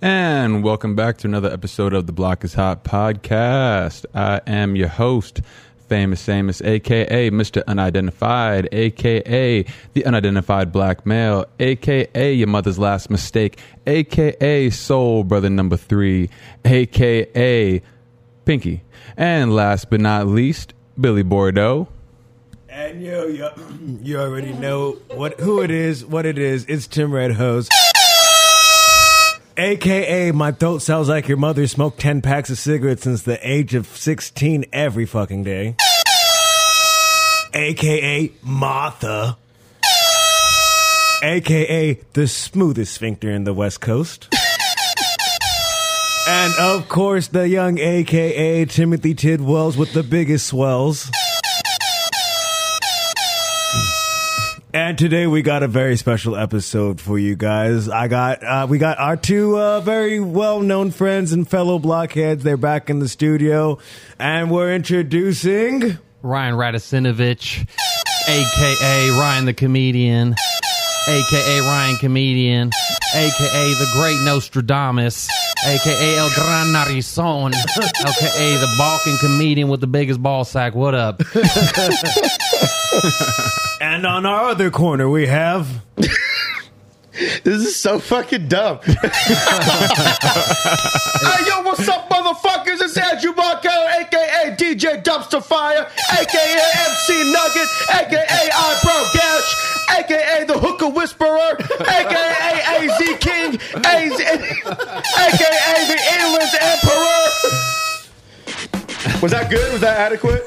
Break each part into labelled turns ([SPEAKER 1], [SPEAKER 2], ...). [SPEAKER 1] And welcome back to another episode of the Block is Hot podcast. I am your host, Famous Amos, aka Mr. Unidentified, aka the Unidentified Black Male, aka your mother's last mistake, aka Soul Brother Number Three, aka Pinky. And last but not least, Billy Bordeaux.
[SPEAKER 2] And yo, yo, you already know what who it is, what it is. It's Tim Red Hose. AKA, my throat sounds like your mother smoked 10 packs of cigarettes since the age of 16 every fucking day. AKA, Martha. AKA, the smoothest sphincter in the West Coast. and of course, the young AKA, Timothy Tidwells with the biggest swells. And today we got a very special episode for you guys. I got uh, we got our two uh, very well known friends and fellow blockheads. They're back in the studio, and we're introducing
[SPEAKER 3] Ryan Radicinovich, aka Ryan the comedian, aka Ryan comedian, aka the great Nostradamus, aka El Gran Narizon, aka the Balkan comedian with the biggest ball sack. What up?
[SPEAKER 2] and on our other corner we have
[SPEAKER 4] This is so fucking dumb. hey, yo, what's up, motherfuckers? It's Andrew Marco, aka DJ Dumpster Fire, aka MC Nugget, aka Eyebrow Gash, aka The Hooker Whisperer, aka AZ King, AZ, aka The Endless Emperor. Was that good? Was that adequate?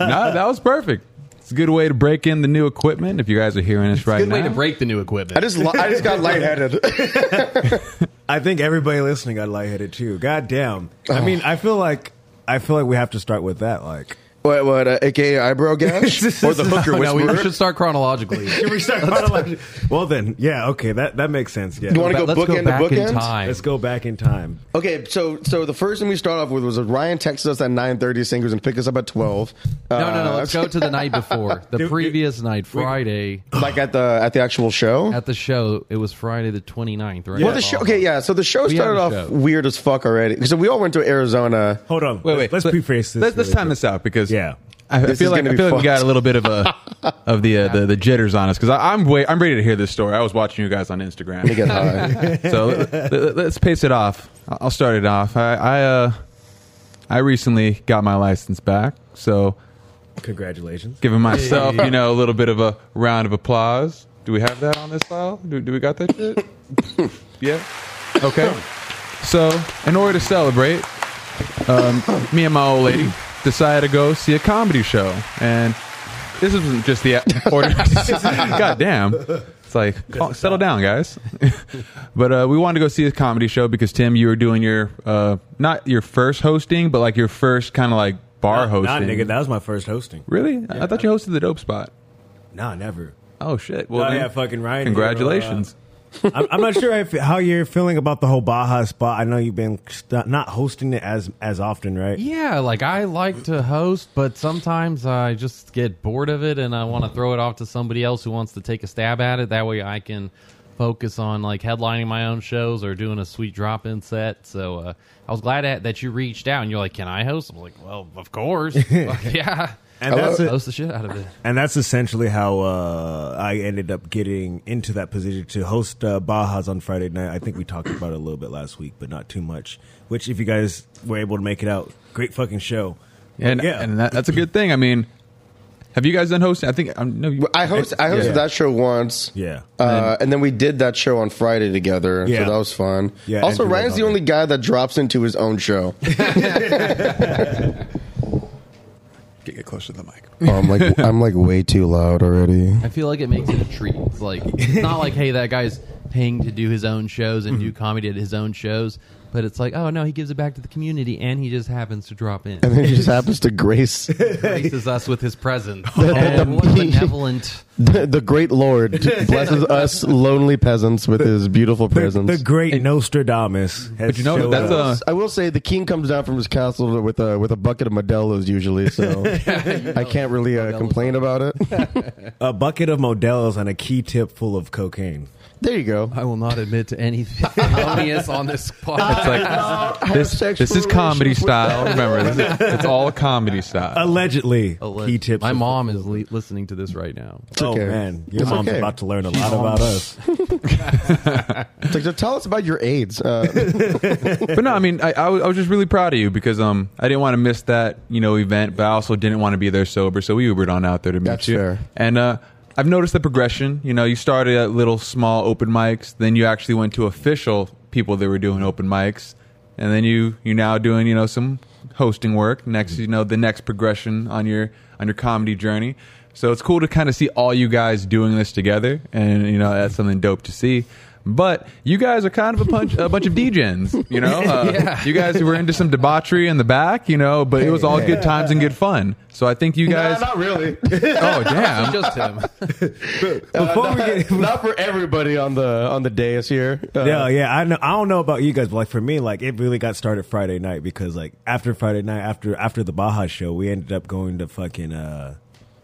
[SPEAKER 1] nah, that was perfect. It's a good way to break in the new equipment if you guys are hearing us right
[SPEAKER 3] Good
[SPEAKER 1] now.
[SPEAKER 3] way to break the new equipment.
[SPEAKER 4] I just, li- I just got lightheaded.
[SPEAKER 2] I think everybody listening got lightheaded too. God damn! I mean, I feel like I feel like we have to start with that. Like,
[SPEAKER 4] what? What? Uh, aka Eyebrow Gash or The Hooker
[SPEAKER 3] Oh, no, we,
[SPEAKER 4] Whisperer?
[SPEAKER 3] we should start chronologically.
[SPEAKER 2] Can we start chronologically? well, then, yeah, okay, that that makes sense. Yeah,
[SPEAKER 4] You wanna
[SPEAKER 3] But
[SPEAKER 4] go
[SPEAKER 3] Let's
[SPEAKER 4] bookend
[SPEAKER 3] go
[SPEAKER 4] to
[SPEAKER 3] back in
[SPEAKER 4] bookend?
[SPEAKER 3] time.
[SPEAKER 2] let's go back in time.
[SPEAKER 4] Okay, so so the first thing we start off with was that Ryan texted us at nine thirty, saying he was going to pick us up at twelve. Uh,
[SPEAKER 3] No, no, no. Let's go to the night before. The
[SPEAKER 2] Dude,
[SPEAKER 3] previous night, Friday,
[SPEAKER 4] like at the at the actual show.
[SPEAKER 3] at the show, it was Friday the 29th, right?
[SPEAKER 4] well, the show. Okay, yeah. So the show
[SPEAKER 3] had
[SPEAKER 4] started
[SPEAKER 3] a
[SPEAKER 4] off
[SPEAKER 3] show.
[SPEAKER 4] weird as fuck already. So we all went to Arizona.
[SPEAKER 2] Hold on,
[SPEAKER 1] wait, wait.
[SPEAKER 2] Let's
[SPEAKER 1] let-
[SPEAKER 2] preface this.
[SPEAKER 1] Let's, let's
[SPEAKER 2] really
[SPEAKER 1] time this out because
[SPEAKER 2] Yeah.
[SPEAKER 1] I, I
[SPEAKER 4] This
[SPEAKER 1] feel
[SPEAKER 4] is
[SPEAKER 1] like
[SPEAKER 4] gonna
[SPEAKER 1] I
[SPEAKER 4] be
[SPEAKER 1] feel like we
[SPEAKER 4] fucked.
[SPEAKER 1] got a little bit of a of the uh, the, the jitters on us because I'm wait I'm ready to hear this story. I was watching you guys on Instagram.
[SPEAKER 4] Let me get high.
[SPEAKER 1] so let- let, us pace it off. I'll I'll start it off. I I, uh, I recently got my license back, so
[SPEAKER 2] quick. Congratulations.
[SPEAKER 1] giving myself you know a little bit of a round of applause. Do we have that on this file? Do, do we got that shit? yeah. Okay. So in order to celebrate, um, me and my old lady decided to go see a comedy show, and this isn't just the order. God damn. It's like cal- settle down, guys. but uh, we wanted to go see a comedy show because Tim, you were doing your uh, not your first hosting, but like your first kind of like bar
[SPEAKER 2] Nah,
[SPEAKER 1] hosting.
[SPEAKER 2] nah, nigga, that was my first hosting.
[SPEAKER 1] Really? I- I thought you hosted the dope spot.
[SPEAKER 2] Nah, never.
[SPEAKER 1] Oh shit!
[SPEAKER 2] Oh
[SPEAKER 1] Well, then,
[SPEAKER 2] yeah, fucking Ryan. here,
[SPEAKER 1] congratulations.
[SPEAKER 2] uh, I'm, I'm not sure if, how you're feeling about the whole Baja spot. I know you've been st- not hosting it as as often, right?
[SPEAKER 3] Yeah, like I like to host, but sometimes I just get bored of it and I
[SPEAKER 5] Mm-hmm.
[SPEAKER 3] want to throw it off to somebody else who wants to take a stab at it. That way I can focus on like headlining my own shows or doing a sweet drop in set. So uh, I was glad at, that you reached out and you're like, "Can I host?" I'm like, "Well, of course, Fuck yeah."
[SPEAKER 2] And that's it.
[SPEAKER 3] Host the shit out of it.
[SPEAKER 2] And that's essentially how uh, I ended up getting into that position to host uh, Baja's on Friday night. I think we talked about it a little bit last week, but not too much. Which, if you guys were able to make it out, great fucking show.
[SPEAKER 1] And
[SPEAKER 2] yeah.
[SPEAKER 1] and that, that's a good thing. I mean, have you guys done hosting? I think um, no. You,
[SPEAKER 4] I host. I hosted
[SPEAKER 2] Yeah.
[SPEAKER 4] that show once.
[SPEAKER 2] Yeah.
[SPEAKER 4] Uh, and then we did that show on Friday together,
[SPEAKER 2] Yeah.
[SPEAKER 4] so that was fun.
[SPEAKER 2] Yeah,
[SPEAKER 4] also,
[SPEAKER 2] Andrew
[SPEAKER 4] Ryan's
[SPEAKER 2] was
[SPEAKER 4] the
[SPEAKER 2] on
[SPEAKER 4] only guy that drops into his own show.
[SPEAKER 1] get closer to the mic.
[SPEAKER 4] Oh, I'm like, I'm like way too loud already.
[SPEAKER 3] I feel like it makes it a treat. It's Mm-hmm. like it's not like hey, that guy's paying to do his own shows and do comedy at his own shows,
[SPEAKER 5] But it's like, oh no, he gives it back to the community, and he just happens to drop in,
[SPEAKER 4] and then he just happens to grace the,
[SPEAKER 5] graces us with his presence.
[SPEAKER 4] the-
[SPEAKER 5] and what a
[SPEAKER 4] the-
[SPEAKER 5] benevolent!
[SPEAKER 4] the great Lord blesses us lonely peasants with his beautiful presence.
[SPEAKER 2] The great Nostradamus. Has
[SPEAKER 1] But you know,
[SPEAKER 2] showed
[SPEAKER 1] that's
[SPEAKER 2] up.
[SPEAKER 1] a
[SPEAKER 4] I will say the king comes down from his castle with a with a bucket of Modelo's usually, so I can't really uh, complain about it.
[SPEAKER 2] a, bucket of Modelo's and a key tip full of cocaine.
[SPEAKER 4] there you go.
[SPEAKER 5] I will not admit to anything erroneous on this podcast.
[SPEAKER 1] it's like this.
[SPEAKER 4] Uh, sexual
[SPEAKER 1] This is comedy
[SPEAKER 4] relations with
[SPEAKER 1] style. Remember, this is, it's all comedy style.
[SPEAKER 2] Allegedly, key tips.
[SPEAKER 5] My
[SPEAKER 2] of-
[SPEAKER 5] mom is le- listening to this right now.
[SPEAKER 2] Oh
[SPEAKER 4] okay.
[SPEAKER 2] man, your
[SPEAKER 4] It's
[SPEAKER 2] mom's
[SPEAKER 4] okay.
[SPEAKER 2] about to learn a lot about us.
[SPEAKER 4] It's like, so tell us about your AIDS. Uh,
[SPEAKER 1] But no, I mean, I, I, was, I was just really proud of you because um, I didn't want to miss that you know event, but I also didn't want to be there sober, so we Ubered on out there to meet
[SPEAKER 4] That's
[SPEAKER 1] you.
[SPEAKER 4] fair.
[SPEAKER 1] And uh, I've noticed the progression. You know, you started at little small open mics, then you actually went to official people that were doing open mics, and then you you're now doing you know some hosting work. Next, you know, the next progression on your on your comedy journey. So it's cool to kind of see all you guys doing this together, and you know that's something dope to see. But you guys are kind of a, punch, a bunch of degens, you know. Uh, You guys were into some debauchery in the back, you know, but it was all good times and good fun. So I think you guys.
[SPEAKER 4] not really.
[SPEAKER 1] Oh damn!
[SPEAKER 5] Just him.
[SPEAKER 2] Before we get,
[SPEAKER 4] Uh, not for everybody on the on the dais here. Uh,
[SPEAKER 2] yeah, yeah, I know. I don't know about you guys, but like for me, like it really got started Friday night because like after Friday night, after after the Baja show, we ended up going to fucking uh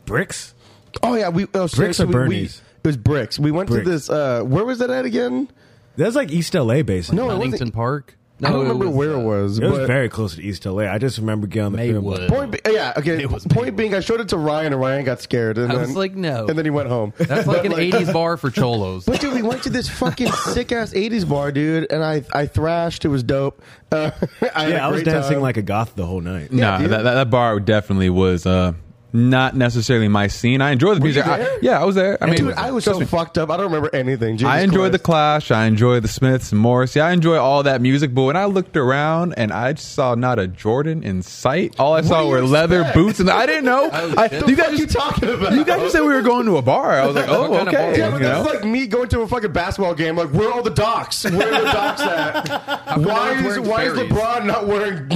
[SPEAKER 2] bricks.
[SPEAKER 4] Oh yeah, we oh, seriously,
[SPEAKER 2] or
[SPEAKER 4] we- we-
[SPEAKER 2] Bernie's?
[SPEAKER 4] It was bricks. We went
[SPEAKER 2] Bricks.
[SPEAKER 4] to this. Uh, where was that at again?
[SPEAKER 2] That's like East LA, basically.
[SPEAKER 4] No, it wasn't-
[SPEAKER 5] Huntington Park. No,
[SPEAKER 4] I don't remember
[SPEAKER 5] was,
[SPEAKER 4] where
[SPEAKER 5] uh,
[SPEAKER 4] it was.
[SPEAKER 2] It was
[SPEAKER 4] but-
[SPEAKER 2] very close to East LA. I just remember getting on the ferry.
[SPEAKER 5] Maywood.
[SPEAKER 4] Point be- yeah, okay.
[SPEAKER 5] It was
[SPEAKER 4] point
[SPEAKER 5] Maywood.
[SPEAKER 4] being, I showed it to Ryan, and Ryan got scared. And
[SPEAKER 5] I
[SPEAKER 4] then,
[SPEAKER 5] was like, no.
[SPEAKER 4] And then he went home.
[SPEAKER 5] That's like
[SPEAKER 4] But,
[SPEAKER 5] an '80s bar for cholos.
[SPEAKER 4] But dude, we went to this fucking sick ass '80s bar, dude, and I I thrashed. It was dope. Uh, I had a
[SPEAKER 2] Yeah, I was
[SPEAKER 4] great time.
[SPEAKER 2] dancing like a goth the whole night.
[SPEAKER 1] no,
[SPEAKER 4] dude.
[SPEAKER 1] that, that, that bar definitely was uh, not necessarily my scene. I enjoyed the music. I-
[SPEAKER 4] there?
[SPEAKER 1] yeah, I was there. I mean,
[SPEAKER 4] dude, I was
[SPEAKER 1] trust
[SPEAKER 4] so
[SPEAKER 1] me.
[SPEAKER 4] fucked up. I don't remember anything. Jesus
[SPEAKER 1] I enjoy the
[SPEAKER 4] Christ.
[SPEAKER 1] Clash. I enjoy the Smiths and Morris. Yeah, I enjoy all that music. But when I looked around and I saw not a Jordan in sight, all I saw
[SPEAKER 4] do you
[SPEAKER 1] were leather
[SPEAKER 4] expect?
[SPEAKER 1] boots, and I didn't know. I,
[SPEAKER 5] shit.
[SPEAKER 1] you
[SPEAKER 4] What are
[SPEAKER 1] guys,
[SPEAKER 4] you talking about?
[SPEAKER 1] you guys just said we were going to a bar. I was like, oh,
[SPEAKER 5] What kind of
[SPEAKER 1] okay.
[SPEAKER 5] bar?
[SPEAKER 4] Yeah,
[SPEAKER 1] you
[SPEAKER 4] but
[SPEAKER 1] know?
[SPEAKER 4] that's like me going to a fucking basketball game. Like, where are all the docs? Where are the docs at?
[SPEAKER 5] come no
[SPEAKER 4] why
[SPEAKER 5] one's
[SPEAKER 4] is
[SPEAKER 5] wearing
[SPEAKER 4] why is
[SPEAKER 5] Ferries?
[SPEAKER 4] LeBron not wearing?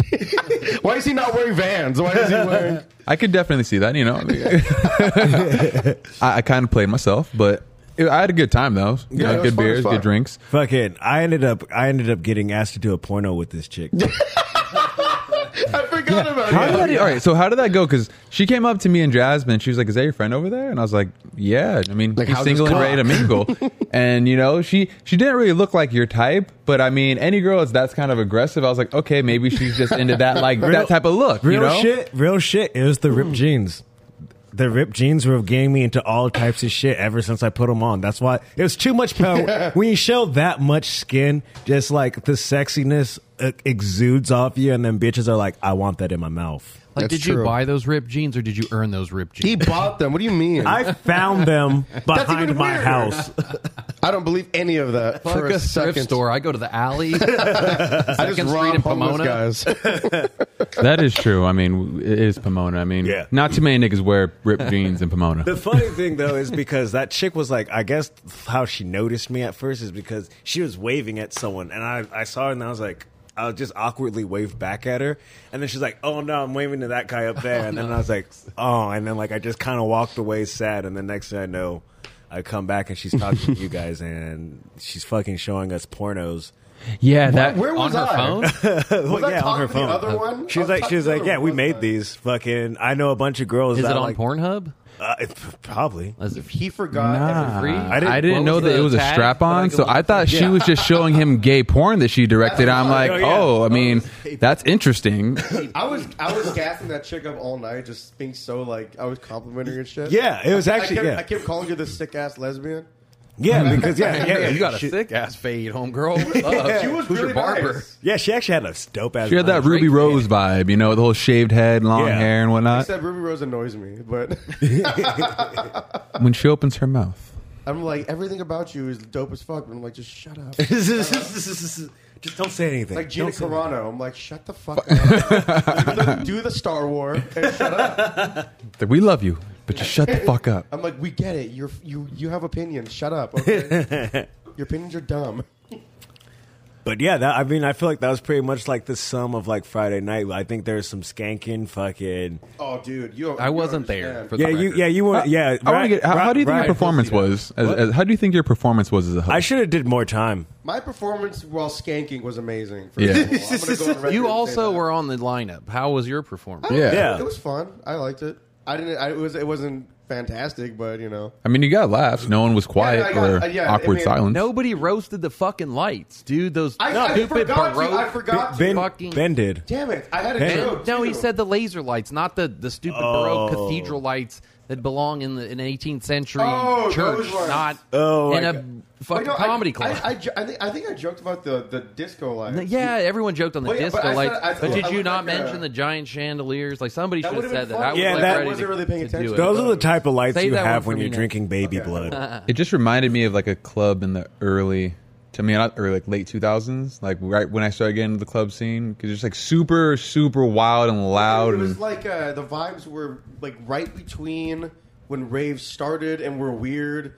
[SPEAKER 4] why is he not wearing Vans? Why is he wearing?
[SPEAKER 1] I could definitely see that. You know, I, I kind of played myself, but it, I had a good time though. You
[SPEAKER 4] Yeah,
[SPEAKER 1] know, good
[SPEAKER 4] it was fun as
[SPEAKER 1] beers,
[SPEAKER 4] fuck.
[SPEAKER 1] good drinks.
[SPEAKER 2] Fucking, I ended up, I ended up getting asked to do a porno with this chick.
[SPEAKER 4] I forgot about
[SPEAKER 1] How
[SPEAKER 4] it.
[SPEAKER 1] did that, all right, so how did that go? Because she came up to me and Jasmine. She was like, "Is that your friend over there?" And I was like, "Yeah." I mean,
[SPEAKER 4] Like,
[SPEAKER 1] he's
[SPEAKER 4] how's
[SPEAKER 1] single
[SPEAKER 4] this
[SPEAKER 1] and ready to mingle. and you know, she she didn't really look like your type, but I mean, any girl that's that's kind of aggressive. I was like, okay, maybe she's just into that like that type of look.
[SPEAKER 2] Real
[SPEAKER 1] you know?
[SPEAKER 2] shit, real shit. It was the ripped jeans. The ripped jeans were getting me into all types of shit ever since I put them on. That's why it was too much power. when you show that much skin, just like the sexiness uh, exudes off you, and then bitches are like, "I want that in my mouth."
[SPEAKER 5] Like,
[SPEAKER 4] That's
[SPEAKER 5] did
[SPEAKER 4] true.
[SPEAKER 5] you buy those ripped jeans or did you earn those ripped jeans?
[SPEAKER 4] He bought them. What do you mean? I,
[SPEAKER 2] I found them behind
[SPEAKER 4] even
[SPEAKER 2] my
[SPEAKER 4] weirder.
[SPEAKER 2] house.
[SPEAKER 4] don't believe any of that
[SPEAKER 5] Fuck
[SPEAKER 4] for a,
[SPEAKER 5] a, thrift
[SPEAKER 4] second.
[SPEAKER 5] store. I go to the alley.
[SPEAKER 4] I just
[SPEAKER 5] Second Street
[SPEAKER 4] robbed
[SPEAKER 5] in
[SPEAKER 4] homeless
[SPEAKER 5] Pomona.
[SPEAKER 4] guys.
[SPEAKER 1] That is true. I mean, it is Pomona. I mean,
[SPEAKER 2] Yeah.
[SPEAKER 1] not too many niggas wear ripped jeans in Pomona.
[SPEAKER 2] The funny thing though is because that chick was like, I guess how she noticed me at first is because she was waving at someone, and I, I saw her and I was like, I just awkwardly waved back at her, and then she's like, Oh no, I'm waving to that guy up there, and then I was like, Oh, and then like I just kind of walked away sad, and the next thing I know, I come back and she's talking to you guys, and she's fucking showing us pornos.
[SPEAKER 1] yeah, that
[SPEAKER 4] Where was
[SPEAKER 5] on her
[SPEAKER 4] I?
[SPEAKER 5] phone?
[SPEAKER 2] Well,
[SPEAKER 4] I talking to the other one?
[SPEAKER 2] She's
[SPEAKER 4] I was
[SPEAKER 2] like,
[SPEAKER 4] talking
[SPEAKER 2] she's
[SPEAKER 4] to the
[SPEAKER 2] like,
[SPEAKER 4] other
[SPEAKER 2] yeah,
[SPEAKER 4] one
[SPEAKER 2] we
[SPEAKER 4] last
[SPEAKER 2] made
[SPEAKER 4] night."
[SPEAKER 2] these fucking. I know a bunch of girls.
[SPEAKER 5] Is it
[SPEAKER 2] that
[SPEAKER 5] on
[SPEAKER 2] like,
[SPEAKER 5] Pornhub?
[SPEAKER 2] Uh, it- probably.
[SPEAKER 4] He forgot.
[SPEAKER 1] Nah.
[SPEAKER 5] free?
[SPEAKER 1] I didn't,
[SPEAKER 2] didn't- what
[SPEAKER 1] know
[SPEAKER 5] was
[SPEAKER 1] that
[SPEAKER 5] the
[SPEAKER 1] it was a
[SPEAKER 5] tag
[SPEAKER 1] strap
[SPEAKER 5] that I
[SPEAKER 1] on,
[SPEAKER 5] could
[SPEAKER 1] so I
[SPEAKER 5] look
[SPEAKER 1] thought she was just showing him gay porn that she directed. I'm like,
[SPEAKER 2] Oh, yeah.
[SPEAKER 1] oh, I mean, that's interesting.
[SPEAKER 4] I was I was gassing that chick up all night, just being so like I was complimenting her and shit.
[SPEAKER 2] Yeah, it was
[SPEAKER 4] I
[SPEAKER 2] actually-
[SPEAKER 4] kept-
[SPEAKER 2] yeah.
[SPEAKER 4] I kept calling her the sick ass lesbian.
[SPEAKER 2] Yeah, because yeah, yeah, yeah.
[SPEAKER 5] you got a
[SPEAKER 2] She-
[SPEAKER 5] sick ass fade, homegirl.
[SPEAKER 4] She was
[SPEAKER 5] Who's your
[SPEAKER 4] really
[SPEAKER 5] barber?
[SPEAKER 4] nice.
[SPEAKER 2] Yeah, she actually had a dope ass.
[SPEAKER 1] She had that
[SPEAKER 2] line.
[SPEAKER 1] Ruby Rose vibe, you know, the whole shaved head, long
[SPEAKER 2] Yeah.
[SPEAKER 1] hair, and
[SPEAKER 3] Uh,
[SPEAKER 1] whatnot.
[SPEAKER 4] Except Ruby Rose annoys me, but
[SPEAKER 1] When she opens her mouth,
[SPEAKER 4] I'm like everything about you is dope as fuck. But I'm like, just shut up.
[SPEAKER 2] Just don't say anything.
[SPEAKER 4] Like Gina
[SPEAKER 2] Don't say
[SPEAKER 4] Carano, I'm like, shut the fuck up. Do the Star War and shut up.
[SPEAKER 1] that we love you, but just shut the fuck up.
[SPEAKER 4] I'm like, we get it. You're you you have opinions. Shut up. Okay? Your opinions are dumb.
[SPEAKER 2] But yeah, that, I mean, I feel like that was pretty much like the sum of like Friday night. I think there's some skanking, fucking.
[SPEAKER 4] Oh, dude, you.
[SPEAKER 3] I wasn't there. For
[SPEAKER 2] Yeah,
[SPEAKER 3] the
[SPEAKER 2] you,
[SPEAKER 3] record.
[SPEAKER 2] yeah, you want, yeah.
[SPEAKER 1] I want to
[SPEAKER 2] right-
[SPEAKER 1] get. How, how do you think
[SPEAKER 2] right-
[SPEAKER 1] your performance was? As, as, how do you think your performance was as a host?
[SPEAKER 2] I should have did more time.
[SPEAKER 4] My performance while skanking was amazing.
[SPEAKER 1] Yeah.
[SPEAKER 4] yeah. I'm gonna go on record
[SPEAKER 3] You
[SPEAKER 4] and say
[SPEAKER 3] also
[SPEAKER 4] that.
[SPEAKER 3] were on the lineup. How was your performance?
[SPEAKER 1] yeah.
[SPEAKER 2] Yeah.
[SPEAKER 4] It was fun. I liked it. I didn't. I, it was. It wasn't fantastic, but you know.
[SPEAKER 1] I mean, you got laughs. No one was quiet
[SPEAKER 4] I got-
[SPEAKER 1] or
[SPEAKER 4] uh, yeah, I
[SPEAKER 1] awkward
[SPEAKER 4] mean,
[SPEAKER 1] silence.
[SPEAKER 3] Nobody roasted the fucking lights, dude. Those
[SPEAKER 4] I, I
[SPEAKER 3] stupid
[SPEAKER 4] forgot. To,
[SPEAKER 3] baroque.
[SPEAKER 4] I forgot. to.
[SPEAKER 2] Ben,
[SPEAKER 3] Fucking-
[SPEAKER 2] ben did.
[SPEAKER 4] Damn it! I had a
[SPEAKER 2] Ben-
[SPEAKER 4] joke.
[SPEAKER 3] no, he
[SPEAKER 4] too.
[SPEAKER 3] said the laser lights, not the, the stupid baroque cathedral lights that belong in the in 18th century
[SPEAKER 4] Oh,
[SPEAKER 3] church,
[SPEAKER 4] those lights.
[SPEAKER 3] not
[SPEAKER 2] Oh,
[SPEAKER 3] in
[SPEAKER 2] I
[SPEAKER 3] a
[SPEAKER 2] got-
[SPEAKER 4] Wait,
[SPEAKER 3] fucking
[SPEAKER 4] no, I-
[SPEAKER 3] comedy club.
[SPEAKER 4] I, I, ju- I, think, I think I joked about the the disco lights.
[SPEAKER 3] yeah, everyone joked on the
[SPEAKER 4] Well, yeah, but
[SPEAKER 3] disco
[SPEAKER 4] I said-
[SPEAKER 3] lights,
[SPEAKER 4] I-
[SPEAKER 3] but
[SPEAKER 4] I
[SPEAKER 3] did you
[SPEAKER 4] looked
[SPEAKER 3] not
[SPEAKER 4] like a-
[SPEAKER 3] mention the giant chandeliers? Like somebody
[SPEAKER 4] That
[SPEAKER 3] should have
[SPEAKER 4] would've
[SPEAKER 3] said that.
[SPEAKER 4] been
[SPEAKER 3] I
[SPEAKER 4] fun.
[SPEAKER 3] was
[SPEAKER 2] Yeah,
[SPEAKER 3] like
[SPEAKER 2] that-
[SPEAKER 3] ready
[SPEAKER 4] wasn't
[SPEAKER 3] to-
[SPEAKER 4] really paying
[SPEAKER 3] to do
[SPEAKER 4] attention.
[SPEAKER 3] it.
[SPEAKER 2] Those are the type of lights
[SPEAKER 3] Save
[SPEAKER 2] you
[SPEAKER 3] that one
[SPEAKER 2] have
[SPEAKER 3] for
[SPEAKER 2] when
[SPEAKER 3] me
[SPEAKER 2] you're
[SPEAKER 3] now.
[SPEAKER 2] drinking baby blood.
[SPEAKER 1] It just reminded me of like a club in the early, to me, not early, like late 2000s, like right when I started getting into the club scene, because it's like super, super wild and loud.
[SPEAKER 4] It was
[SPEAKER 1] And,
[SPEAKER 4] like uh, the vibes were like right between when raves started and were weird,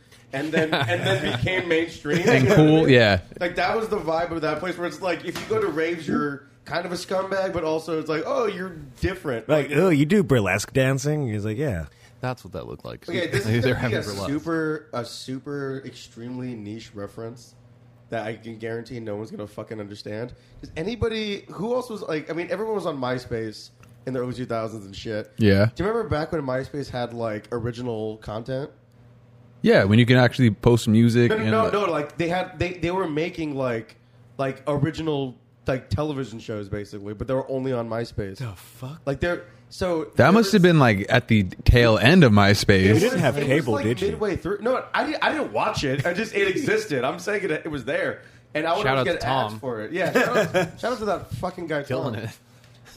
[SPEAKER 4] and then and then became mainstream
[SPEAKER 1] and cool, yeah.
[SPEAKER 4] Like that was the vibe of that place where it's like if you go to raves, you're kind of a scumbag, but also it's like oh you're different.
[SPEAKER 2] like, oh, you do burlesque dancing? He's like, yeah.
[SPEAKER 3] That's what that looked like.
[SPEAKER 4] Okay, this
[SPEAKER 3] They're
[SPEAKER 4] is gonna be
[SPEAKER 3] having
[SPEAKER 4] a
[SPEAKER 3] burlesque.
[SPEAKER 4] super a super extremely niche reference that I can guarantee no one's gonna fucking understand. Does anybody who else was like? I mean, everyone was on MySpace in the early two thousands and shit.
[SPEAKER 1] Yeah.
[SPEAKER 4] Do you remember back when MySpace had like original content?
[SPEAKER 1] Yeah, when you can actually post music.
[SPEAKER 4] No,
[SPEAKER 1] and,
[SPEAKER 4] no,
[SPEAKER 1] like-
[SPEAKER 4] no, no. Like they had they they were making like like original like television shows basically, but they were only on MySpace. The
[SPEAKER 2] fuck?
[SPEAKER 4] Like they're so
[SPEAKER 1] That must have been like at the tail end of
[SPEAKER 2] You
[SPEAKER 1] MySpace.
[SPEAKER 2] didn't have
[SPEAKER 4] it was,
[SPEAKER 2] cable,
[SPEAKER 4] like,
[SPEAKER 2] did you?
[SPEAKER 4] Midway through, no, I didn't, I didn't watch it. I just it existed. I'm saying it, it was there, and I would
[SPEAKER 3] Shout out
[SPEAKER 4] always get
[SPEAKER 3] to
[SPEAKER 4] ads
[SPEAKER 3] Tom.
[SPEAKER 4] for it. Yeah, shout out, shout out to that fucking guy,
[SPEAKER 3] Killing
[SPEAKER 4] Tom.
[SPEAKER 3] it.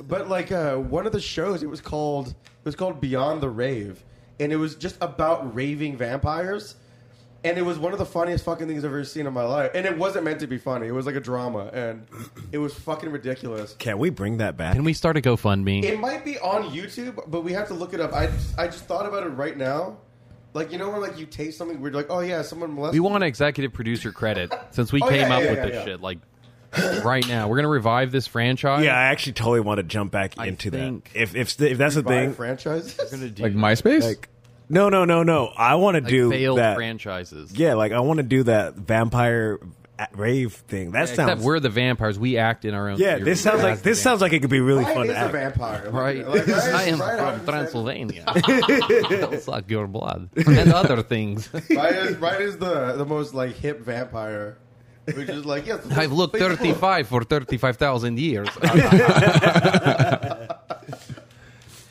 [SPEAKER 4] But like uh, one of the shows, it was called it was called Beyond the Rave, and it was just about raving vampires. And it was one of the funniest fucking things I've ever seen in my life. And it wasn't meant to be funny. It was like a drama, and it was fucking ridiculous.
[SPEAKER 2] Can we bring that back?
[SPEAKER 3] Can we start a GoFundMe?
[SPEAKER 4] It might be on YouTube, but we have to look it up. I just, I just thought about it right now. Like you know where like you taste something weird, like oh yeah, someone molested.
[SPEAKER 3] We want executive producer credit since we
[SPEAKER 4] Oh,
[SPEAKER 3] came
[SPEAKER 4] yeah,
[SPEAKER 3] up
[SPEAKER 4] yeah,
[SPEAKER 3] with
[SPEAKER 4] yeah,
[SPEAKER 3] this
[SPEAKER 4] yeah.
[SPEAKER 3] shit. Like right now, we're gonna revive this franchise.
[SPEAKER 2] yeah, I actually totally want to jump back
[SPEAKER 3] I
[SPEAKER 2] into that.
[SPEAKER 3] think-
[SPEAKER 2] If if if that's a
[SPEAKER 4] buy
[SPEAKER 2] thing,
[SPEAKER 4] franchises.
[SPEAKER 3] we're gonna do
[SPEAKER 1] Like MySpace?
[SPEAKER 2] like, no, no, no, no. I want to
[SPEAKER 3] like,
[SPEAKER 2] do
[SPEAKER 3] failed
[SPEAKER 2] that.
[SPEAKER 3] franchises.
[SPEAKER 2] Yeah, like I want to do that vampire at- rave thing. That
[SPEAKER 3] Except
[SPEAKER 2] sounds.
[SPEAKER 3] we're the vampires. We act in our own.
[SPEAKER 2] yeah,
[SPEAKER 3] series.
[SPEAKER 2] this sounds like this sounds like it could be really
[SPEAKER 4] Ryan
[SPEAKER 2] fun.
[SPEAKER 4] is
[SPEAKER 2] To
[SPEAKER 4] a
[SPEAKER 2] act.
[SPEAKER 4] vampire, Look
[SPEAKER 3] Right,
[SPEAKER 4] at it. Like, Ryan-
[SPEAKER 3] I am
[SPEAKER 4] Ryan
[SPEAKER 3] from
[SPEAKER 4] Adams-
[SPEAKER 3] Transylvania. I'll suck your blood and other things.
[SPEAKER 4] Ryan is, Ryan is the the most like hip vampire, which is like yes.
[SPEAKER 3] I've looked
[SPEAKER 4] Facebook.
[SPEAKER 3] 35 for 35,000 years.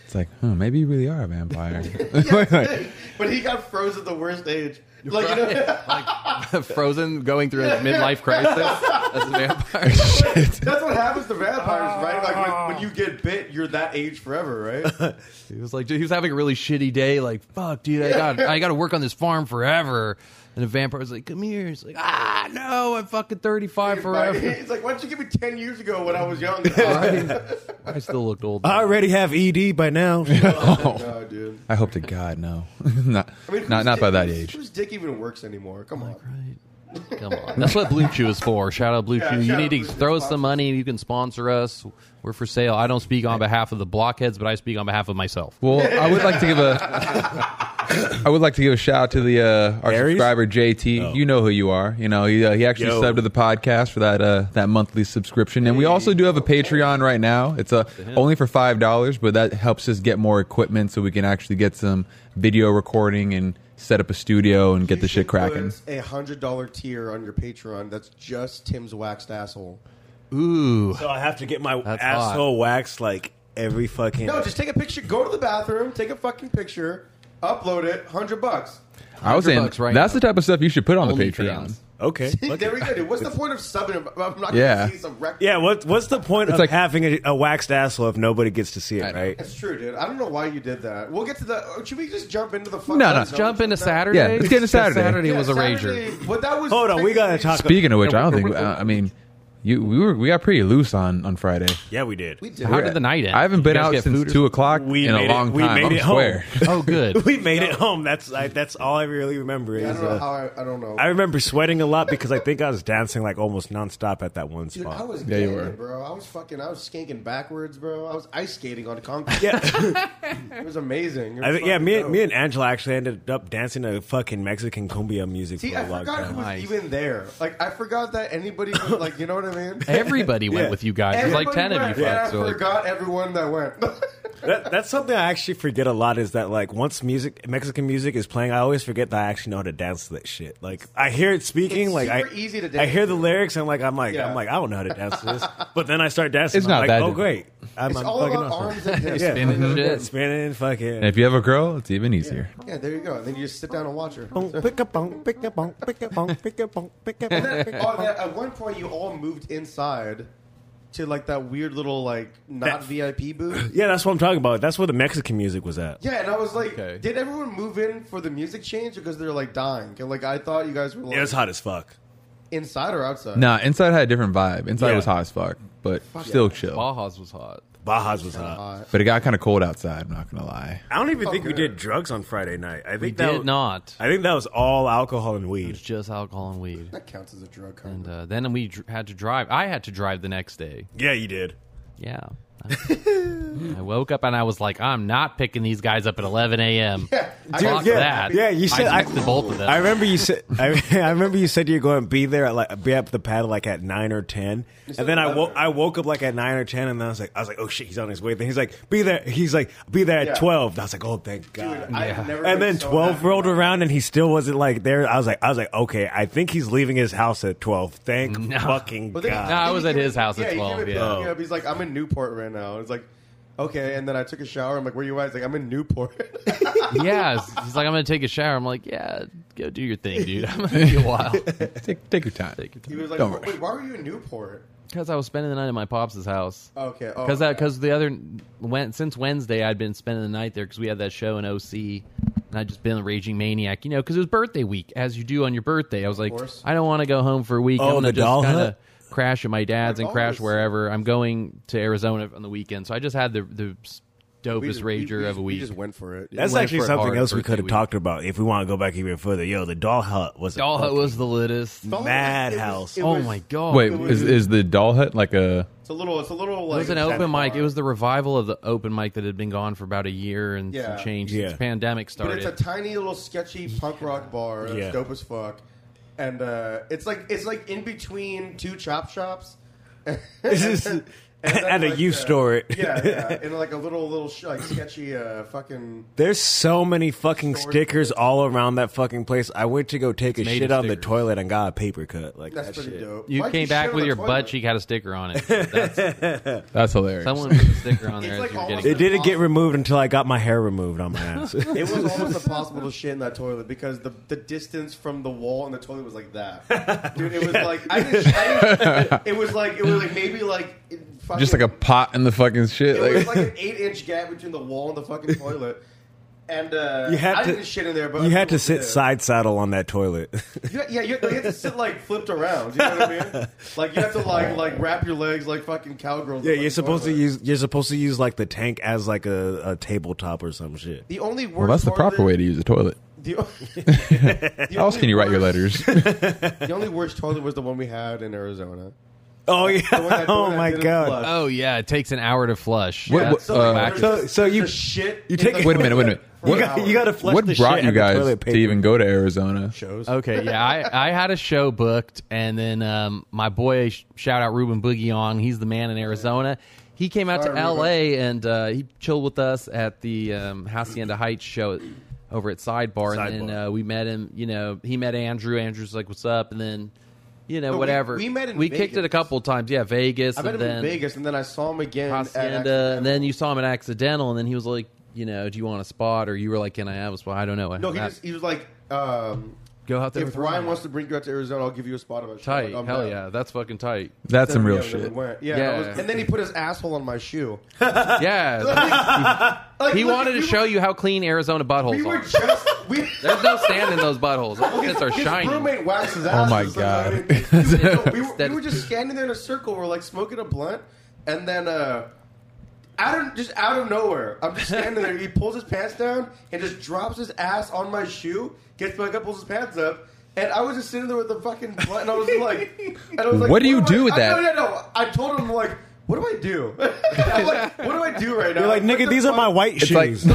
[SPEAKER 1] It's like, huh, Hmm, maybe you really are a vampire.
[SPEAKER 4] but he got froze at the worst age. Like you know,
[SPEAKER 3] like Frozen going through a midlife crisis as a vampire.
[SPEAKER 4] that's what happens to vampires, right? Like when, when you get bit, you're that age forever, right?
[SPEAKER 3] He was like, dude, he was having a really shitty day. Like, fuck, dude, I got I got to work on this farm forever. And the vampire's like, come here. He's like, ah, no, I'm fucking 35 forever.
[SPEAKER 4] It's like why don't you give me ten years ago when I was young?
[SPEAKER 3] I still looked old.
[SPEAKER 2] I already have ED by now.
[SPEAKER 4] No, dude.
[SPEAKER 1] I hope to God, no. not,
[SPEAKER 4] I mean,
[SPEAKER 1] not, not
[SPEAKER 4] whose
[SPEAKER 1] by
[SPEAKER 4] dick-
[SPEAKER 1] that
[SPEAKER 4] whose-
[SPEAKER 1] age.
[SPEAKER 4] Whose dick even works anymore? Come on.
[SPEAKER 3] Right. Come on. That's what Blue Chew is for. Shout out Blue
[SPEAKER 4] Yeah,
[SPEAKER 3] Chew. You
[SPEAKER 4] shout
[SPEAKER 3] need
[SPEAKER 4] out
[SPEAKER 3] to
[SPEAKER 4] Blue Chew.
[SPEAKER 3] throw us some money. You can sponsor us. We're for sale. I don't speak on behalf of the blockheads, but I speak on behalf of myself.
[SPEAKER 1] Well, I would like to give a I would like to give a shout out to the uh, our
[SPEAKER 2] Aries?
[SPEAKER 1] subscriber JT. You know who you are. You know he uh, he actually
[SPEAKER 2] Yo.
[SPEAKER 1] subbed to the podcast for that uh, that monthly subscription, and we also do have a Patreon right now. It's uh, only for five dollars, but that helps us get more equipment so we can actually get some video recording and set up a studio and get the shit cracking.
[SPEAKER 4] Put A hundred dollar tier on your Patreon. That's just Tim's waxed asshole.
[SPEAKER 3] Ooh.
[SPEAKER 2] so I have to get my
[SPEAKER 3] That's
[SPEAKER 2] asshole waxed like every fucking.
[SPEAKER 4] No, just take a picture. Go to the bathroom. Take a fucking picture. Upload it. Hundred bucks.
[SPEAKER 1] I was
[SPEAKER 3] 100
[SPEAKER 1] saying
[SPEAKER 3] bucks right
[SPEAKER 1] that's
[SPEAKER 3] now.
[SPEAKER 1] the type of stuff you should put on the
[SPEAKER 3] OnlyFans.
[SPEAKER 1] Patreon.
[SPEAKER 2] okay. Look
[SPEAKER 4] there
[SPEAKER 2] at-
[SPEAKER 4] we go. Dude. What's the point of subbing? if I'm not
[SPEAKER 1] Yeah.
[SPEAKER 4] gonna see some record.
[SPEAKER 2] yeah. What what's the point of
[SPEAKER 1] like-
[SPEAKER 2] having a, a waxed asshole if nobody gets to see it, right?
[SPEAKER 4] That's true, dude. I don't know why you did that. We'll get to the. oh, Should we just jump into the fucking?
[SPEAKER 1] No, no.
[SPEAKER 4] episode?
[SPEAKER 3] Jump into Saturday.
[SPEAKER 1] Yeah, let's get into Saturday.
[SPEAKER 3] Saturday
[SPEAKER 4] Yeah,
[SPEAKER 3] was a
[SPEAKER 4] Saturday-
[SPEAKER 3] rager.
[SPEAKER 4] Well, that was.
[SPEAKER 2] Hold on, we gotta
[SPEAKER 4] technically-
[SPEAKER 2] talk.
[SPEAKER 1] Speaking of which, I don't think I mean You we were we got pretty loose on on Friday.
[SPEAKER 2] Yeah, we did. We,
[SPEAKER 3] How did the night end?
[SPEAKER 1] I haven't
[SPEAKER 3] Did
[SPEAKER 1] been
[SPEAKER 3] you guys
[SPEAKER 1] out
[SPEAKER 3] get food
[SPEAKER 1] since
[SPEAKER 3] or
[SPEAKER 1] two o'clock in a
[SPEAKER 2] made
[SPEAKER 1] long
[SPEAKER 2] it,
[SPEAKER 1] time.
[SPEAKER 2] We made
[SPEAKER 1] I'm
[SPEAKER 2] it
[SPEAKER 1] square.
[SPEAKER 2] home.
[SPEAKER 3] something? Oh, good.
[SPEAKER 2] we made it home. That's I, that's all I really remember.
[SPEAKER 4] I
[SPEAKER 2] Is,
[SPEAKER 4] don't know
[SPEAKER 2] uh,
[SPEAKER 4] how I, I don't know.
[SPEAKER 2] I remember sweating a lot because I think I was dancing like almost nonstop at that one
[SPEAKER 4] Dude,
[SPEAKER 2] spot.
[SPEAKER 4] I was
[SPEAKER 1] Yeah, you
[SPEAKER 4] gay,
[SPEAKER 1] were.
[SPEAKER 4] bro. I was fucking. I was skanking backwards, bro. I was ice skating on concrete.
[SPEAKER 2] yeah,
[SPEAKER 4] It was amazing. It
[SPEAKER 2] I
[SPEAKER 4] was
[SPEAKER 2] think- yeah.
[SPEAKER 4] fucking
[SPEAKER 2] Me, and-
[SPEAKER 4] dope.
[SPEAKER 2] me and Angela actually ended up dancing to fucking Mexican cumbia music
[SPEAKER 4] See,
[SPEAKER 2] for a
[SPEAKER 4] I
[SPEAKER 2] long
[SPEAKER 4] forgot who
[SPEAKER 2] time.
[SPEAKER 4] was
[SPEAKER 3] Nice.
[SPEAKER 4] even there. Like, I forgot that anybody was like, you know what I mean?
[SPEAKER 3] Everybody went
[SPEAKER 2] Yeah.
[SPEAKER 3] with you guys. There's like
[SPEAKER 4] Everybody
[SPEAKER 3] ten
[SPEAKER 4] went,
[SPEAKER 3] of you.
[SPEAKER 4] and I
[SPEAKER 3] fucks, so, like-
[SPEAKER 4] forgot everyone that went.
[SPEAKER 2] That, that's something I actually forget a lot is that like once music Mexican music is playing, I always forget that I actually know how to dance to that shit. Like I hear it speaking,
[SPEAKER 4] It's
[SPEAKER 2] like I
[SPEAKER 4] super easy to dance
[SPEAKER 2] I hear the
[SPEAKER 4] to.
[SPEAKER 2] lyrics, and like I'm like
[SPEAKER 4] Yeah.
[SPEAKER 2] I'm like I don't know how to dance to this, but then I start dancing.
[SPEAKER 1] It's
[SPEAKER 2] I'm
[SPEAKER 1] not
[SPEAKER 2] like,
[SPEAKER 1] that
[SPEAKER 2] Oh
[SPEAKER 1] difficult.
[SPEAKER 2] great, I'm,
[SPEAKER 4] it's
[SPEAKER 2] I'm
[SPEAKER 4] all
[SPEAKER 2] fucking
[SPEAKER 4] about
[SPEAKER 2] awesome.
[SPEAKER 4] arms and hips.
[SPEAKER 2] Yeah.
[SPEAKER 4] yeah.
[SPEAKER 3] Spinning
[SPEAKER 2] Yeah,
[SPEAKER 3] shit.
[SPEAKER 2] spinning fucking.
[SPEAKER 1] And if you have a girl, it's even easier.
[SPEAKER 4] there you go. And then you just sit down and watch her.
[SPEAKER 2] Boom, pick a bong, pick a bong, pick a bong, pick a bong, pick a bong, pick a
[SPEAKER 4] oh,
[SPEAKER 2] bong.
[SPEAKER 4] yeah, at one point, you all moved inside to like that weird little like not
[SPEAKER 2] That-
[SPEAKER 4] VIP booth.
[SPEAKER 2] Yeah, that's what I'm talking about. That's where the Mexican music was at.
[SPEAKER 4] Yeah, and I was like,
[SPEAKER 1] Okay.
[SPEAKER 4] did everyone move in for the music change because they're like dying? And, like I thought you guys were like
[SPEAKER 2] It was hot as fuck.
[SPEAKER 4] inside or outside.
[SPEAKER 1] Nah, inside had a different vibe. Inside
[SPEAKER 2] Yeah.
[SPEAKER 1] was hot as fuck, but still chill.
[SPEAKER 3] Baja's was hot.
[SPEAKER 2] Baja's was hot. Oh,
[SPEAKER 4] Uh,
[SPEAKER 1] But it got kind of cold outside. I'm not gonna lie.
[SPEAKER 2] I don't even think we
[SPEAKER 4] Okay.
[SPEAKER 2] did drugs on Friday night. I think
[SPEAKER 3] We
[SPEAKER 2] that
[SPEAKER 3] did not.
[SPEAKER 2] I think that was all alcohol and
[SPEAKER 3] It
[SPEAKER 2] weed.
[SPEAKER 3] was just alcohol and weed.
[SPEAKER 4] that counts as a drug
[SPEAKER 3] And
[SPEAKER 4] kind of.
[SPEAKER 3] uh, then we dr- had to drive. I had to drive the next day.
[SPEAKER 2] Yeah, you did.
[SPEAKER 3] Yeah. I woke up and I was like, I'm not picking these guys up at 11 a.m.
[SPEAKER 4] I
[SPEAKER 3] Fuck
[SPEAKER 4] got-
[SPEAKER 2] yeah,
[SPEAKER 3] that.
[SPEAKER 2] yeah, you said- I-
[SPEAKER 3] I, texted both of them.
[SPEAKER 2] I remember you said. I, I remember you said you're going to be there at like be up at the pad like at nine or ten, and then I woke. I woke up like at nine or ten, and then I was like, I was like, oh shit, he's on his way. Then he's like, be there. He's like, be there at
[SPEAKER 4] Yeah.
[SPEAKER 2] twelve. I was like, oh thank god.
[SPEAKER 4] Dude, I've never
[SPEAKER 2] and
[SPEAKER 4] been
[SPEAKER 2] then
[SPEAKER 4] so
[SPEAKER 2] twelve
[SPEAKER 4] happy.
[SPEAKER 2] rolled around, and he still wasn't like there. I was like, I was like, okay, I think he's leaving his house at twelve. Thank fucking
[SPEAKER 4] But then-
[SPEAKER 2] god.
[SPEAKER 3] No, I
[SPEAKER 4] then
[SPEAKER 3] was
[SPEAKER 4] he
[SPEAKER 3] at
[SPEAKER 4] came-
[SPEAKER 3] his house at
[SPEAKER 4] he came
[SPEAKER 3] 12,
[SPEAKER 4] and
[SPEAKER 3] yeah.
[SPEAKER 4] picked me up. He's like, I'm in Newport right now. It's like, okay. And then I took a shower. I'm like, where you at? He's like, I'm in Newport.
[SPEAKER 3] yeah, it's- he's like, I'm going to take a shower. I'm like, yeah, go do your thing, dude. I'm going to be a while.
[SPEAKER 1] Take, take your time.
[SPEAKER 3] Take your
[SPEAKER 4] he
[SPEAKER 3] time.
[SPEAKER 4] was like,
[SPEAKER 1] Don't worry.
[SPEAKER 4] wait, why were you in Newport?
[SPEAKER 3] Because I was spending the night at my pops' house.
[SPEAKER 4] Okay. Oh,
[SPEAKER 3] Because because the other when, since Wednesday I'd been spending the night there because we had that show in OC and I'd just been a raging maniac, you know, because it was birthday week as you do on your birthday. I was like,
[SPEAKER 4] course.
[SPEAKER 3] I don't want to go home for a week.
[SPEAKER 2] Oh,
[SPEAKER 3] I'm
[SPEAKER 2] the
[SPEAKER 3] gonna
[SPEAKER 2] doll
[SPEAKER 3] just kind of
[SPEAKER 2] hut?
[SPEAKER 3] crash at my dad's and
[SPEAKER 4] I've
[SPEAKER 3] crash
[SPEAKER 4] always-
[SPEAKER 3] wherever. I'm going to Arizona on the weekend, so I just had the the s- dopest
[SPEAKER 4] We just- we-
[SPEAKER 3] rager of
[SPEAKER 4] we
[SPEAKER 3] a
[SPEAKER 4] just-
[SPEAKER 3] week.
[SPEAKER 4] We just went for it.
[SPEAKER 2] That's
[SPEAKER 3] went
[SPEAKER 2] actually
[SPEAKER 3] for it
[SPEAKER 2] something
[SPEAKER 3] hard
[SPEAKER 2] else we
[SPEAKER 3] for
[SPEAKER 2] could
[SPEAKER 3] two
[SPEAKER 2] have
[SPEAKER 3] weeks.
[SPEAKER 2] talked about if we want to go back even further. Yo, the doll hut was a
[SPEAKER 3] Doll hut
[SPEAKER 2] fucking
[SPEAKER 3] was the littest.
[SPEAKER 4] Doll Hut,
[SPEAKER 2] madhouse.
[SPEAKER 4] it
[SPEAKER 3] oh
[SPEAKER 4] was-
[SPEAKER 3] my god!
[SPEAKER 1] Wait, is
[SPEAKER 4] It was-
[SPEAKER 1] is the doll hut like a?
[SPEAKER 4] It's a little. It's a little
[SPEAKER 3] It
[SPEAKER 4] like
[SPEAKER 3] was an open mic. It was the revival of the open mic that had been gone for about a year and
[SPEAKER 4] Yeah.
[SPEAKER 3] some change
[SPEAKER 2] Yeah.
[SPEAKER 3] since pandemic
[SPEAKER 4] But
[SPEAKER 3] started.
[SPEAKER 4] it's a tiny little sketchy punk rock bar. That's
[SPEAKER 2] Yeah.
[SPEAKER 4] dope as fuck. And uh, it's like it's like in between two chop shops.
[SPEAKER 2] This is-
[SPEAKER 4] then,
[SPEAKER 2] at a youth
[SPEAKER 4] uh,
[SPEAKER 2] store.
[SPEAKER 4] yeah, yeah, in like a little little sh- like sketchy uh, fucking.
[SPEAKER 2] There's so many fucking
[SPEAKER 4] Storage
[SPEAKER 2] stickers all around that fucking place. I went to go take a
[SPEAKER 3] made
[SPEAKER 2] shit
[SPEAKER 3] of
[SPEAKER 2] on the
[SPEAKER 3] stickers.
[SPEAKER 2] toilet and got a paper cut. Like
[SPEAKER 4] That's
[SPEAKER 2] that
[SPEAKER 4] pretty
[SPEAKER 2] shit.
[SPEAKER 4] dope.
[SPEAKER 3] You
[SPEAKER 4] Why'd
[SPEAKER 3] came
[SPEAKER 4] shit
[SPEAKER 3] back
[SPEAKER 4] on
[SPEAKER 3] with
[SPEAKER 4] the
[SPEAKER 3] your butt
[SPEAKER 4] toilet?
[SPEAKER 3] cheek had a sticker on it. That's,
[SPEAKER 1] That's hilarious.
[SPEAKER 3] someone put a sticker on there.
[SPEAKER 4] It's like
[SPEAKER 3] as you were
[SPEAKER 4] almost-
[SPEAKER 3] getting-
[SPEAKER 2] It didn't get removed until I got my hair removed on my ass.
[SPEAKER 4] It was almost impossible to shit in that toilet because the, the distance from the wall and the toilet was like that. Dude, it was like I didn't, I didn't- it was like it was like maybe like it fucking,
[SPEAKER 1] Just like a pot in the fucking shit.
[SPEAKER 4] it was
[SPEAKER 1] Like,
[SPEAKER 4] like an eight inch gap between the wall and the fucking toilet. And uh,
[SPEAKER 2] You had
[SPEAKER 4] I
[SPEAKER 2] to-
[SPEAKER 4] didn't shit in there, but
[SPEAKER 2] you had to
[SPEAKER 4] people
[SPEAKER 2] sit
[SPEAKER 4] did.
[SPEAKER 2] side saddle on that toilet.
[SPEAKER 4] You, yeah, you, you had to sit like flipped around. You know what I mean? Like you have to like like wrap your legs like fucking cowgirls.
[SPEAKER 2] yeah,
[SPEAKER 4] in the
[SPEAKER 2] you're
[SPEAKER 4] fucking
[SPEAKER 2] supposed to
[SPEAKER 4] toilet.
[SPEAKER 2] use you're supposed to use like the tank as like a, a tabletop or some shit.
[SPEAKER 4] The only worst.
[SPEAKER 1] well, that's the
[SPEAKER 4] part of
[SPEAKER 1] proper way
[SPEAKER 4] it-
[SPEAKER 1] to use a toilet.
[SPEAKER 4] The, the
[SPEAKER 1] How else
[SPEAKER 4] only
[SPEAKER 1] can you write your
[SPEAKER 4] worst-
[SPEAKER 1] letters?
[SPEAKER 4] The only worst toilet was the one we had in Arizona.
[SPEAKER 2] Oh
[SPEAKER 4] one
[SPEAKER 2] yeah.
[SPEAKER 4] that- the one
[SPEAKER 2] Oh
[SPEAKER 4] that
[SPEAKER 2] my
[SPEAKER 4] didn't
[SPEAKER 2] god.
[SPEAKER 4] flush.
[SPEAKER 3] Oh yeah, it takes an hour to flush.
[SPEAKER 1] What-
[SPEAKER 3] That's
[SPEAKER 1] what-
[SPEAKER 3] the
[SPEAKER 1] uh,
[SPEAKER 3] back-
[SPEAKER 2] So so you
[SPEAKER 4] The shit.
[SPEAKER 2] you
[SPEAKER 4] in
[SPEAKER 2] take
[SPEAKER 4] the
[SPEAKER 2] a-
[SPEAKER 1] Wait a minute, wait a minute.
[SPEAKER 4] for
[SPEAKER 2] you
[SPEAKER 4] an
[SPEAKER 2] got
[SPEAKER 4] hour.
[SPEAKER 2] you got to flush
[SPEAKER 1] what
[SPEAKER 2] the
[SPEAKER 1] brought
[SPEAKER 2] shit
[SPEAKER 1] you
[SPEAKER 2] and the
[SPEAKER 1] guys
[SPEAKER 2] toilet
[SPEAKER 1] to
[SPEAKER 2] paper.
[SPEAKER 1] even go to Arizona?
[SPEAKER 4] shows.
[SPEAKER 3] okay, yeah, I, I had a show booked, and then um, my boy sh- shout out Ruben Boogie on. He's the man in Arizona. He came out
[SPEAKER 4] Sorry,
[SPEAKER 3] to L.A. and uh, he chilled with us at the um, Hacienda Heights show at- over at Sidebar, and then
[SPEAKER 2] Sidebar.
[SPEAKER 3] uh, we met him. You know, he met Andrew. Andrew's like, "What's up?" And then. You know,
[SPEAKER 4] No, we-
[SPEAKER 3] whatever.
[SPEAKER 4] we met in
[SPEAKER 3] We kicked it a
[SPEAKER 4] Vegas.
[SPEAKER 3] couple times. Yeah, Vegas.
[SPEAKER 4] I met
[SPEAKER 3] and
[SPEAKER 4] him
[SPEAKER 3] then,
[SPEAKER 4] in Vegas, and then I saw him again. at
[SPEAKER 3] Hacienda,
[SPEAKER 4] Accidental.
[SPEAKER 3] and then you saw him at Accidental, and then he was like, you know, do you want a spot? Or you were like, can I have a spot? I don't know. I
[SPEAKER 4] no,
[SPEAKER 3] have
[SPEAKER 4] he
[SPEAKER 3] that.
[SPEAKER 4] just he was like, um,
[SPEAKER 3] go out there.
[SPEAKER 4] if
[SPEAKER 3] with
[SPEAKER 4] Ryan wants to bring you out to Arizona, I'll give you a spot on my show.
[SPEAKER 3] tight,
[SPEAKER 4] Like, I'm
[SPEAKER 3] hell
[SPEAKER 4] down.
[SPEAKER 3] yeah, that's fucking tight.
[SPEAKER 1] That's some
[SPEAKER 4] Yeah,
[SPEAKER 1] real
[SPEAKER 4] and then we
[SPEAKER 1] shit.
[SPEAKER 4] went. Yeah,
[SPEAKER 3] Yeah.
[SPEAKER 4] I was- and then he put his asshole on my shoe.
[SPEAKER 3] yeah,
[SPEAKER 4] Like,
[SPEAKER 3] he
[SPEAKER 4] look,
[SPEAKER 3] wanted
[SPEAKER 4] we
[SPEAKER 3] to
[SPEAKER 4] were-
[SPEAKER 3] show you how clean Arizona buttholes
[SPEAKER 4] We were
[SPEAKER 3] are.
[SPEAKER 4] just We
[SPEAKER 3] There's no sand in those buttholes. Those shits are
[SPEAKER 4] his
[SPEAKER 3] shiny.
[SPEAKER 4] roommate waxed his
[SPEAKER 1] Oh
[SPEAKER 4] ass.
[SPEAKER 1] my
[SPEAKER 4] so, I mean, we, were, we were just standing there in a circle. We're like smoking a blunt, and then uh, out of just out of nowhere, I'm just standing there. He pulls his pants down and just drops his ass on my shoe. Gets back up, pulls his pants up. And I was just sitting there with the fucking blunt, and I was like, and I was like
[SPEAKER 3] What do you
[SPEAKER 4] am
[SPEAKER 3] do
[SPEAKER 4] I-
[SPEAKER 3] with
[SPEAKER 4] I-
[SPEAKER 3] that?
[SPEAKER 4] No, no, no. I told him like, what do I do? I'm like, what do I do right now?
[SPEAKER 2] You're like,
[SPEAKER 4] What
[SPEAKER 2] nigga,
[SPEAKER 4] the
[SPEAKER 2] these are
[SPEAKER 4] fuck?"
[SPEAKER 2] my white
[SPEAKER 1] like-
[SPEAKER 2] shoes.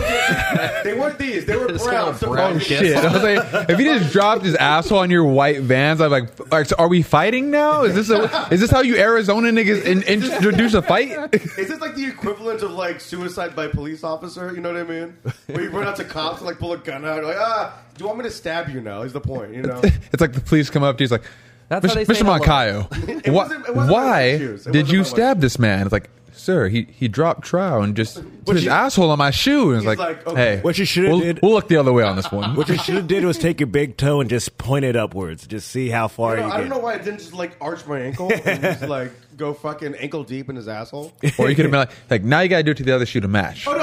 [SPEAKER 4] They weren't these. They were
[SPEAKER 3] It's
[SPEAKER 4] brown.
[SPEAKER 3] called brown shit.
[SPEAKER 1] Shit, I was like, if he just dropped his asshole on your white vans, I'm like, all right, so are we fighting now? Is this a, is this how you Arizona niggas in, introduce a fight?
[SPEAKER 4] Is this like the equivalent of like suicide by police officer? You know what I mean? Where you run out to cops and like pull a gun out, like ah, do you want me to stab you now? Is the point? You know?
[SPEAKER 1] It's like the police come up to you. It's like,
[SPEAKER 3] That's how
[SPEAKER 1] Mr.
[SPEAKER 3] they say hello."
[SPEAKER 1] Mr. Moncayo,
[SPEAKER 4] It
[SPEAKER 1] wha-
[SPEAKER 4] wasn't- it wasn't my
[SPEAKER 1] why
[SPEAKER 4] white shoes. It
[SPEAKER 1] did
[SPEAKER 4] wasn't my
[SPEAKER 1] you
[SPEAKER 4] white
[SPEAKER 1] stab this man? It's like, sir, he, he dropped trial and just put his
[SPEAKER 4] he-
[SPEAKER 1] asshole on my shoe. And it's
[SPEAKER 4] he's
[SPEAKER 1] like,
[SPEAKER 4] like, okay.
[SPEAKER 1] hey,
[SPEAKER 2] What you shoulda
[SPEAKER 1] we'll,
[SPEAKER 2] did-
[SPEAKER 1] We'll look the other way on this one.
[SPEAKER 2] What you should have did was take your big toe and just point it upwards. Just see how far
[SPEAKER 4] You
[SPEAKER 2] you,
[SPEAKER 4] know, I don't
[SPEAKER 2] get.
[SPEAKER 4] know why I didn't just like arch my ankle and just like go fucking ankle deep in his asshole.
[SPEAKER 1] or you could have been like, like, now you got to do it to the other shoe to match.
[SPEAKER 4] Oh,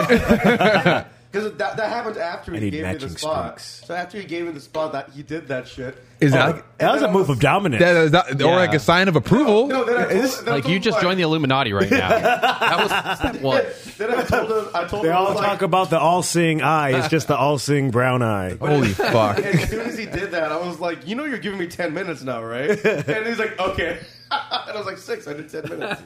[SPEAKER 4] Because that, that happened after
[SPEAKER 2] I
[SPEAKER 4] he
[SPEAKER 2] need
[SPEAKER 4] gave me the
[SPEAKER 2] matching
[SPEAKER 4] spot.
[SPEAKER 2] spikes.
[SPEAKER 4] So after he gave me the spot, that he did that shit.
[SPEAKER 1] Is
[SPEAKER 4] And
[SPEAKER 1] that-
[SPEAKER 4] then-
[SPEAKER 2] That was
[SPEAKER 4] and
[SPEAKER 2] a
[SPEAKER 4] then
[SPEAKER 2] move of dominance.
[SPEAKER 1] That- that- Or like
[SPEAKER 5] Yeah.
[SPEAKER 1] a sign of approval.
[SPEAKER 4] No, then I told, then I
[SPEAKER 5] Like
[SPEAKER 4] told
[SPEAKER 5] you
[SPEAKER 4] him,
[SPEAKER 5] just
[SPEAKER 4] like-
[SPEAKER 5] joined the Illuminati right now. that was step one.
[SPEAKER 4] Then I told him. I told
[SPEAKER 2] they
[SPEAKER 4] him I
[SPEAKER 2] all
[SPEAKER 4] was like,
[SPEAKER 2] talk about the all-seeing eye. It's just the all-seeing brown eye.
[SPEAKER 1] Holy fuck.
[SPEAKER 4] And as soon as he did that, I was like, you know, you're giving me 10 minutes now, right? And he's like, okay. And I was like, six, I did 10 minutes.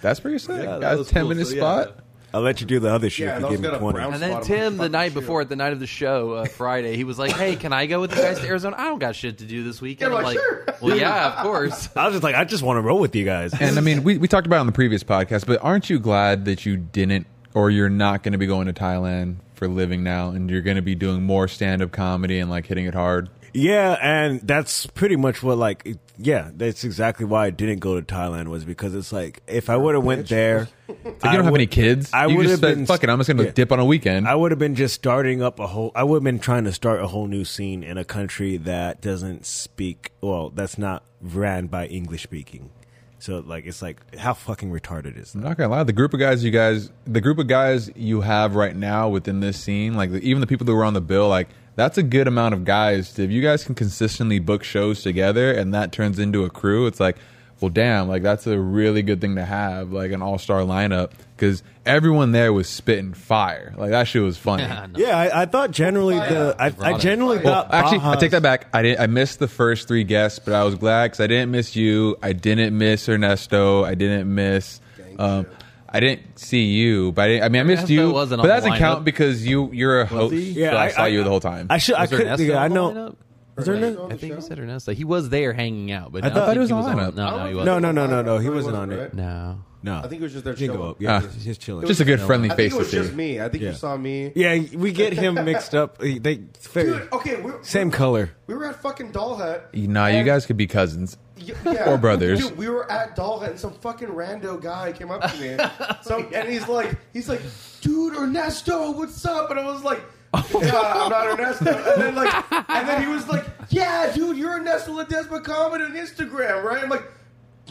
[SPEAKER 1] That's pretty sick.
[SPEAKER 3] that
[SPEAKER 1] That's
[SPEAKER 3] was
[SPEAKER 1] 10
[SPEAKER 3] cool.
[SPEAKER 1] minute
[SPEAKER 3] So, yeah.
[SPEAKER 1] spot.
[SPEAKER 2] I'll let you do the other shoe
[SPEAKER 4] Yeah,
[SPEAKER 2] if you
[SPEAKER 4] those
[SPEAKER 2] give me
[SPEAKER 4] got a
[SPEAKER 2] twenty.
[SPEAKER 4] brown-
[SPEAKER 3] And then
[SPEAKER 4] Bottom
[SPEAKER 3] Tim,
[SPEAKER 4] of
[SPEAKER 3] the
[SPEAKER 4] the
[SPEAKER 3] night
[SPEAKER 4] fucking
[SPEAKER 3] before, at the night of the show, uh, Friday, he was like, "Hey, can I go with you guys to Arizona? I don't got shit to do this weekend."
[SPEAKER 4] Yeah,
[SPEAKER 3] I'm
[SPEAKER 4] like,
[SPEAKER 3] like,
[SPEAKER 4] "Sure."
[SPEAKER 3] "Well, yeah, of course."
[SPEAKER 2] I was just like, I just want to roll with you guys.
[SPEAKER 1] And I mean, we, we talked about it on the previous podcast, but aren't you glad that you didn't or you're not going to be going to Thailand for living now and you're going to be doing more stand up comedy and like hitting it hard?
[SPEAKER 2] Yeah, and that's pretty much what like it- yeah, that's exactly why I didn't go to Thailand was because it's like if I would have went there,
[SPEAKER 1] Like, you don't have any kids.
[SPEAKER 2] I
[SPEAKER 1] You
[SPEAKER 2] would
[SPEAKER 1] just
[SPEAKER 2] have
[SPEAKER 1] said,
[SPEAKER 2] been
[SPEAKER 1] Fuck it, I'm just going to
[SPEAKER 2] yeah.
[SPEAKER 1] dip on a weekend.
[SPEAKER 2] I would have been just starting up a whole. I would have been trying to start a whole new scene in a country that doesn't speak. Well, that's not ran by English speaking. So like, it's like how fucking retarded is
[SPEAKER 1] I'm
[SPEAKER 2] that?
[SPEAKER 1] not gonna lie, the group of guys you guys, the group of guys you have right now within this scene, like even the people that were on the bill, like that's a good amount of guys. If you guys can consistently book shows together and that turns into a crew, it's like, well, damn, like that's a really good thing to have, like an all star lineup, because everyone there was spitting fire. Like that shit was funny.
[SPEAKER 5] Yeah, no.
[SPEAKER 2] Yeah, I, I thought generally the I, I generally
[SPEAKER 1] Well,
[SPEAKER 2] thought
[SPEAKER 1] actually, I
[SPEAKER 4] Uh-huh.
[SPEAKER 2] Baja's-
[SPEAKER 1] take that back. I didn't. I missed the first three guests, but I was glad because I didn't miss you. I didn't miss Ernesto. I didn't miss. Um, I didn't see you, but I, didn't, I mean, I missed
[SPEAKER 5] Ernesto
[SPEAKER 1] you.
[SPEAKER 5] wasn't on
[SPEAKER 1] but that
[SPEAKER 5] the
[SPEAKER 1] doesn't count
[SPEAKER 5] lineup.
[SPEAKER 1] because you you're a host. so I, saw you the whole time.
[SPEAKER 2] I should. I
[SPEAKER 5] Was
[SPEAKER 2] could.
[SPEAKER 5] Ernesto
[SPEAKER 2] Yeah, I
[SPEAKER 5] on the
[SPEAKER 2] know.
[SPEAKER 5] lineup?
[SPEAKER 2] Is there no?
[SPEAKER 5] I think you said Ernesto. He was there hanging out, but
[SPEAKER 2] I
[SPEAKER 5] no,
[SPEAKER 2] thought
[SPEAKER 1] he was
[SPEAKER 5] think
[SPEAKER 1] on the lineup.
[SPEAKER 5] on- No,
[SPEAKER 4] Oh,
[SPEAKER 5] no, he
[SPEAKER 2] No,
[SPEAKER 5] wasn't.
[SPEAKER 2] no, no, no, no. He
[SPEAKER 4] He
[SPEAKER 2] wasn't on
[SPEAKER 4] wasn't,
[SPEAKER 2] it.
[SPEAKER 4] right?
[SPEAKER 5] No.
[SPEAKER 2] No,
[SPEAKER 4] I think it was just their
[SPEAKER 2] Jingle
[SPEAKER 4] show.
[SPEAKER 2] up. Yeah,
[SPEAKER 1] Ah.
[SPEAKER 2] he's just chilling.
[SPEAKER 1] just a good friendly
[SPEAKER 4] I
[SPEAKER 1] face
[SPEAKER 4] think it
[SPEAKER 1] to
[SPEAKER 4] was just
[SPEAKER 1] see.
[SPEAKER 4] me. I think
[SPEAKER 2] Yeah.
[SPEAKER 4] you saw me.
[SPEAKER 2] Yeah, we get him mixed up. He- They fair-
[SPEAKER 4] Dude, okay, we're,
[SPEAKER 2] same color.
[SPEAKER 4] We were at fucking Doll Hut.
[SPEAKER 1] Nah, you
[SPEAKER 4] and-
[SPEAKER 1] guys could be cousins.
[SPEAKER 4] y- yeah.
[SPEAKER 1] or brothers.
[SPEAKER 4] Dude, we were at Doll Hut, and some fucking rando guy came up to me, some, and he's like, he's like, dude, Ernesto, what's up? And I was like. "Yeah, I'm not Ernesto. And then like, and then he was like, "Yeah, dude, you're Ernesto Ledesma comedy on Instagram, right?" I'm like,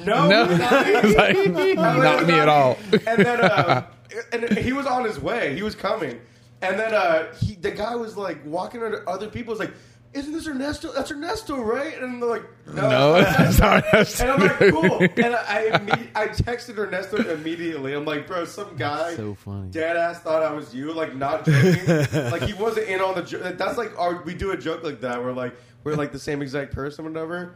[SPEAKER 4] "No,
[SPEAKER 1] No.
[SPEAKER 4] you're not me."
[SPEAKER 1] It's like,
[SPEAKER 4] I'm like,
[SPEAKER 1] not me
[SPEAKER 4] "You're
[SPEAKER 1] at all.
[SPEAKER 4] me." And then, uh, and he was on his way. He was coming. And then uh, he, the guy was like walking under other people. Was like, "Isn't this Ernesto? That's Ernesto, right?" And they're like,
[SPEAKER 1] No, sorry.
[SPEAKER 4] and I'm like, cool. And I, I, imme- I texted Ernesto immediately. I'm like, bro, some guy,
[SPEAKER 5] So funny.
[SPEAKER 4] dead ass, thought I was you. Like, not joking. like he wasn't in on the joke. That's like our we do a joke like that. We're like we're like the same exact person, whatever.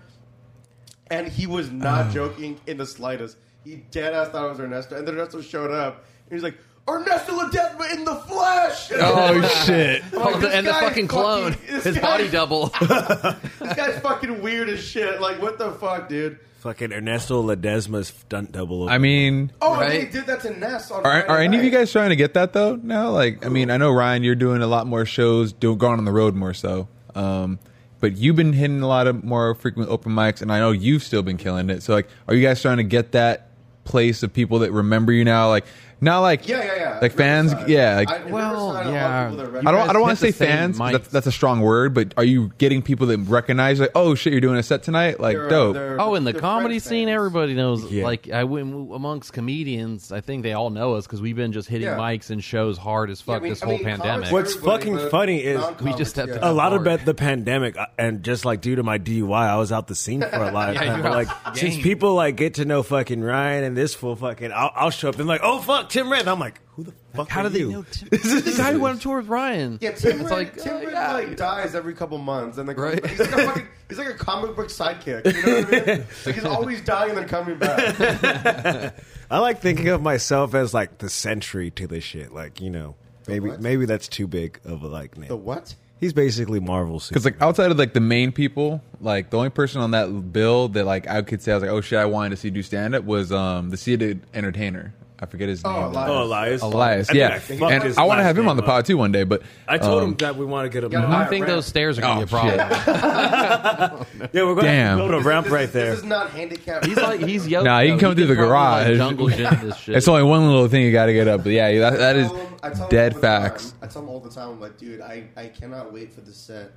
[SPEAKER 4] And he was
[SPEAKER 1] Oh.
[SPEAKER 4] not joking in the slightest. He dead ass thought it was Ernesto, and then Ernesto showed up, and he's like. Ernesto Ledesma in the flesh. And I'm
[SPEAKER 1] Oh
[SPEAKER 4] like,
[SPEAKER 1] shit!
[SPEAKER 4] I'm like,
[SPEAKER 5] Oh,
[SPEAKER 4] this
[SPEAKER 5] the- and the
[SPEAKER 4] guy is
[SPEAKER 5] fucking clone,
[SPEAKER 4] this
[SPEAKER 5] his
[SPEAKER 4] guy-
[SPEAKER 5] body double.
[SPEAKER 4] This guy's fucking weird as shit. Like, what the fuck, dude?
[SPEAKER 2] Fucking Ernesto Ledesma's stunt double.
[SPEAKER 1] I mean,
[SPEAKER 4] Oh, and
[SPEAKER 5] Right?
[SPEAKER 4] they did that to Ness. On
[SPEAKER 1] Are,
[SPEAKER 4] Friday
[SPEAKER 1] are any of you
[SPEAKER 4] night.
[SPEAKER 1] guys trying to get that though? Now, like, I mean, I know Ryan, you're doing a lot more shows, doing going on the road more so. Um, but you've been hitting a lot of more frequent open mics, and I know you've still been killing it. So, like, are you guys trying to get that place of people that remember you now? Like, not like
[SPEAKER 4] Yeah, yeah, yeah.
[SPEAKER 1] Like fans, yeah. Like,
[SPEAKER 4] I,
[SPEAKER 5] Well,
[SPEAKER 4] Riverside, a lot of
[SPEAKER 5] yeah.
[SPEAKER 4] people that
[SPEAKER 5] You
[SPEAKER 4] rec-
[SPEAKER 1] I don't.
[SPEAKER 5] guys
[SPEAKER 1] I don't want
[SPEAKER 5] hit
[SPEAKER 1] to say
[SPEAKER 5] the same
[SPEAKER 1] fans. 'cause That's,
[SPEAKER 5] mics.
[SPEAKER 1] that's a strong word, but are you getting people that recognize like, oh shit, you're doing a set tonight? Like,
[SPEAKER 4] they're-
[SPEAKER 1] dope.
[SPEAKER 4] they're-
[SPEAKER 5] Oh, in the
[SPEAKER 4] they're
[SPEAKER 5] comedy
[SPEAKER 4] French
[SPEAKER 5] scene,
[SPEAKER 4] fans.
[SPEAKER 5] everybody knows.
[SPEAKER 2] Yeah.
[SPEAKER 5] Like, I went amongst comedians. I think they all know us because we've been just hitting
[SPEAKER 4] Yeah.
[SPEAKER 5] mics and shows hard as fuck
[SPEAKER 4] I mean-
[SPEAKER 5] this
[SPEAKER 4] I
[SPEAKER 5] whole
[SPEAKER 4] mean,
[SPEAKER 5] pandemic.
[SPEAKER 4] comedy-
[SPEAKER 2] What's
[SPEAKER 4] everybody,
[SPEAKER 2] fucking
[SPEAKER 4] but
[SPEAKER 2] funny is
[SPEAKER 4] non-comics,
[SPEAKER 5] we just have to-
[SPEAKER 2] a
[SPEAKER 4] yeah.
[SPEAKER 2] lot
[SPEAKER 5] hard.
[SPEAKER 2] about the pandemic uh, and just like due to my DUI, I was out the scene for a lot of
[SPEAKER 5] Yeah,
[SPEAKER 2] time.
[SPEAKER 5] you're
[SPEAKER 2] But,
[SPEAKER 5] out
[SPEAKER 2] like
[SPEAKER 5] the
[SPEAKER 2] since
[SPEAKER 5] game.
[SPEAKER 2] people like get to know fucking Ryan and this fool fucking, I'll, I'll show up and like, oh fuck, Tim Rand. I'm like, who the fuck?
[SPEAKER 5] How do
[SPEAKER 2] are
[SPEAKER 5] they
[SPEAKER 2] you?
[SPEAKER 5] know Tim? the guy who went on tour with Ryan?
[SPEAKER 4] Yeah, Tim
[SPEAKER 5] it's
[SPEAKER 4] Red,
[SPEAKER 5] like,
[SPEAKER 4] Tim
[SPEAKER 5] uh,
[SPEAKER 4] Red,
[SPEAKER 5] yeah.
[SPEAKER 4] like dies every couple months, and then comes
[SPEAKER 3] Right.
[SPEAKER 4] back. he's like a fucking, he's like a comic book sidekick. You know what I mean? Like he's always dying and then coming back.
[SPEAKER 2] I like thinking of myself as like the sentry to this shit. Like you know, maybe
[SPEAKER 4] what?
[SPEAKER 2] maybe that's too big of a like name.
[SPEAKER 4] The what?
[SPEAKER 2] He's basically Marvel.
[SPEAKER 1] Because like outside of like the main people, like the only person on that bill that like I could say I was like, oh shit, I wanted to see do stand up was um the seated entertainer. I forget his name.
[SPEAKER 4] Oh, Elias.
[SPEAKER 2] oh Elias,
[SPEAKER 1] Elias,
[SPEAKER 2] I think
[SPEAKER 1] yeah.
[SPEAKER 2] fucked
[SPEAKER 1] And
[SPEAKER 2] his
[SPEAKER 1] I want to
[SPEAKER 2] last
[SPEAKER 1] have him
[SPEAKER 2] name
[SPEAKER 1] on the
[SPEAKER 2] up.
[SPEAKER 1] pod too one day, but
[SPEAKER 2] I told him
[SPEAKER 1] um,
[SPEAKER 2] that we want to get him.
[SPEAKER 4] Yeah,
[SPEAKER 2] on.
[SPEAKER 5] I think those stairs are gonna be a
[SPEAKER 1] Oh, shit.
[SPEAKER 5] problem.
[SPEAKER 2] Yeah, we're going
[SPEAKER 1] Damn.
[SPEAKER 2] to build a ramp
[SPEAKER 4] This is-
[SPEAKER 2] right there.
[SPEAKER 4] This is not handicapped.
[SPEAKER 5] He's like, he's yoked.
[SPEAKER 1] Nah, you
[SPEAKER 5] though.
[SPEAKER 1] can come
[SPEAKER 5] He
[SPEAKER 1] through the
[SPEAKER 5] probably, like,
[SPEAKER 1] garage.
[SPEAKER 5] jungle gym this shit.
[SPEAKER 1] It's only one little thing you got to get up. But yeah, that, that is
[SPEAKER 4] I tell him
[SPEAKER 1] dead
[SPEAKER 4] all the time.
[SPEAKER 1] facts.
[SPEAKER 4] I tell him all the time, I'm like, dude, I, I cannot wait for the set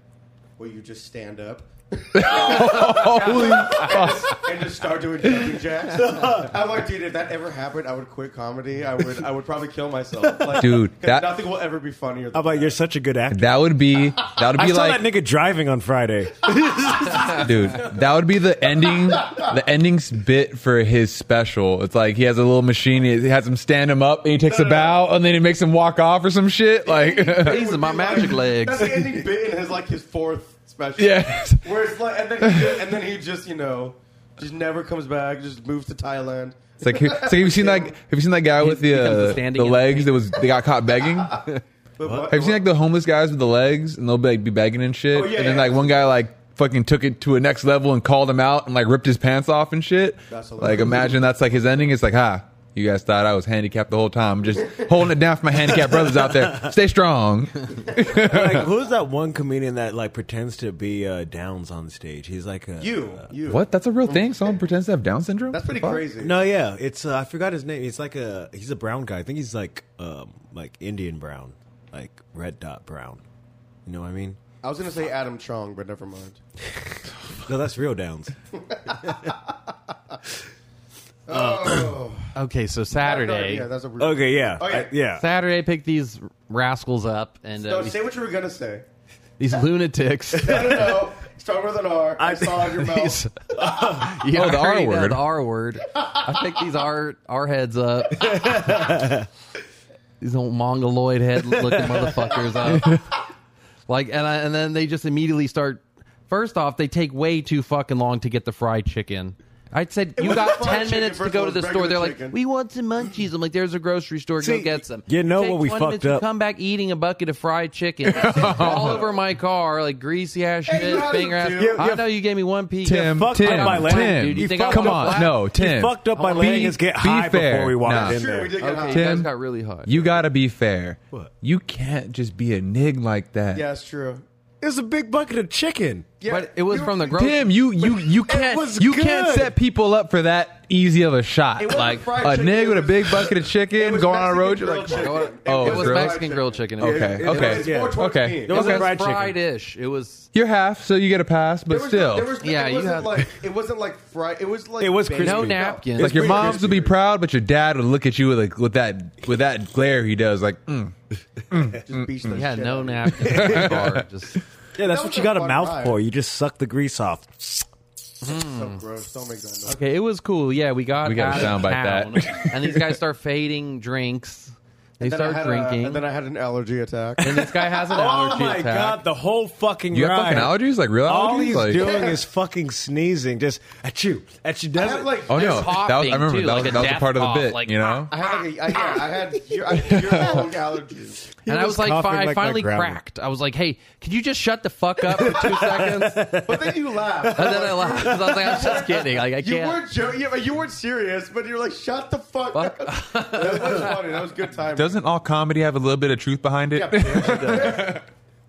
[SPEAKER 4] where you just stand up
[SPEAKER 1] Holy fuck!
[SPEAKER 4] and just start doing jumping jacks. I'm like, dude, if that ever happened, I would quit comedy. I would I would probably kill myself. Like,
[SPEAKER 1] Dude,
[SPEAKER 4] 'cause
[SPEAKER 1] that-
[SPEAKER 4] nothing will ever be funnier. Than
[SPEAKER 2] I'm like, you're such a good actor.
[SPEAKER 1] That would be that would
[SPEAKER 2] I
[SPEAKER 1] be
[SPEAKER 2] saw
[SPEAKER 1] like
[SPEAKER 2] that nigga driving on Friday.
[SPEAKER 1] dude that would be the ending the ending's bit for his special it's like he has a little machine he he has him stand him up and he takes a bow and then he makes him walk off or some shit like
[SPEAKER 3] These are my magic
[SPEAKER 4] That's
[SPEAKER 3] legs.
[SPEAKER 4] the ending bit in his like his fourth special.
[SPEAKER 1] yeah
[SPEAKER 4] Where it's like, and then, he just, and then he just, you know, just never comes back. Just moves to Thailand.
[SPEAKER 1] it's like it's like have you seen that have you seen that guy with the
[SPEAKER 3] becomes the
[SPEAKER 1] uh,
[SPEAKER 3] standing
[SPEAKER 1] the
[SPEAKER 3] in
[SPEAKER 1] legs that was they got caught begging
[SPEAKER 4] But what-
[SPEAKER 1] have you seen like the homeless guys with the legs and they'll be, like, be begging and shit
[SPEAKER 4] Oh, yeah,
[SPEAKER 1] and then
[SPEAKER 4] yeah.
[SPEAKER 1] like one guy like fucking took it to a next level and called him out and like ripped his pants off and shit
[SPEAKER 4] That's hilarious.
[SPEAKER 1] like imagine that's like his ending it's like ha you guys thought I was handicapped the whole time. I'm just holding it down for my handicapped brothers out there. Stay strong.
[SPEAKER 2] like, who's that one comedian that like pretends to be uh, Downs on stage? He's like a,
[SPEAKER 4] you, you.
[SPEAKER 1] What? That's a real thing? Someone pretends to have Down syndrome?
[SPEAKER 4] That's pretty
[SPEAKER 1] Fuck.
[SPEAKER 4] crazy.
[SPEAKER 2] No, yeah, it's uh, I forgot his name. He's like a he's a brown guy. I think he's like um like Indian brown, like red dot brown. You know what I mean?
[SPEAKER 4] I was gonna say Adam Chong, but never mind.
[SPEAKER 2] No, that's real Downs.
[SPEAKER 5] okay, so
[SPEAKER 4] Yeah,
[SPEAKER 5] Saturday,
[SPEAKER 4] that's a weird.
[SPEAKER 2] Okay, yeah,
[SPEAKER 4] Oh, yeah.
[SPEAKER 2] I- yeah.
[SPEAKER 5] Saturday, pick these rascals up and uh,
[SPEAKER 4] No,
[SPEAKER 5] we-
[SPEAKER 4] say what you were gonna say.
[SPEAKER 5] these lunatics.
[SPEAKER 4] I don't know. Start with an R. I saw in your mouth.
[SPEAKER 5] These- Yeah,
[SPEAKER 1] Oh, the
[SPEAKER 5] I already
[SPEAKER 1] R
[SPEAKER 5] know
[SPEAKER 1] word.
[SPEAKER 3] The
[SPEAKER 5] the
[SPEAKER 3] R word.
[SPEAKER 5] I pick these R R heads up. these old mongoloid head looking motherfuckers up. Like and I, and then they just immediately start. First off, they take way too fucking long to get the fried chicken. I said you
[SPEAKER 4] was
[SPEAKER 3] got
[SPEAKER 4] fried
[SPEAKER 3] ten
[SPEAKER 4] chicken
[SPEAKER 3] minutes to
[SPEAKER 4] versus
[SPEAKER 3] go to the store.
[SPEAKER 4] regular
[SPEAKER 3] They're like,
[SPEAKER 4] chicken.
[SPEAKER 3] "We want some munchies." I'm like, "There's a grocery store.
[SPEAKER 2] See,
[SPEAKER 3] go get some."
[SPEAKER 2] you know
[SPEAKER 3] Take
[SPEAKER 2] what we
[SPEAKER 3] 20
[SPEAKER 2] fucked
[SPEAKER 3] minutes to
[SPEAKER 2] up?
[SPEAKER 3] Come back eating a bucket of fried chicken all over my car, like greasy ass
[SPEAKER 4] Hey,
[SPEAKER 3] shit,
[SPEAKER 4] you had
[SPEAKER 3] finger
[SPEAKER 4] it,
[SPEAKER 3] ass.
[SPEAKER 4] dude.
[SPEAKER 2] You-
[SPEAKER 3] I
[SPEAKER 2] you-
[SPEAKER 3] know you gave me one piece.
[SPEAKER 1] Tim,
[SPEAKER 2] fucked
[SPEAKER 1] Tim,
[SPEAKER 2] up by
[SPEAKER 1] Tim,
[SPEAKER 2] land,
[SPEAKER 3] dude. You think
[SPEAKER 1] fucked
[SPEAKER 3] I'll
[SPEAKER 1] come
[SPEAKER 3] go
[SPEAKER 1] on,
[SPEAKER 3] flat?
[SPEAKER 1] no, Tim.
[SPEAKER 2] He fucked up by
[SPEAKER 1] Be-
[SPEAKER 2] letting us get
[SPEAKER 1] be
[SPEAKER 2] high
[SPEAKER 1] fair.
[SPEAKER 2] before we walked
[SPEAKER 1] Nah.
[SPEAKER 2] in
[SPEAKER 4] Sure,
[SPEAKER 2] there.
[SPEAKER 4] we did get
[SPEAKER 3] Okay,
[SPEAKER 4] high.
[SPEAKER 3] you
[SPEAKER 1] Tim.
[SPEAKER 3] guys got really hot.
[SPEAKER 1] You gotta be fair.
[SPEAKER 2] What?
[SPEAKER 1] You can't just be a nig like that.
[SPEAKER 4] Yeah, it's true.
[SPEAKER 2] It was a big bucket of chicken.
[SPEAKER 4] Yeah,
[SPEAKER 3] but it was
[SPEAKER 4] you-
[SPEAKER 3] from the grocery.
[SPEAKER 1] Tim, you you you
[SPEAKER 2] was
[SPEAKER 1] can't you can't
[SPEAKER 2] good.
[SPEAKER 1] set people up for that easy of a shot.
[SPEAKER 4] It wasn't
[SPEAKER 1] Like
[SPEAKER 4] fried
[SPEAKER 1] a
[SPEAKER 4] chicken,
[SPEAKER 1] nig
[SPEAKER 4] it
[SPEAKER 1] with a
[SPEAKER 4] was-
[SPEAKER 1] big bucket of
[SPEAKER 4] It
[SPEAKER 1] chicken
[SPEAKER 4] was
[SPEAKER 1] going on a
[SPEAKER 4] Mexican
[SPEAKER 1] road
[SPEAKER 4] grilled
[SPEAKER 1] trip.
[SPEAKER 4] chicken.
[SPEAKER 1] Like,
[SPEAKER 3] It
[SPEAKER 1] oh,
[SPEAKER 3] was
[SPEAKER 1] it's grilled?
[SPEAKER 3] Mexican grilled chicken.
[SPEAKER 1] Okay,
[SPEAKER 4] It- it-
[SPEAKER 1] okay,
[SPEAKER 4] it's more towards
[SPEAKER 1] okay.
[SPEAKER 4] me.
[SPEAKER 1] It
[SPEAKER 4] It
[SPEAKER 2] was
[SPEAKER 3] It
[SPEAKER 1] Okay.
[SPEAKER 3] was
[SPEAKER 2] fried chicken.
[SPEAKER 3] fried-ish. It was.
[SPEAKER 1] You're half, so you get a pass, but
[SPEAKER 4] was-
[SPEAKER 1] still,
[SPEAKER 4] there was-
[SPEAKER 3] Yeah,
[SPEAKER 4] it
[SPEAKER 3] you
[SPEAKER 4] wasn't
[SPEAKER 3] had-
[SPEAKER 4] like it wasn't like fried. It was like
[SPEAKER 2] It was
[SPEAKER 4] baked.
[SPEAKER 2] crispy.
[SPEAKER 3] No napkins.
[SPEAKER 1] like your
[SPEAKER 4] weird.
[SPEAKER 1] moms would be proud, but your dad would look at you with like with that with that glare he does, like mm.
[SPEAKER 4] Just beast the
[SPEAKER 5] Yeah,
[SPEAKER 4] shit out
[SPEAKER 5] no
[SPEAKER 4] of me.
[SPEAKER 5] napkins. in the car, Just
[SPEAKER 2] Yeah, that's
[SPEAKER 4] That
[SPEAKER 2] what
[SPEAKER 4] was
[SPEAKER 2] you
[SPEAKER 4] a
[SPEAKER 2] got a
[SPEAKER 4] fun
[SPEAKER 2] mouth
[SPEAKER 4] ride.
[SPEAKER 2] for. You just suck the grease off.
[SPEAKER 4] So gross. Don't make that noise.
[SPEAKER 5] okay, it was cool. Yeah, we got
[SPEAKER 1] We got a
[SPEAKER 5] out of
[SPEAKER 1] soundbite
[SPEAKER 5] town, and these guys start fading drinks. They
[SPEAKER 4] Then I
[SPEAKER 5] start
[SPEAKER 4] had a-
[SPEAKER 5] drinking.
[SPEAKER 4] and then I had an allergy attack.
[SPEAKER 5] and this guy has an allergy attack.
[SPEAKER 2] Oh the whole fucking
[SPEAKER 1] you have fucking allergies, like real allergies.
[SPEAKER 2] All he's
[SPEAKER 1] like,
[SPEAKER 2] doing is fucking sneezing, just at you, at you.
[SPEAKER 4] I
[SPEAKER 2] Does
[SPEAKER 4] had
[SPEAKER 2] it.
[SPEAKER 4] like
[SPEAKER 1] oh no,
[SPEAKER 3] There's
[SPEAKER 1] that was,
[SPEAKER 3] coughing,
[SPEAKER 1] I remember that,
[SPEAKER 3] too, like
[SPEAKER 1] was,
[SPEAKER 3] a
[SPEAKER 1] that was a
[SPEAKER 3] death
[SPEAKER 1] part of the
[SPEAKER 3] cough,
[SPEAKER 1] bit,
[SPEAKER 3] like,
[SPEAKER 1] you know.
[SPEAKER 4] I had like a, I, yeah, I had your, I had your own allergies.
[SPEAKER 5] and I
[SPEAKER 2] was
[SPEAKER 5] was like,
[SPEAKER 2] coughing
[SPEAKER 5] fi- I
[SPEAKER 2] like my
[SPEAKER 5] finally
[SPEAKER 2] grandma.
[SPEAKER 5] cracked. I was like, hey, could you just shut the fuck up for two seconds? And
[SPEAKER 4] But then you laughed.
[SPEAKER 5] then I laughed 'cause I was like, I'm just kidding. Like, I
[SPEAKER 4] You
[SPEAKER 5] can't.
[SPEAKER 4] weren't joking, yeah, but you weren't serious. But you're like, shut the fuck,
[SPEAKER 3] Fuck.
[SPEAKER 4] up. That was funny. That was good time.
[SPEAKER 1] Doesn't all comedy have a little bit of truth behind it?
[SPEAKER 4] Yeah, bitch.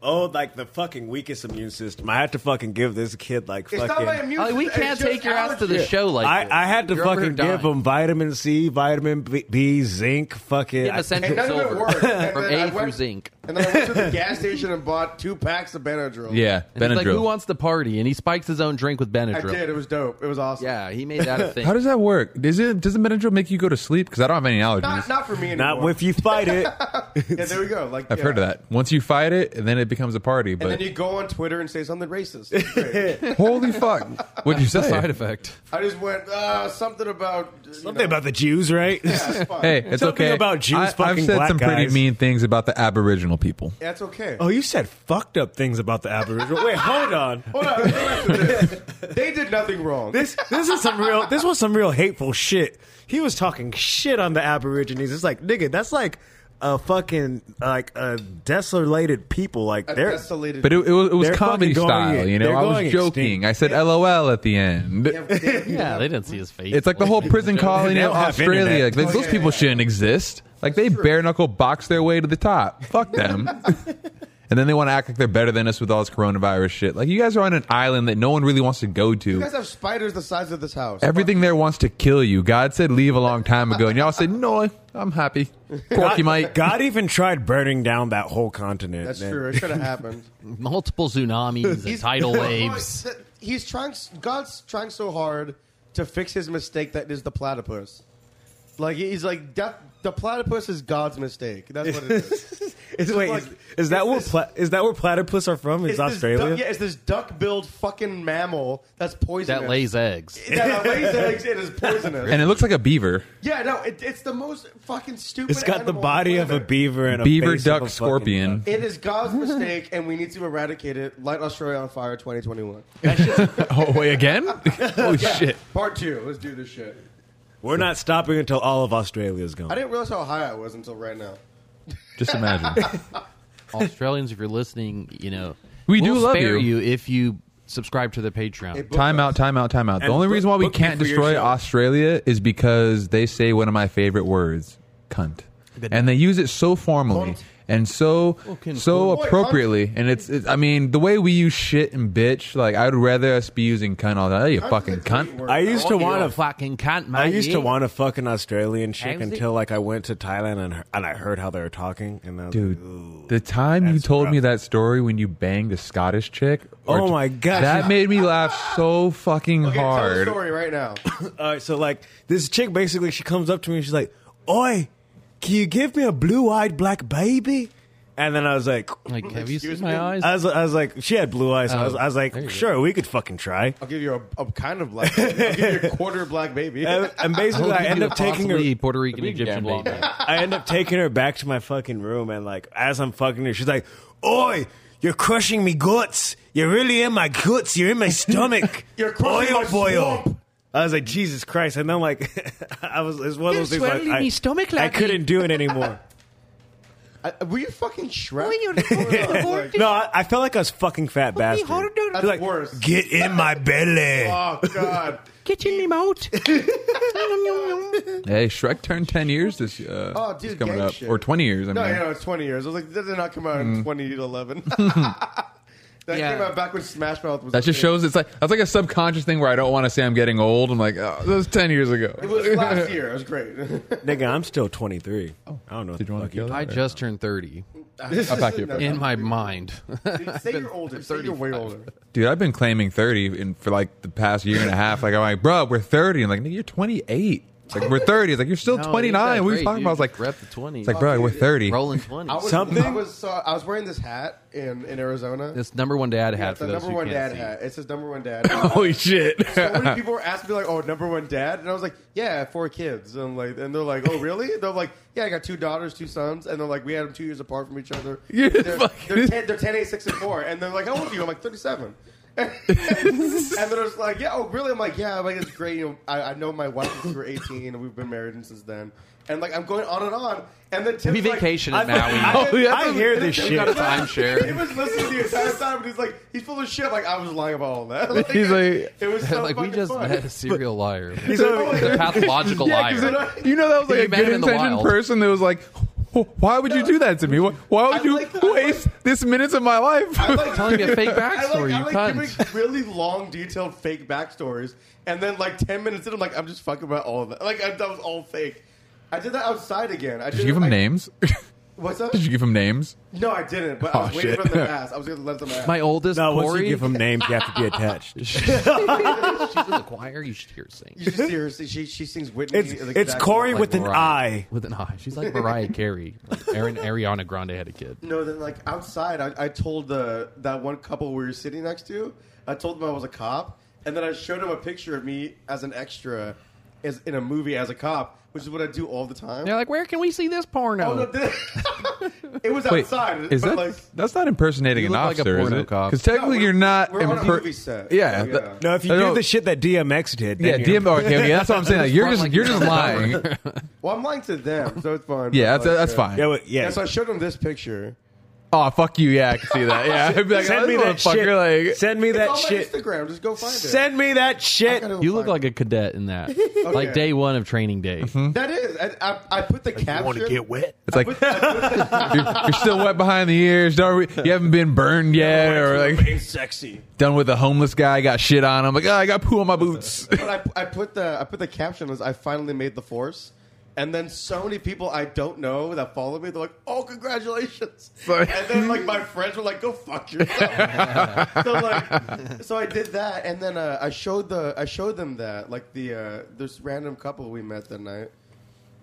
[SPEAKER 2] oh, like the fucking weakest immune system. I had to fucking give this kid like
[SPEAKER 4] It's
[SPEAKER 2] fucking.
[SPEAKER 4] not my immune
[SPEAKER 3] Like, we
[SPEAKER 4] system,
[SPEAKER 3] can't
[SPEAKER 4] it's just
[SPEAKER 3] take your ass to the
[SPEAKER 4] allergies.
[SPEAKER 3] show like
[SPEAKER 2] I, I had to
[SPEAKER 3] You're over
[SPEAKER 2] fucking
[SPEAKER 3] here
[SPEAKER 2] give
[SPEAKER 3] dying.
[SPEAKER 2] him vitamin C, vitamin B, B zinc, fucking.
[SPEAKER 3] Give him essential
[SPEAKER 4] And none of it
[SPEAKER 3] silver
[SPEAKER 4] worked. And
[SPEAKER 3] from
[SPEAKER 4] then I
[SPEAKER 3] A
[SPEAKER 4] went-
[SPEAKER 3] through zinc.
[SPEAKER 4] And then I went to the gas station and bought two packs of Benadryl.
[SPEAKER 1] Yeah,
[SPEAKER 3] And he's like,
[SPEAKER 1] Benadryl.
[SPEAKER 3] who wants to party? And he spikes his own drink with
[SPEAKER 4] I
[SPEAKER 3] Benadryl.
[SPEAKER 4] did. It was dope. It was awesome.
[SPEAKER 3] Yeah, he made that a thing.
[SPEAKER 1] How does that work? Does it does the Benadryl make you go to sleep? Because I don't have any allergies.
[SPEAKER 4] Not, not for me anymore.
[SPEAKER 2] Not if you fight it.
[SPEAKER 4] Yeah, there we go. Like
[SPEAKER 1] I've
[SPEAKER 4] yeah.
[SPEAKER 1] heard of that. Once you fight it, and then it becomes a party.
[SPEAKER 4] And
[SPEAKER 1] But
[SPEAKER 4] then you go on Twitter and say something racist. It's great.
[SPEAKER 1] holy fuck, what'd you say?
[SPEAKER 5] Side effect.
[SPEAKER 4] I just went uh, something about you
[SPEAKER 2] Something
[SPEAKER 4] know,
[SPEAKER 2] about the Jews, right?
[SPEAKER 4] Yeah, it's fine.
[SPEAKER 1] Hey, it's
[SPEAKER 2] Something
[SPEAKER 1] okay.
[SPEAKER 2] about Jews
[SPEAKER 1] I, I've
[SPEAKER 2] fucking
[SPEAKER 1] said
[SPEAKER 2] black
[SPEAKER 1] some pretty
[SPEAKER 2] guys.
[SPEAKER 1] mean things about the Aboriginal people.
[SPEAKER 4] That's okay.
[SPEAKER 2] Oh, you said fucked up things about the Aboriginal. Wait, hold on.
[SPEAKER 4] Hold on, let's go back to this. They did nothing wrong.
[SPEAKER 2] This this is some real. This was some real hateful shit. He was talking shit on the Aborigines. It's like nigga, that's like a fucking like a desolated people. Like
[SPEAKER 4] a
[SPEAKER 2] they're
[SPEAKER 4] desolated.
[SPEAKER 1] But it, it was, it was
[SPEAKER 2] They're
[SPEAKER 1] comedy
[SPEAKER 2] fucking going
[SPEAKER 1] style,
[SPEAKER 2] in.
[SPEAKER 1] you know.
[SPEAKER 2] They're
[SPEAKER 1] I
[SPEAKER 2] going
[SPEAKER 1] was
[SPEAKER 2] extinct.
[SPEAKER 1] joking. I said LOL at the end.
[SPEAKER 5] Yeah, they didn't see his face.
[SPEAKER 1] It's like the whole prison colony
[SPEAKER 2] They
[SPEAKER 1] of
[SPEAKER 2] don't have
[SPEAKER 1] Australia.
[SPEAKER 2] internet.
[SPEAKER 1] Like, those
[SPEAKER 4] yeah,
[SPEAKER 1] people
[SPEAKER 4] yeah.
[SPEAKER 1] shouldn't exist. Like they bare knuckle box their way to the top. Fuck them. and then they want to act like they're better than us with all this coronavirus shit. Like you guys are on an island that no one really wants to go
[SPEAKER 4] you guys
[SPEAKER 1] to.
[SPEAKER 4] have spiders the size of this house.
[SPEAKER 1] Everything there wants to kill you. God said leave a long time ago, and y'all said no. I'm happy. Corky Mike.
[SPEAKER 2] God even tried burning down that whole continent.
[SPEAKER 4] That's
[SPEAKER 2] man.
[SPEAKER 4] true. It should have happened.
[SPEAKER 5] multiple tsunamis and tidal waves.
[SPEAKER 4] Look, Oh, He's trying. God's trying so hard to fix his mistake that is the platypus. Like he's like that, the platypus is God's mistake. That's what it is.
[SPEAKER 2] Is, wait, is,
[SPEAKER 4] like-
[SPEAKER 2] is that
[SPEAKER 4] it's
[SPEAKER 2] where
[SPEAKER 4] this-
[SPEAKER 2] pla- is that where platypus are from? Is
[SPEAKER 4] It's this
[SPEAKER 2] Australia?
[SPEAKER 4] duck- yeah, it's this duck-billed fucking mammal that's poisonous.
[SPEAKER 5] That lays eggs.
[SPEAKER 4] That lays eggs. It is poisonous.
[SPEAKER 1] And it looks like a beaver.
[SPEAKER 4] yeah, no, it, it's the most fucking stupid.
[SPEAKER 2] It's got the
[SPEAKER 4] animal on
[SPEAKER 2] body of a
[SPEAKER 4] planet.
[SPEAKER 2] beaver and a
[SPEAKER 1] Beaver,
[SPEAKER 2] face of a
[SPEAKER 1] duck,
[SPEAKER 2] fucking
[SPEAKER 1] scorpion.
[SPEAKER 4] It is God's mistake, and we need to eradicate it. Light Australia on fire, 2021.
[SPEAKER 1] Oh wait, again? Holy shit!
[SPEAKER 4] Part two. Let's do this shit.
[SPEAKER 2] duck. We're not stopping until all of Australia is
[SPEAKER 4] I
[SPEAKER 2] gone.
[SPEAKER 4] didn't realize how high I was until right now.
[SPEAKER 1] Just imagine.
[SPEAKER 5] Australians, if you're listening, you know
[SPEAKER 1] We do
[SPEAKER 5] we'll
[SPEAKER 1] love
[SPEAKER 5] spare
[SPEAKER 1] you.
[SPEAKER 5] you. if you subscribe to the Patreon.
[SPEAKER 4] It-
[SPEAKER 1] Time out, time out, time out. The
[SPEAKER 2] And
[SPEAKER 1] only
[SPEAKER 2] book-
[SPEAKER 1] reason why we
[SPEAKER 2] book me
[SPEAKER 1] can't
[SPEAKER 2] for your
[SPEAKER 1] destroy
[SPEAKER 2] show.
[SPEAKER 1] Australia is because they say one of my favorite words, cunt. And they use it so formally
[SPEAKER 4] Cunt.
[SPEAKER 1] and so
[SPEAKER 2] Oh,
[SPEAKER 5] Fucking
[SPEAKER 1] so
[SPEAKER 4] cunt.
[SPEAKER 1] appropriately. And it's, it's I mean, the way we use shit and bitch, like I would rather us be using cunt all the time. You
[SPEAKER 4] Cunt
[SPEAKER 1] fucking
[SPEAKER 4] is a great
[SPEAKER 1] cunt.
[SPEAKER 4] word.
[SPEAKER 2] I used to
[SPEAKER 5] You
[SPEAKER 2] want
[SPEAKER 5] a
[SPEAKER 2] to
[SPEAKER 5] fucking cunt, mate.
[SPEAKER 2] I used to want a fucking Australian chick
[SPEAKER 5] Actually-
[SPEAKER 2] until like I went to Thailand and and I heard how they were talking and I was like, ooh.
[SPEAKER 1] Dude, the time you
[SPEAKER 2] that's
[SPEAKER 1] told me
[SPEAKER 2] rough.
[SPEAKER 1] that story when you banged a Scottish chick. or-
[SPEAKER 2] Oh my gosh.
[SPEAKER 1] That made me laugh so fucking
[SPEAKER 4] Okay, Tell the
[SPEAKER 1] hard.
[SPEAKER 4] story right now.
[SPEAKER 2] All right, so like this chick basically she comes up to me and she's like, "Oi, can you give me a blue-eyed black baby?" And then I was like,
[SPEAKER 5] Like, have you
[SPEAKER 4] Excuse
[SPEAKER 5] seen my
[SPEAKER 4] me?
[SPEAKER 5] eyes?
[SPEAKER 2] I was, I was like, she had blue eyes. and I, was, I was
[SPEAKER 5] there you
[SPEAKER 2] like,
[SPEAKER 5] go.
[SPEAKER 2] sure, we could fucking try.
[SPEAKER 4] I'll give you a, a kind of black. Baby. I'll give you a quarter black baby.
[SPEAKER 2] And, and basically,
[SPEAKER 5] I'll
[SPEAKER 2] I
[SPEAKER 5] give
[SPEAKER 2] end
[SPEAKER 5] you
[SPEAKER 2] up
[SPEAKER 5] a
[SPEAKER 2] taking her.
[SPEAKER 5] possibly Puerto Rican Egyptian
[SPEAKER 3] gamble on
[SPEAKER 5] baby.
[SPEAKER 2] I end up taking her back to my fucking room, and like as I'm fucking her, she's like, "Oi, you're crushing me guts. You're really in my guts. You're in my stomach.
[SPEAKER 4] You're crushing my swamp."
[SPEAKER 2] I was like, Jesus Christ, and then like, I was it's one of those things. Like,
[SPEAKER 3] swirling
[SPEAKER 2] I,
[SPEAKER 3] me stomach
[SPEAKER 2] I
[SPEAKER 3] like me.
[SPEAKER 2] couldn't do it anymore.
[SPEAKER 4] I, were you fucking Shrek?
[SPEAKER 2] no, I, I felt like I was fucking fat bastard.
[SPEAKER 4] That's
[SPEAKER 2] Like,
[SPEAKER 4] worse.
[SPEAKER 2] Get in my belly.
[SPEAKER 4] oh god.
[SPEAKER 3] Get in me out.
[SPEAKER 1] Hey, Shrek turned 10 years this, uh,
[SPEAKER 4] Oh,
[SPEAKER 1] this
[SPEAKER 4] dude,
[SPEAKER 1] coming
[SPEAKER 4] gang
[SPEAKER 1] up.
[SPEAKER 4] shit.
[SPEAKER 1] Or 20 years, I
[SPEAKER 4] No,
[SPEAKER 1] mean.
[SPEAKER 4] you know it's 20 years. I was like, that did not come out
[SPEAKER 2] Mm.
[SPEAKER 4] in 2011. that
[SPEAKER 3] Yeah.
[SPEAKER 4] came out back when Smash Mouth was.
[SPEAKER 1] That just
[SPEAKER 4] a
[SPEAKER 1] shows it's like that's like a subconscious thing where I don't want to say I'm getting old. I'm like, oh, that was ten years ago.
[SPEAKER 4] thing. It was last year. It was great.
[SPEAKER 2] Nigga, I'm still 23. I don't know. What
[SPEAKER 1] Did you want to kill
[SPEAKER 5] I
[SPEAKER 1] that?
[SPEAKER 5] just turned thirty
[SPEAKER 1] I'll back you up.
[SPEAKER 4] No,
[SPEAKER 5] in my mind.
[SPEAKER 4] dude, say you're older. Say you're way older.
[SPEAKER 1] Dude, I've been claiming thirty in, for like the past year and a half. Like I'm like, bro, we're thirty. I'm like, nigga, you're twenty eight. Like we're thirty. It's like you're still
[SPEAKER 3] No,
[SPEAKER 1] twenty nine.
[SPEAKER 3] you're
[SPEAKER 1] What are
[SPEAKER 3] great,
[SPEAKER 1] you talking about? I was
[SPEAKER 3] dude.
[SPEAKER 1] like,
[SPEAKER 3] Rep the 20s.
[SPEAKER 1] It's like, bro, we're thirty.
[SPEAKER 3] Rolling 20.
[SPEAKER 4] I was,
[SPEAKER 2] Something-
[SPEAKER 4] I was, uh, I was wearing this hat in, in Arizona.
[SPEAKER 3] this number one dad
[SPEAKER 4] Yeah,
[SPEAKER 3] hat
[SPEAKER 4] it's
[SPEAKER 3] for
[SPEAKER 4] the
[SPEAKER 3] those
[SPEAKER 4] number
[SPEAKER 3] who
[SPEAKER 4] one
[SPEAKER 3] can't
[SPEAKER 4] dad
[SPEAKER 3] see.
[SPEAKER 4] hat. It's his number one dad. hat.
[SPEAKER 1] Holy shit!
[SPEAKER 4] so many people were asking me like, "Oh, number one dad," and I was like, "Yeah, four kids." And I'm like, and they're like, "Oh, really?" And they're like, "Yeah, I got two daughters, two sons," and they're like, "We had them two years apart from each other."
[SPEAKER 1] You're
[SPEAKER 4] they're, they're,
[SPEAKER 1] fucking-
[SPEAKER 4] 10, they're 10, 8, 6, and four, and they're like, "How old are you?" I'm like, "37." and they're just like, "Yeah, oh, really?" I'm like, "Yeah, I'm like it's great. You know, I, I know my wife since we were 18, and we've been married and since then." And like, I'm going on and on, and then Tim's
[SPEAKER 3] We
[SPEAKER 4] like,
[SPEAKER 3] vacation
[SPEAKER 2] I,
[SPEAKER 3] in Maui.
[SPEAKER 2] I,
[SPEAKER 1] Oh, yeah.
[SPEAKER 2] I hear this
[SPEAKER 4] Tim's
[SPEAKER 2] shit.
[SPEAKER 4] like,
[SPEAKER 3] timeshare.
[SPEAKER 4] He was listening the entire time, and he's like, he's full of shit. Like I was lying about all that. Like,
[SPEAKER 1] He's like-
[SPEAKER 4] it was so
[SPEAKER 5] like we
[SPEAKER 4] fucking
[SPEAKER 5] just
[SPEAKER 4] fun. "Oh,
[SPEAKER 5] met a serial liar,
[SPEAKER 2] So-
[SPEAKER 5] pathological
[SPEAKER 1] Yeah, 'cause
[SPEAKER 5] liar.
[SPEAKER 1] it- you know that was
[SPEAKER 5] You're
[SPEAKER 1] like a
[SPEAKER 5] mad
[SPEAKER 1] good
[SPEAKER 5] in the
[SPEAKER 1] intentioned
[SPEAKER 5] wild.
[SPEAKER 1] person that was like, wh- why would you do that to me? Why, why would
[SPEAKER 4] I
[SPEAKER 1] you
[SPEAKER 4] like- I like-
[SPEAKER 1] waste this minutes of my life?
[SPEAKER 3] telling me a fake
[SPEAKER 4] I
[SPEAKER 3] backstory,
[SPEAKER 4] like,
[SPEAKER 3] you
[SPEAKER 4] I
[SPEAKER 3] cunt.
[SPEAKER 4] like giving really long, detailed fake backstories, and then like ten minutes in, I'm like, I'm just fucking about all of that. Like I, that was all fake. I did that outside again. I
[SPEAKER 1] Did you give him
[SPEAKER 4] I,
[SPEAKER 1] names?
[SPEAKER 4] What's up?
[SPEAKER 1] Did you give him names?
[SPEAKER 4] No, I didn't. But
[SPEAKER 1] Oh,
[SPEAKER 4] I was waiting
[SPEAKER 1] shit.
[SPEAKER 4] for them to ask. I was going to let them ask.
[SPEAKER 3] My oldest,
[SPEAKER 2] No, once you
[SPEAKER 3] Corey,
[SPEAKER 2] give them names, you have to be attached.
[SPEAKER 3] she's in the choir. You should hear her sing.
[SPEAKER 4] you should see her. She, she sings Whitney.
[SPEAKER 2] It's
[SPEAKER 4] is
[SPEAKER 2] it's
[SPEAKER 4] exactly
[SPEAKER 2] Corey
[SPEAKER 4] like-
[SPEAKER 2] with an
[SPEAKER 3] Mariah.
[SPEAKER 2] I.
[SPEAKER 3] With an eye.
[SPEAKER 5] She's like Mariah Carey. Like Aaron, Ariana Grande had a kid.
[SPEAKER 4] No, then like outside, I, I told the that one couple we were sitting next to. I told them I was a cop, and then I showed them a picture of me as an extra, as in a movie as a cop, which is what I do all the time.
[SPEAKER 3] They're like, where can we see this
[SPEAKER 4] Oh, no,
[SPEAKER 3] porno?
[SPEAKER 4] did- it was
[SPEAKER 1] Wait,
[SPEAKER 4] outside.
[SPEAKER 1] is
[SPEAKER 4] but
[SPEAKER 1] that
[SPEAKER 4] like,
[SPEAKER 1] that's not impersonating
[SPEAKER 3] You
[SPEAKER 1] an
[SPEAKER 3] look like a
[SPEAKER 1] officer, is
[SPEAKER 3] porno
[SPEAKER 1] it?
[SPEAKER 3] cop.
[SPEAKER 1] Because technically,
[SPEAKER 4] No, we're-
[SPEAKER 1] you're not.
[SPEAKER 4] we're on a
[SPEAKER 1] imper-
[SPEAKER 4] movie set.
[SPEAKER 1] Yeah.
[SPEAKER 4] Yeah.
[SPEAKER 1] that-
[SPEAKER 2] No, if you
[SPEAKER 1] I
[SPEAKER 2] do
[SPEAKER 1] know-
[SPEAKER 2] the shit that DMX did,
[SPEAKER 1] yeah,
[SPEAKER 2] then you're-
[SPEAKER 1] DM. oh, Okay, okay, that's what I'm saying. Like, you're
[SPEAKER 3] Front
[SPEAKER 1] just you're
[SPEAKER 3] like you're
[SPEAKER 1] just
[SPEAKER 3] a
[SPEAKER 1] lying.
[SPEAKER 4] well, I'm lying to them, so it's fine.
[SPEAKER 1] Yeah, that's
[SPEAKER 4] but, like,
[SPEAKER 1] that's
[SPEAKER 4] uh,
[SPEAKER 1] fine.
[SPEAKER 2] Yeah, wait, yeah.
[SPEAKER 4] Yeah, so I showed them this picture.
[SPEAKER 1] Oh fuck you! Yeah, I can see that. Yeah, I'd be like,
[SPEAKER 2] Send
[SPEAKER 1] oh,
[SPEAKER 2] me
[SPEAKER 1] this
[SPEAKER 2] that
[SPEAKER 1] motherfucker,
[SPEAKER 2] shit.
[SPEAKER 1] Like,
[SPEAKER 2] Send me
[SPEAKER 4] It's
[SPEAKER 2] that
[SPEAKER 4] on my
[SPEAKER 2] shit.
[SPEAKER 4] Instagram. Just go find it.
[SPEAKER 2] Send me that
[SPEAKER 4] I
[SPEAKER 2] shit.
[SPEAKER 4] gotta go
[SPEAKER 5] You look
[SPEAKER 4] find
[SPEAKER 5] like a cadet in that. Like day one of training day.
[SPEAKER 2] Mm-hmm.
[SPEAKER 4] it. that is. I, I, I put the caption.
[SPEAKER 6] want to get wet?
[SPEAKER 1] it's like you're, you're still wet behind the ears. Don't re- you haven't been burned yet, or like
[SPEAKER 4] sexy.
[SPEAKER 1] done with a homeless guy got shit on him. Like, oh, I got poo on my boots.
[SPEAKER 4] But I, I put the I put the caption as I finally made the force, and then so many people I don't know that follow me, they're like, "Oh, congratulations!"
[SPEAKER 1] Sorry.
[SPEAKER 4] And then like my friends were like, "Go fuck yourself." so like, so I did that, and then uh, I showed the I showed them that like the uh, this random couple we met that night.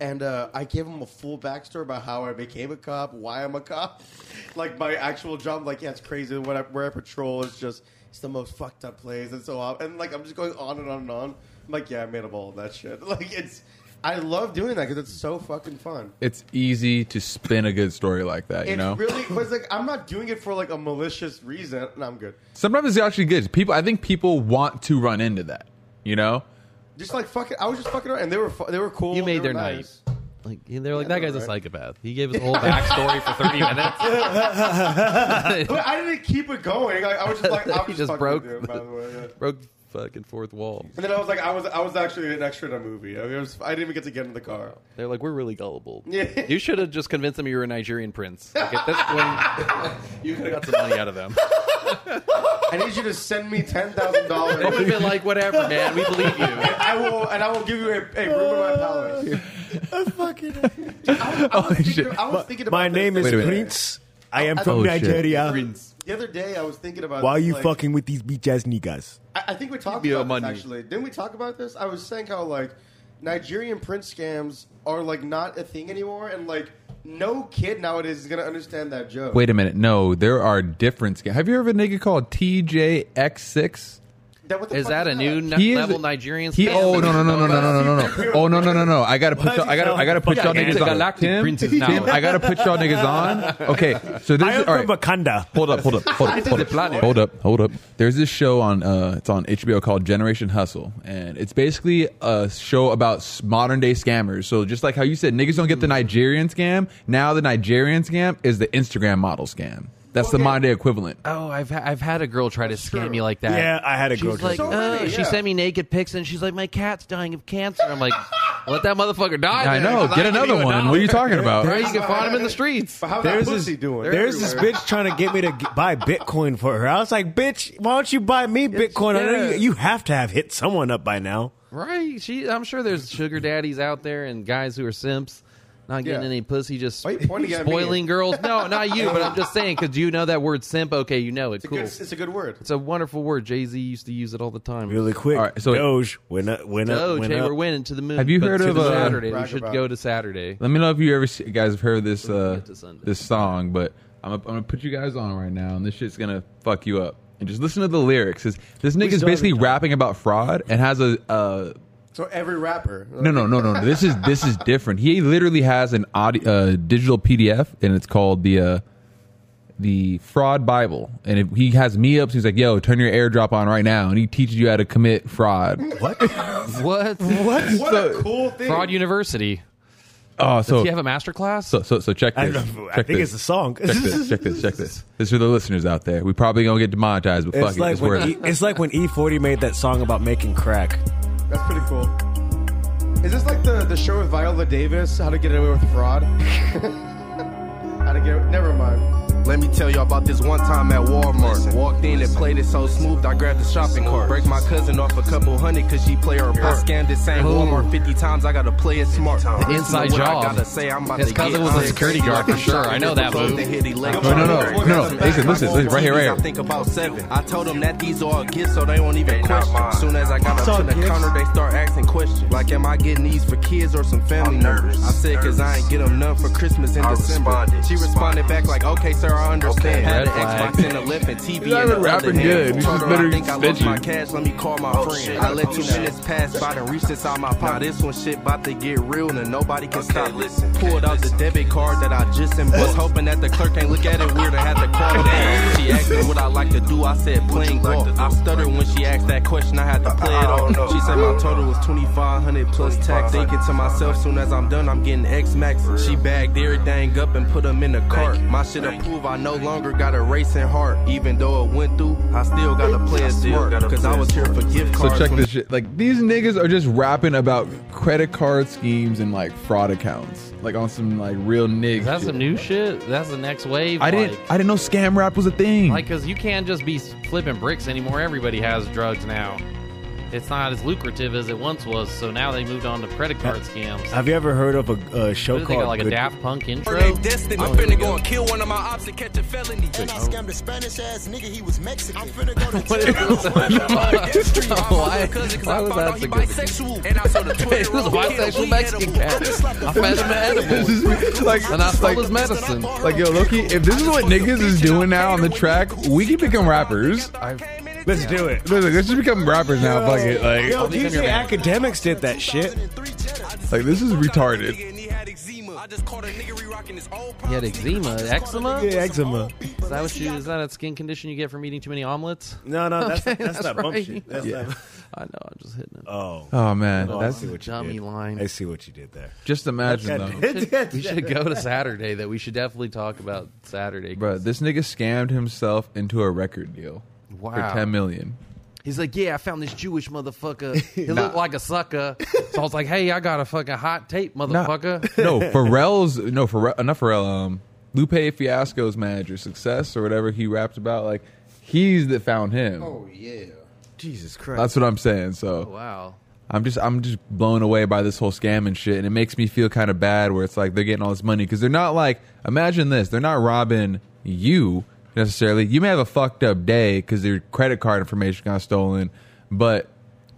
[SPEAKER 4] And uh, I gave them a full backstory about how I became a cop, why I'm a cop, like my actual job. Like, yeah, it's crazy. When I, where I patrol is just it's the most fucked up place, and so on. And like, I'm just going on and on and on. I'm like, yeah, I made up all of that shit. Like, it's I love doing that because it's so fucking fun.
[SPEAKER 1] It's easy to spin a good story like that, you
[SPEAKER 4] It's
[SPEAKER 1] know.
[SPEAKER 4] really because like I'm not doing it for like a malicious reason. No, I'm good.
[SPEAKER 1] Sometimes it's actually good. People, I think people want to run into that, you know.
[SPEAKER 4] Just like fucking, I was just fucking around, and they were fu- they were cool.
[SPEAKER 5] You made
[SPEAKER 4] they
[SPEAKER 5] their
[SPEAKER 4] were
[SPEAKER 5] night.
[SPEAKER 4] nice.
[SPEAKER 5] Like they're like
[SPEAKER 4] Yeah,
[SPEAKER 5] that guy's a
[SPEAKER 4] right.
[SPEAKER 5] psychopath. He gave his whole backstory for thirty minutes.
[SPEAKER 4] But I didn't keep it going. Like, I was just like, I'm
[SPEAKER 5] He
[SPEAKER 4] just,
[SPEAKER 5] just
[SPEAKER 4] fucking
[SPEAKER 5] broke
[SPEAKER 4] with you,
[SPEAKER 5] the-
[SPEAKER 4] by the way. yeah.
[SPEAKER 5] Broke the fucking fourth wall.
[SPEAKER 4] And then I was like, I was I was actually an extra in a movie. I, mean, it was, I didn't even get to get in the car.
[SPEAKER 3] They're like, we're really gullible.
[SPEAKER 4] Yeah.
[SPEAKER 3] You should have just convinced them you were a Nigerian prince. Like at this point, you could have got some money out of them.
[SPEAKER 4] I need you to send me ten thousand
[SPEAKER 3] They would have
[SPEAKER 4] dollars.
[SPEAKER 3] been like, whatever, man. We believe you.
[SPEAKER 4] I will, and I will give you a, a room in my palace. I, was
[SPEAKER 1] Holy
[SPEAKER 4] thinking,
[SPEAKER 1] shit.
[SPEAKER 4] I was thinking about
[SPEAKER 2] Oh, My
[SPEAKER 4] this
[SPEAKER 2] name is
[SPEAKER 1] Wait a minute.
[SPEAKER 4] the other day.
[SPEAKER 2] Prince. I am
[SPEAKER 4] I-
[SPEAKER 2] from
[SPEAKER 1] Oh, shit.
[SPEAKER 2] Nigeria.
[SPEAKER 4] The other day, I was thinking about
[SPEAKER 2] Why are
[SPEAKER 4] this,
[SPEAKER 2] you
[SPEAKER 4] like-
[SPEAKER 2] fucking with these beach ass niggas?
[SPEAKER 4] I, I think we talked
[SPEAKER 3] me
[SPEAKER 4] about
[SPEAKER 3] a
[SPEAKER 4] this,
[SPEAKER 3] money.
[SPEAKER 4] actually. Didn't we talk about this? I was saying how like Nigerian print scams are like not a thing anymore, and like no kid nowadays is gonna understand that joke.
[SPEAKER 1] Wait a minute. No, there are different. sca- Have you ever heard of a nigga called TJX6?
[SPEAKER 4] that, what the
[SPEAKER 3] Is
[SPEAKER 4] fuck
[SPEAKER 3] that a new ne-
[SPEAKER 4] that?
[SPEAKER 1] He is-
[SPEAKER 3] level Nigerian?
[SPEAKER 1] He
[SPEAKER 3] scam?
[SPEAKER 1] oh no no no no no no no no no oh no no no no I gotta put
[SPEAKER 2] Why
[SPEAKER 1] y'all,
[SPEAKER 2] does
[SPEAKER 1] I
[SPEAKER 2] it
[SPEAKER 1] gotta
[SPEAKER 2] sound
[SPEAKER 1] I gotta put
[SPEAKER 2] like
[SPEAKER 1] y'all
[SPEAKER 2] a
[SPEAKER 1] niggas on
[SPEAKER 3] galactic princess now.
[SPEAKER 1] Tim, I gotta put y'all niggas on okay so
[SPEAKER 2] I
[SPEAKER 1] this
[SPEAKER 2] am
[SPEAKER 1] is all
[SPEAKER 2] from
[SPEAKER 1] right
[SPEAKER 2] Wakanda.
[SPEAKER 1] hold up hold up hold up hold up hold up hold up there's this show on uh it's on HBO called Generation Hustle and it's basically a show about s- modern day scammers so just like how you said niggas don't get the Nigerian scam now the Nigerian scam is the Instagram model scam that's the
[SPEAKER 4] Okay.
[SPEAKER 1] modern day equivalent
[SPEAKER 3] Oh, I've ha- I've had a girl try to scam
[SPEAKER 4] true.
[SPEAKER 3] me like that.
[SPEAKER 2] Yeah, I had a
[SPEAKER 3] she's
[SPEAKER 2] girl do
[SPEAKER 3] like,
[SPEAKER 4] that. So
[SPEAKER 3] uh,
[SPEAKER 4] many,
[SPEAKER 3] she
[SPEAKER 4] yeah.
[SPEAKER 3] sent me naked pics, and she's like, my cat's dying of cancer. I'm like, let that motherfucker die.
[SPEAKER 1] I
[SPEAKER 3] then,
[SPEAKER 1] know
[SPEAKER 3] 'cause
[SPEAKER 1] get
[SPEAKER 3] give
[SPEAKER 1] another
[SPEAKER 3] a
[SPEAKER 1] one
[SPEAKER 3] dollar.
[SPEAKER 1] what are you talking
[SPEAKER 3] There
[SPEAKER 1] about
[SPEAKER 3] you can find him in the streets.
[SPEAKER 4] But how's
[SPEAKER 2] There's
[SPEAKER 4] that
[SPEAKER 2] this,
[SPEAKER 4] pussy doing?
[SPEAKER 2] there's this bitch trying to get me to g- buy Bitcoin for her. I was like, bitch, why don't you buy me Bitcoin? I know
[SPEAKER 3] yeah.
[SPEAKER 2] you, you have to have hit someone up by now.
[SPEAKER 3] Right? She, I'm sure there's sugar daddies out there and guys who are simps, not getting
[SPEAKER 4] Yeah.
[SPEAKER 3] any pussy, just
[SPEAKER 4] Why you pointing at me?
[SPEAKER 3] spoiling girls. No, not you, but I'm just saying because you know that word simp. Okay, you know it.
[SPEAKER 4] It's a
[SPEAKER 3] cool.
[SPEAKER 4] good, it's a good word.
[SPEAKER 3] It's a wonderful word. Jay Z used to use it all the time.
[SPEAKER 2] Really quick.
[SPEAKER 1] All right, so-
[SPEAKER 2] Doge went up, went up,
[SPEAKER 3] Doge,
[SPEAKER 2] went
[SPEAKER 3] hey,
[SPEAKER 2] up.
[SPEAKER 3] we're winning to the moon.
[SPEAKER 1] Have you
[SPEAKER 3] But
[SPEAKER 1] heard
[SPEAKER 3] to
[SPEAKER 1] of,
[SPEAKER 3] the
[SPEAKER 1] uh,
[SPEAKER 3] Saturday? We
[SPEAKER 4] Brag
[SPEAKER 3] should
[SPEAKER 4] about
[SPEAKER 3] go
[SPEAKER 4] it.
[SPEAKER 3] to Saturday.
[SPEAKER 1] Let me know if you ever see, guys have heard this uh,
[SPEAKER 3] get to Sunday.
[SPEAKER 1] this song, but I'm gonna, I'm gonna put you guys on right now, and this shit's gonna fuck you up. And just listen to the lyrics. 'cause This nigga's
[SPEAKER 4] still
[SPEAKER 1] basically
[SPEAKER 4] haven't done
[SPEAKER 1] rapping about fraud and has a uh,
[SPEAKER 4] So every rapper.
[SPEAKER 1] no, no, no, no, no. This is this is different. He literally has an audio, uh, digital PDF, and it's called the uh, the fraud Bible. And if he has me up, so he's like, "Yo, turn your AirDrop on right now," and he teaches you how to commit fraud.
[SPEAKER 3] What?
[SPEAKER 4] What a cool thing.
[SPEAKER 3] Fraud University.
[SPEAKER 1] Oh,
[SPEAKER 3] Do
[SPEAKER 1] so
[SPEAKER 3] you have a master class?
[SPEAKER 1] so so so check
[SPEAKER 2] I,
[SPEAKER 1] this.
[SPEAKER 2] don't know, I
[SPEAKER 1] Check
[SPEAKER 2] think
[SPEAKER 1] this.
[SPEAKER 2] it's a song.
[SPEAKER 1] check this, check this, check this. This are the listeners out there. We probably gonna get demonetized, but fuck
[SPEAKER 2] It's
[SPEAKER 1] it,
[SPEAKER 2] like,
[SPEAKER 1] it's worth
[SPEAKER 2] when e,
[SPEAKER 1] it.
[SPEAKER 2] it's like when E40 made that song about making crack.
[SPEAKER 4] That's pretty cool. Is this like the, the show with Viola Davis, How to Get Away with Fraud? gotta get. Never mind.
[SPEAKER 6] Let me tell y'all about this one time at Walmart. Walked in and played it so smooth, I grabbed the shopping cart. Break my cousin off a couple hundred cause she play her part. Scammed the same Walmart 50 times, I gotta play it smart. The
[SPEAKER 3] inside job.
[SPEAKER 6] I gotta say, I'm about
[SPEAKER 3] His
[SPEAKER 6] to
[SPEAKER 3] cousin
[SPEAKER 6] get
[SPEAKER 3] was a
[SPEAKER 6] honest.
[SPEAKER 3] security guard for sure. I know that move.
[SPEAKER 6] No,
[SPEAKER 1] no, no, no, no. Listen, listen, listen, right here, right here.
[SPEAKER 6] I think about seven. I told them that these are all gifts, so they won't even question. Soon as I got up to the counter, they start asking questions. Like, am I getting these for kids or some family members? I said, cause I ain't get them none for Christmas in December. She responded back like, okay, sir, I understand. Had an Xbox and a lip and
[SPEAKER 1] not
[SPEAKER 6] TV in the
[SPEAKER 1] even
[SPEAKER 6] other
[SPEAKER 1] rapping good.
[SPEAKER 6] hand.
[SPEAKER 1] He's
[SPEAKER 6] Told
[SPEAKER 1] just
[SPEAKER 6] her, I
[SPEAKER 1] literally
[SPEAKER 6] think I lost my
[SPEAKER 1] bitching.
[SPEAKER 6] cash, let me call my friend. I let two minutes pass by and reached inside my pocket. Now this one shit about to get real and nobody can stop. it. Pulled out the debit card that I just and was hoping that the clerk ain't look at it weird and had to call down. She asked me what I like to do. I said playing golf. I stuttered when she asked that question. I had to play it off. She said my total was 2500 plus tax. Thinking to myself, soon as I'm done, I'm getting X Max. She bagged everything up and put them in the cart. My shit approved. I no longer got a racing heart. Even though it went through, I still got to play it smart. Cause I was here for gift
[SPEAKER 1] So
[SPEAKER 6] cards.
[SPEAKER 1] check
[SPEAKER 6] when
[SPEAKER 1] this shit. Like these niggas are just rapping about credit card schemes and like fraud accounts, like on some like real niggas.
[SPEAKER 5] Is that some new shit? That's the next wave.
[SPEAKER 1] I didn't.
[SPEAKER 5] Like,
[SPEAKER 1] I didn't know scam rap was a thing.
[SPEAKER 5] like, cause you can't just be flipping bricks anymore. Everybody has drugs now. It's not as lucrative as it once was. So now they moved on to credit card scams.
[SPEAKER 2] Have you ever heard of a, a show
[SPEAKER 5] What do they
[SPEAKER 2] called
[SPEAKER 5] got like a
[SPEAKER 2] Good-
[SPEAKER 5] Daft Punk intro? Oh,
[SPEAKER 6] Birthday destiny.
[SPEAKER 3] Oh,
[SPEAKER 6] I'm finna go and kill one of my ops and catch a felony.
[SPEAKER 7] And I scammed a Spanish ass nigga, he was Mexican. I'm finna go to
[SPEAKER 3] What
[SPEAKER 7] jail.
[SPEAKER 3] is that? Why- why was that so good?
[SPEAKER 6] bisexual. And I sold a
[SPEAKER 3] It was a bisexual Mexican cat. I fed him
[SPEAKER 1] This
[SPEAKER 3] an
[SPEAKER 1] is like
[SPEAKER 3] and I stole
[SPEAKER 1] like-
[SPEAKER 3] his medicine.
[SPEAKER 1] Like yo, Loki, if this is what niggas is doing now on the track, we can become rappers.
[SPEAKER 2] Let's do it.
[SPEAKER 1] Listen, let's just become rappers now. Fuck it. Like,
[SPEAKER 2] Yo, DJ Academics did that shit.
[SPEAKER 1] like this is retarded.
[SPEAKER 5] He had eczema, eczema.
[SPEAKER 2] Yeah, eczema.
[SPEAKER 5] Is that what you? Is that a skin condition you get from eating too many omelets?
[SPEAKER 2] No, no, that's
[SPEAKER 5] Okay,
[SPEAKER 2] that's,
[SPEAKER 5] that's
[SPEAKER 2] not bump
[SPEAKER 5] right.
[SPEAKER 2] shit. That's
[SPEAKER 1] Yeah.
[SPEAKER 2] not,
[SPEAKER 5] I know. I'm just hitting it.
[SPEAKER 2] oh,
[SPEAKER 1] Oh man,
[SPEAKER 2] Oh,
[SPEAKER 1] that's
[SPEAKER 2] I see what you
[SPEAKER 5] dummy
[SPEAKER 2] did.
[SPEAKER 5] line.
[SPEAKER 2] I see what you did there.
[SPEAKER 1] just imagine though.
[SPEAKER 5] we should go to Saturday. That we should definitely talk about Saturday.
[SPEAKER 1] Bro, this nigga scammed himself into a record deal
[SPEAKER 5] Wow.
[SPEAKER 1] for ten million.
[SPEAKER 5] He's like, yeah, I found this Jewish motherfucker. He looked like a sucker. So I was like, hey, I got a fucking hot tape, motherfucker.
[SPEAKER 1] No, Pharrell's no Pharrell, not Pharrell. Um, Lupe Fiasco's manager, success or whatever he rapped about. Like he's that found him.
[SPEAKER 2] Jesus Christ.
[SPEAKER 1] That's what I'm saying.
[SPEAKER 3] oh,
[SPEAKER 1] So
[SPEAKER 5] Wow.
[SPEAKER 1] I'm just I'm just blown away by this whole scam and shit, and it makes me feel kind of bad. Where it's like they're getting all this money because they're not like imagine this they're not robbing you necessarily. You may have a fucked up day because your credit card information got stolen, but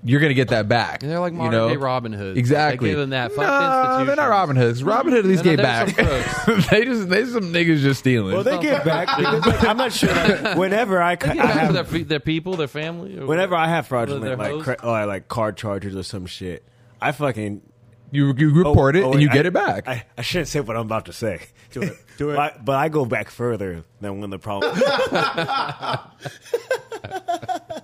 [SPEAKER 1] you're gonna get that back.
[SPEAKER 5] And they're like
[SPEAKER 1] you
[SPEAKER 5] modern
[SPEAKER 1] know?
[SPEAKER 5] day Robin Hood.
[SPEAKER 1] Exactly.
[SPEAKER 5] They give them that fucked
[SPEAKER 1] Nah,
[SPEAKER 5] institution.
[SPEAKER 1] they're not Robin Hoods. Robin Hood at least
[SPEAKER 5] No, no,
[SPEAKER 1] gave back.
[SPEAKER 5] they're
[SPEAKER 1] they just they some niggas just stealing.
[SPEAKER 2] well, they get back because like, I'm not sure. Like, whenever I, ca-
[SPEAKER 5] They
[SPEAKER 2] I
[SPEAKER 5] give back to
[SPEAKER 2] have
[SPEAKER 5] their, fe- their people, their family. or
[SPEAKER 2] Whenever I have
[SPEAKER 5] They're
[SPEAKER 2] fraudulent like
[SPEAKER 5] hosed.
[SPEAKER 2] cre- or like card charges or some shit, I fucking
[SPEAKER 1] you you report it
[SPEAKER 2] oh,
[SPEAKER 1] and you
[SPEAKER 2] wait,
[SPEAKER 1] get
[SPEAKER 2] I-
[SPEAKER 1] it back.
[SPEAKER 2] I, I shouldn't say what I'm about to say. Do
[SPEAKER 4] it. Do it.
[SPEAKER 2] But, but I go back further than when the problem.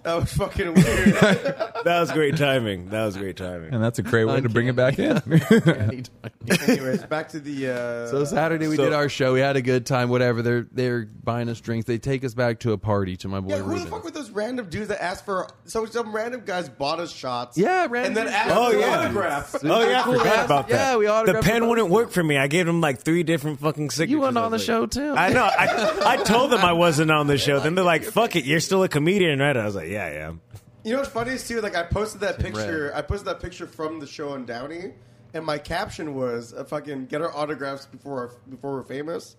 [SPEAKER 4] That was fucking weird.
[SPEAKER 2] that was great timing. That was great timing.
[SPEAKER 1] and that's a great way to bring it back in.
[SPEAKER 4] Anyways, back to the. Uh,
[SPEAKER 3] So Saturday we
[SPEAKER 2] So-
[SPEAKER 3] did our show. We had a good time. Whatever. They're they're buying us drinks. They take us back to a party to my boy
[SPEAKER 4] yeah, who the
[SPEAKER 3] Ruben.
[SPEAKER 4] fuck were those random dudes that asked for? So some random guys bought us shots.
[SPEAKER 3] Yeah, random
[SPEAKER 4] And then
[SPEAKER 3] dudes.
[SPEAKER 4] asked
[SPEAKER 2] Oh,
[SPEAKER 4] for
[SPEAKER 2] yeah.
[SPEAKER 4] autograph.
[SPEAKER 2] Oh yeah, I
[SPEAKER 3] Cool.
[SPEAKER 2] forgot about that.
[SPEAKER 3] Yeah, we
[SPEAKER 2] the
[SPEAKER 3] autographed
[SPEAKER 2] pen
[SPEAKER 3] the-
[SPEAKER 2] wouldn't work for me. I gave him like three different fucking signatures.
[SPEAKER 3] you went
[SPEAKER 2] I
[SPEAKER 3] on the
[SPEAKER 2] was
[SPEAKER 3] show too.
[SPEAKER 2] like- I know. I, I told them I wasn't on the show. Then they're like, "Fuck it, you're still a comedian, right?" I was like, "Yeah, I am."
[SPEAKER 4] You know what's funny is too? Like I posted that picture.
[SPEAKER 3] red.
[SPEAKER 4] I posted that picture from the show on Downey, and my caption was uh, "fucking get our autographs before our, before we're famous."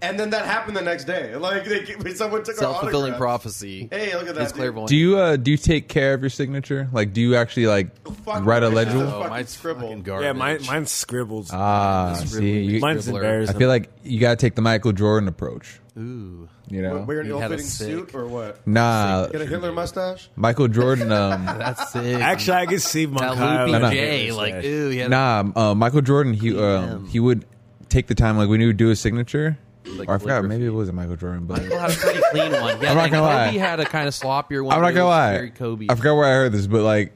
[SPEAKER 4] And then that happened the next day. Like they, someone took
[SPEAKER 3] Self fulfilling
[SPEAKER 4] our autographs.
[SPEAKER 3] prophecy.
[SPEAKER 4] Hey, look at that,
[SPEAKER 3] He's
[SPEAKER 4] dude.
[SPEAKER 3] clairvoyant.
[SPEAKER 1] Do you uh do you take care of your signature? Like, do you actually like
[SPEAKER 4] Fuck,
[SPEAKER 1] write a
[SPEAKER 4] it's just
[SPEAKER 1] legible?
[SPEAKER 4] fucking
[SPEAKER 3] Oh, mine's
[SPEAKER 4] scribble.
[SPEAKER 3] fucking garbage.
[SPEAKER 2] Yeah, mine, mine's scribbles.
[SPEAKER 1] Ah,
[SPEAKER 3] It's
[SPEAKER 1] see,
[SPEAKER 3] really
[SPEAKER 1] you,
[SPEAKER 2] mine's
[SPEAKER 3] scribbler.
[SPEAKER 1] I
[SPEAKER 2] embarrassing.
[SPEAKER 1] feel like you gotta take the Michael Jordan approach.
[SPEAKER 3] Ooh.
[SPEAKER 1] You know,
[SPEAKER 4] Wear an
[SPEAKER 3] He had a
[SPEAKER 4] ill-fitting suit
[SPEAKER 3] sick-
[SPEAKER 4] or what?
[SPEAKER 1] nah,
[SPEAKER 4] Get a Hitler mustache?
[SPEAKER 1] Michael Jordan. Um,
[SPEAKER 3] That's sick.
[SPEAKER 2] Actually, I could see
[SPEAKER 3] that
[SPEAKER 2] Moncayo.
[SPEAKER 1] I know.
[SPEAKER 3] loopy
[SPEAKER 2] and
[SPEAKER 3] J,
[SPEAKER 2] Harris
[SPEAKER 3] like,
[SPEAKER 2] there.
[SPEAKER 3] ooh, he had
[SPEAKER 1] nah, uh, Michael Jordan. He um, he would take the time like when he would do his signature. or I forgot,
[SPEAKER 3] calligraphy.
[SPEAKER 1] maybe it wasn't Michael Jordan, but
[SPEAKER 5] Michael had a pretty clean one. Yeah,
[SPEAKER 1] I'm not
[SPEAKER 5] and
[SPEAKER 1] gonna lie.
[SPEAKER 5] Kobe had a kind of sloppier one.
[SPEAKER 1] I'm not
[SPEAKER 5] but it
[SPEAKER 1] gonna
[SPEAKER 5] was
[SPEAKER 1] lie.
[SPEAKER 5] Very Kobe.
[SPEAKER 1] I forgot where I heard this, but like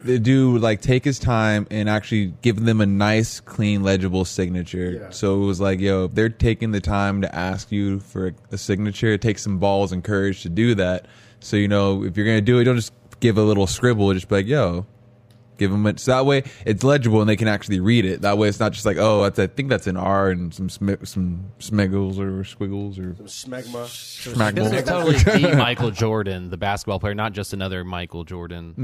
[SPEAKER 1] the dude would like take his time and actually give them a nice, clean, legible signature.
[SPEAKER 4] Yeah.
[SPEAKER 1] So it was like, yo, if they're taking the time to ask you for a, a signature, it takes some balls and courage to do that. So you know, if you're gonna do it, don't just give a little scribble. Just be like, yo, Give them it so that way it's legible and they can actually read it. That way it's not just like oh that's, I think that's an R and some smi- some smiggles or squiggles or
[SPEAKER 4] Smegma.
[SPEAKER 5] This is
[SPEAKER 1] smagbles.
[SPEAKER 5] totally the Michael Jordan, the basketball player, not just another Michael Jordan.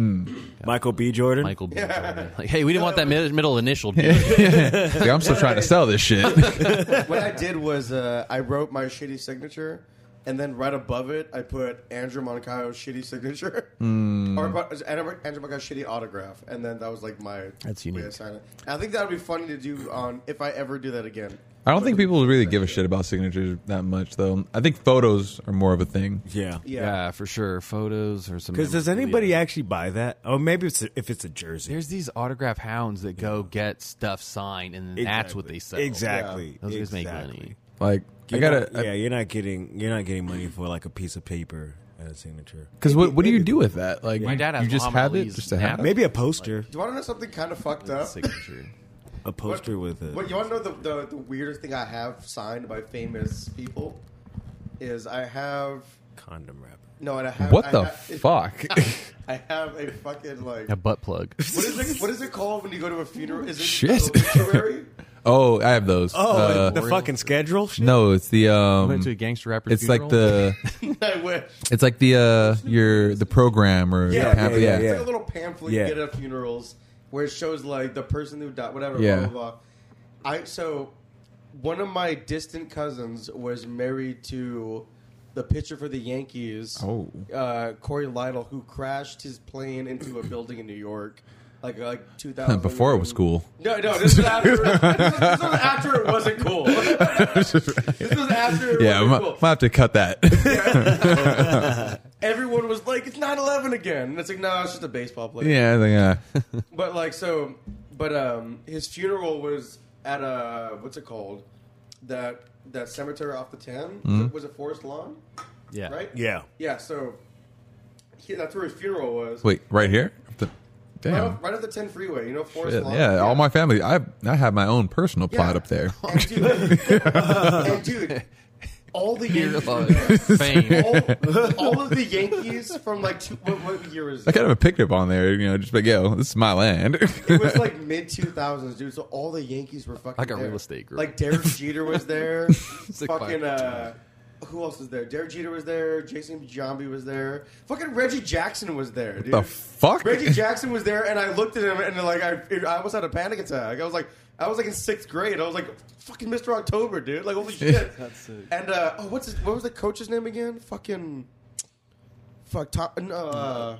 [SPEAKER 2] Michael B. Jordan.
[SPEAKER 5] Michael B. Jordan. Like, hey, we didn't want that mid- middle initial. dude.
[SPEAKER 1] Like, I'm still trying to sell this shit.
[SPEAKER 4] what I did was uh, I wrote my shitty signature, and then right above it, I put Andrew Moncayo's shitty signature,
[SPEAKER 1] Hmm.
[SPEAKER 4] or about- Andrew Andrew Moncayo's shitty autograph, and then that was like my
[SPEAKER 2] That's
[SPEAKER 4] way
[SPEAKER 2] unique.
[SPEAKER 4] of signing it. I think that would be funny to do on if I ever do that again.
[SPEAKER 1] I don't think people really give a shit about signatures that much though. I think photos are more of a thing.
[SPEAKER 2] Yeah.
[SPEAKER 4] Yeah,
[SPEAKER 3] Yeah, for sure. Photos or some.
[SPEAKER 2] Because does anybody
[SPEAKER 3] memorabilia.
[SPEAKER 2] actually buy that? Oh, maybe it's a, if it's a jersey.
[SPEAKER 3] There's these autograph hounds that go get stuff signed, and then that's what
[SPEAKER 2] Exactly.
[SPEAKER 3] they sell.
[SPEAKER 2] Exactly.
[SPEAKER 3] Those guys make
[SPEAKER 2] Exactly.
[SPEAKER 3] money.
[SPEAKER 1] Like
[SPEAKER 2] You're
[SPEAKER 1] I gotta
[SPEAKER 2] not- yeah, you're not getting you're not getting money for like a piece of paper and a signature.
[SPEAKER 1] Because what, what do you do with that? Like
[SPEAKER 3] My
[SPEAKER 1] you-
[SPEAKER 3] dad has
[SPEAKER 1] you just
[SPEAKER 3] Muhammad
[SPEAKER 1] have it
[SPEAKER 3] Ali's
[SPEAKER 1] just to have
[SPEAKER 3] nap.
[SPEAKER 1] it?
[SPEAKER 2] Maybe a poster.
[SPEAKER 4] Do you want to know something kind of fucked up?
[SPEAKER 3] Signature.
[SPEAKER 2] A poster
[SPEAKER 4] What-
[SPEAKER 2] with a
[SPEAKER 4] What you want to know the, the the weirdest thing I have signed by famous people is I have
[SPEAKER 2] condom wrapper.
[SPEAKER 4] no, and I have
[SPEAKER 1] What
[SPEAKER 4] I
[SPEAKER 1] the
[SPEAKER 4] have-
[SPEAKER 1] fuck?
[SPEAKER 4] I have a fucking like
[SPEAKER 5] A butt plug.
[SPEAKER 4] what is it? What is it called when you go to a funeral? Is it
[SPEAKER 1] Shit.
[SPEAKER 4] a obituary?
[SPEAKER 1] oh, I have those.
[SPEAKER 2] Oh,
[SPEAKER 1] Uh,
[SPEAKER 2] the fucking schedule.
[SPEAKER 1] no, it's the um,
[SPEAKER 3] Went to a gangster rapper.
[SPEAKER 1] it's like the
[SPEAKER 4] I wish.
[SPEAKER 1] it's like the uh your the program or
[SPEAKER 4] Yeah,
[SPEAKER 1] the pamphlet.
[SPEAKER 2] yeah,
[SPEAKER 1] Yeah,
[SPEAKER 4] It's like a little pamphlet
[SPEAKER 2] Yeah.
[SPEAKER 4] you get at funerals where it shows like the person who died, whatever,
[SPEAKER 1] Yeah.
[SPEAKER 4] blah blah blah. I so one of my distant cousins was married to the pitcher for the Yankees,
[SPEAKER 1] Oh.
[SPEAKER 4] uh, Corey Lytle, who crashed his plane into a building in New York. Like like two thousand
[SPEAKER 1] Before it was cool.
[SPEAKER 4] No, no, this was after. this, was, this was after it wasn't cool. this was after. It
[SPEAKER 1] Yeah, I
[SPEAKER 4] wasn't
[SPEAKER 1] might,
[SPEAKER 4] cool.
[SPEAKER 1] might have to cut that.
[SPEAKER 4] Everyone was like, "It's 9-11 again," and it's like, "No, it's just a baseball player."
[SPEAKER 1] yeah, I think, uh,
[SPEAKER 4] But like so, but um, his funeral was at a what's it called? That that cemetery off the 10
[SPEAKER 1] Mm-hmm.
[SPEAKER 4] was it Forest Lawn,
[SPEAKER 5] Yeah.
[SPEAKER 4] right?
[SPEAKER 2] Yeah.
[SPEAKER 4] yeah. So he, that's where his funeral was.
[SPEAKER 1] wait, right here. The-
[SPEAKER 4] right,
[SPEAKER 1] damn.
[SPEAKER 4] off, right off the ten freeway. You know Forest
[SPEAKER 1] Shit,
[SPEAKER 4] Lawn.
[SPEAKER 1] yeah, all my family. I I have my own personal plot up there.
[SPEAKER 4] And dude, and dude, all the Yankees, were there.
[SPEAKER 3] fame.
[SPEAKER 4] all, all of the Yankees from like two, what, what year is
[SPEAKER 1] I
[SPEAKER 4] it?
[SPEAKER 1] kind of picked up on there, you know, just like yo, this is my land.
[SPEAKER 4] It was like mid two thousands, dude. So all the Yankees were fucking
[SPEAKER 3] Like a
[SPEAKER 4] there.
[SPEAKER 3] real estate group.
[SPEAKER 4] Like Derek Jeter was there.
[SPEAKER 3] like
[SPEAKER 4] fucking
[SPEAKER 3] five.
[SPEAKER 4] uh, who else was there? Derek Jeter was there. Jason Giambi was there. Fucking Reggie Jackson was there, dude.
[SPEAKER 1] the fuck?
[SPEAKER 4] Reggie Jackson was there, and I looked at him, and like I, I almost had a panic attack. I was like, I was like in sixth grade. I was like, fucking Mr. October, dude. Like holy shit. And uh, oh, what's his, what was the coach's name again? Fucking. Fuck top. No, uh,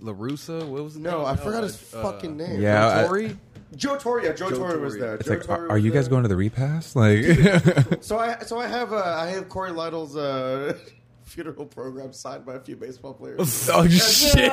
[SPEAKER 3] Larusa. What was the
[SPEAKER 4] no,
[SPEAKER 3] name?
[SPEAKER 4] I forgot his
[SPEAKER 3] uh,
[SPEAKER 4] fucking name.
[SPEAKER 1] Yeah, I-
[SPEAKER 3] Tory.
[SPEAKER 4] Joe Torre. Yeah, Joe, Torre, was there.
[SPEAKER 1] It's
[SPEAKER 4] Joe
[SPEAKER 1] like,
[SPEAKER 4] Torre
[SPEAKER 1] are,
[SPEAKER 4] was
[SPEAKER 1] are you guys
[SPEAKER 4] there.
[SPEAKER 1] going to the repass? Like,
[SPEAKER 4] So I so I have uh, I have Corey Lytle's uh, funeral program signed by a few baseball players,
[SPEAKER 1] oh shit.
[SPEAKER 4] and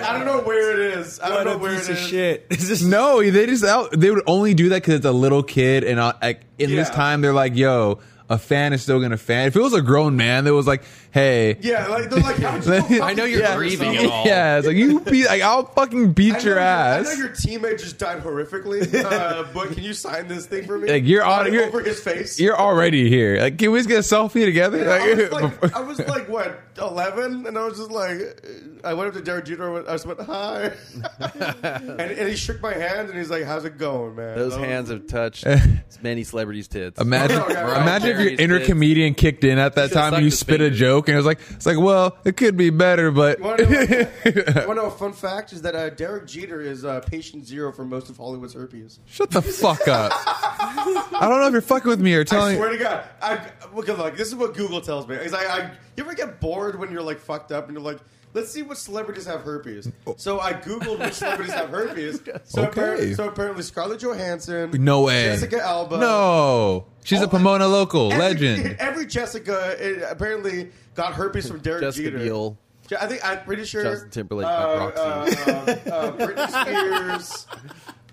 [SPEAKER 4] I don't know where it is. I don't
[SPEAKER 2] What
[SPEAKER 4] know
[SPEAKER 2] a
[SPEAKER 4] where
[SPEAKER 2] piece
[SPEAKER 4] it
[SPEAKER 2] of
[SPEAKER 4] is.
[SPEAKER 2] shit. This is
[SPEAKER 1] No, they just out. They would only do that because it's a little kid, and uh, like in this
[SPEAKER 4] Yeah.
[SPEAKER 1] time, they're like, "Yo, a fan is still gonna fan." If it was a grown man, that was like, "Hey,
[SPEAKER 4] Yeah, like they're like, how'd you go
[SPEAKER 3] I know you're
[SPEAKER 4] fucking
[SPEAKER 3] grieving
[SPEAKER 4] yourself?
[SPEAKER 3] at all.
[SPEAKER 1] yeah, it's like you beat, like I'll fucking
[SPEAKER 4] I
[SPEAKER 1] beat
[SPEAKER 4] know
[SPEAKER 1] your
[SPEAKER 4] I know
[SPEAKER 1] ass."
[SPEAKER 4] your teammate just died horrifically, uh, but can you sign this thing for me?
[SPEAKER 1] Like, you're on-
[SPEAKER 4] Like,
[SPEAKER 1] you're-
[SPEAKER 4] over his face.
[SPEAKER 1] You're already here. Like, can we just get a selfie together?
[SPEAKER 4] I was,
[SPEAKER 1] Like,
[SPEAKER 4] like, I was like, what, 11? And I was just like, uh, I went up to Derek Jeter. and I just went, hi. and, and he shook my hand and he's like, how's it going, man?
[SPEAKER 3] Those
[SPEAKER 4] And I was-
[SPEAKER 3] hands have touched as many celebrities' tits.
[SPEAKER 1] imagine,
[SPEAKER 4] Oh, yeah, yeah.
[SPEAKER 1] imagine if your
[SPEAKER 3] Jerry's
[SPEAKER 1] inner
[SPEAKER 3] kids.
[SPEAKER 1] comedian kicked in at that
[SPEAKER 3] should've
[SPEAKER 1] time and
[SPEAKER 3] sucked
[SPEAKER 1] you
[SPEAKER 3] his
[SPEAKER 1] spit a
[SPEAKER 3] fingers.
[SPEAKER 1] joke, and it was like, it's like, well, it could be better, but
[SPEAKER 4] Want to know a fun fact is that uh, Derek Jeter is uh, patient zero for most of Hollywood's herpes.
[SPEAKER 1] shut the fuck up. I don't know if you're fucking with me or
[SPEAKER 4] I
[SPEAKER 1] telling.
[SPEAKER 4] swear to God, I look like this is what Google tells me. Is I, I you ever get bored when you're like fucked up and you're like, let's see what celebrities have herpes. So I googled which celebrities have herpes. So,
[SPEAKER 1] Oh. Okay.
[SPEAKER 4] apparently, so apparently Scarlett Johansson,
[SPEAKER 1] No way.
[SPEAKER 4] Jessica Alba,
[SPEAKER 1] No. She's
[SPEAKER 4] Oh,
[SPEAKER 1] a Pomona local
[SPEAKER 4] every,
[SPEAKER 1] legend.
[SPEAKER 4] Every Jessica uh, apparently got herpes from Derek
[SPEAKER 3] Jessica
[SPEAKER 4] Jeter.
[SPEAKER 3] Biel.
[SPEAKER 4] Je- I think I'm pretty sure
[SPEAKER 3] Justin Timberlake
[SPEAKER 4] uh,
[SPEAKER 3] by proxy.
[SPEAKER 4] uh, uh, uh, Britney Spears.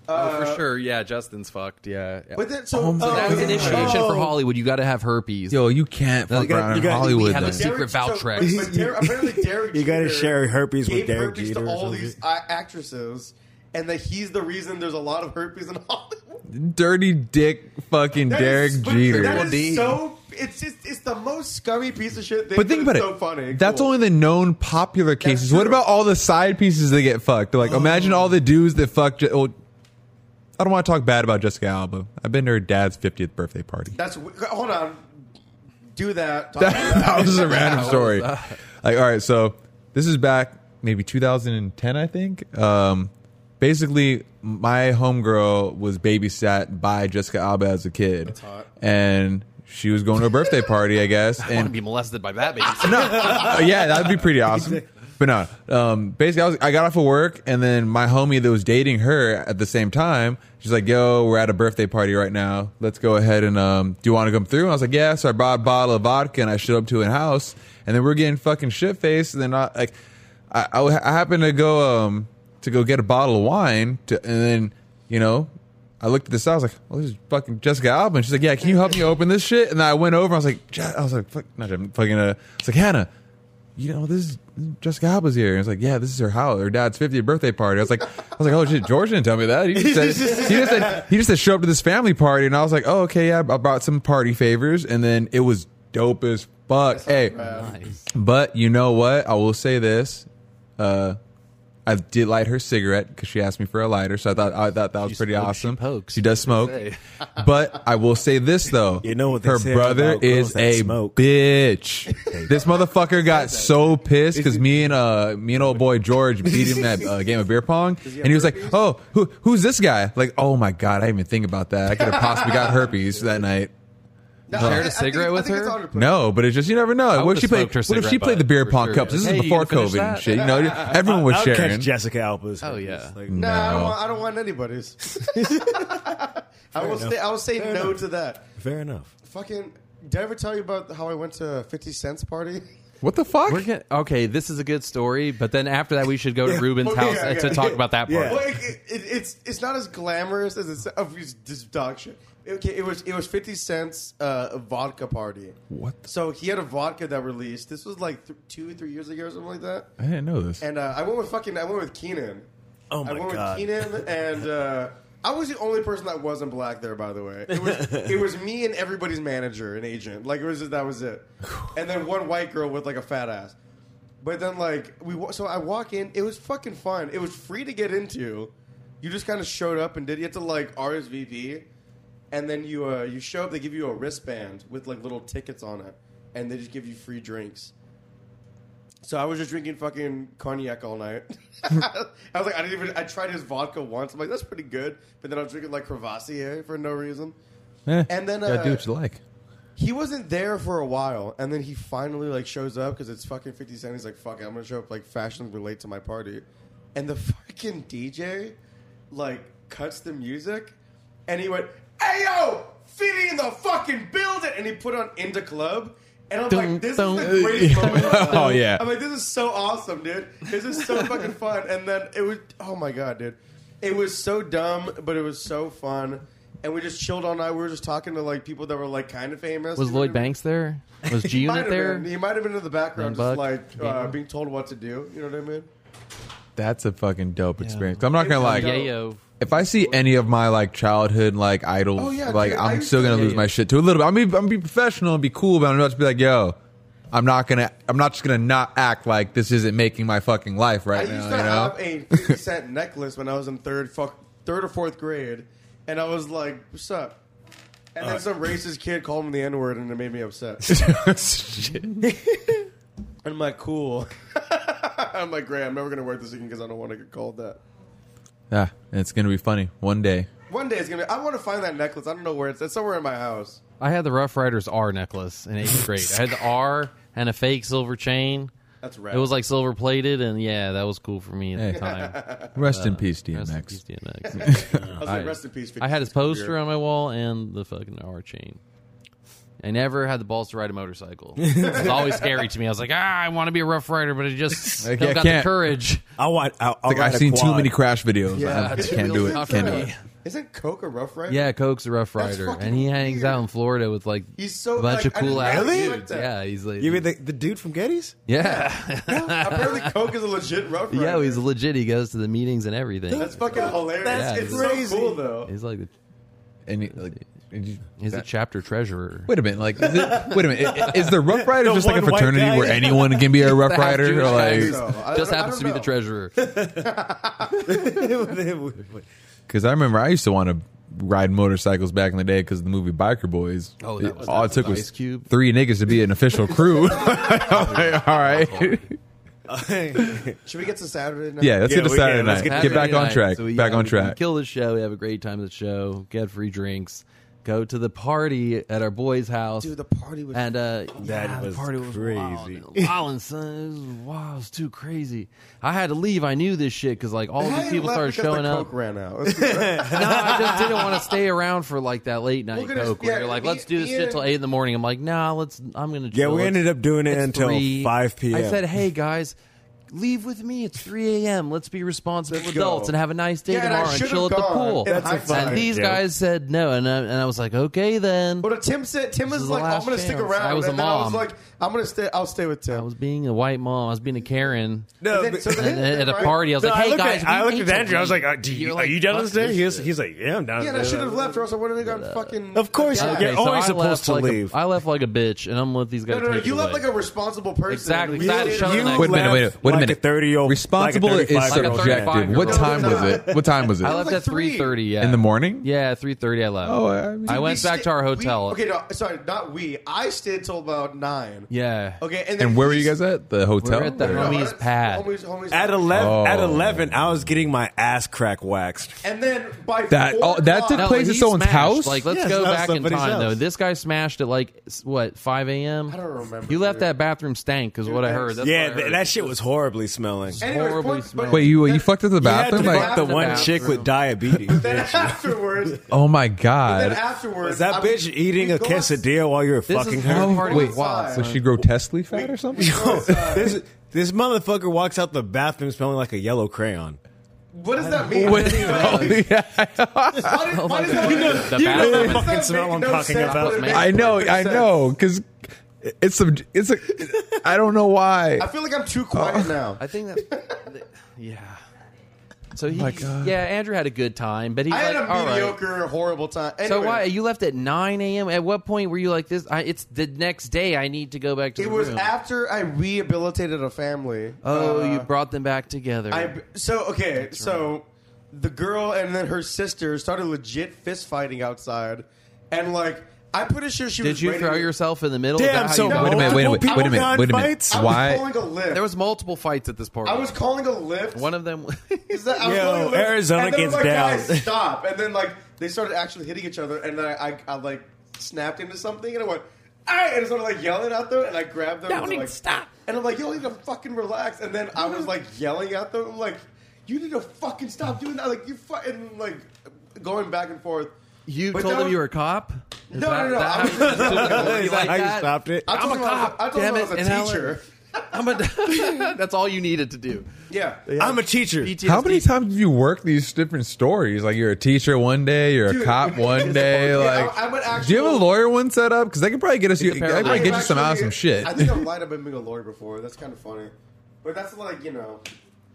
[SPEAKER 4] uh,
[SPEAKER 3] oh, for sure. Yeah, Justin's fucked. Yeah. yeah.
[SPEAKER 4] But then, so
[SPEAKER 1] Oh my
[SPEAKER 4] uh,
[SPEAKER 3] That's an initiation
[SPEAKER 2] Oh.
[SPEAKER 3] for Hollywood. You got to have herpes.
[SPEAKER 1] Yo, you can't fuck
[SPEAKER 2] you gotta-
[SPEAKER 1] around
[SPEAKER 2] you
[SPEAKER 1] in
[SPEAKER 2] gotta-
[SPEAKER 1] Hollywood.
[SPEAKER 3] have
[SPEAKER 1] then.
[SPEAKER 3] this- secret Valtrex.
[SPEAKER 4] But, but Derek, apparently Derek
[SPEAKER 2] You gotta
[SPEAKER 4] Jeter
[SPEAKER 2] share herpes with
[SPEAKER 4] gave
[SPEAKER 2] Derek
[SPEAKER 4] herpes
[SPEAKER 2] Jeter
[SPEAKER 4] to
[SPEAKER 2] or
[SPEAKER 4] all
[SPEAKER 2] something.
[SPEAKER 4] these uh, actresses, and that he's the reason there's a lot of herpes in Hollywood.
[SPEAKER 1] Dirty dick fucking
[SPEAKER 4] That
[SPEAKER 1] Derek
[SPEAKER 4] is- but
[SPEAKER 1] Jeter.
[SPEAKER 4] That is
[SPEAKER 3] Well, D.
[SPEAKER 4] so it's just it's the most scummy piece of shit. Thing,
[SPEAKER 1] But think about
[SPEAKER 4] it's
[SPEAKER 1] it.
[SPEAKER 4] So funny. and
[SPEAKER 1] That's
[SPEAKER 4] cool.
[SPEAKER 1] only the known popular cases. What
[SPEAKER 4] true. Oh.
[SPEAKER 1] about all the side pieces that get fucked? Like, imagine all the dudes that fuck. Je- well, I don't want to talk bad about Jessica Alba. I've been to her dad's 50th birthday party.
[SPEAKER 4] That's hold on. Do that. Talk about
[SPEAKER 1] that,
[SPEAKER 4] that.
[SPEAKER 1] was just a random story. Like, all right, so this is back maybe 2010, I think. Um, basically, my homegirl was babysat by Jessica Alba as a kid, That's
[SPEAKER 4] hot.
[SPEAKER 1] and she was going to a birthday party, I guess.
[SPEAKER 3] I want to
[SPEAKER 1] and
[SPEAKER 3] be molested by that baby.
[SPEAKER 1] uh, yeah, that'd be pretty awesome. But no, um, basically, I, was, I got off of work, and then my homie that was dating her at the same time, she's like, "Yo, we're at a birthday party right now. Let's go ahead and um, do you want to come through?" And I was like, "Yeah." So I brought a bottle of vodka, and I showed up to a house, and then we're getting fucking shit faced, and then I like, I, I, I happened to go um to go get a bottle of wine, to, and then you know. I looked at this. I was like, "Well, this is fucking Jessica Alba." And she's like, "Yeah, can you help me open this shit?" And then I went over. I was like, Je- "I was like, fuck, not Je- fucking." Uh, I was like, "Hannah, you know, this is Jessica Alba's here. And it's like, yeah, this is her house, her dad's 50th birthday party. I was like, I was like, oh shit, George didn't tell me that. He just said, he just said, he just said, show up to this family party. And I was like, oh, okay, yeah, I brought some party favors. And then it was dope as fuck. Hey,
[SPEAKER 5] Nice.
[SPEAKER 1] but you know what? I will say this. Uh, I did light her cigarette because she asked me for a lighter, so I thought I thought that was pretty
[SPEAKER 3] smokes, she
[SPEAKER 1] awesome.
[SPEAKER 3] pokes.
[SPEAKER 1] She does smoke, but I will say this though:
[SPEAKER 2] You know what they
[SPEAKER 1] her
[SPEAKER 2] say
[SPEAKER 1] brother
[SPEAKER 2] about girls
[SPEAKER 1] is
[SPEAKER 2] that
[SPEAKER 1] a
[SPEAKER 2] smoke.
[SPEAKER 1] bitch. this motherfucker got so pissed because me and uh me and old boy George beat him at a game of beer pong, and he was like, "Oh, who who's this guy?" Like, "Oh my god, I didn't even think about that. I could have possibly got herpes that night."
[SPEAKER 4] No,
[SPEAKER 3] Shared a
[SPEAKER 4] I- I think-
[SPEAKER 3] cigarette
[SPEAKER 4] I
[SPEAKER 3] with
[SPEAKER 4] think it's
[SPEAKER 3] her?
[SPEAKER 4] on to put-
[SPEAKER 1] No, but it's just you never know. What
[SPEAKER 5] would've
[SPEAKER 1] if she played?
[SPEAKER 5] smoked her
[SPEAKER 1] What if she
[SPEAKER 5] cigarette
[SPEAKER 1] played the
[SPEAKER 5] butt,
[SPEAKER 1] beer
[SPEAKER 3] for
[SPEAKER 1] pong
[SPEAKER 3] sure.
[SPEAKER 1] cups? This
[SPEAKER 3] Hey,
[SPEAKER 1] is
[SPEAKER 3] you
[SPEAKER 1] before
[SPEAKER 3] gonna finish
[SPEAKER 1] COVID and
[SPEAKER 3] that?
[SPEAKER 1] shit. You know, everyone was
[SPEAKER 2] I'll
[SPEAKER 1] sharing.
[SPEAKER 2] catch Jessica Alba's.
[SPEAKER 3] Oh,
[SPEAKER 2] herpes.
[SPEAKER 3] yeah.
[SPEAKER 2] Like,
[SPEAKER 4] No, I,
[SPEAKER 1] No.
[SPEAKER 4] don't want, I don't want anybody's. I will
[SPEAKER 2] enough.
[SPEAKER 4] say I will say
[SPEAKER 2] Fair
[SPEAKER 4] no
[SPEAKER 2] enough.
[SPEAKER 4] to that.
[SPEAKER 2] Fair enough.
[SPEAKER 4] Fucking. Did I ever tell you about how I went to Fifty Cent's party?
[SPEAKER 1] What the fuck?
[SPEAKER 3] We're gonna, okay, this is a good story, but then after that, we should go to Ruben's
[SPEAKER 4] Okay,
[SPEAKER 3] house
[SPEAKER 5] uh,
[SPEAKER 4] yeah,
[SPEAKER 3] to
[SPEAKER 4] yeah.
[SPEAKER 3] talk about that part.
[SPEAKER 2] Yeah.
[SPEAKER 4] Well, it, it, it's it's not as glamorous as it's of it's just dog shit. Okay, it was it was fifty cents uh, vodka party.
[SPEAKER 1] What the-
[SPEAKER 4] So he had a vodka that released. This was like th- two three years ago or something like that.
[SPEAKER 1] I didn't know this.
[SPEAKER 4] And uh, I went with fucking I went with Keenan.
[SPEAKER 2] Oh my
[SPEAKER 4] I went
[SPEAKER 2] God.
[SPEAKER 4] with Keenan and. Uh, I was the only person that wasn't black there, by the way. It was it was me and everybody's manager and agent. Like it was just, that was it, and then one white girl with like a fat ass. But then like we wa- so I walk in, it was fucking fun. It was free to get into. You just kind of showed up and did. You had to like RSVP, and then you uh, you show up. They give you a wristband with like little tickets on it, and they just give you free drinks. So I was just drinking fucking cognac all night. I was like, I didn't even. I tried his vodka once. I'm like, that's pretty good. But then I was drinking like Crevassier for no reason.
[SPEAKER 1] Eh,
[SPEAKER 4] and then,
[SPEAKER 1] gotta
[SPEAKER 4] uh,
[SPEAKER 1] do what you like.
[SPEAKER 4] He wasn't there for a while, and then he finally like shows up because it's fucking Fifty Cent. He's like, "Fuck it, I'm gonna show up like fashionably late to my party," and the fucking DJ like cuts the music, and he went, "Ayo, Fifty in the fucking building," and he put on Into Club. And I'm
[SPEAKER 5] Dun,
[SPEAKER 4] like, this
[SPEAKER 5] dun.
[SPEAKER 4] is the greatest moment. of my life.
[SPEAKER 1] Oh, yeah.
[SPEAKER 4] I'm like, this is so awesome, dude. This is so fucking fun. And then it was, oh my god, dude, it was so dumb, but it was so fun. And we just chilled all night. We were just talking to like people that were like kind of famous.
[SPEAKER 5] Was
[SPEAKER 4] You know
[SPEAKER 5] Lloyd
[SPEAKER 4] what I mean?
[SPEAKER 5] Banks there? Was G
[SPEAKER 4] Might
[SPEAKER 5] Unit
[SPEAKER 4] have
[SPEAKER 5] there?
[SPEAKER 4] been. He might have been in the background,
[SPEAKER 5] Young
[SPEAKER 4] just
[SPEAKER 5] Buck,
[SPEAKER 4] like uh, being told what to do. You know what I mean?
[SPEAKER 1] That's a fucking dope experience. I'm not gonna
[SPEAKER 4] It's
[SPEAKER 1] lie.
[SPEAKER 4] dope.
[SPEAKER 3] Yeah, yo.
[SPEAKER 1] If I see any of my like childhood like idols,
[SPEAKER 4] Oh, yeah,
[SPEAKER 1] like
[SPEAKER 4] dude, I
[SPEAKER 1] I'm
[SPEAKER 4] used
[SPEAKER 1] still
[SPEAKER 4] to-
[SPEAKER 1] gonna
[SPEAKER 4] yeah,
[SPEAKER 1] lose
[SPEAKER 4] yeah.
[SPEAKER 1] my shit to a little bit. I'm gonna, be- I'm gonna be professional and be cool, but I'm about to be like, yo, I'm not gonna, I'm not just gonna not act like this isn't making my fucking life
[SPEAKER 4] I
[SPEAKER 1] right now.
[SPEAKER 4] used to
[SPEAKER 1] You know?
[SPEAKER 4] have a 50 cent necklace when I was in third, fuck, third or fourth grade, and I was like, "What's up?" And
[SPEAKER 1] Uh.
[SPEAKER 4] then some racist kid called me the N word, and it made me upset.
[SPEAKER 1] Shit.
[SPEAKER 4] And I'm like, cool. I'm like, great. I'm never gonna wear this again because I don't want to get called that.
[SPEAKER 1] Yeah, and it's gonna be funny one day.
[SPEAKER 4] One day it's gonna. be... I want to find that necklace. I don't know where it's. It's somewhere in my house.
[SPEAKER 5] I had the Rough Riders R necklace in eighth grade. I had the R and a fake silver chain.
[SPEAKER 4] That's rad.
[SPEAKER 5] It was like silver plated, and yeah, that was cool for me at the time.
[SPEAKER 1] Rest in peace,
[SPEAKER 5] Uh, Rest in
[SPEAKER 1] DMX.
[SPEAKER 5] peace, DMX.
[SPEAKER 4] I was like, rest in peace. 50
[SPEAKER 5] I had his
[SPEAKER 4] Cent's
[SPEAKER 5] poster
[SPEAKER 4] career.
[SPEAKER 5] on my wall and the fucking R chain. I never had the balls to ride a motorcycle. it's always scary to me. I was like, ah, I want to be a Rough Rider, but I just
[SPEAKER 1] Like,
[SPEAKER 5] don't
[SPEAKER 1] I
[SPEAKER 5] got
[SPEAKER 1] can't.
[SPEAKER 5] the courage.
[SPEAKER 2] I want. I, I'll
[SPEAKER 1] Like
[SPEAKER 2] ride
[SPEAKER 1] I've
[SPEAKER 2] a
[SPEAKER 1] seen too
[SPEAKER 2] quad.
[SPEAKER 1] many crash videos. I
[SPEAKER 3] it's
[SPEAKER 1] just can't do it.
[SPEAKER 3] really
[SPEAKER 1] Can't do
[SPEAKER 4] Uh,
[SPEAKER 1] it.
[SPEAKER 4] Isn't Coke a rough rider?
[SPEAKER 5] Yeah, Coke's a Rough
[SPEAKER 4] That's
[SPEAKER 5] Rider,
[SPEAKER 4] fucking
[SPEAKER 5] and he hangs
[SPEAKER 4] weird.
[SPEAKER 5] out in Florida with like
[SPEAKER 4] He's so,
[SPEAKER 5] a bunch
[SPEAKER 4] like,
[SPEAKER 5] of cool
[SPEAKER 4] I
[SPEAKER 5] ass
[SPEAKER 4] didn't really?
[SPEAKER 5] dudes. Yeah, he's like,
[SPEAKER 2] You mean the, the dude from Getty's?
[SPEAKER 5] yeah,
[SPEAKER 4] Apparently, Coke is a legit rough rider.
[SPEAKER 5] yeah, he's legit. He goes to the meetings and everything.
[SPEAKER 4] That's fucking hilarious.
[SPEAKER 5] That's
[SPEAKER 4] it's
[SPEAKER 2] crazy.
[SPEAKER 4] so cool though.
[SPEAKER 5] He's like, the,
[SPEAKER 1] And he, like,
[SPEAKER 5] He's a chapter treasurer.
[SPEAKER 1] Wait a minute, like, is it, wait a minute, i- i- is the Rough Rider
[SPEAKER 2] The
[SPEAKER 1] just like a
[SPEAKER 2] one white
[SPEAKER 1] fraternity
[SPEAKER 2] guy?
[SPEAKER 1] where anyone can be a Rough Rider? Or
[SPEAKER 4] guys.
[SPEAKER 1] like,
[SPEAKER 4] So, I
[SPEAKER 3] just
[SPEAKER 4] don't- I
[SPEAKER 3] happens
[SPEAKER 4] don't
[SPEAKER 3] to be the
[SPEAKER 4] know.
[SPEAKER 3] treasurer.
[SPEAKER 1] because I remember I used to want to ride motorcycles back in the day because the movie Biker Boys.
[SPEAKER 3] Oh, that was-
[SPEAKER 1] all
[SPEAKER 3] that
[SPEAKER 1] it took
[SPEAKER 3] was
[SPEAKER 1] was
[SPEAKER 3] Ice Cube.
[SPEAKER 1] three niggas to be an official crew. Like, all right,
[SPEAKER 4] Should we get to Saturday night?
[SPEAKER 1] yeah, let's
[SPEAKER 2] Yeah,
[SPEAKER 1] get to
[SPEAKER 2] we-
[SPEAKER 1] Saturday
[SPEAKER 2] yeah, let's
[SPEAKER 1] night.
[SPEAKER 2] get
[SPEAKER 1] Get,
[SPEAKER 3] Saturday
[SPEAKER 1] back on
[SPEAKER 3] night.
[SPEAKER 1] track.
[SPEAKER 3] So we-
[SPEAKER 1] back
[SPEAKER 3] yeah,
[SPEAKER 1] on
[SPEAKER 3] we can
[SPEAKER 1] track.
[SPEAKER 3] Kill the show. We have a great time at the show. Get free drinks. Go to the party at our boy's house.
[SPEAKER 4] Dude, the party was.
[SPEAKER 3] and uh, yeah,
[SPEAKER 2] was
[SPEAKER 3] the party was wild.
[SPEAKER 2] crazy.
[SPEAKER 3] It was Wild and son, it was wild. It was too crazy. I had to leave. I knew this shit because like all
[SPEAKER 4] I
[SPEAKER 3] these
[SPEAKER 4] had
[SPEAKER 3] people started
[SPEAKER 4] left because
[SPEAKER 3] showing
[SPEAKER 4] the
[SPEAKER 3] up.
[SPEAKER 4] Coke ran out. Let's-
[SPEAKER 3] no, I just didn't want to stay around for like that late night
[SPEAKER 4] We're gonna-
[SPEAKER 3] coke. Where
[SPEAKER 4] yeah,
[SPEAKER 3] you're like,
[SPEAKER 4] me-
[SPEAKER 3] let's do this
[SPEAKER 4] me
[SPEAKER 3] shit
[SPEAKER 4] and-
[SPEAKER 3] till eight in the morning. I'm like, nah, let's. I'm gonna.
[SPEAKER 2] Yeah,
[SPEAKER 3] chill.
[SPEAKER 2] we
[SPEAKER 3] It's-
[SPEAKER 2] ended up doing it
[SPEAKER 3] it's
[SPEAKER 2] until
[SPEAKER 3] three.
[SPEAKER 2] 5 p.m.
[SPEAKER 3] I said, hey guys. Leave with me. It's 3 a.m. Let's be responsible
[SPEAKER 4] Let's go.
[SPEAKER 3] adults and have a nice day
[SPEAKER 4] Yeah, and I
[SPEAKER 3] tomorrow and,
[SPEAKER 4] should've
[SPEAKER 3] chill at the
[SPEAKER 4] gone.
[SPEAKER 3] pool.
[SPEAKER 4] That's a
[SPEAKER 3] and
[SPEAKER 4] fine
[SPEAKER 3] these
[SPEAKER 2] joke.
[SPEAKER 3] guys said no, and I, and I was like, okay then.
[SPEAKER 4] But Tim said Tim
[SPEAKER 3] This
[SPEAKER 4] was
[SPEAKER 3] is the
[SPEAKER 4] like, "Oh, I'm
[SPEAKER 3] last
[SPEAKER 4] gonna stick
[SPEAKER 3] chance.
[SPEAKER 4] around.
[SPEAKER 3] I was a
[SPEAKER 4] and then I was
[SPEAKER 3] mom.
[SPEAKER 4] like, I'm gonna stay. I'll stay with Tim.
[SPEAKER 3] I was being a white mom. I was being a Karen.
[SPEAKER 2] No,
[SPEAKER 4] And then- so
[SPEAKER 2] but-
[SPEAKER 4] then-
[SPEAKER 3] And at a
[SPEAKER 4] right?
[SPEAKER 3] party, I was
[SPEAKER 2] No,
[SPEAKER 3] like,
[SPEAKER 2] I
[SPEAKER 3] "Hey
[SPEAKER 2] looked
[SPEAKER 3] guys,
[SPEAKER 2] at, I
[SPEAKER 3] we
[SPEAKER 2] looked
[SPEAKER 3] ate
[SPEAKER 2] at Andrew. I was
[SPEAKER 3] today."
[SPEAKER 2] like, uh, do you,
[SPEAKER 3] You're
[SPEAKER 2] "Are you down
[SPEAKER 3] "Fuck
[SPEAKER 2] this day?"
[SPEAKER 3] this
[SPEAKER 2] He was,
[SPEAKER 3] shit.
[SPEAKER 2] he's like, "Yeah, I'm down."
[SPEAKER 4] Yeah, and I should have left, or else I wouldn't have gotten fucking.
[SPEAKER 2] Of course,
[SPEAKER 4] Yeah.
[SPEAKER 2] you're
[SPEAKER 3] so
[SPEAKER 2] always
[SPEAKER 3] I
[SPEAKER 2] supposed
[SPEAKER 3] left
[SPEAKER 2] to
[SPEAKER 3] like a-
[SPEAKER 2] leave.
[SPEAKER 3] I left like a bitch, and I'm with these guys.
[SPEAKER 4] No, no, no,
[SPEAKER 3] take
[SPEAKER 4] you
[SPEAKER 3] it
[SPEAKER 4] look
[SPEAKER 3] away.
[SPEAKER 4] like a responsible person.
[SPEAKER 3] Exactly,
[SPEAKER 4] We
[SPEAKER 3] exactly.
[SPEAKER 4] did-
[SPEAKER 3] Shut
[SPEAKER 4] you-
[SPEAKER 3] up.
[SPEAKER 1] Wait a minute, wait a minute, wait a
[SPEAKER 2] like a
[SPEAKER 1] minute.
[SPEAKER 2] 30-year-old
[SPEAKER 1] Responsible
[SPEAKER 2] like a
[SPEAKER 1] is
[SPEAKER 2] 35-year-old man.
[SPEAKER 1] subjective. What
[SPEAKER 3] No,
[SPEAKER 1] time
[SPEAKER 4] no,
[SPEAKER 1] was
[SPEAKER 4] no.
[SPEAKER 1] it? What time was it?
[SPEAKER 3] I left
[SPEAKER 4] like
[SPEAKER 3] at three thirty. Yeah,
[SPEAKER 1] In the morning?
[SPEAKER 3] Yeah, three thirty. I left.
[SPEAKER 1] Oh, I mean-
[SPEAKER 3] I went
[SPEAKER 4] we
[SPEAKER 3] back
[SPEAKER 4] stayed-
[SPEAKER 3] to our
[SPEAKER 4] we-
[SPEAKER 3] hotel.
[SPEAKER 4] okay, no, sorry, not we. I stayed till about nine.
[SPEAKER 3] Yeah.
[SPEAKER 4] Okay, and, then
[SPEAKER 1] And where were
[SPEAKER 4] he-
[SPEAKER 1] you guys at? The hotel?
[SPEAKER 3] We're at the
[SPEAKER 4] No, no, no,
[SPEAKER 3] homies pad.
[SPEAKER 4] Homies, homies,
[SPEAKER 2] At eleven,
[SPEAKER 1] Oh.
[SPEAKER 2] at eleven, I was getting my ass crack waxed.
[SPEAKER 4] And then by
[SPEAKER 1] That-
[SPEAKER 4] four
[SPEAKER 1] oh, that took
[SPEAKER 4] o'clock-
[SPEAKER 1] place
[SPEAKER 3] he
[SPEAKER 1] at someone's
[SPEAKER 3] smashed.
[SPEAKER 1] house?
[SPEAKER 3] Like, let's
[SPEAKER 2] Yes,
[SPEAKER 3] go
[SPEAKER 2] that was
[SPEAKER 3] back in time
[SPEAKER 2] somebody's house.
[SPEAKER 3] though. This guy smashed at like s- what five a.m.
[SPEAKER 4] I don't remember,
[SPEAKER 3] You left
[SPEAKER 4] dude.
[SPEAKER 3] that bathroom stank, is what I
[SPEAKER 4] that's-
[SPEAKER 3] heard. That's
[SPEAKER 2] yeah,
[SPEAKER 3] what I
[SPEAKER 2] th-
[SPEAKER 3] heard.
[SPEAKER 2] that shit was horribly smelling.
[SPEAKER 4] Anyways,
[SPEAKER 3] horribly
[SPEAKER 4] point- but-
[SPEAKER 3] smelled.
[SPEAKER 1] Wait, you you fucked up the
[SPEAKER 2] You had to
[SPEAKER 1] bathroom?
[SPEAKER 2] fuck
[SPEAKER 1] Like,
[SPEAKER 2] the
[SPEAKER 4] the
[SPEAKER 2] one
[SPEAKER 4] bathroom.
[SPEAKER 2] chick with diabetes.
[SPEAKER 4] Then afterwards,
[SPEAKER 1] oh my
[SPEAKER 4] then
[SPEAKER 1] god,
[SPEAKER 4] afterwards,
[SPEAKER 2] Was that
[SPEAKER 4] I'm-
[SPEAKER 2] bitch eating
[SPEAKER 4] we
[SPEAKER 2] a
[SPEAKER 4] go outs-
[SPEAKER 2] quesadilla while you were
[SPEAKER 3] This
[SPEAKER 2] fucking
[SPEAKER 3] is
[SPEAKER 2] her?
[SPEAKER 3] how party
[SPEAKER 1] wait,
[SPEAKER 3] was wild.
[SPEAKER 1] was she grotesquely fat or something?
[SPEAKER 2] this this motherfucker walks out the bathroom smelling like a yellow crayon.
[SPEAKER 4] What does that mean?
[SPEAKER 1] Wait,
[SPEAKER 4] Why did-
[SPEAKER 3] Oh
[SPEAKER 4] why does that-
[SPEAKER 3] The
[SPEAKER 4] You know,
[SPEAKER 3] bathroom
[SPEAKER 4] it
[SPEAKER 2] fucking
[SPEAKER 4] doesn't
[SPEAKER 2] smell
[SPEAKER 4] make
[SPEAKER 2] I'm
[SPEAKER 4] no
[SPEAKER 2] talking
[SPEAKER 4] sense,
[SPEAKER 2] about.
[SPEAKER 4] but it makes
[SPEAKER 1] I know, I
[SPEAKER 4] perfect
[SPEAKER 1] know, because it's some, it's a, I don't know why.
[SPEAKER 4] sense. I feel like I'm too quiet now.
[SPEAKER 3] I think that. yeah.
[SPEAKER 1] Oh
[SPEAKER 3] So he, yeah, Andrew had a good time, but he's
[SPEAKER 4] I had
[SPEAKER 3] like, all
[SPEAKER 4] a
[SPEAKER 3] right.
[SPEAKER 4] mediocre, horrible time.
[SPEAKER 3] So
[SPEAKER 4] Anyway,
[SPEAKER 3] why you left at nine a.m. At what point were you like this? I, it's the next day. I need to go back to
[SPEAKER 4] It
[SPEAKER 3] the
[SPEAKER 4] was
[SPEAKER 3] room.
[SPEAKER 4] after I rehabilitated a family.
[SPEAKER 3] oh,
[SPEAKER 4] Uh,
[SPEAKER 3] you brought them back together.
[SPEAKER 4] I so okay. so the girl and then her sister started legit fist fighting outside, and like I'm pretty sure she
[SPEAKER 3] Did
[SPEAKER 4] was.
[SPEAKER 3] you
[SPEAKER 4] ready
[SPEAKER 3] throw
[SPEAKER 4] to-
[SPEAKER 3] yourself in the middle? Is that
[SPEAKER 2] Damn.
[SPEAKER 3] how
[SPEAKER 2] So
[SPEAKER 3] you got
[SPEAKER 1] Wait a minute, wait a minute,
[SPEAKER 2] multiple
[SPEAKER 1] wait a minute, wait a
[SPEAKER 2] people got
[SPEAKER 1] minute.
[SPEAKER 2] fights?
[SPEAKER 4] I
[SPEAKER 1] Why-
[SPEAKER 4] was calling a lift.
[SPEAKER 3] There was multiple fights at this party.
[SPEAKER 4] I was calling a lift.
[SPEAKER 3] one of them.
[SPEAKER 4] Is that, I was
[SPEAKER 2] Yo,
[SPEAKER 4] calling a lift,
[SPEAKER 2] Arizona
[SPEAKER 4] and then
[SPEAKER 2] gets
[SPEAKER 4] I was
[SPEAKER 2] down.
[SPEAKER 4] Like, Guys, stop! And then like they started actually hitting each other, and then I, I, I like snapped into something, and I went. "Ay!" And I started like yelling at them, and I grabbed them. and
[SPEAKER 3] Downing,
[SPEAKER 4] they're like,
[SPEAKER 3] stop.
[SPEAKER 4] And I'm like, "Yo, you need to fucking relax." And then I was like yelling at them, I'm like, "You need to fucking stop doing that!" Like you fucking like going back and forth.
[SPEAKER 3] you
[SPEAKER 4] But
[SPEAKER 3] told
[SPEAKER 4] that
[SPEAKER 3] them
[SPEAKER 4] was-
[SPEAKER 3] you were a cop. Is
[SPEAKER 4] No,
[SPEAKER 3] that-
[SPEAKER 4] no, no,
[SPEAKER 3] that
[SPEAKER 4] I
[SPEAKER 3] how
[SPEAKER 4] was-
[SPEAKER 3] you just took it
[SPEAKER 2] Is
[SPEAKER 3] over? You
[SPEAKER 2] that
[SPEAKER 3] like
[SPEAKER 2] how you
[SPEAKER 3] that?
[SPEAKER 2] stopped it?
[SPEAKER 4] I told
[SPEAKER 3] I'm a
[SPEAKER 4] them I was-
[SPEAKER 3] cop.
[SPEAKER 4] I told
[SPEAKER 3] Damn
[SPEAKER 4] them I was
[SPEAKER 3] it,
[SPEAKER 4] a
[SPEAKER 3] and I'll-
[SPEAKER 4] teacher.
[SPEAKER 3] I'm a- that's all you needed to do.
[SPEAKER 4] Yeah.
[SPEAKER 2] I'm a teacher.
[SPEAKER 3] PTSD.
[SPEAKER 1] How many times have you worked these different stories? Like you're a teacher one day, you're a
[SPEAKER 4] Dude,
[SPEAKER 1] cop one day.
[SPEAKER 4] yeah,
[SPEAKER 1] Like,
[SPEAKER 4] I- I'm an
[SPEAKER 1] do you have a
[SPEAKER 4] actual-
[SPEAKER 1] lawyer one set up? Because they could probably get us, you, I
[SPEAKER 3] a
[SPEAKER 1] could probably
[SPEAKER 3] paralegal.
[SPEAKER 1] get you some
[SPEAKER 4] Actually,
[SPEAKER 1] awesome shit.
[SPEAKER 4] I think I've lied about being a lawyer before. That's kind of funny. But that's like, you know,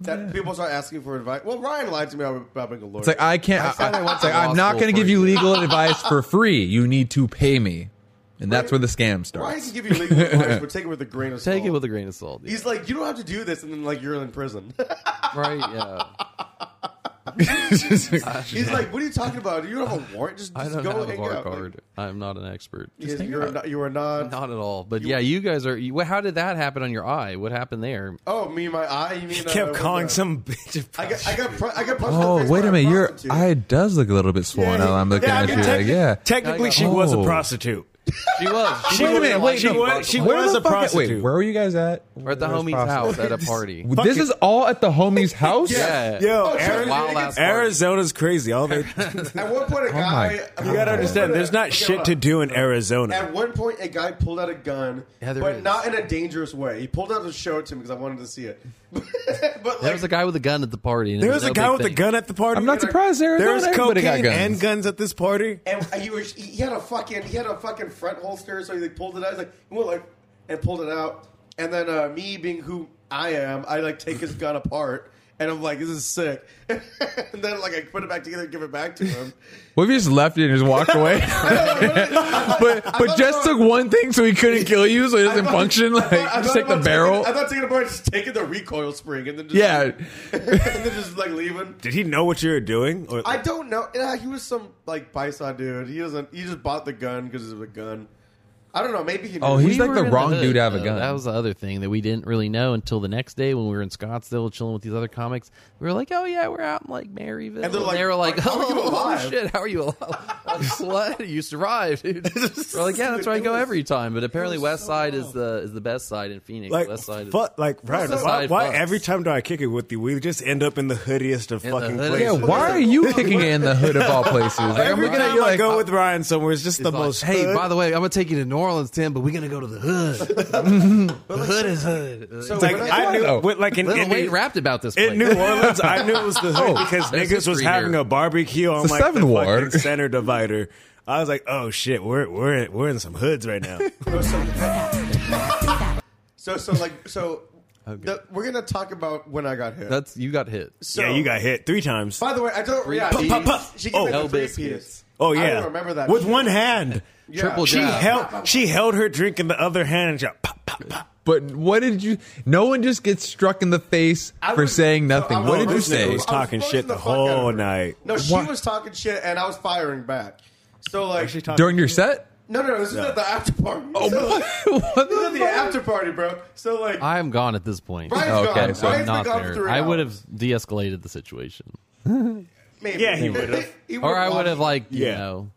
[SPEAKER 4] that people start asking for advice. Well, Ryan lied to me about being a lawyer.
[SPEAKER 1] It's like I can't. I,
[SPEAKER 3] I went
[SPEAKER 1] it's
[SPEAKER 3] to
[SPEAKER 1] like,
[SPEAKER 3] law
[SPEAKER 1] I'm not
[SPEAKER 3] school
[SPEAKER 1] going to
[SPEAKER 3] for
[SPEAKER 1] give
[SPEAKER 3] a
[SPEAKER 1] you legal advice for free. You need to pay me, and that's where the scam
[SPEAKER 4] Ryan can
[SPEAKER 1] starts.
[SPEAKER 4] give you legal advice, but take it with a grain of salt.
[SPEAKER 3] Take it with a grain of salt. yeah.
[SPEAKER 4] He's like, you don't have to do this, and then like you're in prison.
[SPEAKER 3] right? Yeah.
[SPEAKER 4] He's like, what are you talking about? You don't have a warrant. Just,
[SPEAKER 3] I
[SPEAKER 4] just
[SPEAKER 3] don't
[SPEAKER 4] go
[SPEAKER 3] have a
[SPEAKER 4] hang
[SPEAKER 3] bar
[SPEAKER 4] out. Like,
[SPEAKER 3] card. I'm not an expert.
[SPEAKER 4] yes, you're not, you are not.
[SPEAKER 3] Not at all. But yeah, you guys are. You, how did that happen on your eye? What happened there?
[SPEAKER 4] Oh, me and my eye. You mean
[SPEAKER 2] He kept
[SPEAKER 4] uh,
[SPEAKER 2] calling
[SPEAKER 4] what the-
[SPEAKER 2] some bitch. a
[SPEAKER 4] I got, I got, pr- I got punched. in the
[SPEAKER 1] Oh
[SPEAKER 4] face
[SPEAKER 1] wait
[SPEAKER 4] by
[SPEAKER 1] a minute, your
[SPEAKER 4] prostitute.
[SPEAKER 1] eye does look a little bit swollen.
[SPEAKER 4] Yeah,
[SPEAKER 1] I'm looking
[SPEAKER 4] yeah,
[SPEAKER 1] at
[SPEAKER 4] I
[SPEAKER 1] you.
[SPEAKER 4] mean,
[SPEAKER 1] Like, yeah.
[SPEAKER 2] Technically, she was a
[SPEAKER 1] Oh.
[SPEAKER 2] prostitute.
[SPEAKER 3] She was. She
[SPEAKER 2] She
[SPEAKER 3] was
[SPEAKER 2] would've been-
[SPEAKER 3] in
[SPEAKER 2] wait,
[SPEAKER 3] line.
[SPEAKER 2] no, what? She
[SPEAKER 1] Where
[SPEAKER 2] was
[SPEAKER 1] the
[SPEAKER 2] a
[SPEAKER 1] fuck-
[SPEAKER 2] prostitute.
[SPEAKER 1] Wait, where were you guys at?
[SPEAKER 3] We're at the
[SPEAKER 1] Where's
[SPEAKER 3] homie's
[SPEAKER 1] prostitute?
[SPEAKER 3] house at a party.
[SPEAKER 1] This
[SPEAKER 2] Fuck
[SPEAKER 1] is all at the homie's house.
[SPEAKER 3] Yeah.
[SPEAKER 2] Yo,
[SPEAKER 4] Oh,
[SPEAKER 2] Ari-
[SPEAKER 4] sorry,
[SPEAKER 3] Wow,
[SPEAKER 4] dude,
[SPEAKER 3] that's-
[SPEAKER 2] Arizona's crazy. All they
[SPEAKER 4] At one point,
[SPEAKER 1] my
[SPEAKER 4] a guy.
[SPEAKER 1] God.
[SPEAKER 2] you gotta understand, there's not
[SPEAKER 4] Okay,
[SPEAKER 2] shit
[SPEAKER 4] hold
[SPEAKER 2] to
[SPEAKER 4] on.
[SPEAKER 2] do in Arizona.
[SPEAKER 4] At one point, a guy pulled out a gun,
[SPEAKER 3] Yeah, there
[SPEAKER 4] but
[SPEAKER 3] is.
[SPEAKER 4] not in a dangerous way. He pulled out to show it to me because I wanted to see it. but like,
[SPEAKER 3] There was a guy with a gun at the party. And
[SPEAKER 2] There
[SPEAKER 3] it
[SPEAKER 2] was a
[SPEAKER 3] no
[SPEAKER 2] guy
[SPEAKER 3] big
[SPEAKER 2] with a
[SPEAKER 3] thing.
[SPEAKER 2] gun at the party.
[SPEAKER 1] I'm not surprised. Arizona,
[SPEAKER 2] There was
[SPEAKER 1] everybody
[SPEAKER 2] cocaine
[SPEAKER 1] got guns.
[SPEAKER 2] and guns at this party.
[SPEAKER 4] and he was he had a fucking he had a fucking front holster, so he like pulled it out. He's like, he went like and pulled it out, and then uh, me being who I am, I like take his gun apart. and I'm like, this is sick. and then like I put it back together, and give it back to him.
[SPEAKER 1] What if you just left it and just walked away? but but
[SPEAKER 4] thought
[SPEAKER 1] just
[SPEAKER 4] that
[SPEAKER 1] took one thing so he couldn't kill you, so it doesn't function. Like
[SPEAKER 4] I
[SPEAKER 1] just
[SPEAKER 4] thought
[SPEAKER 1] take the
[SPEAKER 4] about
[SPEAKER 1] barrel.
[SPEAKER 4] Taking, I thought taking apart, just taking the recoil spring, and then just
[SPEAKER 1] Yeah.
[SPEAKER 4] and then just like leaving.
[SPEAKER 2] Did he know what you were doing? Or,
[SPEAKER 4] I don't know. Yeah, he was some like bison dude. He doesn't. He just bought the gun because it was a gun. I don't know. Maybe he.
[SPEAKER 1] Oh,
[SPEAKER 4] knew.
[SPEAKER 1] he's like
[SPEAKER 5] were
[SPEAKER 1] the
[SPEAKER 5] in
[SPEAKER 1] wrong
[SPEAKER 5] hood,
[SPEAKER 1] dude to have a
[SPEAKER 5] though.
[SPEAKER 1] gun.
[SPEAKER 5] That was the other thing that we didn't really know until the next day when we were in Scottsdale chilling with these other comics. We were like, "Oh yeah, we're out in like Maryville,"
[SPEAKER 4] And they're like,
[SPEAKER 5] they were like,
[SPEAKER 4] "How are you
[SPEAKER 5] "Oh
[SPEAKER 4] alive?"
[SPEAKER 5] shit, how are you alive? like, what? You survived, dude." We're like, "Yeah, that's where I go every time." But apparently, West Side is the is the best side in Phoenix.
[SPEAKER 2] like,
[SPEAKER 5] West Side, is,
[SPEAKER 2] fuck, like, Ryan,
[SPEAKER 5] West
[SPEAKER 2] why,
[SPEAKER 5] Side
[SPEAKER 2] why
[SPEAKER 5] fucks.
[SPEAKER 2] every time do I kick it with you? We just end up in the hoodiest of
[SPEAKER 5] In the
[SPEAKER 2] fucking
[SPEAKER 5] hood-
[SPEAKER 2] places.
[SPEAKER 1] yeah, why are you kicking it in the hood of all places? Like, I'm
[SPEAKER 2] Every
[SPEAKER 1] looking at
[SPEAKER 2] time
[SPEAKER 1] you
[SPEAKER 2] I
[SPEAKER 1] like,
[SPEAKER 2] go with Ryan somewhere, it's just the
[SPEAKER 5] like,
[SPEAKER 2] most.
[SPEAKER 3] Hey,
[SPEAKER 2] hood-
[SPEAKER 3] by the way, I'm gonna take you to New Orleans, Tim, but we're gonna go to the hood. the hood is hood.
[SPEAKER 4] So
[SPEAKER 2] like
[SPEAKER 4] when
[SPEAKER 2] I knew,
[SPEAKER 1] though.
[SPEAKER 2] with, like in,
[SPEAKER 5] Oh. Little
[SPEAKER 2] in,
[SPEAKER 5] Wayne rapped about this.
[SPEAKER 2] in
[SPEAKER 5] Place.
[SPEAKER 2] New Orleans, I knew it was the hood because
[SPEAKER 5] there's
[SPEAKER 2] niggas was
[SPEAKER 5] history
[SPEAKER 2] having
[SPEAKER 5] here.
[SPEAKER 2] a barbecue on
[SPEAKER 1] It's the
[SPEAKER 2] like the
[SPEAKER 1] Seventh Ward.
[SPEAKER 2] fucking center divider. I was like, oh shit, we're we're in, we're in some hoods right now.
[SPEAKER 4] so so like so. the- we're gonna talk about when I got hit.
[SPEAKER 3] That's you got hit.
[SPEAKER 4] so,
[SPEAKER 2] yeah, you got hit three times.
[SPEAKER 4] By the way, I don't. Yeah,
[SPEAKER 2] Puff,
[SPEAKER 4] she-
[SPEAKER 2] puff, puff.
[SPEAKER 4] She gave
[SPEAKER 2] Oh.
[SPEAKER 4] me the
[SPEAKER 2] Hell
[SPEAKER 4] three
[SPEAKER 3] biscuits.
[SPEAKER 4] piece.
[SPEAKER 2] Oh yeah,
[SPEAKER 4] I don't remember that.
[SPEAKER 2] with
[SPEAKER 4] shit.
[SPEAKER 2] one hand.
[SPEAKER 4] Yeah.
[SPEAKER 3] Triple
[SPEAKER 2] She
[SPEAKER 3] jab.
[SPEAKER 2] held she held her drink in the other hand and shot. Pop, pop, pop.
[SPEAKER 1] but what did you? No one just gets struck in the face
[SPEAKER 4] I
[SPEAKER 1] for
[SPEAKER 4] was-
[SPEAKER 1] saying
[SPEAKER 4] no,
[SPEAKER 1] nothing.
[SPEAKER 4] I
[SPEAKER 1] what did you
[SPEAKER 4] was-
[SPEAKER 2] This nigga
[SPEAKER 1] say?
[SPEAKER 2] was talking
[SPEAKER 4] I was
[SPEAKER 2] shit the
[SPEAKER 4] fuck out of
[SPEAKER 2] whole
[SPEAKER 4] her.
[SPEAKER 2] night.
[SPEAKER 4] No, she
[SPEAKER 1] What?
[SPEAKER 4] was talking shit, and I was firing back. So like,
[SPEAKER 1] During your set?
[SPEAKER 4] no, no, no, this is at the after party. Oh, so,
[SPEAKER 1] What? What
[SPEAKER 4] This is
[SPEAKER 1] the
[SPEAKER 4] the
[SPEAKER 1] fuck?
[SPEAKER 4] after party, bro. So like,
[SPEAKER 5] I am gone at this point.
[SPEAKER 4] Brian's
[SPEAKER 1] Okay,
[SPEAKER 4] gone.
[SPEAKER 1] so
[SPEAKER 4] Brian's
[SPEAKER 5] I'm
[SPEAKER 4] been
[SPEAKER 5] not
[SPEAKER 4] gone for
[SPEAKER 5] there.
[SPEAKER 4] three
[SPEAKER 5] I
[SPEAKER 4] hours.
[SPEAKER 5] would have de-escalated the situation,
[SPEAKER 4] Maybe.
[SPEAKER 2] Yeah, he would've.
[SPEAKER 4] He would've
[SPEAKER 5] or I would
[SPEAKER 4] watched-
[SPEAKER 5] have like you
[SPEAKER 2] Yeah.
[SPEAKER 5] know,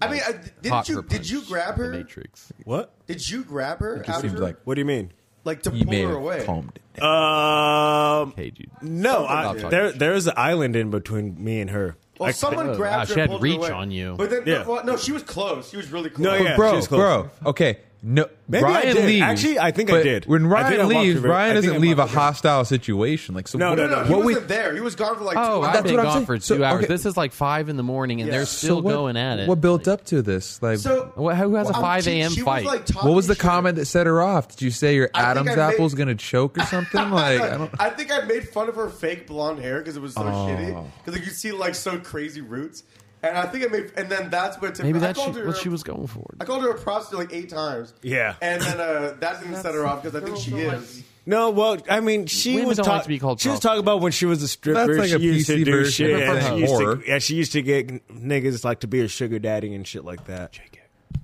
[SPEAKER 4] I mean, I,
[SPEAKER 5] caught
[SPEAKER 4] did you
[SPEAKER 5] her
[SPEAKER 4] did you
[SPEAKER 5] punch,
[SPEAKER 4] grab
[SPEAKER 5] The
[SPEAKER 4] her?
[SPEAKER 5] Matrix.
[SPEAKER 2] What?
[SPEAKER 4] Did you grab her?
[SPEAKER 1] It seems
[SPEAKER 4] after?
[SPEAKER 1] like
[SPEAKER 2] What do you mean?
[SPEAKER 4] like to
[SPEAKER 1] you
[SPEAKER 4] pull
[SPEAKER 1] may
[SPEAKER 4] her
[SPEAKER 1] have
[SPEAKER 4] away.
[SPEAKER 1] calmed it. down.
[SPEAKER 2] Um,
[SPEAKER 5] Hey, dude.
[SPEAKER 2] no, I,
[SPEAKER 5] about
[SPEAKER 2] there there is an island in between me and her.
[SPEAKER 4] Well,
[SPEAKER 2] I-
[SPEAKER 4] someone
[SPEAKER 5] Oh,
[SPEAKER 4] grabbed
[SPEAKER 5] wow,
[SPEAKER 4] her.
[SPEAKER 5] she
[SPEAKER 4] and
[SPEAKER 5] had
[SPEAKER 4] pulled her
[SPEAKER 5] reach
[SPEAKER 4] away.
[SPEAKER 5] on you.
[SPEAKER 4] But then,
[SPEAKER 2] Yeah.
[SPEAKER 4] well, no, she was close. She was really close.
[SPEAKER 2] No, Oh, yeah. she
[SPEAKER 1] bro,
[SPEAKER 2] was close.
[SPEAKER 1] bro. Okay. No,
[SPEAKER 2] Maybe I
[SPEAKER 1] Ryan
[SPEAKER 2] did.
[SPEAKER 1] leaves.
[SPEAKER 2] Actually, I think I
[SPEAKER 1] but
[SPEAKER 2] did.
[SPEAKER 1] When
[SPEAKER 2] I think I
[SPEAKER 1] Ryan
[SPEAKER 2] walked
[SPEAKER 1] leaves,
[SPEAKER 2] through- I
[SPEAKER 1] Ryan
[SPEAKER 2] think I
[SPEAKER 1] doesn't leave a
[SPEAKER 2] walked through-
[SPEAKER 1] hostile situation. Like, so
[SPEAKER 2] No,
[SPEAKER 1] what-
[SPEAKER 4] No, no, he
[SPEAKER 1] what we
[SPEAKER 4] wasn't there. He was gone for like.
[SPEAKER 5] Oh,
[SPEAKER 4] two
[SPEAKER 5] I've
[SPEAKER 1] that's
[SPEAKER 5] been
[SPEAKER 1] what I'm
[SPEAKER 5] gone
[SPEAKER 1] saying.
[SPEAKER 5] for two
[SPEAKER 1] So,
[SPEAKER 5] hours.
[SPEAKER 1] okay.
[SPEAKER 5] This is like five in the morning, and
[SPEAKER 4] Yeah.
[SPEAKER 5] they're
[SPEAKER 4] So
[SPEAKER 5] still
[SPEAKER 1] so what-
[SPEAKER 5] going at it.
[SPEAKER 1] What built
[SPEAKER 5] Like,
[SPEAKER 1] up to this? Like,
[SPEAKER 4] So
[SPEAKER 5] Wha- who has a
[SPEAKER 4] I'm-
[SPEAKER 5] 5
[SPEAKER 4] she-
[SPEAKER 5] a.m.
[SPEAKER 4] she was,
[SPEAKER 5] fight?
[SPEAKER 4] like, talking
[SPEAKER 1] what was the
[SPEAKER 4] shit.
[SPEAKER 1] comment that set her off? Did you say your
[SPEAKER 4] I think
[SPEAKER 1] Adam's
[SPEAKER 4] I made-
[SPEAKER 1] apple's gonna choke or something? Like, I don't.
[SPEAKER 4] I think I made fun of her fake blonde hair because it was so shitty. Because you could see like so crazy roots, and I think I made. And then that's what Tim,
[SPEAKER 5] Maybe
[SPEAKER 4] I
[SPEAKER 5] that's
[SPEAKER 4] called
[SPEAKER 5] she-
[SPEAKER 4] her-
[SPEAKER 5] what she was going for.
[SPEAKER 4] I called her a prostitute like eight times.
[SPEAKER 2] Yeah.
[SPEAKER 4] and then uh, that didn't set her off because I think she is.
[SPEAKER 2] No, well, I mean, she
[SPEAKER 5] Women
[SPEAKER 2] was
[SPEAKER 5] don't like
[SPEAKER 2] talk-
[SPEAKER 5] to be called
[SPEAKER 2] She was talking about when she was a stripper.
[SPEAKER 1] That's like
[SPEAKER 2] she
[SPEAKER 1] a
[SPEAKER 2] used
[SPEAKER 1] PC
[SPEAKER 2] to do
[SPEAKER 1] version
[SPEAKER 2] shit.
[SPEAKER 1] of
[SPEAKER 2] and
[SPEAKER 1] that
[SPEAKER 2] she used to,
[SPEAKER 1] whore.
[SPEAKER 2] yeah, she used to get niggas like to be a sugar daddy and shit like that.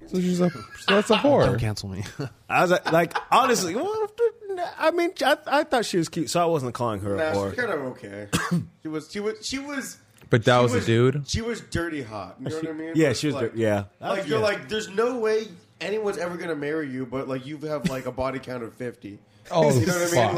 [SPEAKER 1] So she's a, so that's a
[SPEAKER 5] Don't
[SPEAKER 1] whore.
[SPEAKER 5] cancel me.
[SPEAKER 2] I was like, like honestly, well, I mean, I, I thought she was cute, so I wasn't calling her
[SPEAKER 4] Nah,
[SPEAKER 2] a
[SPEAKER 4] she
[SPEAKER 2] whore.
[SPEAKER 4] was kind of okay. she was. She was. She was.
[SPEAKER 1] But that
[SPEAKER 4] she
[SPEAKER 1] was a dude?
[SPEAKER 4] She was dirty hot. You know what I mean?
[SPEAKER 2] yeah,
[SPEAKER 4] It's
[SPEAKER 2] she was
[SPEAKER 4] Like,
[SPEAKER 2] dir- yeah.
[SPEAKER 4] Like you're
[SPEAKER 2] Yeah.
[SPEAKER 4] like, there's no way anyone's ever gonna marry you, but like you have like a body count of fifty.
[SPEAKER 1] Oh,
[SPEAKER 4] you know what
[SPEAKER 1] fuck.
[SPEAKER 4] I mean?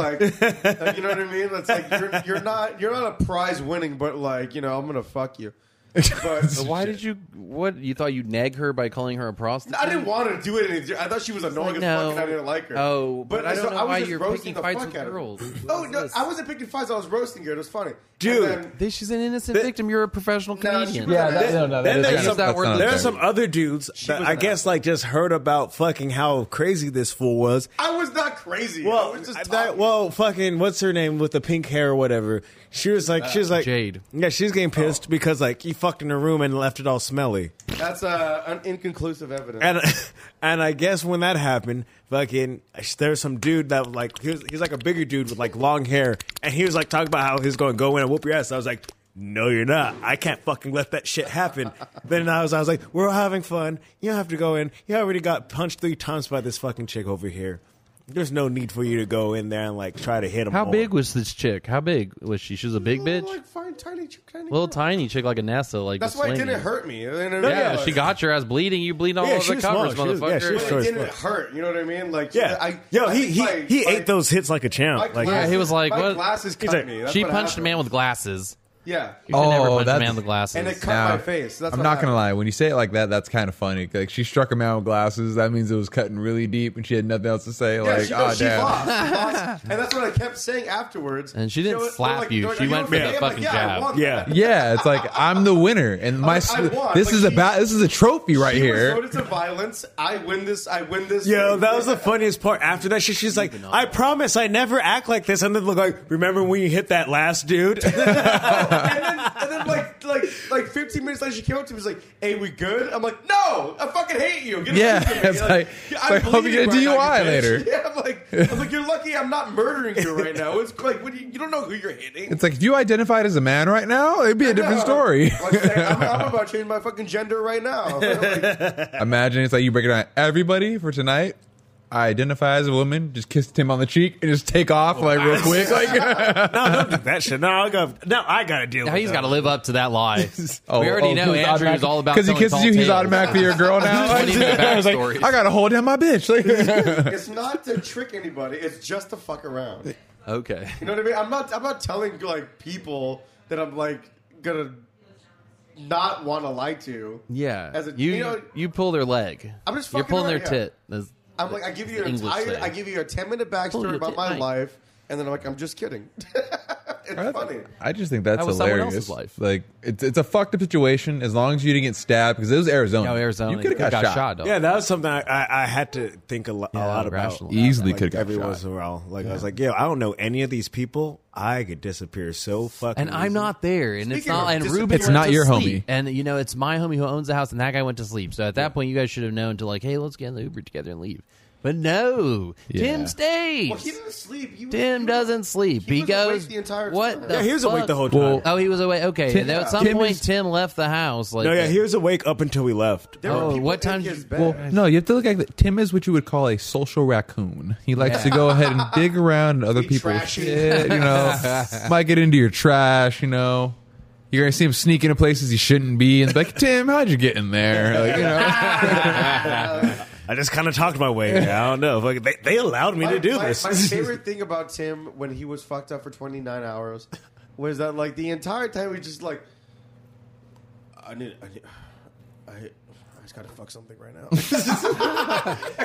[SPEAKER 4] Like, like, you know what I mean? It's like you're, you're not you're not a prize winning, but like you know, I'm gonna fuck you. But
[SPEAKER 3] Why did you? What you thought you'd nag her by calling her a prostitute?
[SPEAKER 4] I didn't want her to do anything. I thought she was
[SPEAKER 3] Um,
[SPEAKER 4] annoying
[SPEAKER 3] Like,
[SPEAKER 4] as
[SPEAKER 3] no.
[SPEAKER 4] fuck, and I didn't like her.
[SPEAKER 3] Oh, but, I
[SPEAKER 4] so
[SPEAKER 3] don't know
[SPEAKER 4] was
[SPEAKER 3] why
[SPEAKER 4] just
[SPEAKER 3] you're
[SPEAKER 4] roasting
[SPEAKER 3] picking
[SPEAKER 4] the
[SPEAKER 3] fights
[SPEAKER 4] fuck
[SPEAKER 3] with
[SPEAKER 4] out of her.
[SPEAKER 3] girls.
[SPEAKER 4] Oh no, I wasn't picking fights. I was roasting her. It was funny,
[SPEAKER 2] Dude.
[SPEAKER 4] And then-
[SPEAKER 3] This- She's an innocent
[SPEAKER 2] Th-
[SPEAKER 3] victim. You're a professional
[SPEAKER 4] No, she
[SPEAKER 3] comedian.
[SPEAKER 4] was- Yeah,
[SPEAKER 1] that- no, no, that
[SPEAKER 2] Then
[SPEAKER 1] is
[SPEAKER 2] there's
[SPEAKER 1] kind
[SPEAKER 2] some-
[SPEAKER 1] of- that's not
[SPEAKER 2] There are
[SPEAKER 1] fair.
[SPEAKER 2] some other dudes that
[SPEAKER 4] was
[SPEAKER 2] I
[SPEAKER 4] an
[SPEAKER 2] guess like just heard about fucking how crazy this fool was.
[SPEAKER 4] I was not crazy.
[SPEAKER 2] Well,
[SPEAKER 4] I was
[SPEAKER 2] I-
[SPEAKER 4] just
[SPEAKER 2] that,
[SPEAKER 4] talking.
[SPEAKER 2] well, fucking, what's her name with the pink hair or whatever? She was like, she was like,
[SPEAKER 5] Jade.
[SPEAKER 2] Yeah, she was getting pissed
[SPEAKER 4] Oh.
[SPEAKER 2] because like he fucked in her room and left it all smelly.
[SPEAKER 4] That's uh, an inconclusive evidence.
[SPEAKER 2] And and I guess when that happened, fucking, there's some dude that like he was, he's like a bigger dude with like long hair, and he was like talking about how he's going to go in and whoop your ass. I was like. No, you're not. I can't fucking let that shit happen. then I was, I was like, we're all having fun. You don't have to go in. You already got punched three times by this fucking chick over here. There's no need for you to go in there and like try to hit him.
[SPEAKER 5] How big was this chick? How big was she? She was a big bitch,
[SPEAKER 4] Like fine, tiny, ch- tiny
[SPEAKER 5] little
[SPEAKER 4] girl.
[SPEAKER 5] tiny chick like a NASA. Like
[SPEAKER 4] That's
[SPEAKER 5] the
[SPEAKER 4] why it
[SPEAKER 5] sling.
[SPEAKER 4] didn't hurt me. You know what I mean?
[SPEAKER 2] yeah,
[SPEAKER 5] Yeah,
[SPEAKER 4] Like,
[SPEAKER 5] she got your ass bleeding. You bleed all
[SPEAKER 2] Yeah, she
[SPEAKER 5] over the covers,
[SPEAKER 2] was small. She was-
[SPEAKER 5] motherfucker.
[SPEAKER 2] yeah, she was
[SPEAKER 4] But
[SPEAKER 2] short.
[SPEAKER 4] it didn't hurt. You know what I mean? Like
[SPEAKER 2] Yeah.
[SPEAKER 4] I,
[SPEAKER 2] Yo,
[SPEAKER 4] I
[SPEAKER 2] he
[SPEAKER 4] think
[SPEAKER 2] he,
[SPEAKER 4] my-
[SPEAKER 2] he
[SPEAKER 4] my-
[SPEAKER 2] ate those hits like a
[SPEAKER 4] my
[SPEAKER 2] champ. Like,
[SPEAKER 4] glasses-
[SPEAKER 5] he was like,
[SPEAKER 4] my
[SPEAKER 5] what-
[SPEAKER 4] glasses cut
[SPEAKER 2] He's like-
[SPEAKER 4] me. That's
[SPEAKER 5] She
[SPEAKER 4] what
[SPEAKER 5] punched a
[SPEAKER 4] happened.
[SPEAKER 5] man with glasses.
[SPEAKER 4] Yeah.
[SPEAKER 5] You should never
[SPEAKER 1] Oh,
[SPEAKER 5] punch a
[SPEAKER 1] that's-
[SPEAKER 5] man with glasses.
[SPEAKER 4] And it cut
[SPEAKER 1] Now,
[SPEAKER 4] my face. That's
[SPEAKER 1] I'm
[SPEAKER 4] what
[SPEAKER 1] not
[SPEAKER 4] happened.
[SPEAKER 1] gonna lie. When you say it like that, that's kind of funny. Like she struck a man with glasses. That means it was cutting really deep, and she had nothing else to say.
[SPEAKER 4] Yeah,
[SPEAKER 1] like,
[SPEAKER 4] she,
[SPEAKER 2] ah,
[SPEAKER 1] oh
[SPEAKER 4] goes, she
[SPEAKER 1] damn.
[SPEAKER 4] lost. She lost. And that's what I kept saying afterwards.
[SPEAKER 5] And she didn't
[SPEAKER 4] You know,
[SPEAKER 5] slap
[SPEAKER 4] like,
[SPEAKER 5] you.
[SPEAKER 4] "Are
[SPEAKER 5] She went for
[SPEAKER 4] okay?"
[SPEAKER 5] the
[SPEAKER 4] I'm like,
[SPEAKER 5] fucking
[SPEAKER 4] yeah, I
[SPEAKER 5] jab.
[SPEAKER 4] won.
[SPEAKER 2] Yeah.
[SPEAKER 1] Yeah, it's like I'm the winner, and my
[SPEAKER 4] I won,
[SPEAKER 1] this
[SPEAKER 4] but
[SPEAKER 1] is
[SPEAKER 4] she-
[SPEAKER 1] about this is a trophy right
[SPEAKER 4] she
[SPEAKER 1] here.
[SPEAKER 4] resorted to violence. I win this. I win this.
[SPEAKER 2] Yo, that was the funniest part. After that shit, she's like, I promise I never act like this. And then look like, remember when you hit that last dude?
[SPEAKER 4] and then, and then like, like, like, 15 minutes later, she came up to me. She's like, "Hey, we good?" I'm like, "No, I fucking hate you." Get away
[SPEAKER 1] Yeah,
[SPEAKER 4] from me."
[SPEAKER 1] it's like-
[SPEAKER 4] "Yeah,
[SPEAKER 1] it's
[SPEAKER 4] I'm
[SPEAKER 1] like, hope you get a
[SPEAKER 4] bleeding right now,
[SPEAKER 1] DUI
[SPEAKER 4] you bitch."
[SPEAKER 1] later.
[SPEAKER 4] Yeah, I'm like, I'm like, you're lucky I'm not murdering you right now. It's like, what do you, you don't know who you're hitting.
[SPEAKER 1] It's like if you identified as a man right now, it'd be a different story.
[SPEAKER 4] Like, I'm, I'm about to change my fucking gender right now. Like,
[SPEAKER 1] Imagine it's like you break it down. Everybody for tonight, I identify as a woman. Just kiss Tim on the cheek and just take off
[SPEAKER 4] Oh,
[SPEAKER 1] like real quick. Like,
[SPEAKER 2] no, don't do that shit. No, I'll go. No, I got to deal
[SPEAKER 5] now
[SPEAKER 2] with
[SPEAKER 5] he's
[SPEAKER 2] that.
[SPEAKER 5] got to live up to that lie.
[SPEAKER 1] Oh,
[SPEAKER 5] we already
[SPEAKER 1] oh,
[SPEAKER 5] know
[SPEAKER 1] 'cause
[SPEAKER 5] Andrew's
[SPEAKER 1] automatic-
[SPEAKER 5] all about
[SPEAKER 1] he kisses you, he's automatically your girl now.
[SPEAKER 5] What do you mean the
[SPEAKER 1] I was like,
[SPEAKER 5] backstory?
[SPEAKER 1] I gotta hold down my bitch. Like,
[SPEAKER 4] it's not to trick anybody. It's just to fuck around.
[SPEAKER 3] Okay.
[SPEAKER 4] You know what I mean? I'm not. I'm not telling like people that I'm like gonna not want to lie to.
[SPEAKER 3] Yeah.
[SPEAKER 4] As a-
[SPEAKER 3] you
[SPEAKER 4] you know-
[SPEAKER 3] you pull their leg.
[SPEAKER 4] I'm just
[SPEAKER 3] You're
[SPEAKER 4] fucking
[SPEAKER 3] pulling
[SPEAKER 4] around,
[SPEAKER 3] their
[SPEAKER 4] yeah.
[SPEAKER 3] tit. That's-
[SPEAKER 4] I'm like, I give you
[SPEAKER 3] the
[SPEAKER 4] an
[SPEAKER 3] English
[SPEAKER 4] entire,
[SPEAKER 3] thing.
[SPEAKER 4] I give you a ten minute
[SPEAKER 3] Pull
[SPEAKER 4] backstory
[SPEAKER 3] your
[SPEAKER 4] about
[SPEAKER 3] tit
[SPEAKER 4] my
[SPEAKER 3] night.
[SPEAKER 4] life, and then I'm like, I'm just kidding. it's funny.
[SPEAKER 1] I just think that's
[SPEAKER 3] That was someone
[SPEAKER 1] hilarious.
[SPEAKER 3] else's life.
[SPEAKER 1] Like, it's it's a fucked up situation. As long as you didn't get stabbed, because it was Arizona.
[SPEAKER 3] No, Arizona.
[SPEAKER 1] you could have got, shot.
[SPEAKER 3] dog.
[SPEAKER 2] Yeah, that was something I, I, I had to think a, lo- a lot about.
[SPEAKER 3] rational.
[SPEAKER 1] Easily
[SPEAKER 2] like,
[SPEAKER 1] could have
[SPEAKER 2] every
[SPEAKER 1] got
[SPEAKER 2] once
[SPEAKER 1] shot.
[SPEAKER 2] in a while. Like I was like, yo, I don't know any of these people. I could disappear so fucking.
[SPEAKER 3] And I'm
[SPEAKER 2] easy.
[SPEAKER 3] not there, and it's
[SPEAKER 4] Speaking
[SPEAKER 3] not.
[SPEAKER 4] of
[SPEAKER 3] And
[SPEAKER 4] disappearing-
[SPEAKER 3] Ruben,
[SPEAKER 1] It's
[SPEAKER 3] went
[SPEAKER 1] not
[SPEAKER 3] to
[SPEAKER 1] your
[SPEAKER 3] sleep.
[SPEAKER 1] homie.
[SPEAKER 3] and you know it's my homie who owns the house, and that guy went to sleep. So at that point, you guys should have known to like, hey, let's get in the Uber together and leave. But no,
[SPEAKER 1] Yeah.
[SPEAKER 3] Tim stays.
[SPEAKER 4] Well, he didn't sleep. He was,
[SPEAKER 3] Tim
[SPEAKER 4] he was-
[SPEAKER 3] doesn't sleep.
[SPEAKER 4] he
[SPEAKER 3] He,
[SPEAKER 4] was awake
[SPEAKER 3] goes
[SPEAKER 4] the entire
[SPEAKER 3] What?
[SPEAKER 4] time.
[SPEAKER 3] The
[SPEAKER 2] Yeah, he was
[SPEAKER 3] fuck?
[SPEAKER 2] awake the whole time.
[SPEAKER 1] Well,
[SPEAKER 3] Oh, he was away. Okay,
[SPEAKER 1] Tim-
[SPEAKER 3] and then at some
[SPEAKER 1] Tim
[SPEAKER 3] point,
[SPEAKER 1] is-
[SPEAKER 3] Tim left the house. Like,
[SPEAKER 2] no, yeah, he was awake up until we left.
[SPEAKER 4] There were
[SPEAKER 3] Oh,
[SPEAKER 4] people
[SPEAKER 3] what
[SPEAKER 4] in
[SPEAKER 3] time
[SPEAKER 4] his
[SPEAKER 3] did-
[SPEAKER 4] bed.
[SPEAKER 1] Well, no, you have to look at that. Tim is what you would call a social raccoon. He likes to go ahead and dig around in other
[SPEAKER 4] Be
[SPEAKER 1] people's
[SPEAKER 4] trashy.
[SPEAKER 1] shit. You know, might get into your trash. You know, you're gonna see him sneak into places he shouldn't be, and be like, Tim, how'd you get in there? Like, you know,
[SPEAKER 2] I just kind of talked my way. in. I don't know. Fucking- They, they allowed me
[SPEAKER 4] my,
[SPEAKER 2] to do
[SPEAKER 4] my-
[SPEAKER 2] this.
[SPEAKER 4] my favorite thing about Tim when he was fucked up for 29 hours was that like the entire time he just like, I need, I need, I, I just gotta fuck something right now.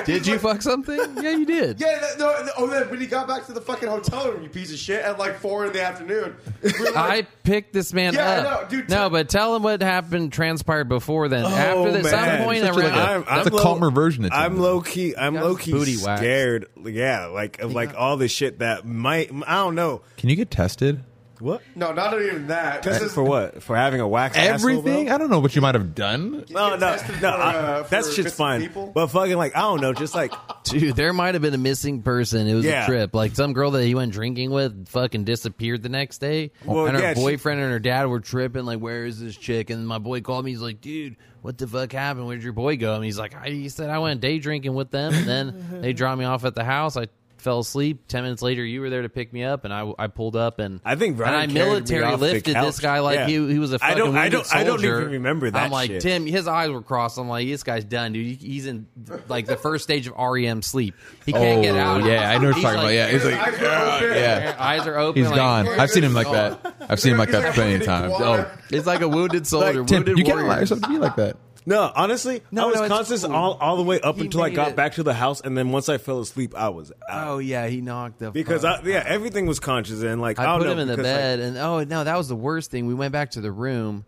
[SPEAKER 3] did you fuck something? Yeah, you did.
[SPEAKER 4] Yeah, that, no, no, oh, then when he got back to the fucking hotel room, you piece of shit, at like four in the afternoon. We were like,
[SPEAKER 3] I picked this man
[SPEAKER 4] Yeah, I
[SPEAKER 3] up.
[SPEAKER 4] know, dude,
[SPEAKER 3] no,
[SPEAKER 4] tell-
[SPEAKER 3] but tell him what happened transpired before then.
[SPEAKER 2] Oh,
[SPEAKER 3] After that,
[SPEAKER 2] man.
[SPEAKER 3] some point
[SPEAKER 1] Such a,
[SPEAKER 3] around.
[SPEAKER 1] like, a- that's a calmer version of Tim.
[SPEAKER 2] I'm low key. I'm
[SPEAKER 3] got
[SPEAKER 2] low
[SPEAKER 3] his
[SPEAKER 2] key
[SPEAKER 3] booty waxed.
[SPEAKER 2] scared. Yeah, like of like all this shit that might. I don't know.
[SPEAKER 1] Can you get tested?
[SPEAKER 2] What?
[SPEAKER 4] no, not even that. This is
[SPEAKER 2] for what? For having a whack
[SPEAKER 1] Everything? I don't know what you might have done.
[SPEAKER 2] No, no,
[SPEAKER 4] Get tested
[SPEAKER 2] no.
[SPEAKER 4] for,
[SPEAKER 2] I-
[SPEAKER 4] uh,
[SPEAKER 2] that
[SPEAKER 4] for
[SPEAKER 2] shit's
[SPEAKER 4] missing
[SPEAKER 2] fine.
[SPEAKER 4] people?
[SPEAKER 2] But fucking like I don't know. Just like
[SPEAKER 3] Dude, there might have been a missing person. It was
[SPEAKER 2] Yeah.
[SPEAKER 3] a trip. Like some girl that he went drinking with fucking disappeared the next day.
[SPEAKER 2] Well,
[SPEAKER 3] and her
[SPEAKER 2] yeah, she-
[SPEAKER 3] boyfriend and her dad were tripping, like, where is this chick? And my boy called me. He's like, dude, what the fuck happened? Where'd your boy go? And he's like, I, he said, I went day drinking with them. And then they dropped me off at the house. I fell asleep. 10 minutes later, you were there to pick me up. And I, I pulled up and
[SPEAKER 2] I think Ryan
[SPEAKER 3] and I
[SPEAKER 2] carried me
[SPEAKER 3] military
[SPEAKER 2] off the
[SPEAKER 3] lifted this
[SPEAKER 2] couch.
[SPEAKER 3] guy like
[SPEAKER 2] Yeah.
[SPEAKER 3] he, he was a
[SPEAKER 2] I
[SPEAKER 3] fucking
[SPEAKER 2] don't- I
[SPEAKER 3] wounded
[SPEAKER 2] don't- I don't
[SPEAKER 3] soldier.
[SPEAKER 2] even remember that
[SPEAKER 3] I'm like,
[SPEAKER 2] shit.
[SPEAKER 3] Tim, his eyes were crossed. I'm like, this guy's done, dude. He- He's in like the first stage of REM sleep. He can't get out.
[SPEAKER 1] Oh, yeah, I know what
[SPEAKER 3] He's
[SPEAKER 1] you're talking about.
[SPEAKER 3] like-
[SPEAKER 1] Yeah, he's like,
[SPEAKER 4] eyes are open.
[SPEAKER 1] yeah,
[SPEAKER 3] Eyes are open.
[SPEAKER 1] he's
[SPEAKER 3] like,
[SPEAKER 1] gone. I've seen him like that. I've seen him like that plenty of times.
[SPEAKER 4] Water.
[SPEAKER 1] Oh,
[SPEAKER 3] It's like a wounded soldier.
[SPEAKER 1] Tim,
[SPEAKER 3] wounded
[SPEAKER 1] you can't
[SPEAKER 3] warrior.
[SPEAKER 1] allow yourself to be like that.
[SPEAKER 2] no, honestly,
[SPEAKER 3] No,
[SPEAKER 2] I was
[SPEAKER 3] no, it's
[SPEAKER 2] conscious
[SPEAKER 3] cool.
[SPEAKER 2] all, all the way up
[SPEAKER 3] He
[SPEAKER 2] until I
[SPEAKER 3] made
[SPEAKER 2] got
[SPEAKER 3] it.
[SPEAKER 2] back to the house, and then once I fell asleep, I was out.
[SPEAKER 3] Oh yeah, he knocked the
[SPEAKER 2] because
[SPEAKER 3] fuck
[SPEAKER 2] I, yeah, everything was conscious and like I,
[SPEAKER 3] I
[SPEAKER 2] don't
[SPEAKER 3] put
[SPEAKER 2] know,
[SPEAKER 3] him in the
[SPEAKER 2] because, like,
[SPEAKER 3] bed, and oh no, that was the worst thing. We went back to the room,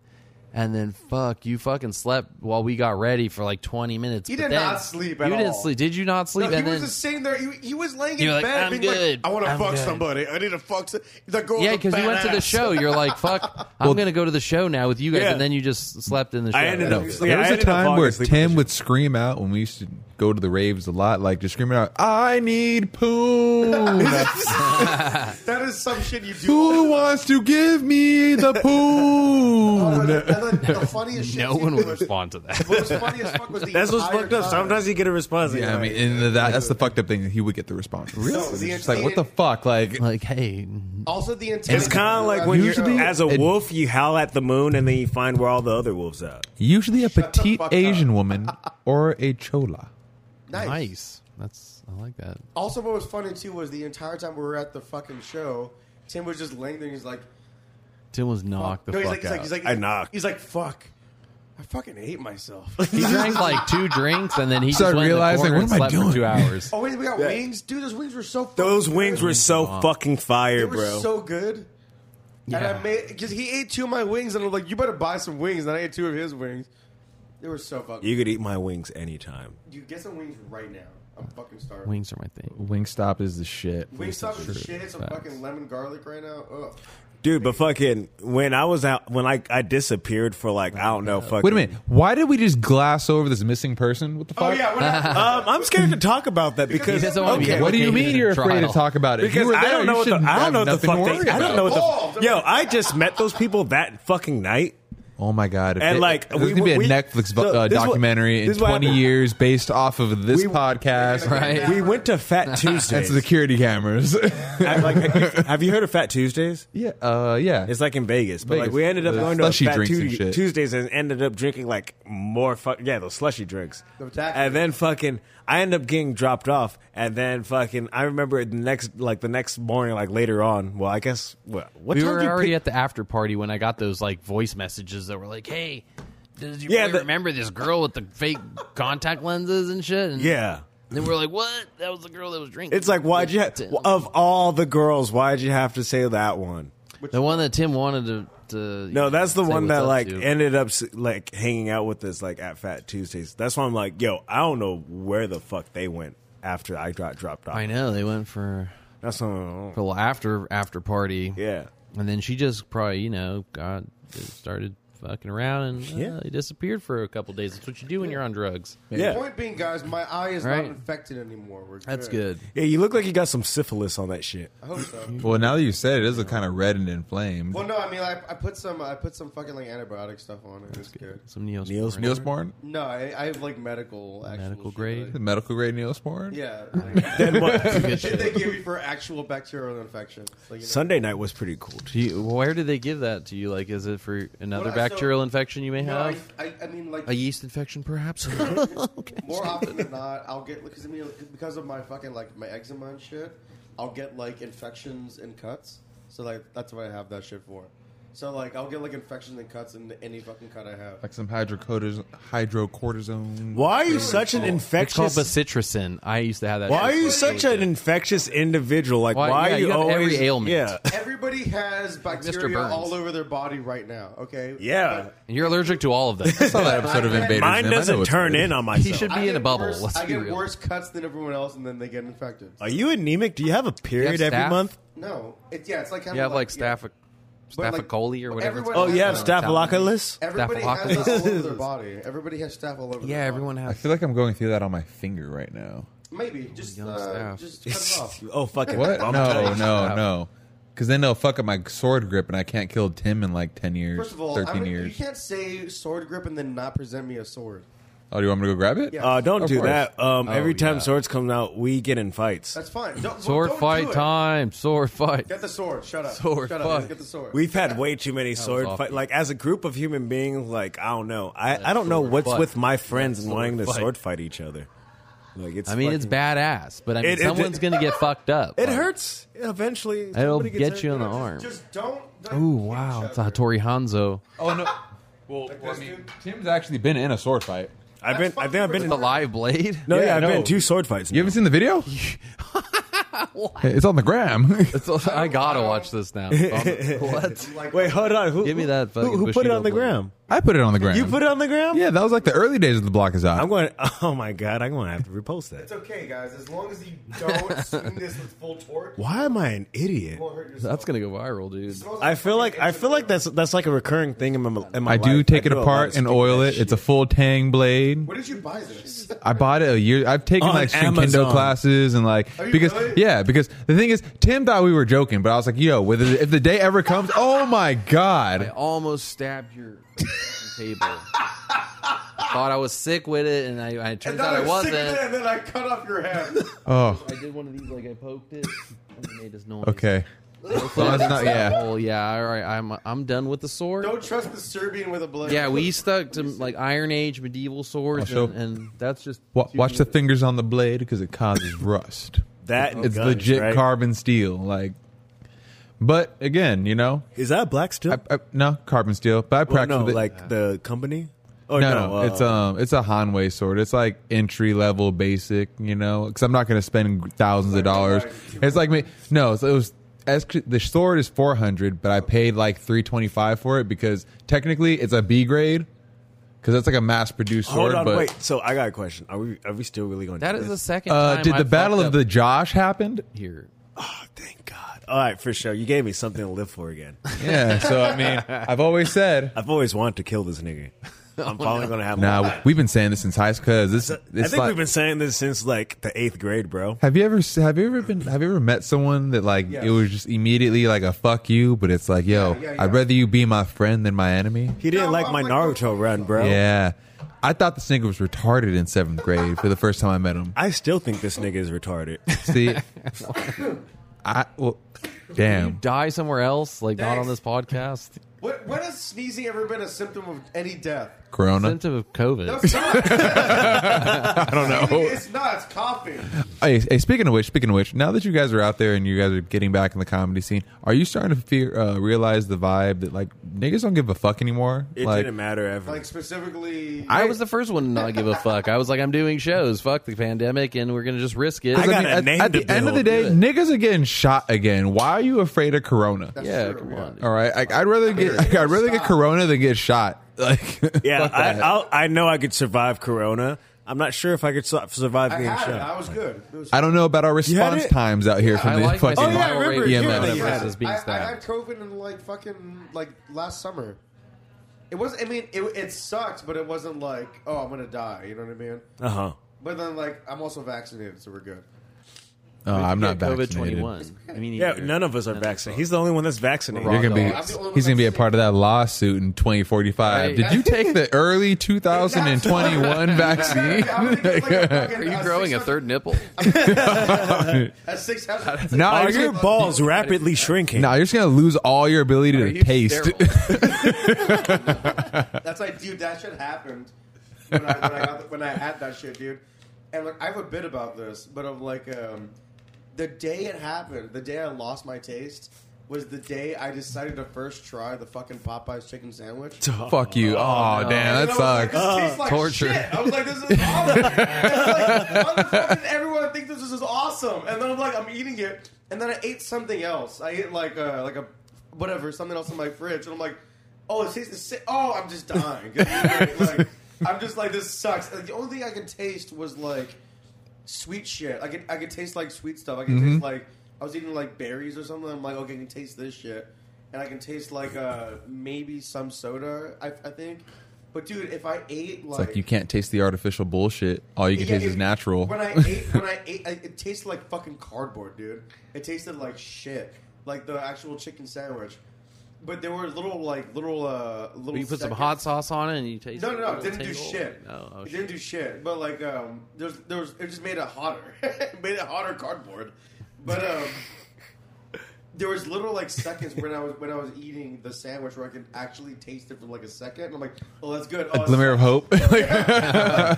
[SPEAKER 3] and then fuck, you fucking slept while we got ready for like twenty minutes.
[SPEAKER 4] You
[SPEAKER 3] But
[SPEAKER 4] did
[SPEAKER 3] then-
[SPEAKER 4] not sleep at
[SPEAKER 3] You didn't
[SPEAKER 4] all.
[SPEAKER 3] sleep. Did you not
[SPEAKER 4] No,
[SPEAKER 3] sleep?
[SPEAKER 4] he
[SPEAKER 3] and
[SPEAKER 4] was
[SPEAKER 3] then,
[SPEAKER 4] just sitting there. He, he was laying in
[SPEAKER 3] You're like,
[SPEAKER 4] bed,
[SPEAKER 3] "I'm
[SPEAKER 4] being
[SPEAKER 3] good.
[SPEAKER 4] like, "I want to
[SPEAKER 3] I'm
[SPEAKER 4] fuck
[SPEAKER 3] good."
[SPEAKER 4] somebody. I need to fuck." Some, the girl
[SPEAKER 3] yeah,
[SPEAKER 4] because
[SPEAKER 3] because you went to the show. You're like, fuck, I'm gonna go to the show now with you guys,
[SPEAKER 2] Yeah.
[SPEAKER 3] and then you just slept in the show.
[SPEAKER 2] I ended up. yeah,
[SPEAKER 1] there
[SPEAKER 2] I
[SPEAKER 1] was a
[SPEAKER 2] ended up
[SPEAKER 1] time
[SPEAKER 2] falling
[SPEAKER 1] where
[SPEAKER 2] asleep.
[SPEAKER 1] Tim would scream out when we used to go to the raves a lot, like just screaming out, "I need poo.
[SPEAKER 4] That is some shit you do.
[SPEAKER 1] Who wants to give me the
[SPEAKER 4] Oh,
[SPEAKER 1] poo?"
[SPEAKER 4] and then- and then the funniest shit.
[SPEAKER 5] No one
[SPEAKER 4] was,
[SPEAKER 5] would respond to that.
[SPEAKER 4] What was funny as fuck was the
[SPEAKER 2] That's what's
[SPEAKER 4] entire
[SPEAKER 2] fucked up.
[SPEAKER 4] time-
[SPEAKER 2] Sometimes you get a response. and
[SPEAKER 1] Yeah,
[SPEAKER 2] you're
[SPEAKER 1] I mean,
[SPEAKER 2] like,
[SPEAKER 1] and that, that's the fucked up thing. He would get the response. Really?
[SPEAKER 4] No,
[SPEAKER 1] It's
[SPEAKER 4] the-
[SPEAKER 1] just like, what the fuck? Like,
[SPEAKER 3] like, hey,
[SPEAKER 4] Also, the entire
[SPEAKER 2] it's kind of like when
[SPEAKER 1] Usually-
[SPEAKER 2] you're as a
[SPEAKER 1] it-
[SPEAKER 2] wolf, you howl at the moon, and then you find where all the other wolves are.
[SPEAKER 1] usually a
[SPEAKER 4] the
[SPEAKER 1] petite
[SPEAKER 4] fuck up.
[SPEAKER 1] Asian woman or a chola.
[SPEAKER 4] nice.
[SPEAKER 3] nice. That's I like that.
[SPEAKER 4] Also, what was funny too was the entire time we were at the fucking show, Tim was just laying there. and He's like,
[SPEAKER 3] Tim was knocked the
[SPEAKER 4] no, he's
[SPEAKER 3] fuck
[SPEAKER 4] like, he's like,
[SPEAKER 3] out.
[SPEAKER 4] he's like,
[SPEAKER 2] I knocked.
[SPEAKER 4] He's like, fuck. I fucking hate myself.
[SPEAKER 3] he drank like two drinks and then he
[SPEAKER 1] Started
[SPEAKER 3] just went
[SPEAKER 1] realizing,
[SPEAKER 3] in the corner
[SPEAKER 1] what am I
[SPEAKER 3] and slept
[SPEAKER 1] doing?
[SPEAKER 3] for two hours.
[SPEAKER 4] oh wait, we got wings, dude. Those wings were so. fucking
[SPEAKER 2] Those
[SPEAKER 4] good.
[SPEAKER 2] wings were so fucking
[SPEAKER 4] They
[SPEAKER 2] fire,
[SPEAKER 4] were
[SPEAKER 2] bro.
[SPEAKER 4] so good. And I made because he ate two of my wings, and I'm like, you better buy some wings. And I ate two of his wings. They were so fucking.
[SPEAKER 2] you could eat my wings anytime.
[SPEAKER 4] You get some wings right now. I'm fucking starving.
[SPEAKER 3] Wings are my thing.
[SPEAKER 1] Wingstop is the shit.
[SPEAKER 4] Wingstop is shit. Some
[SPEAKER 3] Facts.
[SPEAKER 4] fucking lemon garlic right now. Ugh.
[SPEAKER 2] Dude, but fucking when I was out when like I disappeared for like I don't know fucking
[SPEAKER 1] Wait a minute. Why did we just glass over this missing person? What the fuck?
[SPEAKER 4] Oh yeah, what happened?
[SPEAKER 2] Um, I'm scared to talk about that
[SPEAKER 4] He
[SPEAKER 2] because
[SPEAKER 4] doesn't wanna
[SPEAKER 2] okay,
[SPEAKER 3] be
[SPEAKER 1] What do oh, you
[SPEAKER 3] Located
[SPEAKER 1] mean
[SPEAKER 3] in
[SPEAKER 1] you're afraid to
[SPEAKER 3] trial.
[SPEAKER 1] talk about it? If
[SPEAKER 2] because
[SPEAKER 1] you were
[SPEAKER 2] I
[SPEAKER 1] there,
[SPEAKER 2] don't know
[SPEAKER 1] you
[SPEAKER 2] what the
[SPEAKER 1] shouldn't
[SPEAKER 2] I
[SPEAKER 1] have
[SPEAKER 2] don't know what the
[SPEAKER 1] nothing
[SPEAKER 2] fuck
[SPEAKER 1] to
[SPEAKER 2] they
[SPEAKER 1] worry
[SPEAKER 2] I don't
[SPEAKER 1] about.
[SPEAKER 2] know what
[SPEAKER 4] Balls.
[SPEAKER 2] the yo I just met those people that fucking night.
[SPEAKER 1] Oh my god! If
[SPEAKER 2] And,
[SPEAKER 1] they-
[SPEAKER 2] like,
[SPEAKER 1] there's
[SPEAKER 2] we-
[SPEAKER 1] gonna be a
[SPEAKER 2] we-
[SPEAKER 1] Netflix bu-
[SPEAKER 2] so
[SPEAKER 1] uh,
[SPEAKER 2] this is what-
[SPEAKER 1] documentary
[SPEAKER 2] this
[SPEAKER 1] in
[SPEAKER 2] is what
[SPEAKER 1] 20
[SPEAKER 2] happened.
[SPEAKER 1] years based off of this
[SPEAKER 2] We-
[SPEAKER 1] podcast
[SPEAKER 3] Right.
[SPEAKER 2] We went to Fat
[SPEAKER 1] and
[SPEAKER 2] Tuesdays.
[SPEAKER 1] security cameras.
[SPEAKER 2] I- like, have you heard of Fat Tuesdays?
[SPEAKER 1] yeah, uh, yeah.
[SPEAKER 2] It's like in Vegas, but like
[SPEAKER 1] Vegas.
[SPEAKER 2] we ended up
[SPEAKER 1] The
[SPEAKER 2] going to a
[SPEAKER 1] slushy
[SPEAKER 2] Fat
[SPEAKER 1] drinks and
[SPEAKER 2] Tues-
[SPEAKER 1] shit.
[SPEAKER 2] Tuesdays and ended up drinking like more fuck yeah those slushy drinks.
[SPEAKER 4] The tax-
[SPEAKER 2] And then fucking I ended up getting dropped off, and then fucking I remember the next like the next morning like later on. Well, I guess what what
[SPEAKER 3] We
[SPEAKER 2] time
[SPEAKER 3] were
[SPEAKER 2] did you
[SPEAKER 3] already
[SPEAKER 2] pick-
[SPEAKER 3] at the after party when I got those like voice messages that were like, "Hey, does you
[SPEAKER 2] Yeah,
[SPEAKER 3] really
[SPEAKER 2] the-
[SPEAKER 3] remember this girl with the fake contact lenses and shit?" And
[SPEAKER 2] yeah.
[SPEAKER 3] Then we're like, "What? That was the girl that was drinking."
[SPEAKER 2] It's like why'd you ha- of all the girls why'd you have to say that one?
[SPEAKER 3] the one that Tim wanted to. to
[SPEAKER 2] No, that's the
[SPEAKER 3] say
[SPEAKER 2] one
[SPEAKER 3] what's
[SPEAKER 2] that
[SPEAKER 3] up
[SPEAKER 2] like
[SPEAKER 3] to.
[SPEAKER 2] ended up s- like hanging out with us like at Fat Tuesdays. That's why I'm like, yo, I don't know where the fuck they went after I got dropped off.
[SPEAKER 3] I know they went for
[SPEAKER 2] That's what I'm oh.
[SPEAKER 3] for a little after after party.
[SPEAKER 2] yeah.
[SPEAKER 3] And then she just probably, you know, got started fucking around and uh,
[SPEAKER 2] Yeah.
[SPEAKER 3] he disappeared for a couple days. That's what you do when you're on drugs.
[SPEAKER 2] Yeah.
[SPEAKER 4] Point being, guys, my eye is
[SPEAKER 3] Right.
[SPEAKER 4] not infected anymore. We're good.
[SPEAKER 3] That's good.
[SPEAKER 2] Yeah, you look like you got some syphilis on that shit.
[SPEAKER 4] I hope so.
[SPEAKER 1] well, now that you said it, it is a kind of red and inflamed.
[SPEAKER 4] Well, no, I mean, I, I put some, I put some fucking like antibiotic stuff on it. It's good.
[SPEAKER 3] Some neosporin.
[SPEAKER 2] Neosporin.
[SPEAKER 1] Neosporin,
[SPEAKER 4] No, I, I have like medical, actual
[SPEAKER 3] Medical
[SPEAKER 4] shit,
[SPEAKER 3] grade?
[SPEAKER 1] the
[SPEAKER 4] like-
[SPEAKER 1] medical grade neosporin.
[SPEAKER 4] yeah, like,
[SPEAKER 2] Then what?
[SPEAKER 4] shit they give you for actual bacterial infection. Like, you know,
[SPEAKER 2] Sunday night was pretty cool.
[SPEAKER 3] Do you, where did they give that to you? Like, is it for another
[SPEAKER 4] Well, I- so-
[SPEAKER 3] bacterial infection you may
[SPEAKER 4] no, I,
[SPEAKER 3] have?
[SPEAKER 4] I, I mean, like
[SPEAKER 3] A yeast infection, perhaps?
[SPEAKER 4] more often than not, I'll get because I mean because of my fucking like my eczema and shit, I'll get like infections and cuts. So like that's what I have that shit for. So like I'll get like infections and cuts in any fucking cut I have.
[SPEAKER 1] Like some hydrocortis- hydrocortisone.
[SPEAKER 2] Why are you such an
[SPEAKER 3] it's called
[SPEAKER 2] infectious?
[SPEAKER 3] bacitracin. I used to have that.
[SPEAKER 2] Why are
[SPEAKER 3] shit
[SPEAKER 2] you
[SPEAKER 3] for
[SPEAKER 2] such an infectious individual? Like,
[SPEAKER 3] Why-
[SPEAKER 2] why,
[SPEAKER 3] yeah,
[SPEAKER 2] are
[SPEAKER 3] you
[SPEAKER 2] you,
[SPEAKER 3] got every
[SPEAKER 2] always?
[SPEAKER 3] ailment.
[SPEAKER 2] Yeah,
[SPEAKER 4] Everybody has bacteria
[SPEAKER 3] Burns.
[SPEAKER 4] all over their body right now. Okay.
[SPEAKER 2] yeah.
[SPEAKER 3] And you're allergic to all of them.
[SPEAKER 1] I saw that episode of
[SPEAKER 4] Mine
[SPEAKER 1] Invaders.
[SPEAKER 2] Mine
[SPEAKER 1] Zim. I know
[SPEAKER 2] doesn't
[SPEAKER 1] what's
[SPEAKER 2] turn
[SPEAKER 1] good.
[SPEAKER 2] in on myself.
[SPEAKER 3] he should
[SPEAKER 4] I
[SPEAKER 3] be in
[SPEAKER 4] get
[SPEAKER 3] a bubble.
[SPEAKER 4] worse-
[SPEAKER 3] Let's
[SPEAKER 4] I
[SPEAKER 3] be
[SPEAKER 4] get
[SPEAKER 3] real.
[SPEAKER 4] worse cuts than everyone else, and then they get infected.
[SPEAKER 2] Are you anemic? Do you have a period
[SPEAKER 3] have
[SPEAKER 2] every
[SPEAKER 3] staph?
[SPEAKER 2] month?
[SPEAKER 4] No, it, yeah, it's like having,
[SPEAKER 3] You have like
[SPEAKER 4] yeah.
[SPEAKER 3] staph-
[SPEAKER 4] But, like,
[SPEAKER 3] staphylocoli or whatever. it's
[SPEAKER 4] everyone- uh,
[SPEAKER 2] Oh,
[SPEAKER 3] called.
[SPEAKER 2] you have
[SPEAKER 4] Yeah.
[SPEAKER 2] staphylococcus.
[SPEAKER 4] Everybody has it all
[SPEAKER 3] Staphylococcus.
[SPEAKER 4] over their body. Everybody has staph all over.
[SPEAKER 3] Yeah,
[SPEAKER 4] their
[SPEAKER 3] everyone
[SPEAKER 1] I
[SPEAKER 3] has.
[SPEAKER 1] feel like I'm going through that on my finger right now.
[SPEAKER 4] Body. Maybe just
[SPEAKER 3] Young
[SPEAKER 4] uh,
[SPEAKER 3] staph.
[SPEAKER 4] just cut it off.
[SPEAKER 2] Oh fucking
[SPEAKER 1] What?
[SPEAKER 2] I'm
[SPEAKER 1] No,
[SPEAKER 2] telling you.
[SPEAKER 1] no, no. Because then they'll fuck up my sword grip, and I can't kill Tim in like ten years,
[SPEAKER 4] First of all,
[SPEAKER 1] 13
[SPEAKER 4] I mean,
[SPEAKER 1] years.
[SPEAKER 4] you can't say sword grip and then not present me a sword.
[SPEAKER 1] Oh, do you want me to go grab it?
[SPEAKER 4] Yeah.
[SPEAKER 2] Uh, don't
[SPEAKER 1] Of
[SPEAKER 2] do
[SPEAKER 1] course.
[SPEAKER 2] that. Um,
[SPEAKER 3] Oh,
[SPEAKER 2] every time
[SPEAKER 3] yeah.
[SPEAKER 2] swords come out, we get in fights.
[SPEAKER 4] That's fine. Don't,
[SPEAKER 3] Sword
[SPEAKER 4] don't do
[SPEAKER 3] fight
[SPEAKER 4] it.
[SPEAKER 3] time. Sword fight.
[SPEAKER 4] Get the sword. Shut up.
[SPEAKER 3] Sword
[SPEAKER 4] Shut
[SPEAKER 3] fight.
[SPEAKER 4] up. Get the sword.
[SPEAKER 2] We've had way too many sword
[SPEAKER 3] awful.
[SPEAKER 2] fight. Like as a group of human beings, like I don't know. I, I don't know
[SPEAKER 3] sword
[SPEAKER 2] what's
[SPEAKER 3] fight.
[SPEAKER 2] with my friends and wanting to
[SPEAKER 3] fight.
[SPEAKER 2] sword fight each other. Like it's.
[SPEAKER 3] I mean, it's
[SPEAKER 2] fucking-
[SPEAKER 3] badass, but I mean,
[SPEAKER 2] It- it-
[SPEAKER 3] someone's gonna get fucked up.
[SPEAKER 2] It
[SPEAKER 3] Like,
[SPEAKER 2] hurts eventually.
[SPEAKER 3] It'll
[SPEAKER 2] somebody gets
[SPEAKER 3] get you in the
[SPEAKER 2] hurt.
[SPEAKER 3] arm.
[SPEAKER 4] just don't. don't
[SPEAKER 3] Ooh, wow, it's a Hattori Hanzo.
[SPEAKER 1] Oh no. Well,
[SPEAKER 4] this I mean, dude?
[SPEAKER 1] Tim's actually been in a sword fight.
[SPEAKER 2] I've been. I think I've been. In,
[SPEAKER 3] The live blade.
[SPEAKER 2] no, yeah,
[SPEAKER 1] Yeah,
[SPEAKER 2] I've
[SPEAKER 1] no.
[SPEAKER 2] been in two sword fights.
[SPEAKER 1] You
[SPEAKER 2] now.
[SPEAKER 1] haven't seen the video? It's on the gram.
[SPEAKER 3] It's- I gotta watch this now. what?
[SPEAKER 4] Like,
[SPEAKER 2] Wait, hold on. Who,
[SPEAKER 3] Give me that
[SPEAKER 2] Who,
[SPEAKER 3] fucking
[SPEAKER 2] who put it
[SPEAKER 3] Bushido
[SPEAKER 2] on the
[SPEAKER 3] blade.
[SPEAKER 2] gram?
[SPEAKER 1] I put it on the gram.
[SPEAKER 2] You put it on the gram?
[SPEAKER 1] Yeah, that was like the early days of the block is out.
[SPEAKER 2] I'm going. Oh my god, I'm going to have to repost
[SPEAKER 4] It's
[SPEAKER 2] that.
[SPEAKER 4] okay, guys. As long as you don't swing this with full torque,
[SPEAKER 2] Why am I an idiot?
[SPEAKER 4] you won't hurt yourself.
[SPEAKER 3] That's gonna go viral, dude.
[SPEAKER 4] As long as
[SPEAKER 2] I
[SPEAKER 4] you
[SPEAKER 2] feel like I feel like that's that's like a recurring thing in my in my
[SPEAKER 1] I do
[SPEAKER 2] life.
[SPEAKER 1] take it
[SPEAKER 2] a lot
[SPEAKER 1] apart
[SPEAKER 2] of
[SPEAKER 1] and
[SPEAKER 2] stupid
[SPEAKER 1] oil it.
[SPEAKER 2] ass
[SPEAKER 1] It's a full tang blade.
[SPEAKER 4] Where did you buy this?
[SPEAKER 1] I bought it a year. I've taken
[SPEAKER 2] On
[SPEAKER 1] like Shinkendo
[SPEAKER 2] Amazon.
[SPEAKER 1] classes and like
[SPEAKER 4] Are you
[SPEAKER 1] because
[SPEAKER 4] really?
[SPEAKER 1] yeah because the thing is Tim thought we were joking, but I was like, yo, whether if the day ever comes, oh my
[SPEAKER 3] I
[SPEAKER 1] god,
[SPEAKER 3] almost stabbed your table. Thought I was sick with it, and I, I it turns
[SPEAKER 4] And then
[SPEAKER 3] out I
[SPEAKER 4] I was sick of
[SPEAKER 3] wasn't.
[SPEAKER 4] it, and then I cut off your hand.
[SPEAKER 1] oh
[SPEAKER 3] I did one of these, like I poked it, and it made this noise.
[SPEAKER 1] okay,
[SPEAKER 3] Hopefully
[SPEAKER 1] That's
[SPEAKER 3] that's
[SPEAKER 1] not- yeah.
[SPEAKER 3] Oh yeah. All right. I'm I'm done with the sword.
[SPEAKER 4] don't trust the Serbian with a blade.
[SPEAKER 3] Yeah, we stuck to like Iron Age medieval swords,
[SPEAKER 1] I'll show-
[SPEAKER 3] and, and that's just
[SPEAKER 1] Wa watch the fingers on the blade because it causes rust.
[SPEAKER 2] That and
[SPEAKER 1] it's
[SPEAKER 2] guns,
[SPEAKER 1] legit
[SPEAKER 2] Oh, right?
[SPEAKER 1] carbon steel. Like, But again, you know,
[SPEAKER 2] Is that black still?
[SPEAKER 1] I, I, no carbon steel, but I
[SPEAKER 2] Well,
[SPEAKER 1] practice
[SPEAKER 2] no,
[SPEAKER 1] with it.
[SPEAKER 2] like the company. Oh
[SPEAKER 1] no,
[SPEAKER 2] no,
[SPEAKER 1] no,
[SPEAKER 2] uh,
[SPEAKER 1] it's um, it's a Hanway sword. It's like entry level, basic, you know. Because I'm not going to spend thousands of dollars. It's like me. No, so it was as the sword is 400, but I paid like 325 for it because technically it's a B grade because that's like a mass produced sword.
[SPEAKER 2] Hold on,
[SPEAKER 1] but
[SPEAKER 2] wait. So I got a question. Are we are we still really going?
[SPEAKER 3] That
[SPEAKER 2] do
[SPEAKER 3] is the
[SPEAKER 2] this?
[SPEAKER 3] second
[SPEAKER 1] uh,
[SPEAKER 3] time.
[SPEAKER 1] did
[SPEAKER 3] I
[SPEAKER 1] the Battle
[SPEAKER 3] fucked
[SPEAKER 1] of
[SPEAKER 3] up
[SPEAKER 1] the Josh happened?
[SPEAKER 3] here?
[SPEAKER 2] Oh, thank God. All right, for sure. You gave me something to live for again.
[SPEAKER 1] Yeah. So I mean, I've always said.
[SPEAKER 2] I've always wanted to kill this nigga.
[SPEAKER 3] Oh,
[SPEAKER 2] I'm finally gonna have.
[SPEAKER 1] Nah,
[SPEAKER 2] one.
[SPEAKER 1] we- we've been saying this since high school. Cause this,
[SPEAKER 2] I
[SPEAKER 1] it's
[SPEAKER 2] think
[SPEAKER 1] like-
[SPEAKER 2] we've been saying this since like the eighth grade, bro.
[SPEAKER 1] Have you ever have you ever been have you ever met someone that like
[SPEAKER 4] Yes.
[SPEAKER 1] it was just immediately like a fuck you, but it's like yo,
[SPEAKER 4] Yeah, yeah,
[SPEAKER 1] I'd
[SPEAKER 4] yeah.
[SPEAKER 1] rather you be my friend than my enemy.
[SPEAKER 2] He didn't
[SPEAKER 4] No,
[SPEAKER 2] like
[SPEAKER 4] I'm
[SPEAKER 2] my
[SPEAKER 4] like-
[SPEAKER 2] Naruto run, bro.
[SPEAKER 1] Yeah, I thought this nigga was retarded in seventh grade for the first time I met him.
[SPEAKER 2] I still think this nigga is retarded.
[SPEAKER 1] See, I well, damn.
[SPEAKER 3] Die somewhere else, like not on
[SPEAKER 4] Thanks.
[SPEAKER 3] this podcast.
[SPEAKER 4] What, when has sneezing ever been a symptom of any death?
[SPEAKER 1] Corona.
[SPEAKER 3] Symptom of COVID.
[SPEAKER 4] That's not.
[SPEAKER 1] I don't know.
[SPEAKER 4] it's not. It's coughing.
[SPEAKER 1] Hey, hey, speaking of which, speaking of which, now that you guys are out there and you guys are getting back in the comedy scene, are you starting to fear, uh, realize the vibe that like niggas don't give a fuck anymore?
[SPEAKER 2] It
[SPEAKER 1] like,
[SPEAKER 2] didn't matter ever.
[SPEAKER 4] Like specifically.
[SPEAKER 3] I was the first one to not give a fuck. I was like, I'm doing shows. Fuck the pandemic, and we're gonna just risk it.
[SPEAKER 2] I got
[SPEAKER 1] mean,
[SPEAKER 2] a
[SPEAKER 1] at,
[SPEAKER 2] name
[SPEAKER 1] at
[SPEAKER 2] to
[SPEAKER 1] the end of the day,
[SPEAKER 3] build.
[SPEAKER 1] niggas are getting shot again. Why are you afraid of Corona?
[SPEAKER 3] yeah,
[SPEAKER 4] true,
[SPEAKER 3] come
[SPEAKER 4] yeah.
[SPEAKER 3] on.
[SPEAKER 1] All right, like, I'd rather get like, I'd rather get Corona than get shot. Like,
[SPEAKER 2] yeah,
[SPEAKER 1] fuck
[SPEAKER 2] I,
[SPEAKER 1] that.
[SPEAKER 2] I'll, I know I could survive Corona. I'm not sure if I could su- survive
[SPEAKER 4] I
[SPEAKER 2] being
[SPEAKER 4] had it.
[SPEAKER 2] shot.
[SPEAKER 4] I was good. It was
[SPEAKER 1] I don't know about our
[SPEAKER 2] had
[SPEAKER 1] response
[SPEAKER 2] it? Oh,
[SPEAKER 1] times out here from
[SPEAKER 3] I
[SPEAKER 1] the
[SPEAKER 3] like my
[SPEAKER 1] fucking. E
[SPEAKER 3] survival
[SPEAKER 2] yeah, I remember
[SPEAKER 3] rate
[SPEAKER 2] you
[SPEAKER 3] of
[SPEAKER 2] had
[SPEAKER 3] Corona
[SPEAKER 2] it.
[SPEAKER 3] versus being
[SPEAKER 4] I, I had
[SPEAKER 3] stabbed.
[SPEAKER 4] COVID in like fucking like last summer. It was. I mean, it, it sucked, but it wasn't like, oh, I'm gonna die. You know what I mean?
[SPEAKER 2] Uh huh.
[SPEAKER 4] But then, like, I'm also vaccinated, so we're good.
[SPEAKER 1] Oh, I'm not
[SPEAKER 3] COVID
[SPEAKER 1] vaccinated.
[SPEAKER 3] 21. I mean,
[SPEAKER 2] Yeah,
[SPEAKER 3] either.
[SPEAKER 2] none of us are vaccinated. He's the only one that's vaccinated.
[SPEAKER 1] You're gonna be.
[SPEAKER 4] I'm the only
[SPEAKER 1] He's gonna be a part of that lawsuit in
[SPEAKER 3] Right.
[SPEAKER 1] 2045. Did you take the early 2021 vaccine?
[SPEAKER 4] I'm gonna get, like, a fucking-
[SPEAKER 3] Are you growing a
[SPEAKER 4] six-
[SPEAKER 3] third nipple?
[SPEAKER 4] A six hundred.
[SPEAKER 1] No,
[SPEAKER 2] Are
[SPEAKER 1] you're
[SPEAKER 2] your
[SPEAKER 1] gonna-
[SPEAKER 2] balls rapidly shrinking?
[SPEAKER 1] no, you're just gonna lose all your ability
[SPEAKER 3] Are
[SPEAKER 1] to
[SPEAKER 3] you
[SPEAKER 1] taste.
[SPEAKER 3] sterile?
[SPEAKER 4] That's like, dude, that shit happened when I, when, I got the, when I had that shit, dude. And like, I have a bit about this, but I'm like, um, the day it happened, the day I lost my taste, was the day I decided to first try the fucking Popeyes chicken sandwich.
[SPEAKER 1] Fuck you. Oh, damn,
[SPEAKER 4] And
[SPEAKER 1] that
[SPEAKER 4] I was like,
[SPEAKER 1] sucks.
[SPEAKER 4] this tastes like
[SPEAKER 3] torture.
[SPEAKER 4] shit. I was like, this is awesome. like, motherfuckers, everyone thinks this is awesome, and then I'm like, I'm eating it, and then I ate something else. I ate like a like a whatever something else in my fridge, and I'm like, oh, it tastes the same. Oh, I'm just dying. like, I'm just like, this sucks. Like, the only thing I could taste was like sweet shit. I could I could taste like sweet stuff. I could
[SPEAKER 1] Mm-hmm.
[SPEAKER 4] taste like I was eating like berries or something. I'm like, okay, I can taste this shit, and I can taste like uh maybe some soda. I, I think. But dude, if I ate like,
[SPEAKER 1] It's like you can't taste the artificial bullshit. All you can
[SPEAKER 4] Yeah,
[SPEAKER 1] taste is
[SPEAKER 4] it-
[SPEAKER 1] natural.
[SPEAKER 4] When I ate, when I ate, I, it tasted like fucking cardboard, dude. It tasted like shit, like the actual chicken sandwich. But there were little like little uh little.
[SPEAKER 3] But you put some
[SPEAKER 4] seconds-
[SPEAKER 3] hot sauce on it and you taste.
[SPEAKER 4] No,
[SPEAKER 3] it.
[SPEAKER 4] no, no!
[SPEAKER 3] It'll
[SPEAKER 4] It didn't do
[SPEAKER 3] tingle.
[SPEAKER 4] shit.
[SPEAKER 3] No, oh,
[SPEAKER 4] it
[SPEAKER 3] shit.
[SPEAKER 4] didn't do shit. But like, um, there's there was it just made it hotter, It made it hotter cardboard. But um, there was little like seconds when I was when I was eating the sandwich where I could actually taste it for like a second. And I'm like, oh, that's good. Oh,
[SPEAKER 1] Glimmer of hope. Like,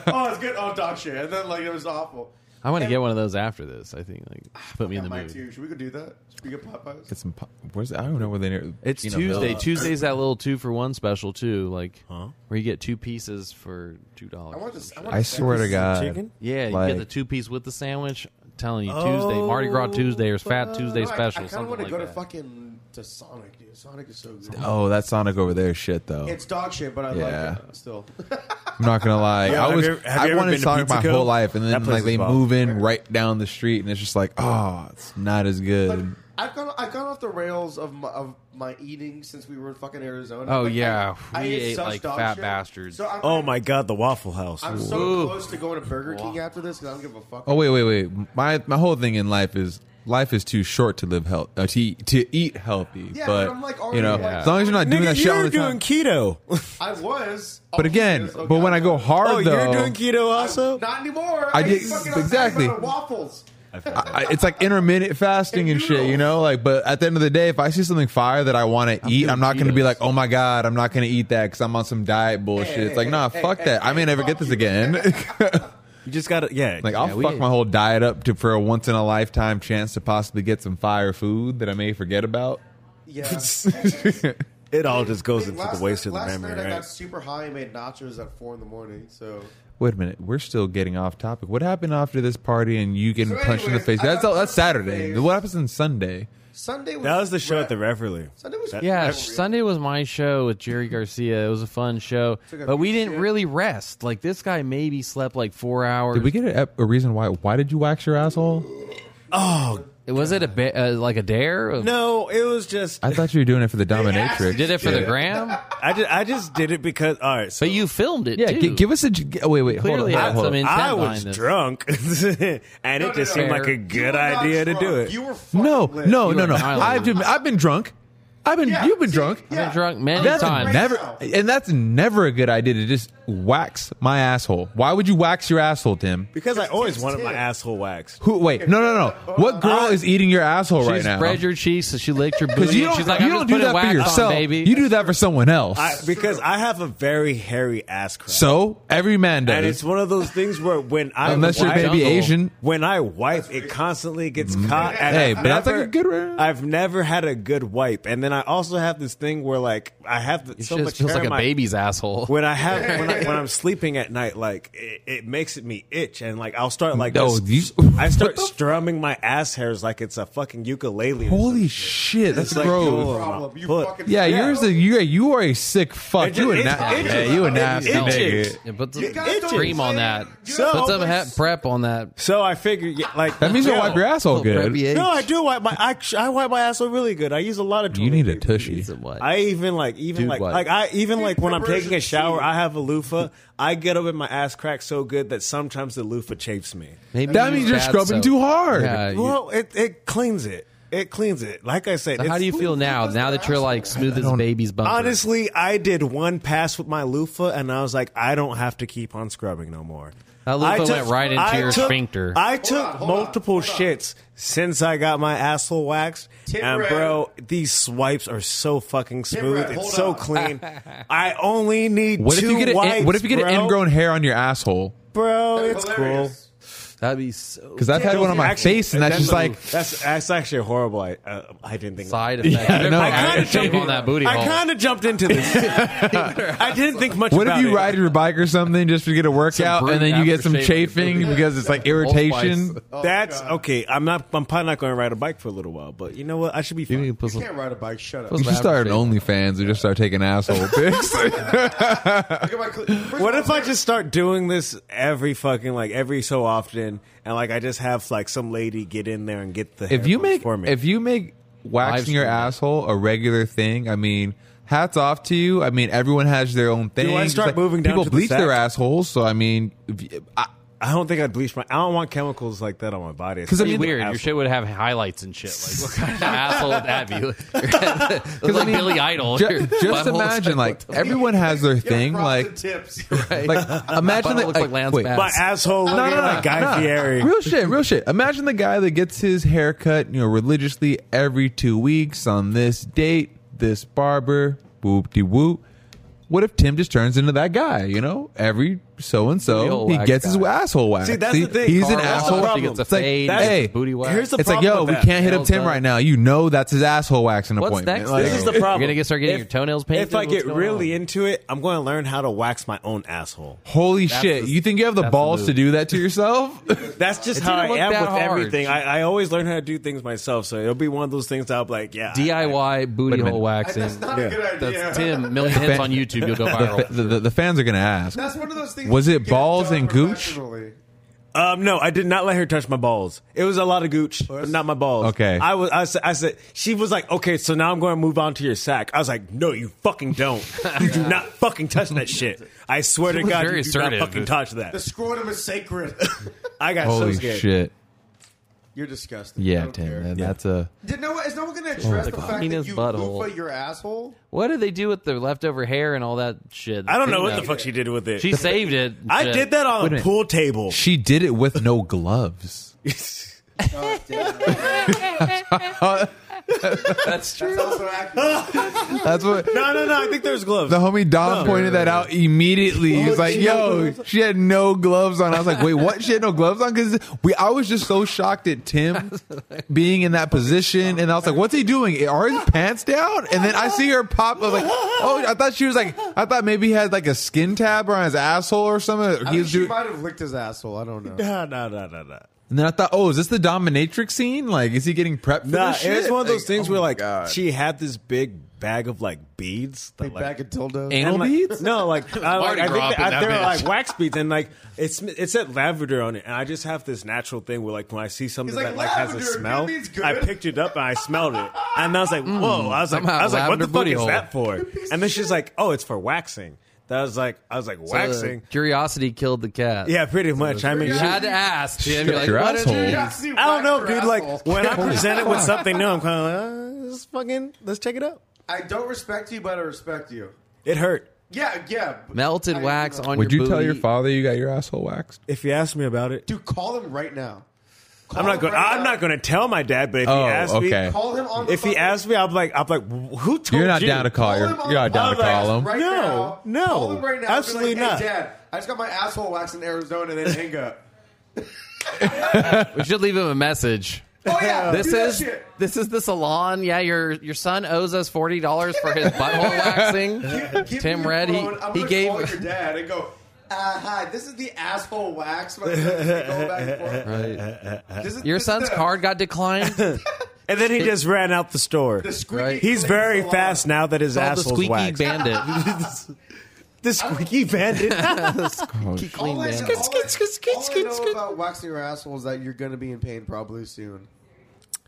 [SPEAKER 4] oh, it's good. Oh, dog shit. And then like it was awful.
[SPEAKER 3] I want to get one of those after this. I think like put me in the
[SPEAKER 4] Mine
[SPEAKER 3] mood.
[SPEAKER 4] too. Should we go do that? Should we get Popeyes?
[SPEAKER 1] Get some. pop- Where's I don't know where they. near-
[SPEAKER 3] It's
[SPEAKER 1] you know,
[SPEAKER 3] Tuesday.
[SPEAKER 1] Villa.
[SPEAKER 3] Tuesday's that little two for one special too, like where you get two pieces for two dollars.
[SPEAKER 4] I want this. I want
[SPEAKER 1] I
[SPEAKER 4] this
[SPEAKER 1] swear to
[SPEAKER 4] sandwich.
[SPEAKER 1] God.
[SPEAKER 2] chicken?
[SPEAKER 3] Yeah, you
[SPEAKER 1] Like-
[SPEAKER 3] get the two piece with the sandwich. I'm telling you, Tuesday,
[SPEAKER 2] Oh,
[SPEAKER 3] Mardi Gras Tuesday or Fat Tuesday
[SPEAKER 4] No,
[SPEAKER 3] special.
[SPEAKER 4] I- I, kind of
[SPEAKER 3] something
[SPEAKER 4] want to
[SPEAKER 3] like
[SPEAKER 4] go to
[SPEAKER 3] that.
[SPEAKER 4] fucking to Sonic, dude. Sonic is so good.
[SPEAKER 1] Oh, that Sonic over there shit though.
[SPEAKER 4] It's dog shit, but I
[SPEAKER 1] Yeah.
[SPEAKER 4] like it uh, still.
[SPEAKER 1] I'm not gonna lie.
[SPEAKER 2] Yeah,
[SPEAKER 1] I
[SPEAKER 2] have
[SPEAKER 1] was
[SPEAKER 2] you ever- have you
[SPEAKER 1] I
[SPEAKER 2] ever
[SPEAKER 1] wanted
[SPEAKER 2] been to
[SPEAKER 1] Sonic my
[SPEAKER 2] Pizzico?
[SPEAKER 1] whole life, and
[SPEAKER 2] That
[SPEAKER 1] then
[SPEAKER 2] place
[SPEAKER 1] like
[SPEAKER 2] is
[SPEAKER 1] they
[SPEAKER 2] bomb.
[SPEAKER 1] move in right down the street, and it's just like, oh, it's not as
[SPEAKER 3] Mm.
[SPEAKER 4] Like,
[SPEAKER 1] good.
[SPEAKER 4] I've gone, I've gone off the rails of my, of my eating since we were in fucking Arizona.
[SPEAKER 3] Oh,
[SPEAKER 4] Like, I-
[SPEAKER 3] yeah.
[SPEAKER 4] I,
[SPEAKER 3] We
[SPEAKER 4] ate,
[SPEAKER 3] ate
[SPEAKER 4] such
[SPEAKER 3] like
[SPEAKER 4] dog
[SPEAKER 3] fat
[SPEAKER 4] shit.
[SPEAKER 3] bastards.
[SPEAKER 4] So I'm,
[SPEAKER 2] Oh my God, the Waffle House.
[SPEAKER 4] I'm so close to going to Burger King after this because I don't give a fuck.
[SPEAKER 1] Oh wait, wait, wait. My my whole thing in life is life is too short to live health uh, to eat, to eat healthy.
[SPEAKER 4] Yeah,
[SPEAKER 1] but
[SPEAKER 4] but I'm, like, already,
[SPEAKER 1] you know,
[SPEAKER 4] like-
[SPEAKER 1] as long as you're not doing
[SPEAKER 2] Nigga,
[SPEAKER 1] that shit all
[SPEAKER 2] you're
[SPEAKER 1] the
[SPEAKER 2] doing
[SPEAKER 1] time.
[SPEAKER 2] keto.
[SPEAKER 4] I was.
[SPEAKER 1] But again,
[SPEAKER 4] Oh,
[SPEAKER 1] but when I go
[SPEAKER 4] God.
[SPEAKER 1] hard
[SPEAKER 2] oh,
[SPEAKER 1] though,
[SPEAKER 2] you're doing keto also.
[SPEAKER 4] not anymore.
[SPEAKER 1] I
[SPEAKER 4] I,
[SPEAKER 1] did-
[SPEAKER 4] did fucking
[SPEAKER 1] exactly.
[SPEAKER 4] exactly waffles.
[SPEAKER 1] I, it's like intermittent fasting and shit, you know. Like, but at the end of the day, if I see something fire that I want to eat, I'm not going to be like, "Oh my god, I'm not going to eat that" because I'm on some diet bullshit.
[SPEAKER 4] Hey,
[SPEAKER 1] it's like,
[SPEAKER 4] hey,
[SPEAKER 1] nah,
[SPEAKER 4] hey,
[SPEAKER 1] fuck
[SPEAKER 4] hey,
[SPEAKER 1] that. I
[SPEAKER 4] hey,
[SPEAKER 1] may never get
[SPEAKER 4] fuck
[SPEAKER 1] this
[SPEAKER 4] you.
[SPEAKER 1] again.
[SPEAKER 2] You just gotta, yeah.
[SPEAKER 1] like, I'll
[SPEAKER 3] Yeah, we
[SPEAKER 1] fuck
[SPEAKER 3] ain't-
[SPEAKER 1] my whole diet up to for a once in a lifetime chance to possibly get some fire food that I may forget about.
[SPEAKER 4] Yeah.
[SPEAKER 2] it all just goes into
[SPEAKER 4] Last
[SPEAKER 2] the waste
[SPEAKER 4] night-
[SPEAKER 2] of the
[SPEAKER 4] last
[SPEAKER 2] memory,
[SPEAKER 4] night I
[SPEAKER 2] right?
[SPEAKER 4] got super high and made nachos at four in the morning. So
[SPEAKER 1] Wait a minute, we're still getting off topic. What happened after this party and you getting
[SPEAKER 4] So
[SPEAKER 1] punched in the
[SPEAKER 4] anyways,
[SPEAKER 1] face?
[SPEAKER 4] I
[SPEAKER 1] That's
[SPEAKER 4] got
[SPEAKER 1] all, that's
[SPEAKER 4] punched in the
[SPEAKER 1] Saturday.
[SPEAKER 4] face.
[SPEAKER 1] What happens on Sunday?
[SPEAKER 4] Sunday was
[SPEAKER 2] That was the show at the
[SPEAKER 4] rep.
[SPEAKER 2] referee.
[SPEAKER 4] Sunday was
[SPEAKER 2] That-
[SPEAKER 4] rap
[SPEAKER 3] Yeah,
[SPEAKER 4] real.
[SPEAKER 3] Sunday was my show with Jerry Garcia. It was a fun show,
[SPEAKER 4] Took a
[SPEAKER 3] but we
[SPEAKER 4] few
[SPEAKER 3] didn't
[SPEAKER 4] shit.
[SPEAKER 3] really rest. Like this guy maybe slept like four hours.
[SPEAKER 1] Did we get a, a reason why? Why did you wax your asshole?
[SPEAKER 3] was it a ba- uh, like a dare?
[SPEAKER 2] No, it was just
[SPEAKER 1] I thought you were doing it for the dominatrix.
[SPEAKER 3] did it for the
[SPEAKER 1] Yeah.
[SPEAKER 3] gram?
[SPEAKER 2] I just I just did it because all right. So
[SPEAKER 3] But you filmed it.
[SPEAKER 1] Yeah,
[SPEAKER 3] too.
[SPEAKER 1] gi- give us a gi- oh, wait, wait, hold on,
[SPEAKER 3] Clearly
[SPEAKER 1] hold on,
[SPEAKER 3] had
[SPEAKER 1] hold
[SPEAKER 3] some
[SPEAKER 1] on.
[SPEAKER 3] in-
[SPEAKER 2] I
[SPEAKER 3] intent
[SPEAKER 2] was
[SPEAKER 3] behind this.
[SPEAKER 2] drunk, and
[SPEAKER 4] No,
[SPEAKER 2] it
[SPEAKER 4] no,
[SPEAKER 2] just
[SPEAKER 4] no.
[SPEAKER 2] seemed like a
[SPEAKER 3] Fair.
[SPEAKER 4] You
[SPEAKER 2] good
[SPEAKER 4] were not
[SPEAKER 2] idea to do
[SPEAKER 4] drunk.
[SPEAKER 2] it.
[SPEAKER 4] You were fucking
[SPEAKER 1] No,
[SPEAKER 4] lit.
[SPEAKER 1] no, no,
[SPEAKER 3] were
[SPEAKER 1] no.
[SPEAKER 3] an island.
[SPEAKER 1] I've been, I've been drunk. I've been,
[SPEAKER 4] Yeah,
[SPEAKER 1] you've been
[SPEAKER 4] see,
[SPEAKER 1] drunk.
[SPEAKER 4] yeah.
[SPEAKER 3] I've been drunk many
[SPEAKER 1] That's
[SPEAKER 3] times.
[SPEAKER 1] never,
[SPEAKER 4] Right now.
[SPEAKER 1] and that's never a good idea to just wax my asshole. Why would you wax your asshole, Tim?
[SPEAKER 2] because I always wanted my
[SPEAKER 4] tip.
[SPEAKER 2] asshole waxed.
[SPEAKER 1] Who? Wait, no, no, no. What girl
[SPEAKER 2] I-
[SPEAKER 1] is eating your asshole
[SPEAKER 3] She
[SPEAKER 1] right now?
[SPEAKER 3] spread your cheeks and she licked your
[SPEAKER 1] Because
[SPEAKER 3] booty.
[SPEAKER 1] you
[SPEAKER 3] and
[SPEAKER 1] don't,
[SPEAKER 3] she's like,
[SPEAKER 1] you
[SPEAKER 3] I'm
[SPEAKER 1] don't
[SPEAKER 3] just
[SPEAKER 1] do
[SPEAKER 3] putting
[SPEAKER 1] that for
[SPEAKER 3] wax
[SPEAKER 1] yourself.
[SPEAKER 3] on, baby.
[SPEAKER 1] You do that for someone else.
[SPEAKER 2] I, because I have a very hairy ass crack.
[SPEAKER 1] so every man
[SPEAKER 2] and it's
[SPEAKER 1] does,
[SPEAKER 2] one of those things where when I
[SPEAKER 1] unless you're
[SPEAKER 2] wipe-
[SPEAKER 1] maybe
[SPEAKER 3] jungle.
[SPEAKER 1] Asian.
[SPEAKER 2] when I wipe, it constantly gets caught. And
[SPEAKER 1] Mm-hmm. Hey,
[SPEAKER 2] I've
[SPEAKER 1] but that's like
[SPEAKER 2] never-
[SPEAKER 1] a good-
[SPEAKER 2] I've never had a good wipe, and then I also have this thing where like I have the,
[SPEAKER 3] It
[SPEAKER 2] so
[SPEAKER 3] just
[SPEAKER 2] much
[SPEAKER 3] feels
[SPEAKER 2] hair
[SPEAKER 3] like
[SPEAKER 2] in
[SPEAKER 3] a
[SPEAKER 2] my-
[SPEAKER 3] baby's asshole.
[SPEAKER 2] When I have when, I, when I'm sleeping at night, like it, it makes me itch, and like I'll start like
[SPEAKER 1] No,
[SPEAKER 2] this-
[SPEAKER 1] you-
[SPEAKER 2] I
[SPEAKER 1] What
[SPEAKER 2] start
[SPEAKER 1] the-
[SPEAKER 2] strumming my ass hairs like it's a fucking ukulele. or
[SPEAKER 1] Holy
[SPEAKER 2] something.
[SPEAKER 1] shit, that's
[SPEAKER 2] It's like,
[SPEAKER 1] gross.
[SPEAKER 2] yo,
[SPEAKER 4] problem. You
[SPEAKER 2] But-
[SPEAKER 4] fucking
[SPEAKER 1] Yeah,
[SPEAKER 4] Yeah.
[SPEAKER 1] yours is you. You are a sick fuck.
[SPEAKER 2] It
[SPEAKER 1] you a
[SPEAKER 2] just-
[SPEAKER 1] na-
[SPEAKER 2] it- it
[SPEAKER 1] yeah,
[SPEAKER 2] just-
[SPEAKER 1] you a
[SPEAKER 2] it-
[SPEAKER 1] nasty
[SPEAKER 2] it
[SPEAKER 1] nigga.
[SPEAKER 2] just-
[SPEAKER 3] Yeah, put some
[SPEAKER 2] You guys don't
[SPEAKER 3] cream on
[SPEAKER 4] say
[SPEAKER 3] that.
[SPEAKER 4] it.
[SPEAKER 2] So-
[SPEAKER 3] put some
[SPEAKER 2] but-
[SPEAKER 3] ha- prep on that.
[SPEAKER 2] So I figured, yeah, like
[SPEAKER 1] That means you
[SPEAKER 2] yo,
[SPEAKER 1] wipe your asshole
[SPEAKER 3] Little
[SPEAKER 1] good.
[SPEAKER 3] preppy eh?
[SPEAKER 2] No, I
[SPEAKER 3] H.
[SPEAKER 2] do wipe my I, I wipe my asshole really good. I use a lot of.
[SPEAKER 1] You need a
[SPEAKER 2] toilet paper.
[SPEAKER 1] tushy.
[SPEAKER 3] Some what?
[SPEAKER 2] I even like even
[SPEAKER 3] Dude
[SPEAKER 2] like
[SPEAKER 3] wipe.
[SPEAKER 2] like I even like when I'm taking a
[SPEAKER 4] preparation
[SPEAKER 2] shower,
[SPEAKER 4] too.
[SPEAKER 2] I have a loofah. I get up in my ass crack so good that sometimes the loofah chafes me.
[SPEAKER 3] Maybe
[SPEAKER 1] That
[SPEAKER 3] you
[SPEAKER 1] means
[SPEAKER 3] use
[SPEAKER 1] you're
[SPEAKER 3] bath
[SPEAKER 1] scrubbing
[SPEAKER 3] soap.
[SPEAKER 1] too hard.
[SPEAKER 3] Yeah, you-
[SPEAKER 2] Well, it it cleans it. It cleans it. Like I said,
[SPEAKER 3] how
[SPEAKER 2] it's-
[SPEAKER 3] do you feel now? Now that you're like smooth as a baby's bumper.
[SPEAKER 2] Honestly, I did one pass with my loofah, and I was like, I don't have to keep on scrubbing no more.
[SPEAKER 3] That loofah
[SPEAKER 2] I took-
[SPEAKER 3] went right into
[SPEAKER 2] I
[SPEAKER 3] your
[SPEAKER 2] took-
[SPEAKER 3] sphincter.
[SPEAKER 2] I took
[SPEAKER 4] on, hold on,
[SPEAKER 2] multiple
[SPEAKER 4] hold on.
[SPEAKER 2] shits since I got my asshole waxed,
[SPEAKER 4] Tip
[SPEAKER 2] and
[SPEAKER 4] red.
[SPEAKER 2] bro, these swipes are so fucking smooth.
[SPEAKER 4] red,
[SPEAKER 2] it's
[SPEAKER 4] hold
[SPEAKER 2] so
[SPEAKER 4] on.
[SPEAKER 2] clean. I only need
[SPEAKER 1] What if
[SPEAKER 2] two
[SPEAKER 1] you get
[SPEAKER 2] wipes.
[SPEAKER 1] an, what if you get
[SPEAKER 2] bro.
[SPEAKER 1] an ingrown hair on your asshole?
[SPEAKER 2] Bro, it's
[SPEAKER 4] That's
[SPEAKER 2] cool.
[SPEAKER 4] hilarious.
[SPEAKER 3] That'd be so.
[SPEAKER 1] Because I've had one on my
[SPEAKER 2] Actually,
[SPEAKER 1] face, and that's just
[SPEAKER 2] a-
[SPEAKER 1] like
[SPEAKER 2] that's that's actually a horrible. I, uh, I didn't think.
[SPEAKER 3] side effect.
[SPEAKER 1] Yeah, no,
[SPEAKER 3] I
[SPEAKER 1] I
[SPEAKER 2] kinda
[SPEAKER 3] kind of
[SPEAKER 2] jumped-
[SPEAKER 3] on that booty
[SPEAKER 2] I
[SPEAKER 3] hole.
[SPEAKER 2] kind of jumped into this. I didn't think much.
[SPEAKER 1] What if
[SPEAKER 2] about
[SPEAKER 1] you
[SPEAKER 2] it.
[SPEAKER 1] ride your bike or something just to get a workout,
[SPEAKER 3] brute
[SPEAKER 1] and then you get some
[SPEAKER 3] aftershave.
[SPEAKER 1] chafing because it's like irritation?
[SPEAKER 3] Old Spice.
[SPEAKER 2] That's okay. I'm not. I'm probably not going to ride a bike for a little while, but you know what? I should be
[SPEAKER 3] You
[SPEAKER 2] fine.
[SPEAKER 3] need to put some-
[SPEAKER 4] You can't ride a bike. Shut up.
[SPEAKER 1] You should start an OnlyFans and just start taking asshole pics.
[SPEAKER 4] Look at my cl- First of
[SPEAKER 2] What
[SPEAKER 4] all,
[SPEAKER 2] if I just start doing this every fucking like every so often, and like I just have like some lady get in there and get the
[SPEAKER 1] if
[SPEAKER 2] hair
[SPEAKER 1] you
[SPEAKER 2] bumps
[SPEAKER 1] make
[SPEAKER 2] for me?
[SPEAKER 1] if you make waxing
[SPEAKER 3] Live
[SPEAKER 1] your
[SPEAKER 3] stream.
[SPEAKER 1] asshole a regular thing, I mean, hats off to you. I mean, everyone has their own thing.
[SPEAKER 2] I
[SPEAKER 1] It's
[SPEAKER 2] start moving down
[SPEAKER 1] People
[SPEAKER 2] to the
[SPEAKER 1] bleach their
[SPEAKER 2] sack?
[SPEAKER 1] assholes, so I mean, if you- I,
[SPEAKER 2] I don't think I'd bleach my. I don't want chemicals like that on my body.
[SPEAKER 1] 'Cause I
[SPEAKER 3] It'd
[SPEAKER 1] mean-
[SPEAKER 3] be weird. Your
[SPEAKER 2] Asshole.
[SPEAKER 3] shit would have highlights and shit. Like, what kind of asshole would that be? It was
[SPEAKER 1] I
[SPEAKER 3] like
[SPEAKER 1] mean,
[SPEAKER 3] Billy Idol.
[SPEAKER 1] ju-
[SPEAKER 3] Your
[SPEAKER 1] just
[SPEAKER 3] butthole's
[SPEAKER 1] imagine like everyone has their
[SPEAKER 4] you know,
[SPEAKER 1] thing.
[SPEAKER 4] frosted
[SPEAKER 1] Like,
[SPEAKER 4] tips.
[SPEAKER 1] like imagine
[SPEAKER 3] Butthole
[SPEAKER 1] that.
[SPEAKER 3] looks like Lance
[SPEAKER 1] wait,
[SPEAKER 3] Bass.
[SPEAKER 2] my asshole looking
[SPEAKER 1] no, no,
[SPEAKER 2] like Guy
[SPEAKER 1] no.
[SPEAKER 2] Fieri.
[SPEAKER 1] Real shit, real shit. Imagine the guy that gets his hair cut, you know, religiously every two weeks on this date, this barber, whoop de whoop. What if Tim just turns into that guy, you know? Every so and
[SPEAKER 3] The
[SPEAKER 1] so,
[SPEAKER 3] old
[SPEAKER 1] he
[SPEAKER 3] wax
[SPEAKER 1] gets his
[SPEAKER 3] guy.
[SPEAKER 1] asshole waxed.
[SPEAKER 2] See, that's the thing.
[SPEAKER 1] He's an
[SPEAKER 2] Carl, that's the
[SPEAKER 1] asshole.
[SPEAKER 2] problem.
[SPEAKER 3] She gets a
[SPEAKER 1] It's like,
[SPEAKER 3] fade.
[SPEAKER 1] that's-
[SPEAKER 3] hey,
[SPEAKER 1] hey,
[SPEAKER 3] booty wax.
[SPEAKER 2] here's the
[SPEAKER 1] It's like, yo,
[SPEAKER 2] problem
[SPEAKER 1] we
[SPEAKER 2] with that.
[SPEAKER 1] can't hit up
[SPEAKER 3] Nails
[SPEAKER 1] Tim
[SPEAKER 3] done.
[SPEAKER 1] right now. You know that's his asshole waxing
[SPEAKER 3] What's
[SPEAKER 1] appointment.
[SPEAKER 3] next?
[SPEAKER 1] Like,
[SPEAKER 2] This is the problem.
[SPEAKER 3] You're gonna get- start getting
[SPEAKER 2] If-
[SPEAKER 3] your toenails painted?
[SPEAKER 2] If I
[SPEAKER 3] What's
[SPEAKER 2] get
[SPEAKER 3] going
[SPEAKER 2] really
[SPEAKER 3] on?
[SPEAKER 2] into it, I'm going to learn how to wax my own asshole.
[SPEAKER 1] holy shit.
[SPEAKER 3] the-
[SPEAKER 1] you think you have the
[SPEAKER 3] that's the
[SPEAKER 1] balls to
[SPEAKER 3] move.
[SPEAKER 1] do that to yourself?
[SPEAKER 2] That's just
[SPEAKER 3] It
[SPEAKER 2] how I
[SPEAKER 3] didn't look
[SPEAKER 2] am
[SPEAKER 3] that
[SPEAKER 2] with
[SPEAKER 3] hard.
[SPEAKER 2] everything. I, I always learn how to do things myself, so it'll be one of those things that I'll be like, yeah. I-
[SPEAKER 3] DIY booty
[SPEAKER 1] a minute.
[SPEAKER 3] hole waxing.
[SPEAKER 4] That's not
[SPEAKER 2] Yeah.
[SPEAKER 4] a good idea.
[SPEAKER 3] That's Tim. Million hits on YouTube. You'll go
[SPEAKER 1] the,
[SPEAKER 3] viral.
[SPEAKER 1] the, the- the fans are going to ask.
[SPEAKER 4] That's one of those things.
[SPEAKER 1] Was
[SPEAKER 4] you
[SPEAKER 1] it
[SPEAKER 4] get
[SPEAKER 1] balls
[SPEAKER 4] done
[SPEAKER 1] and gooch?
[SPEAKER 4] professionally.
[SPEAKER 2] I- um, no, I did not let her touch my balls. It was a lot of gooch, but not my balls.
[SPEAKER 1] Okay.
[SPEAKER 2] I was. I said. I said. She was like, okay, so now I'm going to move on to your sack. I was like, no, you fucking don't. You do not fucking touch that shit. I swear to
[SPEAKER 3] was
[SPEAKER 2] God,
[SPEAKER 3] very
[SPEAKER 2] you do not
[SPEAKER 3] assertive.
[SPEAKER 2] fucking touch
[SPEAKER 4] The
[SPEAKER 2] that.
[SPEAKER 4] scrotum is sacred.
[SPEAKER 2] I got
[SPEAKER 1] Holy
[SPEAKER 2] so scared.
[SPEAKER 1] shit.
[SPEAKER 4] You're disgusting. I
[SPEAKER 1] Yeah,
[SPEAKER 4] don't
[SPEAKER 1] Tim.
[SPEAKER 4] care.
[SPEAKER 1] that- That's a.
[SPEAKER 4] Did no, is no one going to address the fact that
[SPEAKER 3] communist
[SPEAKER 4] you
[SPEAKER 3] butthole.
[SPEAKER 4] loofah your asshole?
[SPEAKER 3] What did they do with their leftover hair and all that shit?
[SPEAKER 2] I don't know what the fuck she did with it.
[SPEAKER 3] She saved it. and
[SPEAKER 2] I
[SPEAKER 3] shit.
[SPEAKER 2] did that
[SPEAKER 1] Wait a
[SPEAKER 2] on a
[SPEAKER 1] minute.
[SPEAKER 2] pool table.
[SPEAKER 1] She did it with no gloves.
[SPEAKER 4] God damn it.
[SPEAKER 3] That's true.
[SPEAKER 4] Also accurate.
[SPEAKER 1] That's what
[SPEAKER 2] No, no, no. I think there's gloves.
[SPEAKER 1] the homie Dom pointed that out immediately. He's like,
[SPEAKER 2] she had
[SPEAKER 1] "Yo,
[SPEAKER 2] gloves
[SPEAKER 1] she had no gloves on." I was like, "Wait, what? She had no gloves on?" Because we, I was just so shocked at Tim being in that position, and I was like, "What's he doing? Are his pants down?" And then I see her pop. I was like, "Oh, I thought she was like, I thought maybe he had like a skin tab on his asshole or something." He was
[SPEAKER 4] she
[SPEAKER 1] doing,
[SPEAKER 4] might have licked his asshole. I don't know.
[SPEAKER 2] no, no, no, no, no.
[SPEAKER 1] and then I thought, "Oh, is this the dominatrix scene? Like, is he getting prepped for
[SPEAKER 2] Nah,
[SPEAKER 1] this shit?"
[SPEAKER 2] it's one of those things
[SPEAKER 1] oh
[SPEAKER 2] where
[SPEAKER 1] my
[SPEAKER 2] like
[SPEAKER 1] God.
[SPEAKER 2] she had this big bag of like beads, that,
[SPEAKER 4] Big
[SPEAKER 2] like,
[SPEAKER 4] bag of dildo.
[SPEAKER 1] anal
[SPEAKER 2] and, like-
[SPEAKER 1] beads.
[SPEAKER 2] No, like I, like,
[SPEAKER 3] Mardi
[SPEAKER 2] I
[SPEAKER 3] Gras
[SPEAKER 2] think
[SPEAKER 3] up in
[SPEAKER 2] that,
[SPEAKER 3] that
[SPEAKER 2] they're
[SPEAKER 3] bitch.
[SPEAKER 2] like wax beads, and like it's it said lavender on it, and I just have this natural thing where like when I see something
[SPEAKER 4] He's like,
[SPEAKER 2] that like has a
[SPEAKER 4] "Lavender,
[SPEAKER 2] smell,
[SPEAKER 4] that means good."
[SPEAKER 2] I picked it up and I smelled it, and I was like, whoa! I was like,
[SPEAKER 3] Mm. somehow
[SPEAKER 2] I was like, what the
[SPEAKER 3] lavender
[SPEAKER 2] fuck
[SPEAKER 3] booty
[SPEAKER 2] is
[SPEAKER 3] hole.
[SPEAKER 2] that for? And then she's like, oh, it's for waxing. That was like, I was like, waxing.
[SPEAKER 3] Curiosity killed the cat.
[SPEAKER 2] yeah, pretty much. I mean,
[SPEAKER 3] You
[SPEAKER 2] she-
[SPEAKER 3] had to ask.
[SPEAKER 1] Shut
[SPEAKER 3] Tim. You're like,
[SPEAKER 1] your
[SPEAKER 3] what
[SPEAKER 1] asshole.
[SPEAKER 3] is
[SPEAKER 4] Yeah,
[SPEAKER 3] it?
[SPEAKER 4] see,
[SPEAKER 2] I don't
[SPEAKER 4] whack
[SPEAKER 2] know,
[SPEAKER 4] your
[SPEAKER 2] dude. Like
[SPEAKER 4] asshole.
[SPEAKER 2] when I'm presented with something new, I'm kind of like, uh, let's fucking let's check it out.
[SPEAKER 4] I don't respect you, but I respect you.
[SPEAKER 2] It hurt.
[SPEAKER 4] Yeah, yeah.
[SPEAKER 3] Melted
[SPEAKER 4] I-
[SPEAKER 3] wax on
[SPEAKER 1] Would
[SPEAKER 3] your
[SPEAKER 1] you tell your
[SPEAKER 3] booty.
[SPEAKER 1] father you got your asshole waxed?
[SPEAKER 2] If you ask me about it,
[SPEAKER 4] Dude, call him right now. Call
[SPEAKER 2] I'm not
[SPEAKER 4] him
[SPEAKER 2] going.
[SPEAKER 4] Oh, right
[SPEAKER 2] I'm
[SPEAKER 4] now.
[SPEAKER 2] not going to tell my dad. But if
[SPEAKER 1] Oh,
[SPEAKER 2] he asks
[SPEAKER 1] okay.
[SPEAKER 2] me,
[SPEAKER 4] Call him on. The
[SPEAKER 2] If he
[SPEAKER 4] fucking-
[SPEAKER 2] asked me, I'm like, I'm like, who told you?
[SPEAKER 1] You're not down to call. You're,
[SPEAKER 4] him on
[SPEAKER 1] you're not
[SPEAKER 4] the
[SPEAKER 1] down to
[SPEAKER 4] podcast
[SPEAKER 1] call him.
[SPEAKER 4] Right
[SPEAKER 2] No,
[SPEAKER 4] now.
[SPEAKER 2] no,
[SPEAKER 4] Call him right now. and be
[SPEAKER 2] absolutely
[SPEAKER 4] like,
[SPEAKER 2] not.
[SPEAKER 4] Hey, Dad, I just got my asshole waxed in Arizona and then hang up.
[SPEAKER 3] We should leave him a message.
[SPEAKER 4] Oh yeah,
[SPEAKER 3] This
[SPEAKER 4] do that
[SPEAKER 3] is
[SPEAKER 4] shit.
[SPEAKER 3] this is the salon. Yeah, your your son owes us forty dollars for his butthole waxing.
[SPEAKER 4] Give me
[SPEAKER 3] Tim
[SPEAKER 4] your
[SPEAKER 3] Red, he,
[SPEAKER 4] phone. I'm
[SPEAKER 3] he
[SPEAKER 4] gonna
[SPEAKER 3] gave.
[SPEAKER 4] call your dad and go. Uh, hi, this is the asshole wax. When I go back and forth. This is-
[SPEAKER 3] Your
[SPEAKER 4] this is
[SPEAKER 3] son's
[SPEAKER 4] the-
[SPEAKER 3] card got declined. Called
[SPEAKER 2] And then he just ran out the store.
[SPEAKER 4] The squeaky
[SPEAKER 3] Right.
[SPEAKER 2] He's
[SPEAKER 4] clean
[SPEAKER 2] very
[SPEAKER 4] salon.
[SPEAKER 2] fast now that his
[SPEAKER 3] the
[SPEAKER 2] asshole's
[SPEAKER 3] squeaky
[SPEAKER 2] waxed.
[SPEAKER 3] bandit.
[SPEAKER 2] the squeaky bandit.
[SPEAKER 3] Squeaky clean
[SPEAKER 4] All I, all,
[SPEAKER 3] bandit.
[SPEAKER 4] I, all I know about waxing your asshole is that you're going to be in pain probably soon.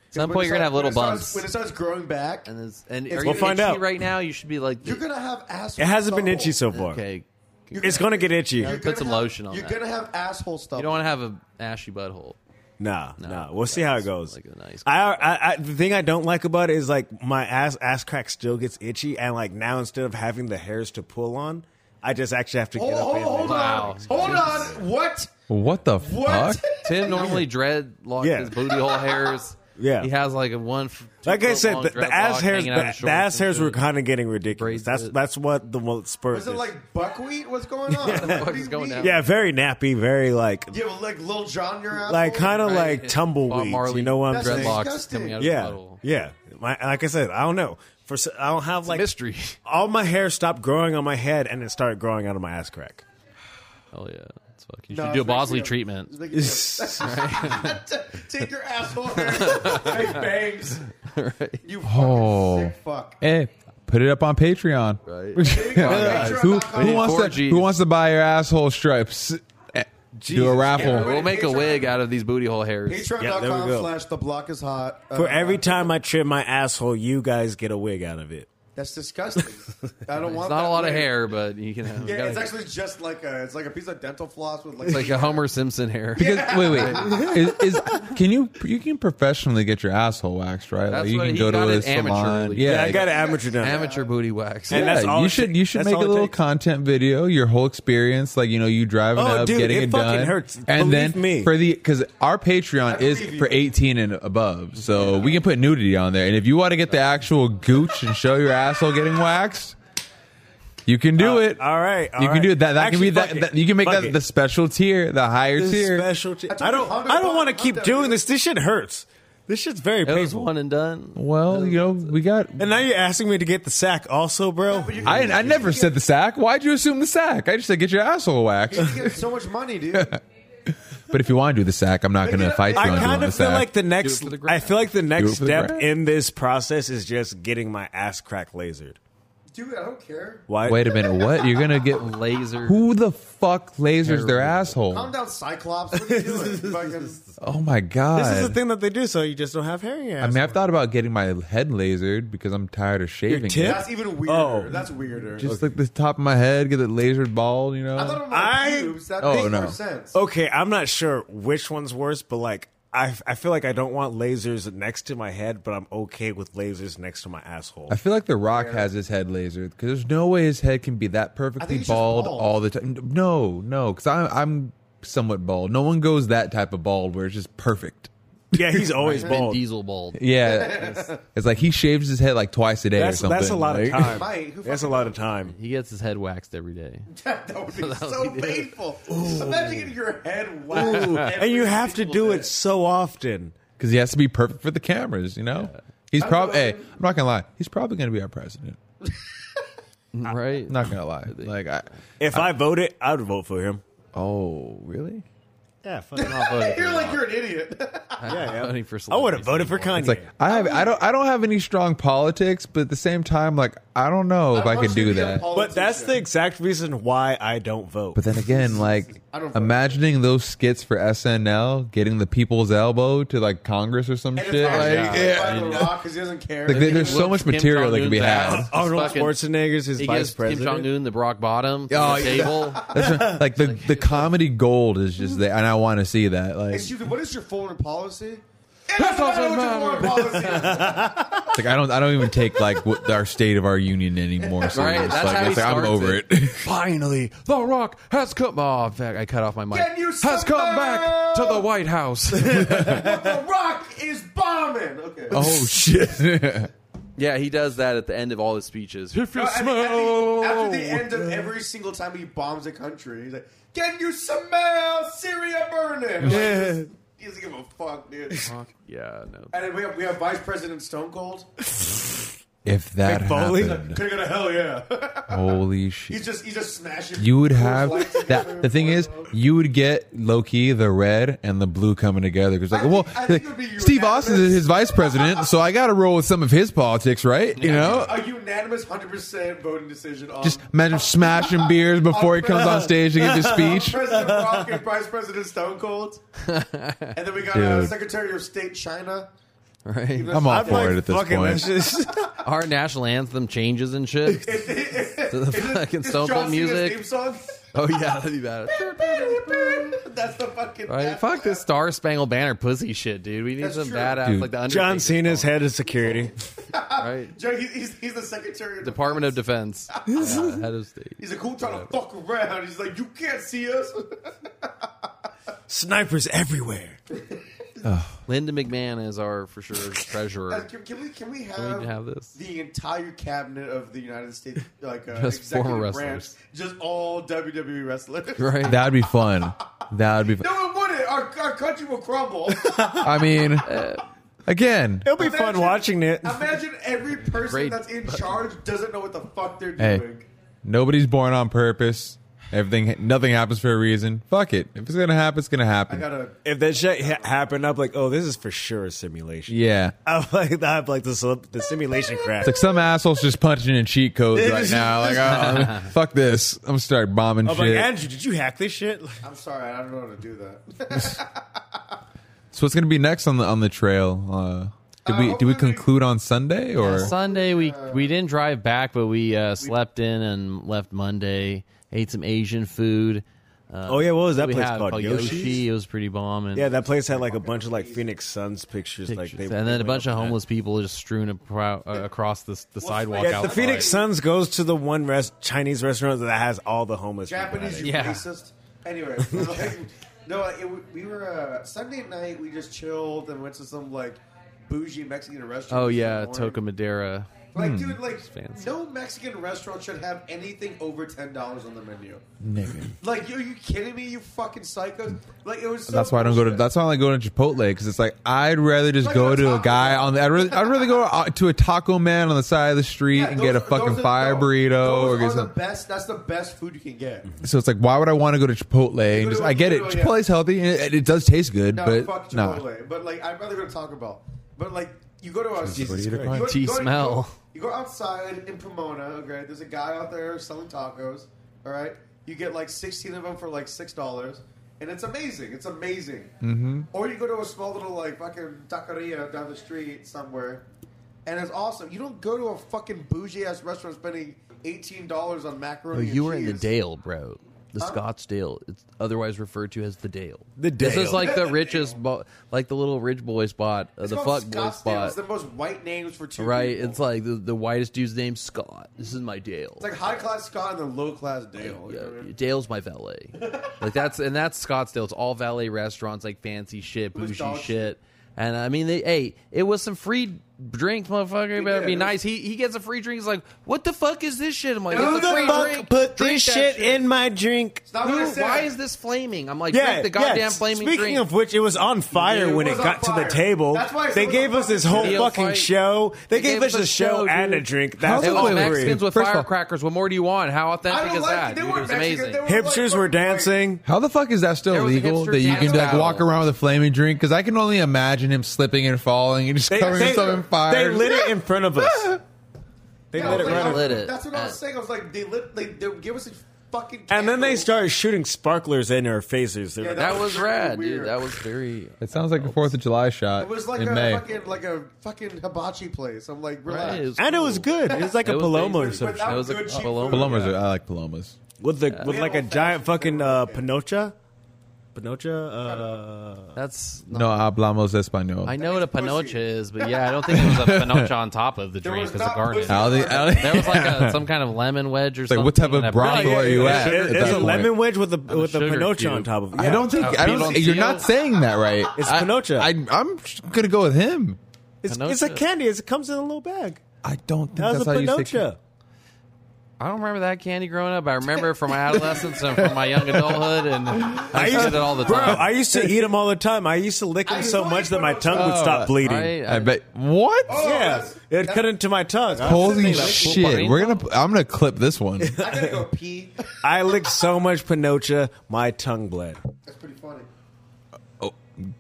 [SPEAKER 3] Some
[SPEAKER 4] When
[SPEAKER 3] point
[SPEAKER 4] it
[SPEAKER 3] you're gonna have
[SPEAKER 4] starts-
[SPEAKER 3] little
[SPEAKER 4] when it starts-
[SPEAKER 3] bumps.
[SPEAKER 4] When it starts growing back,
[SPEAKER 3] And, it's, and
[SPEAKER 4] It's-
[SPEAKER 3] are
[SPEAKER 4] We'll
[SPEAKER 3] you
[SPEAKER 2] find
[SPEAKER 3] itchy
[SPEAKER 2] out.
[SPEAKER 3] right now? You should be like,
[SPEAKER 4] you're going to have asshole
[SPEAKER 2] it hasn't been itchy
[SPEAKER 4] stubble.
[SPEAKER 2] so far.
[SPEAKER 3] okay,
[SPEAKER 2] It's gonna get itchy.
[SPEAKER 4] You're
[SPEAKER 3] Put
[SPEAKER 4] gonna
[SPEAKER 3] some
[SPEAKER 4] have-
[SPEAKER 3] lotion on
[SPEAKER 4] You're
[SPEAKER 3] that.
[SPEAKER 4] going to have asshole stuff.
[SPEAKER 3] you don't want to have an ashy butthole.
[SPEAKER 2] Nah, nah.
[SPEAKER 3] No,
[SPEAKER 2] We'll see how it
[SPEAKER 3] that's
[SPEAKER 2] goes.
[SPEAKER 3] like a nice-
[SPEAKER 2] I, I, I, the thing I don't like about it is like my ass ass crack still gets itchy, and like now instead of having the hairs to pull on, I just actually have to
[SPEAKER 4] Hold,
[SPEAKER 2] get up.
[SPEAKER 4] hold,
[SPEAKER 2] in there.
[SPEAKER 4] hold
[SPEAKER 3] Wow.
[SPEAKER 4] on. Hold on. What?
[SPEAKER 1] What the
[SPEAKER 4] What?
[SPEAKER 1] fuck?
[SPEAKER 3] Tim normally dreadlocks
[SPEAKER 2] Yeah.
[SPEAKER 3] his booty hole hairs.
[SPEAKER 2] Yeah.
[SPEAKER 3] he has like a one. f- two
[SPEAKER 2] Like I
[SPEAKER 3] foot
[SPEAKER 2] said,
[SPEAKER 3] long
[SPEAKER 2] the, the
[SPEAKER 3] dreadlock
[SPEAKER 2] ass hairs,
[SPEAKER 3] hanging
[SPEAKER 2] the,
[SPEAKER 3] out his
[SPEAKER 2] the ass
[SPEAKER 3] shorts
[SPEAKER 2] hairs
[SPEAKER 3] and
[SPEAKER 2] were
[SPEAKER 3] shit.
[SPEAKER 2] kind of getting ridiculous.
[SPEAKER 3] Braced
[SPEAKER 2] That's
[SPEAKER 3] it.
[SPEAKER 2] that's what the what spurred.
[SPEAKER 4] Was it
[SPEAKER 2] this.
[SPEAKER 4] like buckwheat? What's going on? What
[SPEAKER 3] fuck
[SPEAKER 4] do
[SPEAKER 3] is
[SPEAKER 4] you
[SPEAKER 3] going
[SPEAKER 4] mean?
[SPEAKER 3] down?
[SPEAKER 2] yeah, very nappy, very like
[SPEAKER 4] You have like little John your asshole?
[SPEAKER 2] like kind of
[SPEAKER 3] Right.
[SPEAKER 2] like tumbleweed.
[SPEAKER 3] Bob Marley
[SPEAKER 2] You know what I'm
[SPEAKER 4] That's
[SPEAKER 2] saying?
[SPEAKER 3] dreadlocks
[SPEAKER 4] disgusting.
[SPEAKER 3] coming out of his
[SPEAKER 2] Yeah,
[SPEAKER 3] butthole.
[SPEAKER 2] yeah. My, like I said, I don't know. For s- I don't have like
[SPEAKER 3] mystery.
[SPEAKER 2] All my hair stopped growing on my head, and it started growing out of my ass crack.
[SPEAKER 3] Hell yeah, it's fucking. You
[SPEAKER 4] No,
[SPEAKER 3] should do a
[SPEAKER 4] it's making
[SPEAKER 3] Bosley
[SPEAKER 4] up-
[SPEAKER 3] treatment.
[SPEAKER 4] it's making up. Take your asshole hair, make bangs. You fucking
[SPEAKER 1] Oh.
[SPEAKER 4] sick fuck.
[SPEAKER 1] Hey, put it up on Patreon.
[SPEAKER 4] Patreon.com.
[SPEAKER 1] who,
[SPEAKER 4] We
[SPEAKER 1] who
[SPEAKER 4] need
[SPEAKER 1] wants
[SPEAKER 3] four
[SPEAKER 1] to
[SPEAKER 3] Gs.
[SPEAKER 1] who wants to buy your asshole strips? Eh, Do a raffle.
[SPEAKER 4] Christ.
[SPEAKER 3] We'll make a
[SPEAKER 4] Patreon.
[SPEAKER 3] wig out of these booty hole hairs.
[SPEAKER 2] Yeah, there we
[SPEAKER 4] Patreon.com
[SPEAKER 2] go.
[SPEAKER 4] slash the block is hot. Uh,
[SPEAKER 2] For every time I trim my asshole, you guys get a wig out of it.
[SPEAKER 4] That's disgusting. I don't want
[SPEAKER 3] It's not
[SPEAKER 4] that
[SPEAKER 3] a lot of
[SPEAKER 4] wig.
[SPEAKER 3] hair, but you can have. you
[SPEAKER 4] Yeah,
[SPEAKER 3] gotta-
[SPEAKER 4] it's actually just like a it's like a piece of dental floss with like,
[SPEAKER 3] it's like a Homer Simpson hair.
[SPEAKER 1] Because wait, wait, is, is can you you can professionally get your asshole waxed, right?
[SPEAKER 3] That's
[SPEAKER 1] you
[SPEAKER 3] what
[SPEAKER 1] can
[SPEAKER 3] he got it amateurly.
[SPEAKER 1] Yeah,
[SPEAKER 2] Yeah, I got an amateur done.
[SPEAKER 3] Amateur booty wax.
[SPEAKER 2] And
[SPEAKER 1] yeah,
[SPEAKER 2] that's all
[SPEAKER 1] you
[SPEAKER 2] it
[SPEAKER 1] should
[SPEAKER 2] takes.
[SPEAKER 1] you should
[SPEAKER 2] That's
[SPEAKER 1] make a
[SPEAKER 2] all it
[SPEAKER 1] little
[SPEAKER 2] takes.
[SPEAKER 1] content video, your whole experience, like you know, you driving
[SPEAKER 2] Oh,
[SPEAKER 1] up,
[SPEAKER 2] dude,
[SPEAKER 1] getting
[SPEAKER 2] it
[SPEAKER 1] it,
[SPEAKER 2] fucking
[SPEAKER 1] done,
[SPEAKER 2] hurts.
[SPEAKER 1] and
[SPEAKER 2] Believe
[SPEAKER 1] then
[SPEAKER 2] me.
[SPEAKER 1] for the because our Patreon is
[SPEAKER 4] believe you.
[SPEAKER 1] for eighteen and above, so we can put nudity on there, and if you want to get the actual gooch and show your asshole getting waxed, you can do
[SPEAKER 2] Uh,
[SPEAKER 1] it.
[SPEAKER 2] all right, all
[SPEAKER 1] you can
[SPEAKER 2] right.
[SPEAKER 1] do it. That that
[SPEAKER 2] Actually,
[SPEAKER 1] can be
[SPEAKER 2] fuck
[SPEAKER 1] that,
[SPEAKER 2] it.
[SPEAKER 1] that- You can make
[SPEAKER 2] Fuck
[SPEAKER 1] that
[SPEAKER 2] it.
[SPEAKER 1] the special tier, the higher
[SPEAKER 2] This
[SPEAKER 1] tier.
[SPEAKER 2] special ti-
[SPEAKER 4] told
[SPEAKER 2] I don't.
[SPEAKER 4] you, hundred
[SPEAKER 2] I don't want to
[SPEAKER 4] bucks,
[SPEAKER 2] keep
[SPEAKER 4] I'm done.
[SPEAKER 2] doing this. This shit hurts. This shit's very
[SPEAKER 3] It was
[SPEAKER 2] painful.
[SPEAKER 3] one and done.
[SPEAKER 1] Well, you know, we got.
[SPEAKER 2] and now you're asking me to get the sack, also, bro.
[SPEAKER 4] But you
[SPEAKER 1] I,
[SPEAKER 4] can-
[SPEAKER 1] I never said the sack. Why'd you assume the sack? I just said get your asshole waxed.
[SPEAKER 4] You get so much money, dude.
[SPEAKER 1] But if you want to do the sack, I'm not going to fight you
[SPEAKER 2] I
[SPEAKER 1] on doing
[SPEAKER 2] kind
[SPEAKER 1] the
[SPEAKER 2] of feel
[SPEAKER 1] sack.
[SPEAKER 2] like the next.
[SPEAKER 3] for the gram.
[SPEAKER 2] I feel like the next
[SPEAKER 1] it for the
[SPEAKER 2] step
[SPEAKER 1] gram.
[SPEAKER 2] in this process is just getting my ass crack lasered.
[SPEAKER 4] Dude, I don't care.
[SPEAKER 2] Why?
[SPEAKER 1] Wait a minute, what? You're gonna get
[SPEAKER 3] Laser.
[SPEAKER 1] who the fuck lasers their
[SPEAKER 4] Calm
[SPEAKER 1] asshole?
[SPEAKER 4] down, Cyclops. What are you doing? Fucking-
[SPEAKER 1] Oh my god!
[SPEAKER 2] This is the thing that they do, so you just don't have hair in your
[SPEAKER 1] I
[SPEAKER 2] ass.
[SPEAKER 1] mean, I've thought about getting my head lasered because I'm tired of shaving. it.
[SPEAKER 2] tip?
[SPEAKER 4] That's even weirder.
[SPEAKER 2] Oh.
[SPEAKER 4] That's weirder.
[SPEAKER 1] Just like the top of my head, get it lasered bald. You know?
[SPEAKER 4] I thought of
[SPEAKER 2] I-
[SPEAKER 4] my pubes. That
[SPEAKER 1] Oh,
[SPEAKER 4] makes
[SPEAKER 1] no.
[SPEAKER 4] more sense.
[SPEAKER 2] Okay, I'm not sure which one's worse, but like I, I feel like I don't want lasers next to my head, but I'm okay with lasers next to my asshole.
[SPEAKER 1] I feel like The Rock has his head lasered because there's no way his head can be that perfectly
[SPEAKER 4] he's just
[SPEAKER 1] bald,
[SPEAKER 4] bald.
[SPEAKER 1] all the time. No, no, because I'm I'm somewhat bald. No one goes that type of bald where it's just perfect.
[SPEAKER 2] Yeah, he's always
[SPEAKER 3] Vin
[SPEAKER 2] bald.
[SPEAKER 3] Diesel bald.
[SPEAKER 1] Yeah, it's like he shaves his head like twice a day
[SPEAKER 2] That's
[SPEAKER 1] or something.
[SPEAKER 2] that's a lot of
[SPEAKER 1] Like,
[SPEAKER 2] time.
[SPEAKER 4] Mike, who
[SPEAKER 2] That's a
[SPEAKER 4] fucking-
[SPEAKER 2] lot of time.
[SPEAKER 3] He gets his head waxed every day.
[SPEAKER 4] that would be so painful. Imagine getting your head waxed.
[SPEAKER 2] Ooh, and you have to do it so often.
[SPEAKER 1] because he has to be perfect for the cameras. You know, he's probably. Hey, I'm not gonna lie. He's probably gonna be our president.
[SPEAKER 3] Right?
[SPEAKER 1] I'm not gonna lie. Like, I,
[SPEAKER 2] If I vote it, I would vote for him.
[SPEAKER 1] oh, really?
[SPEAKER 2] Yeah, fuck off.
[SPEAKER 3] Not voting for
[SPEAKER 4] You're
[SPEAKER 3] him.
[SPEAKER 4] like you're an idiot.
[SPEAKER 2] yeah, yeah.
[SPEAKER 3] Voting for
[SPEAKER 2] I would have
[SPEAKER 3] celebrities
[SPEAKER 2] voted for
[SPEAKER 3] anymore.
[SPEAKER 2] Kanye.
[SPEAKER 1] It's like I have. I don't. I don't have any strong politics, but at the same time, like I don't know if I could do that.
[SPEAKER 2] but that's the exact reason why I don't vote.
[SPEAKER 1] But then again, like
[SPEAKER 4] I don't vote.
[SPEAKER 1] imagining those skits for SNL, getting the people's elbow to like Congress or some
[SPEAKER 4] And it's
[SPEAKER 1] shit.
[SPEAKER 4] not
[SPEAKER 1] Like,
[SPEAKER 4] actually
[SPEAKER 1] yeah.
[SPEAKER 4] by The Rock because he doesn't care.
[SPEAKER 1] Like, there- there's so
[SPEAKER 3] Look,
[SPEAKER 1] much
[SPEAKER 3] Kim
[SPEAKER 1] material that
[SPEAKER 3] Jong-un's
[SPEAKER 1] can be had.
[SPEAKER 3] ass.
[SPEAKER 2] Arnold
[SPEAKER 3] Fucking-
[SPEAKER 2] Schwarzenegger's his
[SPEAKER 3] He
[SPEAKER 2] vice
[SPEAKER 3] gives Kim Jong
[SPEAKER 2] president.
[SPEAKER 3] Un the Brock Bottom to
[SPEAKER 1] Oh,
[SPEAKER 3] the
[SPEAKER 1] yeah.
[SPEAKER 3] table.
[SPEAKER 1] That's what- like the the comedy gold is just there, and I want to see that. Like,
[SPEAKER 4] Excuse me, what is your foreign policy?
[SPEAKER 1] That's also
[SPEAKER 4] what your foreign policy is.
[SPEAKER 1] like I don't I don't even take like what, our state of our union anymore. So
[SPEAKER 3] Right, that's
[SPEAKER 1] like,
[SPEAKER 3] how
[SPEAKER 1] it's
[SPEAKER 3] he
[SPEAKER 1] like, I'm
[SPEAKER 3] starts
[SPEAKER 1] over it.
[SPEAKER 3] it. Finally, The Rock has come. Oh, in fact, I cut off my mic.
[SPEAKER 4] Can you
[SPEAKER 3] has come back to
[SPEAKER 4] smell?
[SPEAKER 3] the White House.
[SPEAKER 4] the Rock is bombing. Okay.
[SPEAKER 1] oh shit!
[SPEAKER 3] yeah, he does that at the end of all his speeches. If you
[SPEAKER 4] No, at the- at
[SPEAKER 3] smell,
[SPEAKER 4] the- after the end of every single time he bombs a country, he's like, "Can you smell Syria burning?" Like,
[SPEAKER 2] Yeah.
[SPEAKER 4] He doesn't give a fuck, dude.
[SPEAKER 3] yeah, no.
[SPEAKER 4] And then we have, we have Vice President Stone Cold.
[SPEAKER 1] If that
[SPEAKER 2] Foley?
[SPEAKER 1] happened,
[SPEAKER 4] Could have gone to hell, yeah.
[SPEAKER 1] holy
[SPEAKER 4] he's
[SPEAKER 1] shit!
[SPEAKER 4] just he's just smashing.
[SPEAKER 1] You would
[SPEAKER 4] people's
[SPEAKER 1] have
[SPEAKER 4] lights together.
[SPEAKER 1] that. The thing is, you would get low key the red and the blue coming together because like,
[SPEAKER 4] I
[SPEAKER 1] well,
[SPEAKER 4] think- I think it would be
[SPEAKER 1] Steve
[SPEAKER 4] unanimous.
[SPEAKER 1] Austin is his vice president, so I got to roll with some of his politics, right? You know,
[SPEAKER 4] a unanimous hundred percent voting decision on
[SPEAKER 1] just imagine smashing beers before he comes on stage to give his
[SPEAKER 4] on
[SPEAKER 1] speech.
[SPEAKER 4] President Rock and Vice President Stone Cold. And then we got uh,
[SPEAKER 1] Dude.
[SPEAKER 4] Secretary of State China.
[SPEAKER 3] Right?
[SPEAKER 1] I'm all
[SPEAKER 2] I'm
[SPEAKER 1] for
[SPEAKER 2] like,
[SPEAKER 1] it at this
[SPEAKER 2] fucking,
[SPEAKER 1] point.
[SPEAKER 2] let's just-
[SPEAKER 3] Our national anthem changes and shit. to the fucking
[SPEAKER 4] Is
[SPEAKER 3] Stone
[SPEAKER 4] John
[SPEAKER 3] Cold
[SPEAKER 4] Cena's
[SPEAKER 3] music.
[SPEAKER 4] theme song.
[SPEAKER 3] Oh yeah, that'd be bad.
[SPEAKER 4] That's the fucking.
[SPEAKER 3] Right?
[SPEAKER 4] that's-
[SPEAKER 3] Fuck this Star Spangled Banner pussy shit, dude. We need
[SPEAKER 4] That's
[SPEAKER 3] some
[SPEAKER 4] true.
[SPEAKER 3] badass
[SPEAKER 1] Dude.
[SPEAKER 3] like the Undertaker
[SPEAKER 2] John Cena's
[SPEAKER 3] song,
[SPEAKER 2] head of security.
[SPEAKER 3] right?
[SPEAKER 4] Joe, he- he's, he's the Secretary of
[SPEAKER 3] Department of Defense, Yeah, head of state.
[SPEAKER 4] He's like, who trying to fuck around? He's like, you can't see us.
[SPEAKER 2] Snipers everywhere.
[SPEAKER 3] Linda McMahon is our for sure treasurer.
[SPEAKER 4] can, can we can we have,
[SPEAKER 3] Can we have this?
[SPEAKER 4] the entire cabinet of the United States like uh,
[SPEAKER 3] Just
[SPEAKER 4] executive
[SPEAKER 3] former
[SPEAKER 4] branch,
[SPEAKER 3] wrestlers.
[SPEAKER 4] just all WWE wrestlers?
[SPEAKER 3] Right?
[SPEAKER 1] That'd be fun. That'd be. Fun.
[SPEAKER 4] No, it wouldn't. Our, our country will crumble.
[SPEAKER 1] I mean, again,
[SPEAKER 2] It'll be
[SPEAKER 4] Imagine-
[SPEAKER 2] fun watching it.
[SPEAKER 4] Imagine every person
[SPEAKER 3] Great
[SPEAKER 4] that's in charge doesn't know what the fuck they're
[SPEAKER 1] Hey.
[SPEAKER 4] doing.
[SPEAKER 1] Nobody's born on purpose. Everything, nothing happens for a reason. Fuck it. If it's gonna happen, it's gonna
[SPEAKER 4] I
[SPEAKER 1] happen.
[SPEAKER 4] gotta.
[SPEAKER 2] If that shit ha- happened, I'm like, oh, this is for sure a simulation.
[SPEAKER 1] yeah,
[SPEAKER 2] I'm like, I'm like the, sil- the simulation crap.
[SPEAKER 1] it's like some assholes just punching in cheat codes right now. Like, oh, fuck this. I'm gonna start bombing
[SPEAKER 4] Oh,
[SPEAKER 2] I'm like,
[SPEAKER 1] shit.
[SPEAKER 2] Andrew, did you hack this shit?
[SPEAKER 4] I'm sorry, I don't know how to do that.
[SPEAKER 1] so what's gonna be next on the on the trail? Uh, did we did we
[SPEAKER 4] hopefully-
[SPEAKER 1] conclude on Sunday or?
[SPEAKER 3] Sunday we
[SPEAKER 4] Uh,
[SPEAKER 3] we didn't drive back, but we uh, slept in and left Monday. Ate some Asian food. Uh,
[SPEAKER 2] Oh, yeah, what was that
[SPEAKER 3] we
[SPEAKER 2] place
[SPEAKER 3] had
[SPEAKER 2] called? Yoshi's?
[SPEAKER 3] It was pretty bomb. And
[SPEAKER 2] Yeah, that place had like a bunch of like Phoenix Suns pictures, like they
[SPEAKER 3] pictures. and then
[SPEAKER 2] they
[SPEAKER 3] a bunch
[SPEAKER 2] went
[SPEAKER 3] of
[SPEAKER 2] up in
[SPEAKER 3] homeless people just strewn apro- uh, across the, the sidewalk.
[SPEAKER 2] that. Yeah, the
[SPEAKER 3] outside.
[SPEAKER 2] Phoenix Suns goes to the one rest Chinese restaurant that has all the homeless. people at
[SPEAKER 4] Japanese,
[SPEAKER 2] it.
[SPEAKER 4] you
[SPEAKER 3] Yeah.
[SPEAKER 4] racist. Anyway, we're like, no, like, it, we were uh, Sunday night. We just chilled and went to some like bougie Mexican restaurant.
[SPEAKER 3] Oh
[SPEAKER 4] in the
[SPEAKER 3] yeah,
[SPEAKER 4] morning.
[SPEAKER 3] Toca Madera.
[SPEAKER 1] hmm,
[SPEAKER 4] Like, dude, like
[SPEAKER 3] fancy.
[SPEAKER 4] no Mexican restaurant should have anything over ten dollars on the menu. Like, are you kidding me? You fucking psychos! Like, it was. So
[SPEAKER 1] That's why I don't go to.
[SPEAKER 4] bullshit.
[SPEAKER 1] That's why I like going to Chipotle because it's like I'd rather just go to a guy on. The, I'd rather I'd rather go uh, to a taco man on the side of the street
[SPEAKER 4] Yeah,
[SPEAKER 1] and get a
[SPEAKER 4] those are-
[SPEAKER 1] fucking
[SPEAKER 4] those are-
[SPEAKER 1] fire
[SPEAKER 4] no,
[SPEAKER 1] burrito
[SPEAKER 4] those
[SPEAKER 1] or get
[SPEAKER 4] are the
[SPEAKER 1] some. Mhm.
[SPEAKER 4] best. That's the best food you can get.
[SPEAKER 1] So it's like, why would I want to go to Chipotle? And just, I get it.
[SPEAKER 4] Literally, yeah.
[SPEAKER 1] Chipotle's healthy. And it, it does taste good,
[SPEAKER 4] No, fuck
[SPEAKER 1] but no. Nah.
[SPEAKER 4] Chipotle. But like, I'd rather go to Taco Bell. But like, you go to our
[SPEAKER 1] Jesus Christ.
[SPEAKER 4] You go-
[SPEAKER 3] Tea
[SPEAKER 4] you go-
[SPEAKER 3] smell.
[SPEAKER 4] You go outside in Pomona. Okay, there's a guy out there selling tacos. All right, you get like 16 of them for like six dollars, and it's amazing. It's amazing. Mm-hmm. Or you go to a small little like fucking taqueria down the street somewhere, and it's awesome. You don't go to a fucking bougie ass restaurant spending 18 dollars on macaroni.
[SPEAKER 3] Oh, you
[SPEAKER 4] and
[SPEAKER 3] were in the
[SPEAKER 4] cheese.
[SPEAKER 3] Dale, bro. The Scottsdale. It's otherwise referred to as the Dale.
[SPEAKER 2] The
[SPEAKER 3] This is
[SPEAKER 2] Dale.
[SPEAKER 3] like the richest, bo- like the little rich boy spot, uh,
[SPEAKER 4] It's
[SPEAKER 3] the
[SPEAKER 4] called
[SPEAKER 3] fuck boy
[SPEAKER 4] Scottsdale.
[SPEAKER 3] spot,
[SPEAKER 4] It's the most white names for two.
[SPEAKER 3] right?
[SPEAKER 4] people.
[SPEAKER 3] It's like the, the whitest dude's name Scott. This is my Dale.
[SPEAKER 4] It's like high class Scott and then low class
[SPEAKER 2] Oh,
[SPEAKER 4] Dale.
[SPEAKER 3] Yeah, Dale's my valet. like that's and that's Scottsdale. It's all valet restaurants, like fancy shit,
[SPEAKER 4] was
[SPEAKER 3] bougie
[SPEAKER 4] dog
[SPEAKER 3] shit. And I mean, they, hey, it was some free drinks, motherfucker. It better be nice. He he gets a free drink. He's like, what the fuck is this shit? I'm like,
[SPEAKER 2] Who
[SPEAKER 3] it's a
[SPEAKER 2] the
[SPEAKER 3] free
[SPEAKER 2] fuck
[SPEAKER 3] drink.
[SPEAKER 2] put
[SPEAKER 3] Drink
[SPEAKER 2] this
[SPEAKER 3] that
[SPEAKER 2] shit in my drink?
[SPEAKER 4] Stop what I
[SPEAKER 3] Who,
[SPEAKER 4] said.
[SPEAKER 3] why is this flaming? I'm like,
[SPEAKER 2] Yeah,
[SPEAKER 3] drink the goddamn
[SPEAKER 2] yeah.
[SPEAKER 3] flaming
[SPEAKER 2] Speaking
[SPEAKER 3] drink.
[SPEAKER 2] of which, it was on fire
[SPEAKER 4] It
[SPEAKER 2] when it
[SPEAKER 4] was
[SPEAKER 2] got
[SPEAKER 4] on
[SPEAKER 2] to the
[SPEAKER 4] fire.
[SPEAKER 2] table.
[SPEAKER 4] That's why it's
[SPEAKER 2] They
[SPEAKER 4] so
[SPEAKER 2] gave us this whole
[SPEAKER 3] video
[SPEAKER 2] fucking
[SPEAKER 3] fight.
[SPEAKER 2] show. They, gave, us a show
[SPEAKER 3] dude.
[SPEAKER 2] and a drink. That's
[SPEAKER 3] it
[SPEAKER 2] all
[SPEAKER 3] was
[SPEAKER 2] we
[SPEAKER 3] Mexicans
[SPEAKER 2] were.
[SPEAKER 3] with
[SPEAKER 1] First of all-
[SPEAKER 3] firecrackers. What more do you want? How
[SPEAKER 4] I
[SPEAKER 3] authentic
[SPEAKER 4] don't
[SPEAKER 3] is
[SPEAKER 4] like
[SPEAKER 3] that?
[SPEAKER 4] it. They
[SPEAKER 3] Dude,
[SPEAKER 4] were
[SPEAKER 3] it was
[SPEAKER 4] Mexican.
[SPEAKER 3] amazing.
[SPEAKER 4] They were
[SPEAKER 2] Hipsters
[SPEAKER 4] like,
[SPEAKER 2] were
[SPEAKER 4] fucking like-
[SPEAKER 2] dancing.
[SPEAKER 1] How the fuck is that still
[SPEAKER 3] There was a
[SPEAKER 1] legal?
[SPEAKER 3] hipster
[SPEAKER 1] That you can
[SPEAKER 3] dance
[SPEAKER 1] like
[SPEAKER 3] battle.
[SPEAKER 1] walk around with a flaming drink? Because I can only imagine him slipping and falling and just
[SPEAKER 2] They,
[SPEAKER 1] covering
[SPEAKER 2] they-
[SPEAKER 1] himself in
[SPEAKER 2] they
[SPEAKER 1] fire.
[SPEAKER 2] lit it in front of us. They
[SPEAKER 4] Yeah,
[SPEAKER 2] lit it
[SPEAKER 4] like,
[SPEAKER 2] right.
[SPEAKER 4] I-
[SPEAKER 2] in-
[SPEAKER 3] Lit it.
[SPEAKER 4] That's what I was
[SPEAKER 3] Uh,
[SPEAKER 4] saying. I was like, they lit, like, they give us a fucking.
[SPEAKER 2] And then they
[SPEAKER 4] candle.
[SPEAKER 2] started shooting sparklers in our faces. They were
[SPEAKER 4] Yeah,
[SPEAKER 2] like,
[SPEAKER 3] that was rad, dude.
[SPEAKER 4] Weird.
[SPEAKER 3] That was very.
[SPEAKER 1] It sounds like a Fourth of July shot
[SPEAKER 4] It was like
[SPEAKER 1] in
[SPEAKER 4] a
[SPEAKER 1] May.
[SPEAKER 4] fucking like a fucking hibachi place. I'm like, relax.
[SPEAKER 3] Right, it was
[SPEAKER 2] and it was
[SPEAKER 3] cool.
[SPEAKER 2] good. It was like
[SPEAKER 3] It
[SPEAKER 2] a
[SPEAKER 3] was
[SPEAKER 2] Paloma or
[SPEAKER 3] basic,
[SPEAKER 2] some
[SPEAKER 4] But
[SPEAKER 2] shit.
[SPEAKER 4] that
[SPEAKER 3] That was a
[SPEAKER 4] good cheap
[SPEAKER 3] Paloma.
[SPEAKER 4] food.
[SPEAKER 1] Palomas are, I like palomas.
[SPEAKER 2] With the with
[SPEAKER 4] We
[SPEAKER 2] like a
[SPEAKER 4] had old
[SPEAKER 2] giant fucking
[SPEAKER 4] fashioned food.
[SPEAKER 2] uh, pinocha, pinocha. Uh,
[SPEAKER 3] That's
[SPEAKER 1] No hablamos español.
[SPEAKER 3] I know what a
[SPEAKER 4] means
[SPEAKER 3] panocha
[SPEAKER 4] pussy.
[SPEAKER 3] is, but yeah, I don't think it was a panocha on top of the drink
[SPEAKER 4] was
[SPEAKER 3] as a
[SPEAKER 4] not
[SPEAKER 3] garnish.
[SPEAKER 4] pussy.
[SPEAKER 1] I don't think- I don't think-
[SPEAKER 3] There was like a, some kind of lemon wedge or
[SPEAKER 1] like,
[SPEAKER 3] something.
[SPEAKER 1] what type of
[SPEAKER 3] that-
[SPEAKER 1] broth
[SPEAKER 3] Yeah,
[SPEAKER 1] are you
[SPEAKER 3] yeah,
[SPEAKER 1] at?
[SPEAKER 3] yeah.
[SPEAKER 2] there-
[SPEAKER 1] at
[SPEAKER 2] there's
[SPEAKER 1] that
[SPEAKER 2] a
[SPEAKER 1] point.
[SPEAKER 2] lemon wedge with a with a
[SPEAKER 3] sugar
[SPEAKER 2] pinocha
[SPEAKER 3] cube.
[SPEAKER 2] on top of it.
[SPEAKER 1] I don't think I
[SPEAKER 3] Uh,
[SPEAKER 1] don't. You're not
[SPEAKER 3] Pinocchio?
[SPEAKER 1] saying that right.
[SPEAKER 2] It's
[SPEAKER 1] I-
[SPEAKER 2] Pinocha.
[SPEAKER 1] I, I'm gonna go with him.
[SPEAKER 2] It's, it's a
[SPEAKER 3] Pinocha.
[SPEAKER 2] candy. It's, it comes in a little bag.
[SPEAKER 1] I don't think
[SPEAKER 2] That was
[SPEAKER 1] that's
[SPEAKER 2] a
[SPEAKER 1] how you say.
[SPEAKER 2] Pinocha.
[SPEAKER 3] I don't remember that candy growing up. I remember it from my adolescence and from my young adulthood, and I used to it all the
[SPEAKER 2] Bro,
[SPEAKER 3] time.
[SPEAKER 2] I used to eat them all the time. I used to lick them
[SPEAKER 4] I
[SPEAKER 2] so
[SPEAKER 4] like
[SPEAKER 2] much that my
[SPEAKER 4] Pinocha.
[SPEAKER 2] tongue would stop bleedling.
[SPEAKER 3] I-
[SPEAKER 1] Oh, I bet what?
[SPEAKER 4] Oh,
[SPEAKER 2] yeah,
[SPEAKER 4] that's-
[SPEAKER 2] it cut into my tongue. I-
[SPEAKER 1] Holy
[SPEAKER 3] like
[SPEAKER 1] shit!
[SPEAKER 3] pulparino?
[SPEAKER 1] We're gonna. I'm gonna clip this one.
[SPEAKER 4] I gotta go pee.
[SPEAKER 2] I licked so much Pinocha, my tongue bled.
[SPEAKER 4] That's pretty funny.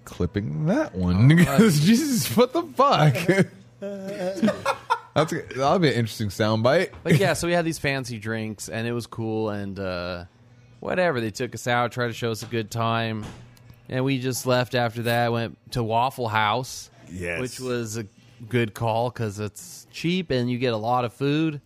[SPEAKER 1] Clipping that one. Because Jesus, what the fuck? That's a- that'll be an interesting soundbite.
[SPEAKER 3] But yeah, so we had these fancy drinks, and it was cool, and uh, whatever. They took us out, tried to show us a good time, and we just left after that. Went to Waffle House,
[SPEAKER 2] Yes.
[SPEAKER 3] which was a good call because it's cheap and you get a lot of food.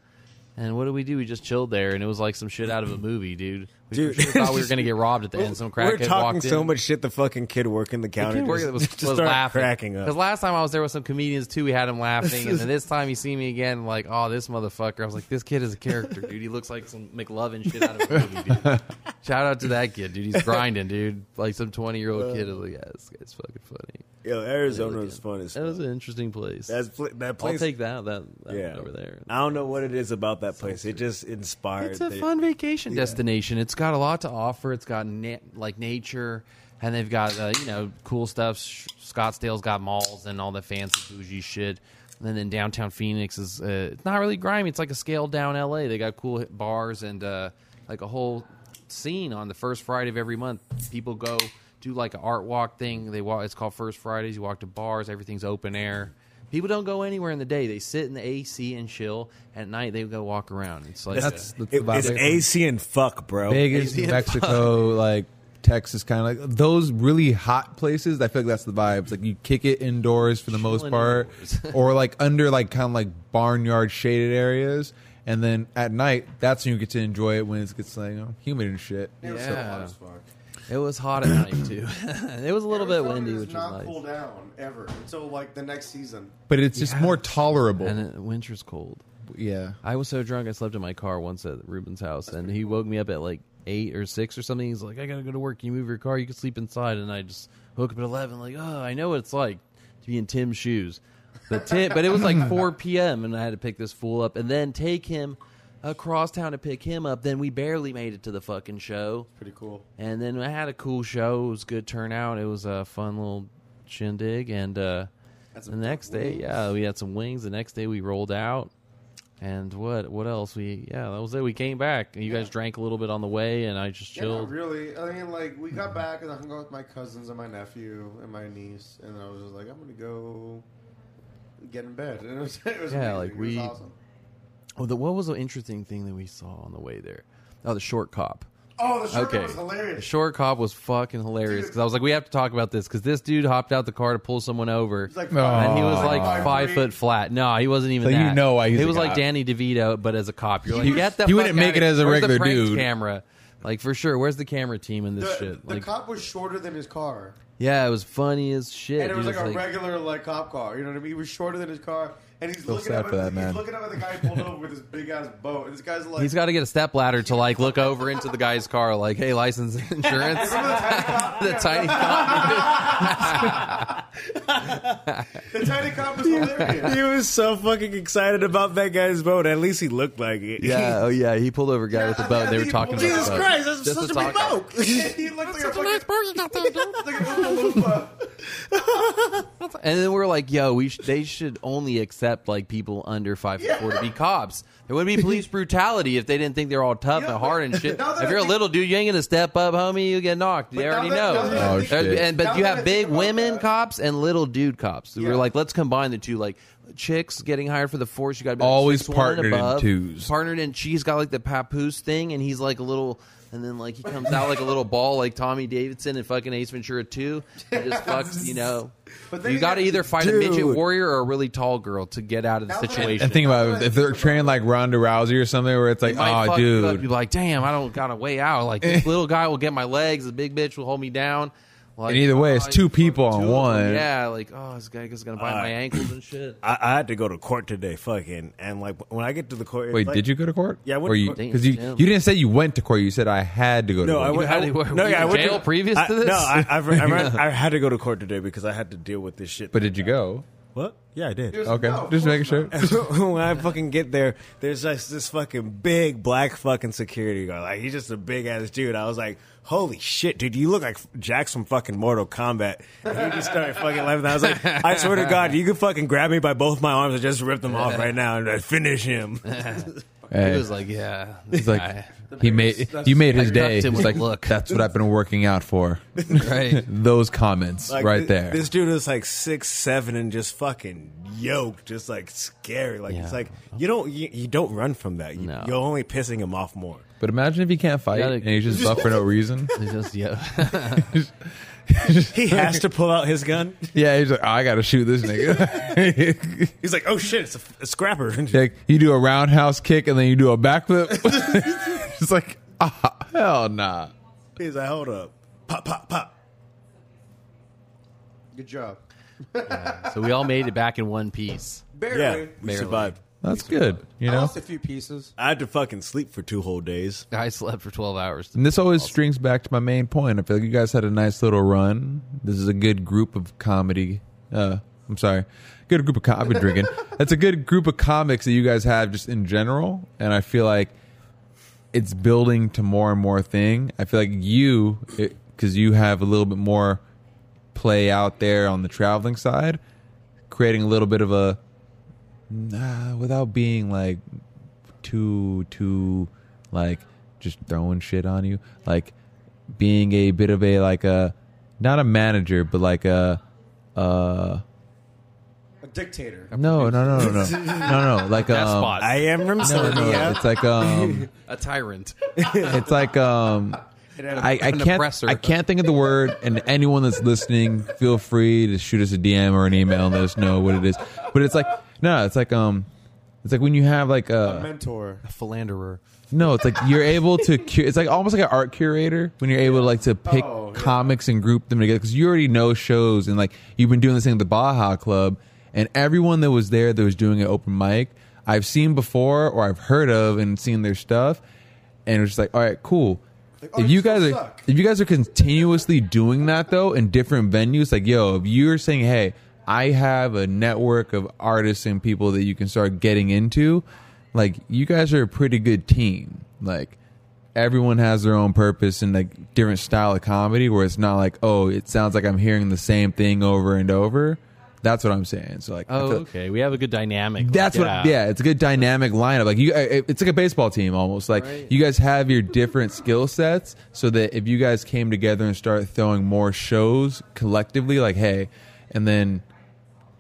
[SPEAKER 3] And what did we do? We just chilled there, and it was like some shit out of a movie, dude. We
[SPEAKER 2] Dude.
[SPEAKER 3] for sure thought we were gonna get robbed at the end. Some
[SPEAKER 2] We're
[SPEAKER 3] crackhead
[SPEAKER 2] talking
[SPEAKER 3] walked
[SPEAKER 2] so
[SPEAKER 3] in.
[SPEAKER 2] much shit. The fucking kid working the counter
[SPEAKER 3] Kid
[SPEAKER 2] just,
[SPEAKER 3] Worker was,
[SPEAKER 2] just
[SPEAKER 3] was
[SPEAKER 2] started
[SPEAKER 3] laughing.
[SPEAKER 2] cracking up.
[SPEAKER 3] Because last time I was there with some comedians too, we had him laughing, and then this time he see me again, like, oh, this motherfucker. I was like, this kid is a character, dude. He looks like some McLovin shit out of a movie, dude. Shout out to that kid, dude. He's grinding, dude. Like some twenty year old kid. I was like, yeah, this guy's fucking funny.
[SPEAKER 2] Yo, Arizona is fun as
[SPEAKER 3] That was
[SPEAKER 2] fuck.
[SPEAKER 3] an interesting place.
[SPEAKER 2] That's pla- that
[SPEAKER 3] I'll
[SPEAKER 2] place.
[SPEAKER 3] take that. That, that
[SPEAKER 2] yeah,
[SPEAKER 3] over there.
[SPEAKER 2] I don't know what it is about that place. It just inspired.
[SPEAKER 3] It's a
[SPEAKER 2] the-
[SPEAKER 3] fun vacation destination. It's got a lot to offer. It's got na- like nature, and they've got uh, you know cool stuff. Sh- Scottsdale's got malls and all the fancy bougie shit. And then downtown Phoenix is uh, it's not really grimy. It's like a scaled down LA. They got cool hit bars and uh, like a whole scene on the first Friday of every month. People go do like an art walk thing. They walk. It's called First Fridays. You walk to bars. Everything's open air. People don't go anywhere in the day. They sit in the AC and chill. At night, they go walk around. It's like
[SPEAKER 1] That's, that's
[SPEAKER 2] It,
[SPEAKER 1] about
[SPEAKER 2] it's
[SPEAKER 1] it.
[SPEAKER 2] AC and fuck, bro.
[SPEAKER 1] Vegas,
[SPEAKER 3] Asian
[SPEAKER 1] Mexico, like Texas, kind of like those really hot places. I feel like that's the vibes. Like you kick it indoors for the most
[SPEAKER 3] Chilling
[SPEAKER 1] part, or like under like kind of like barnyard shaded areas. And then at night, that's when you get to enjoy it when it gets like you know, humid and shit.
[SPEAKER 3] Yeah,
[SPEAKER 4] Fuck.
[SPEAKER 3] it was hot at night too. it was a little bit
[SPEAKER 4] Arizona
[SPEAKER 3] windy,
[SPEAKER 4] does
[SPEAKER 3] which was
[SPEAKER 4] not
[SPEAKER 3] nice.
[SPEAKER 4] cool down ever until like the next season.
[SPEAKER 1] But it's just more tolerable.
[SPEAKER 3] And it, winter's cold.
[SPEAKER 1] yeah.
[SPEAKER 3] I was so drunk I slept in my car once at Ruben's house, and he woke me up at like eight or six or something. He's like, "I gotta go to work. Can you move your car? You can sleep inside." And I just woke up at eleven, like, "Oh, I know what it's like to be in Tim's shoes." But Tim, but it was like four p.m. and I had to pick this fool up and then take him across town to pick him up. Then we barely made it to the fucking show.
[SPEAKER 4] Pretty cool.
[SPEAKER 3] And then I had a cool show. It was a good turnout. It was a fun little shindig. And uh, the next day, yeah, we had some wings. The next day, we rolled out. And what what else? We yeah, that was it. We came back. And you guys drank a little bit on the way, and I just
[SPEAKER 4] Yeah, not
[SPEAKER 3] chilled.
[SPEAKER 4] really. I mean, like we got back and I hung out with my cousins and my nephew and my niece, and I was just like, I'm gonna go get in bed. And it was, it was
[SPEAKER 3] Yeah,
[SPEAKER 4] amazing.
[SPEAKER 3] like,
[SPEAKER 4] It
[SPEAKER 3] we-
[SPEAKER 4] was awesome.
[SPEAKER 3] oh, the, what was the interesting thing that we saw on the way there? Oh, the short cop.
[SPEAKER 4] Oh, the shirt
[SPEAKER 3] Okay.
[SPEAKER 4] was
[SPEAKER 3] The
[SPEAKER 4] hilarious.
[SPEAKER 3] short cop was fucking hilarious
[SPEAKER 4] Dude.
[SPEAKER 3] because I was like, we have to talk about this because this dude hopped out the car to pull someone over.
[SPEAKER 4] He's like,
[SPEAKER 1] No.
[SPEAKER 3] and he
[SPEAKER 4] "Fuck,
[SPEAKER 3] was
[SPEAKER 4] fuck,
[SPEAKER 3] like
[SPEAKER 4] fuck,
[SPEAKER 3] five
[SPEAKER 4] Oh. three."
[SPEAKER 3] foot flat. No, he wasn't even.
[SPEAKER 1] So you
[SPEAKER 3] that.
[SPEAKER 1] know why he's
[SPEAKER 3] he
[SPEAKER 1] a
[SPEAKER 3] was like
[SPEAKER 1] cop.
[SPEAKER 3] Danny DeVito, but as a cop. You're like, you get that.
[SPEAKER 1] he wouldn't
[SPEAKER 3] fuck
[SPEAKER 1] make
[SPEAKER 3] outta
[SPEAKER 1] it
[SPEAKER 3] here.
[SPEAKER 1] as a
[SPEAKER 3] Where's the
[SPEAKER 1] regular
[SPEAKER 3] pranks
[SPEAKER 1] dude.
[SPEAKER 3] Camera, like for sure. Where's the camera team in this
[SPEAKER 4] The,
[SPEAKER 3] shit?
[SPEAKER 4] the
[SPEAKER 3] Like,
[SPEAKER 4] cop was shorter than his car,
[SPEAKER 3] yeah, it was funny as shit.
[SPEAKER 4] and it
[SPEAKER 3] He
[SPEAKER 4] was like
[SPEAKER 3] was
[SPEAKER 4] a
[SPEAKER 3] like-
[SPEAKER 4] regular like cop car. You know what I mean? He was shorter than his car, and he's looking
[SPEAKER 1] sad
[SPEAKER 4] up
[SPEAKER 1] for that
[SPEAKER 4] at
[SPEAKER 1] man.
[SPEAKER 4] he's looking up at the guy he pulled over with his big ass boat, and this guy's like,
[SPEAKER 3] He's got to get a stepladder to like look over into the guy's car, like, "Hey, license, and insurance."
[SPEAKER 4] Remember the tiny cop?
[SPEAKER 3] the tiny cop.
[SPEAKER 4] The tiny cop is hilarious.
[SPEAKER 2] He was so fucking excited about that guy's boat. At least he looked like it.
[SPEAKER 3] Yeah, oh yeah, he pulled over a guy with a boat. They were talking about
[SPEAKER 4] Jesus
[SPEAKER 3] the boat.
[SPEAKER 2] Christ, that's
[SPEAKER 3] Just
[SPEAKER 2] such
[SPEAKER 3] to
[SPEAKER 2] a big
[SPEAKER 3] talk-
[SPEAKER 2] boat.
[SPEAKER 4] he looked like a fucking like an Oompa Loompa.
[SPEAKER 3] And then we're like, yo, we sh- they should only accept like people under five foot four to be cops. There wouldn't be police brutality if they didn't think they're all tough
[SPEAKER 4] Yeah,
[SPEAKER 3] and hard and
[SPEAKER 4] but-
[SPEAKER 3] shit.
[SPEAKER 4] now that
[SPEAKER 3] If
[SPEAKER 4] I
[SPEAKER 3] you're a
[SPEAKER 4] think-
[SPEAKER 3] little dude, you ain't gonna step up, homie. You get knocked. They
[SPEAKER 4] now
[SPEAKER 3] already
[SPEAKER 4] that- now that I
[SPEAKER 3] know.
[SPEAKER 1] Oh,
[SPEAKER 4] think
[SPEAKER 3] There-
[SPEAKER 1] shit.
[SPEAKER 3] and
[SPEAKER 4] Now
[SPEAKER 3] but you
[SPEAKER 4] that I
[SPEAKER 3] have
[SPEAKER 4] think
[SPEAKER 3] big
[SPEAKER 4] about
[SPEAKER 3] women
[SPEAKER 4] that-
[SPEAKER 3] cops and little dude cops. We
[SPEAKER 4] Yeah.
[SPEAKER 3] were like, let's combine the two. Like chicks getting hired for the force, you got to be like
[SPEAKER 1] Always
[SPEAKER 3] 6'1"
[SPEAKER 1] partnered in
[SPEAKER 3] above.
[SPEAKER 1] twos.
[SPEAKER 3] Partnered in. She's got like the papoose thing, and he's like a little. And then like he comes out like a little ball, like Tommy Davidson and fucking Ace Ventura two. And just fucks, you know.
[SPEAKER 4] But then
[SPEAKER 3] You got to
[SPEAKER 4] again-
[SPEAKER 3] either fight a
[SPEAKER 2] Dude.
[SPEAKER 3] midget warrior or a really tall girl to get out of the
[SPEAKER 4] Now that I-
[SPEAKER 3] situation.
[SPEAKER 1] And think about it, if they're trained like Ronda Rousey or something, where it's like,
[SPEAKER 3] It might
[SPEAKER 1] oh,
[SPEAKER 3] fuck you up.
[SPEAKER 1] dude,
[SPEAKER 3] You're like, damn, I don't got a way out. Like this little guy will get my legs. The big bitch will hold me down. Like, oh,
[SPEAKER 1] And either way, it's two
[SPEAKER 3] you fucking
[SPEAKER 1] people on
[SPEAKER 3] two of them.
[SPEAKER 1] one.
[SPEAKER 3] Yeah, like oh, this guy is gonna bite my
[SPEAKER 2] right.
[SPEAKER 3] ankles and shit.
[SPEAKER 2] I, I had to go to court today, fucking, and like when I get to the court, it's
[SPEAKER 1] wait,
[SPEAKER 2] like-
[SPEAKER 1] did you go to court?
[SPEAKER 2] Yeah, I went
[SPEAKER 1] Or
[SPEAKER 2] to
[SPEAKER 1] you
[SPEAKER 2] court.
[SPEAKER 1] because you
[SPEAKER 3] Damn.
[SPEAKER 1] you didn't say you went to court. You said I had to go. to
[SPEAKER 2] No,
[SPEAKER 1] court.
[SPEAKER 2] I went.
[SPEAKER 3] had
[SPEAKER 2] I-
[SPEAKER 3] to- were-
[SPEAKER 2] no,
[SPEAKER 3] were
[SPEAKER 2] yeah,
[SPEAKER 3] you
[SPEAKER 2] I
[SPEAKER 3] in
[SPEAKER 2] went
[SPEAKER 3] jail
[SPEAKER 2] to,
[SPEAKER 3] previous
[SPEAKER 2] I-
[SPEAKER 3] to this?
[SPEAKER 2] No, I, I've, I've, i had to go to court today because I had to deal with this shit.
[SPEAKER 1] But did you go?
[SPEAKER 2] what? Yeah, I did.
[SPEAKER 1] Okay,
[SPEAKER 4] No, of
[SPEAKER 1] just
[SPEAKER 4] course
[SPEAKER 1] making sure.
[SPEAKER 2] when I fucking get there, there's just this fucking big black fucking security guard. Like he's just a big ass dude. I was like, holy shit, dude, you look like Jack's from fucking Mortal Kombat. And he just started fucking laughing. I was like, I swear to God, you could fucking grab me by both my arms and just rip them off right now and uh, finish him.
[SPEAKER 1] Hey,
[SPEAKER 3] He was like, yeah,
[SPEAKER 1] he's like, he made you made his
[SPEAKER 3] I
[SPEAKER 1] day.
[SPEAKER 3] cuffed him
[SPEAKER 1] He's
[SPEAKER 3] with
[SPEAKER 1] like,
[SPEAKER 3] a look.
[SPEAKER 1] that's what I've been working out for.
[SPEAKER 3] right.
[SPEAKER 1] Those comments
[SPEAKER 2] Like,
[SPEAKER 1] right
[SPEAKER 2] thi-
[SPEAKER 1] there.
[SPEAKER 2] This dude is like six seven and just fucking yoked, just like scary. Like
[SPEAKER 3] Yeah.
[SPEAKER 2] it's like you don't you, you don't run from that. You,
[SPEAKER 3] No.
[SPEAKER 2] You're only pissing him off more.
[SPEAKER 1] but imagine if he can't fight
[SPEAKER 3] gotta-
[SPEAKER 1] and he's just buff for no reason.
[SPEAKER 3] He just yeah.
[SPEAKER 2] He has to pull out his gun.
[SPEAKER 1] yeah, he's like, oh, I gotta shoot this nigga.
[SPEAKER 2] He's like, oh shit, it's a, a scrapper.
[SPEAKER 1] like you do a roundhouse kick and then you do a backflip. it's like, ah, hell nah.
[SPEAKER 2] He's like, hold up. Pop, pop, pop.
[SPEAKER 4] Good job.
[SPEAKER 3] so we all made it back in one piece.
[SPEAKER 4] Barely.
[SPEAKER 2] Yeah, we
[SPEAKER 3] Barely.
[SPEAKER 2] survived.
[SPEAKER 1] That's good, you
[SPEAKER 4] I
[SPEAKER 1] know.
[SPEAKER 4] lost a few pieces.
[SPEAKER 2] I had to fucking sleep for two whole days.
[SPEAKER 3] I slept for twelve hours.
[SPEAKER 1] And this always strings back to my main point. I feel like you guys had a nice little run. This is a good group of comedy. Uh, I'm sorry, good group of. Com- I've been drinking. That's a good group of comics that you guys have just in general, and I feel like it's building to more and more thing. I feel like you, because you have a little bit more play out there on the traveling side, creating a little bit of a nah, without being like too too like just throwing shit on you, like being a bit of a like a not a manager, but like a uh
[SPEAKER 4] A dictator.
[SPEAKER 1] no no no no no no no like
[SPEAKER 3] That
[SPEAKER 1] um,
[SPEAKER 3] spot,
[SPEAKER 2] I am from
[SPEAKER 1] no,
[SPEAKER 2] Serbia.
[SPEAKER 1] no, it's like um
[SPEAKER 3] a tyrant.
[SPEAKER 1] it's like um I, I
[SPEAKER 3] an
[SPEAKER 1] can't
[SPEAKER 3] oppressor.
[SPEAKER 1] I can't think of the word and anyone that's listening feel free to shoot us a DM or an email and let us know what it is but it's like no it's like um it's like when you have like
[SPEAKER 4] A
[SPEAKER 1] uh
[SPEAKER 4] mentor.
[SPEAKER 3] A philanderer.
[SPEAKER 1] no it's like you're able to cu- it's like almost like an art curator when you're able to like to pick
[SPEAKER 4] Oh, yeah.
[SPEAKER 1] comics and group them together because you already know shows and like you've been doing this thing at the Baja Club and everyone that was there that was doing an open mic I've seen before or I've heard of and seen their stuff and it was just like all right cool
[SPEAKER 4] oh,
[SPEAKER 1] if
[SPEAKER 4] you
[SPEAKER 1] you guys
[SPEAKER 4] still
[SPEAKER 1] are
[SPEAKER 4] suck.
[SPEAKER 1] if you guys are continuously doing that though in different venues like yo if you're saying hey I have a network of artists and people that you can start getting into like you guys are a pretty good team like everyone has their own purpose and like different style of comedy where it's not like oh it sounds like i'm hearing the same thing over and over that's what i'm saying so like I
[SPEAKER 3] Oh,
[SPEAKER 1] feel-
[SPEAKER 3] okay. We have a good dynamic.
[SPEAKER 1] that's
[SPEAKER 3] Like,
[SPEAKER 1] what yeah it's a good dynamic lineup like you I- it's like a baseball team almost like you guys have your different skill sets so that if you guys came together and start throwing more shows collectively like hey and then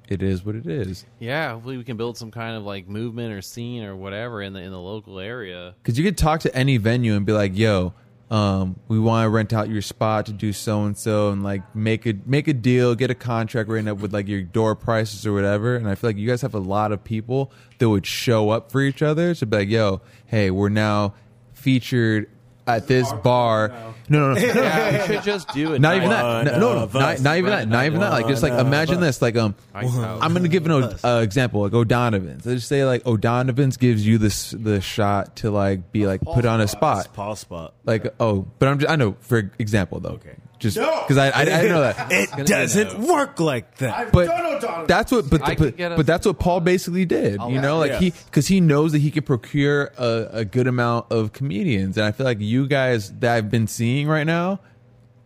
[SPEAKER 1] it is what it is
[SPEAKER 3] Yeah, hopefully we can build some kind of like movement or scene or whatever in the in the local area.
[SPEAKER 1] Because you could talk to any venue and be like, "Yo, um, we want to rent out your spot to do so and so, and like make a make a deal, get a contract written up with like your door prices or whatever." And I feel like you guys have a lot of people that would show up for each other to be like, "Yo, hey, we're now featured at this bar." No, no, no.
[SPEAKER 3] Yeah, we should just do it.
[SPEAKER 1] Not even that.
[SPEAKER 2] One
[SPEAKER 1] No, no,
[SPEAKER 2] of
[SPEAKER 1] not,
[SPEAKER 2] us.
[SPEAKER 1] not even that. Not even that. Like just like
[SPEAKER 2] One of
[SPEAKER 1] imagine
[SPEAKER 2] us.
[SPEAKER 1] this. Like um, I'm gonna give an o- uh, example. Like O'Donovan's. Let's just say like O'Donovan's gives you this the shot to like be like put on a
[SPEAKER 2] It's
[SPEAKER 1] spot.
[SPEAKER 2] Paul spot.
[SPEAKER 1] Like oh, but I'm just, I know for example though.
[SPEAKER 2] Okay.
[SPEAKER 1] Just
[SPEAKER 4] No.
[SPEAKER 1] because I, I I didn't know that.
[SPEAKER 2] It doesn't work like that.
[SPEAKER 1] But
[SPEAKER 4] done O'Donnell.
[SPEAKER 1] that's what, but,
[SPEAKER 3] I
[SPEAKER 1] but,
[SPEAKER 3] could get a-
[SPEAKER 1] but that's what Paul basically did. you know, like he because he knows that he could procure a, a good amount of comedians, and I feel like you guys that I've been seeing right now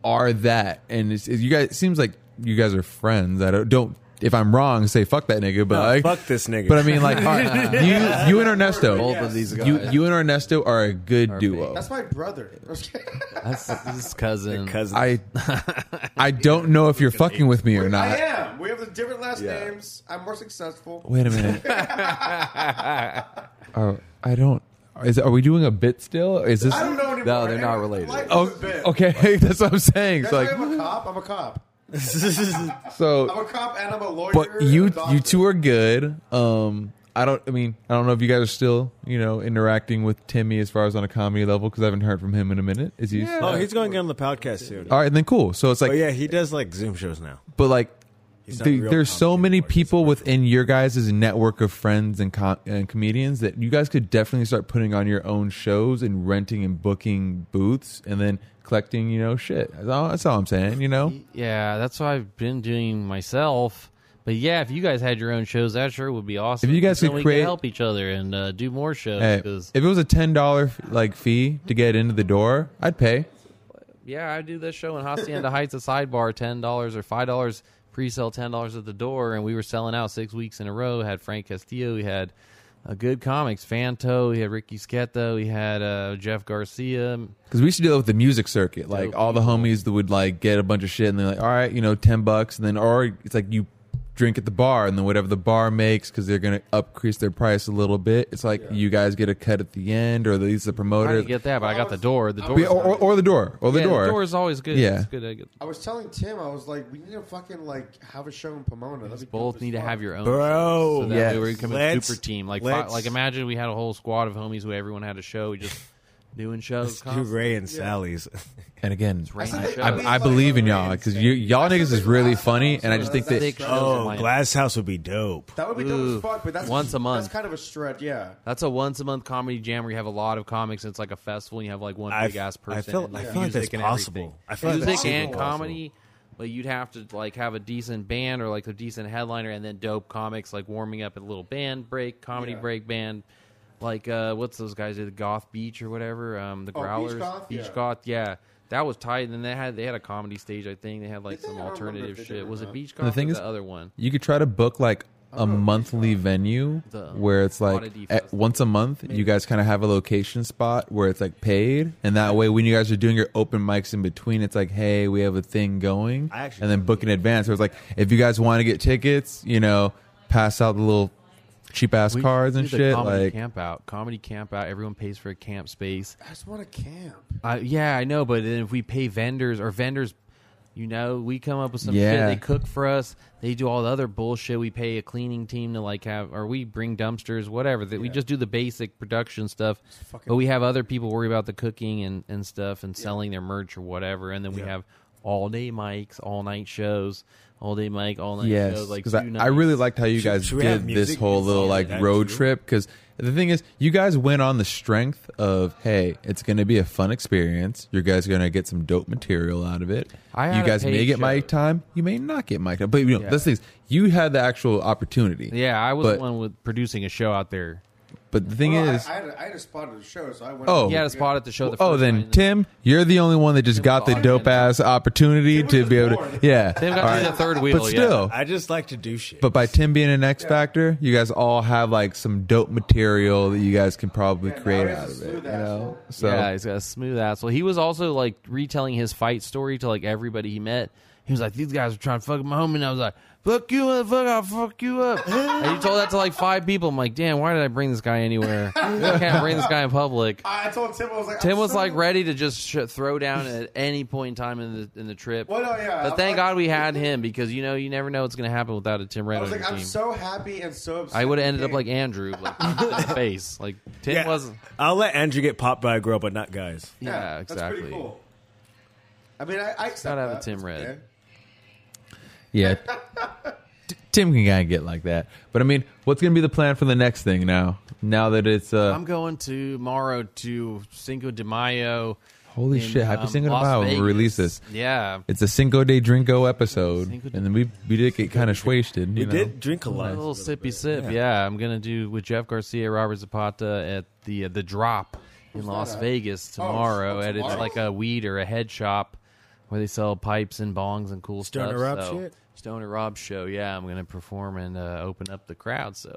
[SPEAKER 1] are that, and it's, it- you guys it seems like you guys are friends. I don't. don't if I'm wrong, say fuck that nigga. But
[SPEAKER 2] No,
[SPEAKER 1] like,
[SPEAKER 2] fuck this nigga.
[SPEAKER 1] But I mean, like, all right, you, you and Ernesto,
[SPEAKER 3] Both of these guys.
[SPEAKER 1] you, you and Ernesto are a good duo.
[SPEAKER 4] That's my brother.
[SPEAKER 3] That's his cousin.
[SPEAKER 2] Because
[SPEAKER 1] I, I don't know if you're fucking with me or
[SPEAKER 4] I
[SPEAKER 1] not.
[SPEAKER 4] am. We have the different last names. I'm more successful.
[SPEAKER 1] Wait a minute. Are- I don't. Is are we doing a bit still? Is this?
[SPEAKER 4] I don't know anymore.
[SPEAKER 3] No, they're not
[SPEAKER 4] Every-
[SPEAKER 3] related.
[SPEAKER 4] life is
[SPEAKER 1] Oh,
[SPEAKER 4] a bit.
[SPEAKER 1] okay. That's what I'm saying.
[SPEAKER 4] That's
[SPEAKER 1] So
[SPEAKER 4] why I'm
[SPEAKER 1] like,
[SPEAKER 4] a cop. I'm a cop. I'm a
[SPEAKER 1] so.
[SPEAKER 4] cop and I'm a lawyer.
[SPEAKER 1] But
[SPEAKER 4] and a
[SPEAKER 1] you,
[SPEAKER 4] doctor.
[SPEAKER 1] you two are good. Um, I don't. I mean, I don't know if you guys are still, you know, interacting with Timmy as far as on a comedy level because I haven't heard from him in a minute. Is he?
[SPEAKER 2] oh, he's going to get on the podcast soon.
[SPEAKER 1] All right, then cool. So it's like,
[SPEAKER 2] But yeah, he does like Zoom shows now.
[SPEAKER 1] but like
[SPEAKER 2] He's not
[SPEAKER 1] the-
[SPEAKER 2] real
[SPEAKER 1] there's so
[SPEAKER 2] comedy
[SPEAKER 1] many
[SPEAKER 2] anymore,
[SPEAKER 1] people within your guys' network of friends and, com- and comedians that you guys could definitely start putting on your own shows and renting and booking booths and then collecting you know shit that's all, that's all i'm saying you know
[SPEAKER 3] Yeah, that's what I've been doing myself. But yeah, if you guys had your own shows, that sure would be awesome.
[SPEAKER 1] If you guys
[SPEAKER 3] Then
[SPEAKER 1] could
[SPEAKER 3] we
[SPEAKER 1] create-
[SPEAKER 3] help each other and uh, do more shows.
[SPEAKER 1] Hey,
[SPEAKER 3] Cause,
[SPEAKER 1] if it was a $10 like fee to get into the door i'd pay
[SPEAKER 3] yeah, I do this show in Hacienda Heights, a sidebar, ten dollars or five dollars pre-sale, ten dollars at the door, and we were selling out six weeks in a row. Had Frank Castillo, we had uh, good comics, Fanto, we had Ricky Sketto, we had uh, Jeff Garcia.
[SPEAKER 1] because we used to do that with the music circuit like all the homies that would like get a bunch of shit and they're like all right you know 10 bucks and then or it's like you drink at the bar and then whatever the bar makes because they're gonna upcrease their price a little bit it's like you guys get a cut at the end or at least the Oh,
[SPEAKER 3] I
[SPEAKER 1] promoter
[SPEAKER 3] didn't get that, but I got the door. The door.
[SPEAKER 1] Or, or, or the door or the
[SPEAKER 3] yeah,
[SPEAKER 1] door
[SPEAKER 3] The door is always good.
[SPEAKER 1] Yeah.
[SPEAKER 3] It's good. I get-
[SPEAKER 4] I was telling Tim, I was like, we need to fucking like have a show in Pomona. That'd be dope
[SPEAKER 3] both
[SPEAKER 4] as
[SPEAKER 3] need to
[SPEAKER 4] fuck.
[SPEAKER 3] have your own
[SPEAKER 2] Bro.
[SPEAKER 3] shows so that
[SPEAKER 1] Yes.
[SPEAKER 3] way we become a
[SPEAKER 2] Let's-
[SPEAKER 3] super team like fi-
[SPEAKER 2] let's-
[SPEAKER 3] like imagine we had a whole squad of homies who everyone had a show we just doing shows
[SPEAKER 2] Do
[SPEAKER 3] constantly.
[SPEAKER 2] Ray and Sally's.
[SPEAKER 1] and again
[SPEAKER 3] raining
[SPEAKER 1] I,
[SPEAKER 3] shows.
[SPEAKER 1] I, I believe in y'all because you, y'all niggas is really funny and I just think
[SPEAKER 3] Thick
[SPEAKER 1] that
[SPEAKER 3] shows in
[SPEAKER 2] Oh,
[SPEAKER 3] Miami.
[SPEAKER 2] Glass House would be dope.
[SPEAKER 4] That would be dope
[SPEAKER 3] Ooh.
[SPEAKER 4] as fuck. But that's
[SPEAKER 3] Once a month.
[SPEAKER 4] That's kind of a stretch. Yeah.
[SPEAKER 3] that's a once a month comedy jam where you have a lot of comics and it's like a festival and you have like one
[SPEAKER 2] I
[SPEAKER 3] big ass
[SPEAKER 2] f-
[SPEAKER 3] person
[SPEAKER 2] I feel-
[SPEAKER 3] and,
[SPEAKER 2] I
[SPEAKER 3] like,
[SPEAKER 2] feel like
[SPEAKER 3] music
[SPEAKER 2] that's
[SPEAKER 3] and
[SPEAKER 2] possible.
[SPEAKER 3] everything.
[SPEAKER 2] I feel like
[SPEAKER 3] music
[SPEAKER 2] that's
[SPEAKER 3] and
[SPEAKER 2] super possible.
[SPEAKER 3] comedy but you'd have to like have a decent band or like a decent headliner and then dope comics like warming up a little band break comedy
[SPEAKER 4] Yeah.
[SPEAKER 3] break band like uh what's those guys the goth beach or whatever um the
[SPEAKER 4] Oh, Beach
[SPEAKER 3] growlers
[SPEAKER 4] Goth?
[SPEAKER 3] Beach
[SPEAKER 4] Yeah.
[SPEAKER 3] Goth, yeah that was tight and then they had they had a comedy stage i think they had like
[SPEAKER 4] Did they?
[SPEAKER 3] some
[SPEAKER 4] I don't remember
[SPEAKER 3] alternative
[SPEAKER 4] if they did
[SPEAKER 3] shit
[SPEAKER 4] or
[SPEAKER 3] was it
[SPEAKER 4] not.
[SPEAKER 3] beach
[SPEAKER 1] And
[SPEAKER 3] Goth
[SPEAKER 1] the thing
[SPEAKER 3] or
[SPEAKER 1] is-
[SPEAKER 3] the other one
[SPEAKER 1] you could try to book like a monthly venue
[SPEAKER 3] The
[SPEAKER 1] where it's like
[SPEAKER 3] Oddity
[SPEAKER 1] at,
[SPEAKER 3] Festival.
[SPEAKER 1] once a month you guys kind of have a location spot where it's like paid and that way when you guys are doing your open mics in between it's like hey we have a thing going
[SPEAKER 2] I actually
[SPEAKER 1] and then book in advance so it's like if you guys want to get tickets you know pass out the little cheap ass
[SPEAKER 3] We
[SPEAKER 1] cards and
[SPEAKER 3] did a
[SPEAKER 1] shit
[SPEAKER 3] comedy
[SPEAKER 1] like
[SPEAKER 3] camp out comedy camp out everyone pays for a camp space
[SPEAKER 4] I just want to camp.
[SPEAKER 3] Uh, yeah, I know, but then if we pay vendors or vendors, you know, we come up with some
[SPEAKER 1] Yeah.
[SPEAKER 3] shit. They cook for us. They do all the other bullshit. We pay a cleaning team to like have, or we bring dumpsters, whatever. That we just do the basic production stuff. But we have other people worry about the cooking and and stuff and selling their merch or whatever. And then we have all day mics, all night shows, all day mic, all night
[SPEAKER 1] Yes,
[SPEAKER 3] shows. Like
[SPEAKER 1] because
[SPEAKER 3] two
[SPEAKER 1] I, I really
[SPEAKER 3] nights.
[SPEAKER 1] liked how you
[SPEAKER 2] Should-
[SPEAKER 1] guys
[SPEAKER 2] should we have
[SPEAKER 1] did this
[SPEAKER 2] music
[SPEAKER 1] whole
[SPEAKER 2] and
[SPEAKER 1] little
[SPEAKER 2] stuff
[SPEAKER 1] like
[SPEAKER 2] like that
[SPEAKER 1] road
[SPEAKER 2] too?
[SPEAKER 1] trip. Because the thing is, you guys went on the strength of hey, it's going to be a fun experience. You guys are going to get some dope material out of it.
[SPEAKER 3] I had
[SPEAKER 1] you
[SPEAKER 3] a
[SPEAKER 1] guys may
[SPEAKER 3] paid
[SPEAKER 1] get
[SPEAKER 3] show.
[SPEAKER 1] mic time, you may not get mic time, but you know that's the thing. is, You had the actual opportunity.
[SPEAKER 3] Yeah, I was
[SPEAKER 1] But-
[SPEAKER 3] the one with producing a show out there.
[SPEAKER 1] But the thing
[SPEAKER 4] Well, I-
[SPEAKER 1] is,
[SPEAKER 4] I, had a, I had a spot at the show, so I went.
[SPEAKER 1] Oh.
[SPEAKER 3] He had a spot at the show. The
[SPEAKER 1] oh,
[SPEAKER 3] first night,
[SPEAKER 1] then
[SPEAKER 3] and
[SPEAKER 1] Tim, you're the only one that just got the
[SPEAKER 3] was
[SPEAKER 1] dope ass opportunity
[SPEAKER 4] Tim
[SPEAKER 1] to
[SPEAKER 4] was
[SPEAKER 1] be able to.
[SPEAKER 4] bored.
[SPEAKER 1] Yeah,
[SPEAKER 3] Tim got
[SPEAKER 1] All
[SPEAKER 3] to be
[SPEAKER 1] right.
[SPEAKER 3] the third wheel.
[SPEAKER 1] but
[SPEAKER 3] yeah.
[SPEAKER 1] still,
[SPEAKER 2] I just like to do shit.
[SPEAKER 1] But by Tim being an X Factor, you guys all have like some dope material that you guys can probably create
[SPEAKER 4] it's a
[SPEAKER 1] out of it. You
[SPEAKER 4] smooth
[SPEAKER 1] know?
[SPEAKER 4] asshole.
[SPEAKER 1] So
[SPEAKER 3] Yeah, he's got a smooth asshole. He was also like retelling his fight story to like everybody he met. He was like, "These guys were trying to fuck my homie," and I was like, "Fuck you, motherfucker! I'll fuck you up." and he told that to like five people. I'm like, "Damn, why did I bring this guy anywhere? I can't bring this guy in public."
[SPEAKER 4] I told Tim I was like.
[SPEAKER 3] Tim
[SPEAKER 4] I'm
[SPEAKER 3] was
[SPEAKER 4] so-
[SPEAKER 3] like ready to just sh- throw down at any point in time in the in the trip.
[SPEAKER 4] Well, no, oh, yeah,
[SPEAKER 3] But
[SPEAKER 4] I'm
[SPEAKER 3] thank
[SPEAKER 4] like-
[SPEAKER 3] God we had him because you know you never know what's gonna happen without a Tim
[SPEAKER 4] I
[SPEAKER 3] Red on
[SPEAKER 4] was
[SPEAKER 3] your
[SPEAKER 4] like, I'm
[SPEAKER 3] team.
[SPEAKER 4] so happy and so upset.
[SPEAKER 3] I would have
[SPEAKER 4] you
[SPEAKER 3] ended up
[SPEAKER 4] came.
[SPEAKER 3] like Andrew, like punched in the face. Like Tim
[SPEAKER 2] yeah,
[SPEAKER 3] wasn't.
[SPEAKER 2] I'll let Andrew get popped by a girl, but not guys.
[SPEAKER 3] Yeah, exactly.
[SPEAKER 4] That's pretty cool. I mean, I, I accept
[SPEAKER 3] Gotta have a
[SPEAKER 4] that.
[SPEAKER 3] Tim
[SPEAKER 4] It's
[SPEAKER 3] Red.
[SPEAKER 4] okay.
[SPEAKER 1] yeah, T- Tim can kind of get like that. But I mean, what's gonna be the plan for the next thing now? Now that it's uh,
[SPEAKER 3] I'm going to Morrow to Cinco de Mayo
[SPEAKER 1] Holy
[SPEAKER 3] in,
[SPEAKER 1] shit! Happy
[SPEAKER 3] um,
[SPEAKER 1] Cinco de
[SPEAKER 3] Las
[SPEAKER 1] Mayo when we
[SPEAKER 3] Vegas.
[SPEAKER 1] release this.
[SPEAKER 3] Yeah.
[SPEAKER 1] It's a Cinco de Drinko episode,
[SPEAKER 3] Cinco de-
[SPEAKER 1] and then we we did get kind of swasted.
[SPEAKER 2] We
[SPEAKER 1] you know?
[SPEAKER 2] did drink a lot.
[SPEAKER 3] A little sippy sip, yeah. I'm gonna do with Jeff Garcia, Robert Zapata at the uh, the drop in Las Vegas tomorrow.
[SPEAKER 4] oh,
[SPEAKER 3] at it's
[SPEAKER 4] tomorrow?
[SPEAKER 3] like a weed or a head shop where they sell pipes and bongs and cool
[SPEAKER 2] Stoner
[SPEAKER 3] stuff.
[SPEAKER 2] Rob
[SPEAKER 3] so,
[SPEAKER 2] shit?
[SPEAKER 3] Stoner Rob show. Yeah, I'm gonna perform and uh, open up the crowd. So.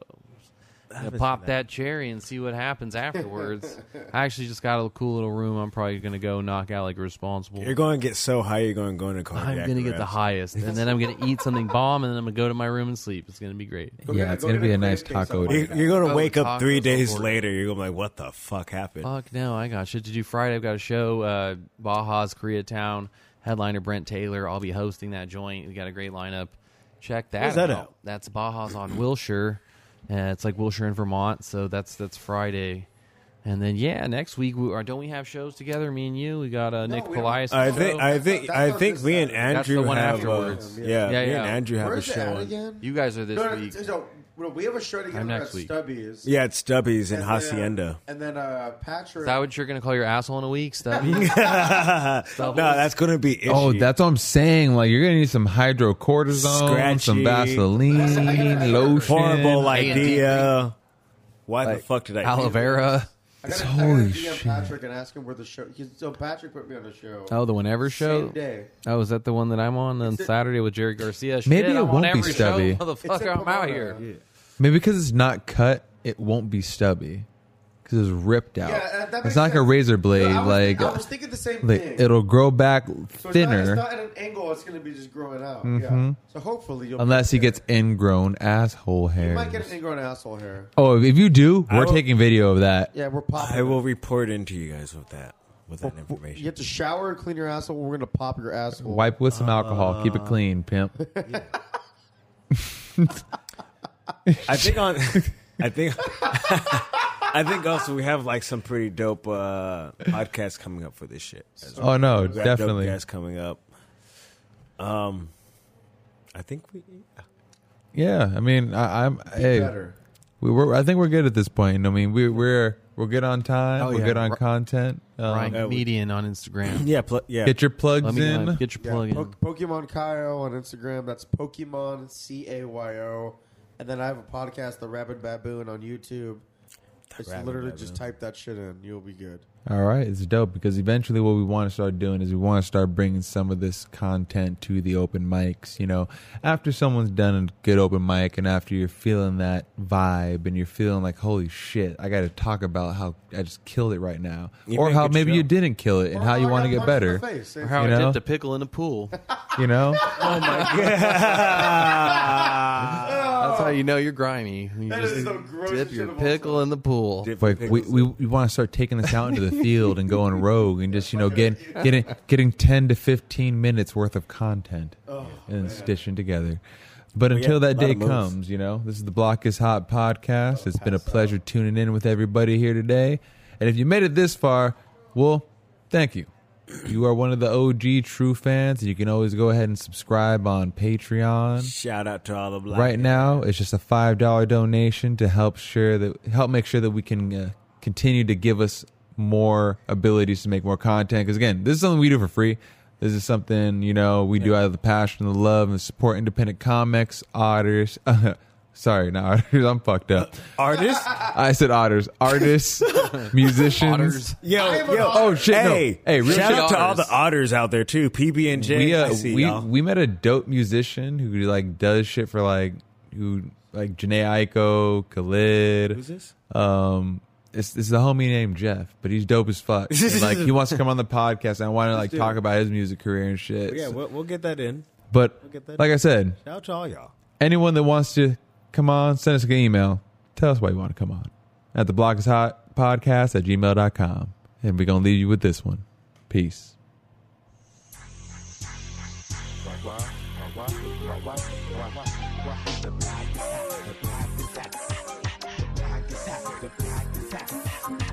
[SPEAKER 3] I'm gonna pop that. cherry and see what happens afterwards. I actually just got a cool little room. I'm probably gonna go knock out like a responsible.
[SPEAKER 2] You're going to get so high, you're going to go into
[SPEAKER 3] I'm
[SPEAKER 2] cardiac
[SPEAKER 3] gonna get the
[SPEAKER 2] arrest.
[SPEAKER 3] highest, and then I'm gonna eat something bomb, and then I'm gonna go to my room and sleep. It's gonna be great.
[SPEAKER 1] Yeah,
[SPEAKER 4] get-
[SPEAKER 1] it's
[SPEAKER 4] go
[SPEAKER 1] gonna
[SPEAKER 4] get
[SPEAKER 1] be
[SPEAKER 4] a
[SPEAKER 1] a nice
[SPEAKER 4] crave cake
[SPEAKER 1] taco.
[SPEAKER 4] somewhere.
[SPEAKER 2] You- You're going to
[SPEAKER 3] Oh,
[SPEAKER 2] wake up
[SPEAKER 3] tacos
[SPEAKER 2] three
[SPEAKER 3] are
[SPEAKER 2] days
[SPEAKER 3] important.
[SPEAKER 2] later. You're going to be like, what the fuck happened?
[SPEAKER 3] Fuck no, I got shit to do Friday. I've got a show, uh, Baja's Koreatown. Headliner Brent Taylor. I'll be hosting that joint. We got a great lineup. Check that
[SPEAKER 2] Where's that
[SPEAKER 3] out.
[SPEAKER 2] at?
[SPEAKER 3] That's Baja's on Wilshire. Uh, it's like Wilshire in Vermont. So that's that's Friday. And then yeah, next week we are. Don't we have shows together? Me and you. We got uh, Nick
[SPEAKER 4] we don't.
[SPEAKER 3] Polias.
[SPEAKER 2] I think I think
[SPEAKER 4] That's
[SPEAKER 2] I
[SPEAKER 4] on
[SPEAKER 2] think
[SPEAKER 4] this
[SPEAKER 2] me and
[SPEAKER 4] Saturday.
[SPEAKER 2] Andrew
[SPEAKER 3] That's the one
[SPEAKER 2] have
[SPEAKER 3] afterwards.
[SPEAKER 2] A, yeah,
[SPEAKER 3] Yeah,
[SPEAKER 2] me
[SPEAKER 3] yeah.
[SPEAKER 2] and Andrew have a
[SPEAKER 4] Where's
[SPEAKER 2] show.
[SPEAKER 4] that
[SPEAKER 2] on-
[SPEAKER 4] again?
[SPEAKER 3] you guys are this
[SPEAKER 4] No, no,
[SPEAKER 3] week.
[SPEAKER 4] it's- no, no, we have a show together
[SPEAKER 3] I'm
[SPEAKER 4] at
[SPEAKER 3] next week.
[SPEAKER 4] Stubby's.
[SPEAKER 2] Yeah, it's Stubby's and
[SPEAKER 4] And then-
[SPEAKER 2] Hacienda.
[SPEAKER 4] And then uh, Patrick.
[SPEAKER 3] Is that what you're gonna call your asshole in a week? Stuff.
[SPEAKER 2] no, that's gonna be issue.
[SPEAKER 1] Oh, that's what I'm saying. Like you're gonna need some hydrocortisone,
[SPEAKER 2] Scratchy.
[SPEAKER 1] some Vaseline, lotion.
[SPEAKER 2] horrible
[SPEAKER 3] A&D.
[SPEAKER 2] idea. Why the fuck did I?
[SPEAKER 3] Aloe vera.
[SPEAKER 4] I gotta, I
[SPEAKER 1] holy
[SPEAKER 4] gotta DM
[SPEAKER 1] shit.
[SPEAKER 4] Patrick and ask him where the show. 'cause- So Patrick put me on a show.
[SPEAKER 3] Oh, the Whenever show.
[SPEAKER 4] Same day.
[SPEAKER 3] Oh, is that the one that I'm on on Saturday with Jerry Garcia? Shit,
[SPEAKER 1] Maybe it
[SPEAKER 3] I'm on
[SPEAKER 1] won't be
[SPEAKER 3] every show,
[SPEAKER 1] stubby.
[SPEAKER 4] It's in
[SPEAKER 3] Motherfucker, I'm out
[SPEAKER 4] Pomona.
[SPEAKER 3] here.
[SPEAKER 1] Maybe because it's not cut, it won't be stubby because it's ripped out.
[SPEAKER 4] Yeah, that
[SPEAKER 1] it's
[SPEAKER 4] makes
[SPEAKER 1] not like a
[SPEAKER 4] sense.
[SPEAKER 1] razor
[SPEAKER 4] No,
[SPEAKER 1] blade.
[SPEAKER 4] I
[SPEAKER 1] like,
[SPEAKER 4] was
[SPEAKER 1] uh,
[SPEAKER 4] think- I was thinking the same
[SPEAKER 1] like,
[SPEAKER 4] thing.
[SPEAKER 1] it'll grow back
[SPEAKER 4] So
[SPEAKER 1] thinner Mm-hmm.
[SPEAKER 4] It's not, it's not at an angle. It's going to be just growing out. Yeah. So hopefully you'll.
[SPEAKER 1] unless he
[SPEAKER 4] yeah.
[SPEAKER 1] gets ingrown asshole hair.
[SPEAKER 4] You might get an ingrown asshole hair.
[SPEAKER 1] oh, if you do,
[SPEAKER 2] I
[SPEAKER 1] we're
[SPEAKER 2] will-
[SPEAKER 1] taking video of that.
[SPEAKER 4] Yeah, we're popping.
[SPEAKER 2] I will report into you guys with that with that
[SPEAKER 4] You
[SPEAKER 2] information.
[SPEAKER 4] have to shower and clean your asshole. We're going to pop your asshole.
[SPEAKER 1] Wipe with some alcohol. Keep it clean, pimp.
[SPEAKER 2] I think on. I think. I think also we have like some pretty dope uh, podcasts coming up for this shit. as well.
[SPEAKER 1] Oh no,
[SPEAKER 2] We got dope
[SPEAKER 1] definitely.
[SPEAKER 2] guests coming up. Um, I think we.
[SPEAKER 1] Yeah, I mean, I, I'm. hey,
[SPEAKER 4] better.
[SPEAKER 1] we were. I think we're good at this point. I mean, we, we're we're good on time.
[SPEAKER 2] Oh,
[SPEAKER 1] we're
[SPEAKER 2] yeah.
[SPEAKER 1] good on
[SPEAKER 2] Ri-
[SPEAKER 1] content. Um,
[SPEAKER 3] Ryan
[SPEAKER 2] we-
[SPEAKER 3] Comedian on Instagram.
[SPEAKER 2] Yeah, pl- yeah.
[SPEAKER 1] Get your plugs
[SPEAKER 3] Let me
[SPEAKER 1] in.
[SPEAKER 3] know. Get your
[SPEAKER 4] Yeah,
[SPEAKER 3] plug in.
[SPEAKER 4] Po- Pokemon Kyo on Instagram. That's Pokemon C A Y O. And then I have a podcast, The Rabid Baboon, on YouTube. It's
[SPEAKER 2] Rabid
[SPEAKER 4] literally
[SPEAKER 2] Baboon.
[SPEAKER 4] just type that shit in. You'll be good.
[SPEAKER 1] All right, it's dope because eventually what we want to start doing is we want to start bringing some of this content to the open mics. You know, after someone's done a good open mic and after you're feeling that vibe and you're feeling like, holy shit, I got to talk about how I just killed it right now,
[SPEAKER 2] You
[SPEAKER 1] or
[SPEAKER 2] made a
[SPEAKER 1] how
[SPEAKER 2] good
[SPEAKER 1] maybe
[SPEAKER 2] show.
[SPEAKER 1] you didn't kill it and how you
[SPEAKER 4] Oh,
[SPEAKER 1] want to get better.
[SPEAKER 3] Or how
[SPEAKER 1] You know?
[SPEAKER 3] I dipped a pickle in a pool.
[SPEAKER 1] You know,
[SPEAKER 3] That's how you know you're grimy. when You
[SPEAKER 4] That
[SPEAKER 3] just
[SPEAKER 4] is the grossest
[SPEAKER 3] dip
[SPEAKER 4] shit
[SPEAKER 3] your
[SPEAKER 4] of all
[SPEAKER 3] pickle in the pool.
[SPEAKER 1] like we, we, we want to start taking this out into the field and going rogue and just you know getting getting getting ten to fifteen minutes worth of content
[SPEAKER 2] Oh,
[SPEAKER 1] and stitching together. But until
[SPEAKER 2] yeah,
[SPEAKER 1] that
[SPEAKER 2] a lot
[SPEAKER 1] day
[SPEAKER 2] of moves.
[SPEAKER 1] comes, you know, this is the Block is Hot podcast. It's been a pleasure tuning in with everybody here today. And if you made it this far, well, thank you. You are one of the OG true fans, and you can always go ahead and subscribe on Patreon.
[SPEAKER 2] Shout out to all the black
[SPEAKER 1] Right now, it's just a five dollar donation to help sure that help make sure that we can uh, continue to give us more abilities to make more content. Because again, this is something we do for free. This is something you know we do out of the passion, the love, and support independent comics, otters. sorry, not otters. I'm fucked up.
[SPEAKER 2] artists.
[SPEAKER 1] I said otters, artists, musicians.
[SPEAKER 3] Otters.
[SPEAKER 2] Yo,
[SPEAKER 4] I am an
[SPEAKER 2] yo,
[SPEAKER 4] otter.
[SPEAKER 1] Oh, shit, no.
[SPEAKER 2] Hey,
[SPEAKER 1] Hey, real
[SPEAKER 2] shout
[SPEAKER 1] shit
[SPEAKER 2] out to all
[SPEAKER 3] otters.
[SPEAKER 2] the otters out there too. PB and
[SPEAKER 1] we
[SPEAKER 2] J.
[SPEAKER 1] uh,
[SPEAKER 2] I see
[SPEAKER 1] we
[SPEAKER 2] y'all.
[SPEAKER 1] we met a dope musician who like does shit for like who like Janae Aiko, Khalid.
[SPEAKER 2] Who's this?
[SPEAKER 1] Um, it's, it's the homie named Jeff, but he's dope as fuck. And, like he wants to come on the podcast, and I want to like talk about his music career and shit.
[SPEAKER 2] Yeah,
[SPEAKER 1] So-
[SPEAKER 2] we'll, we'll get that in.
[SPEAKER 1] but
[SPEAKER 2] get that.
[SPEAKER 1] like I said,
[SPEAKER 2] Shout out to all y'all.
[SPEAKER 1] anyone that wants to come on, send us an email. Tell us why you want to come on at the blog is hot podcast at gmail.com. And we're gonna leave you with this one. Peace.
[SPEAKER 7] The black is hot. The black is hot. The black is hot.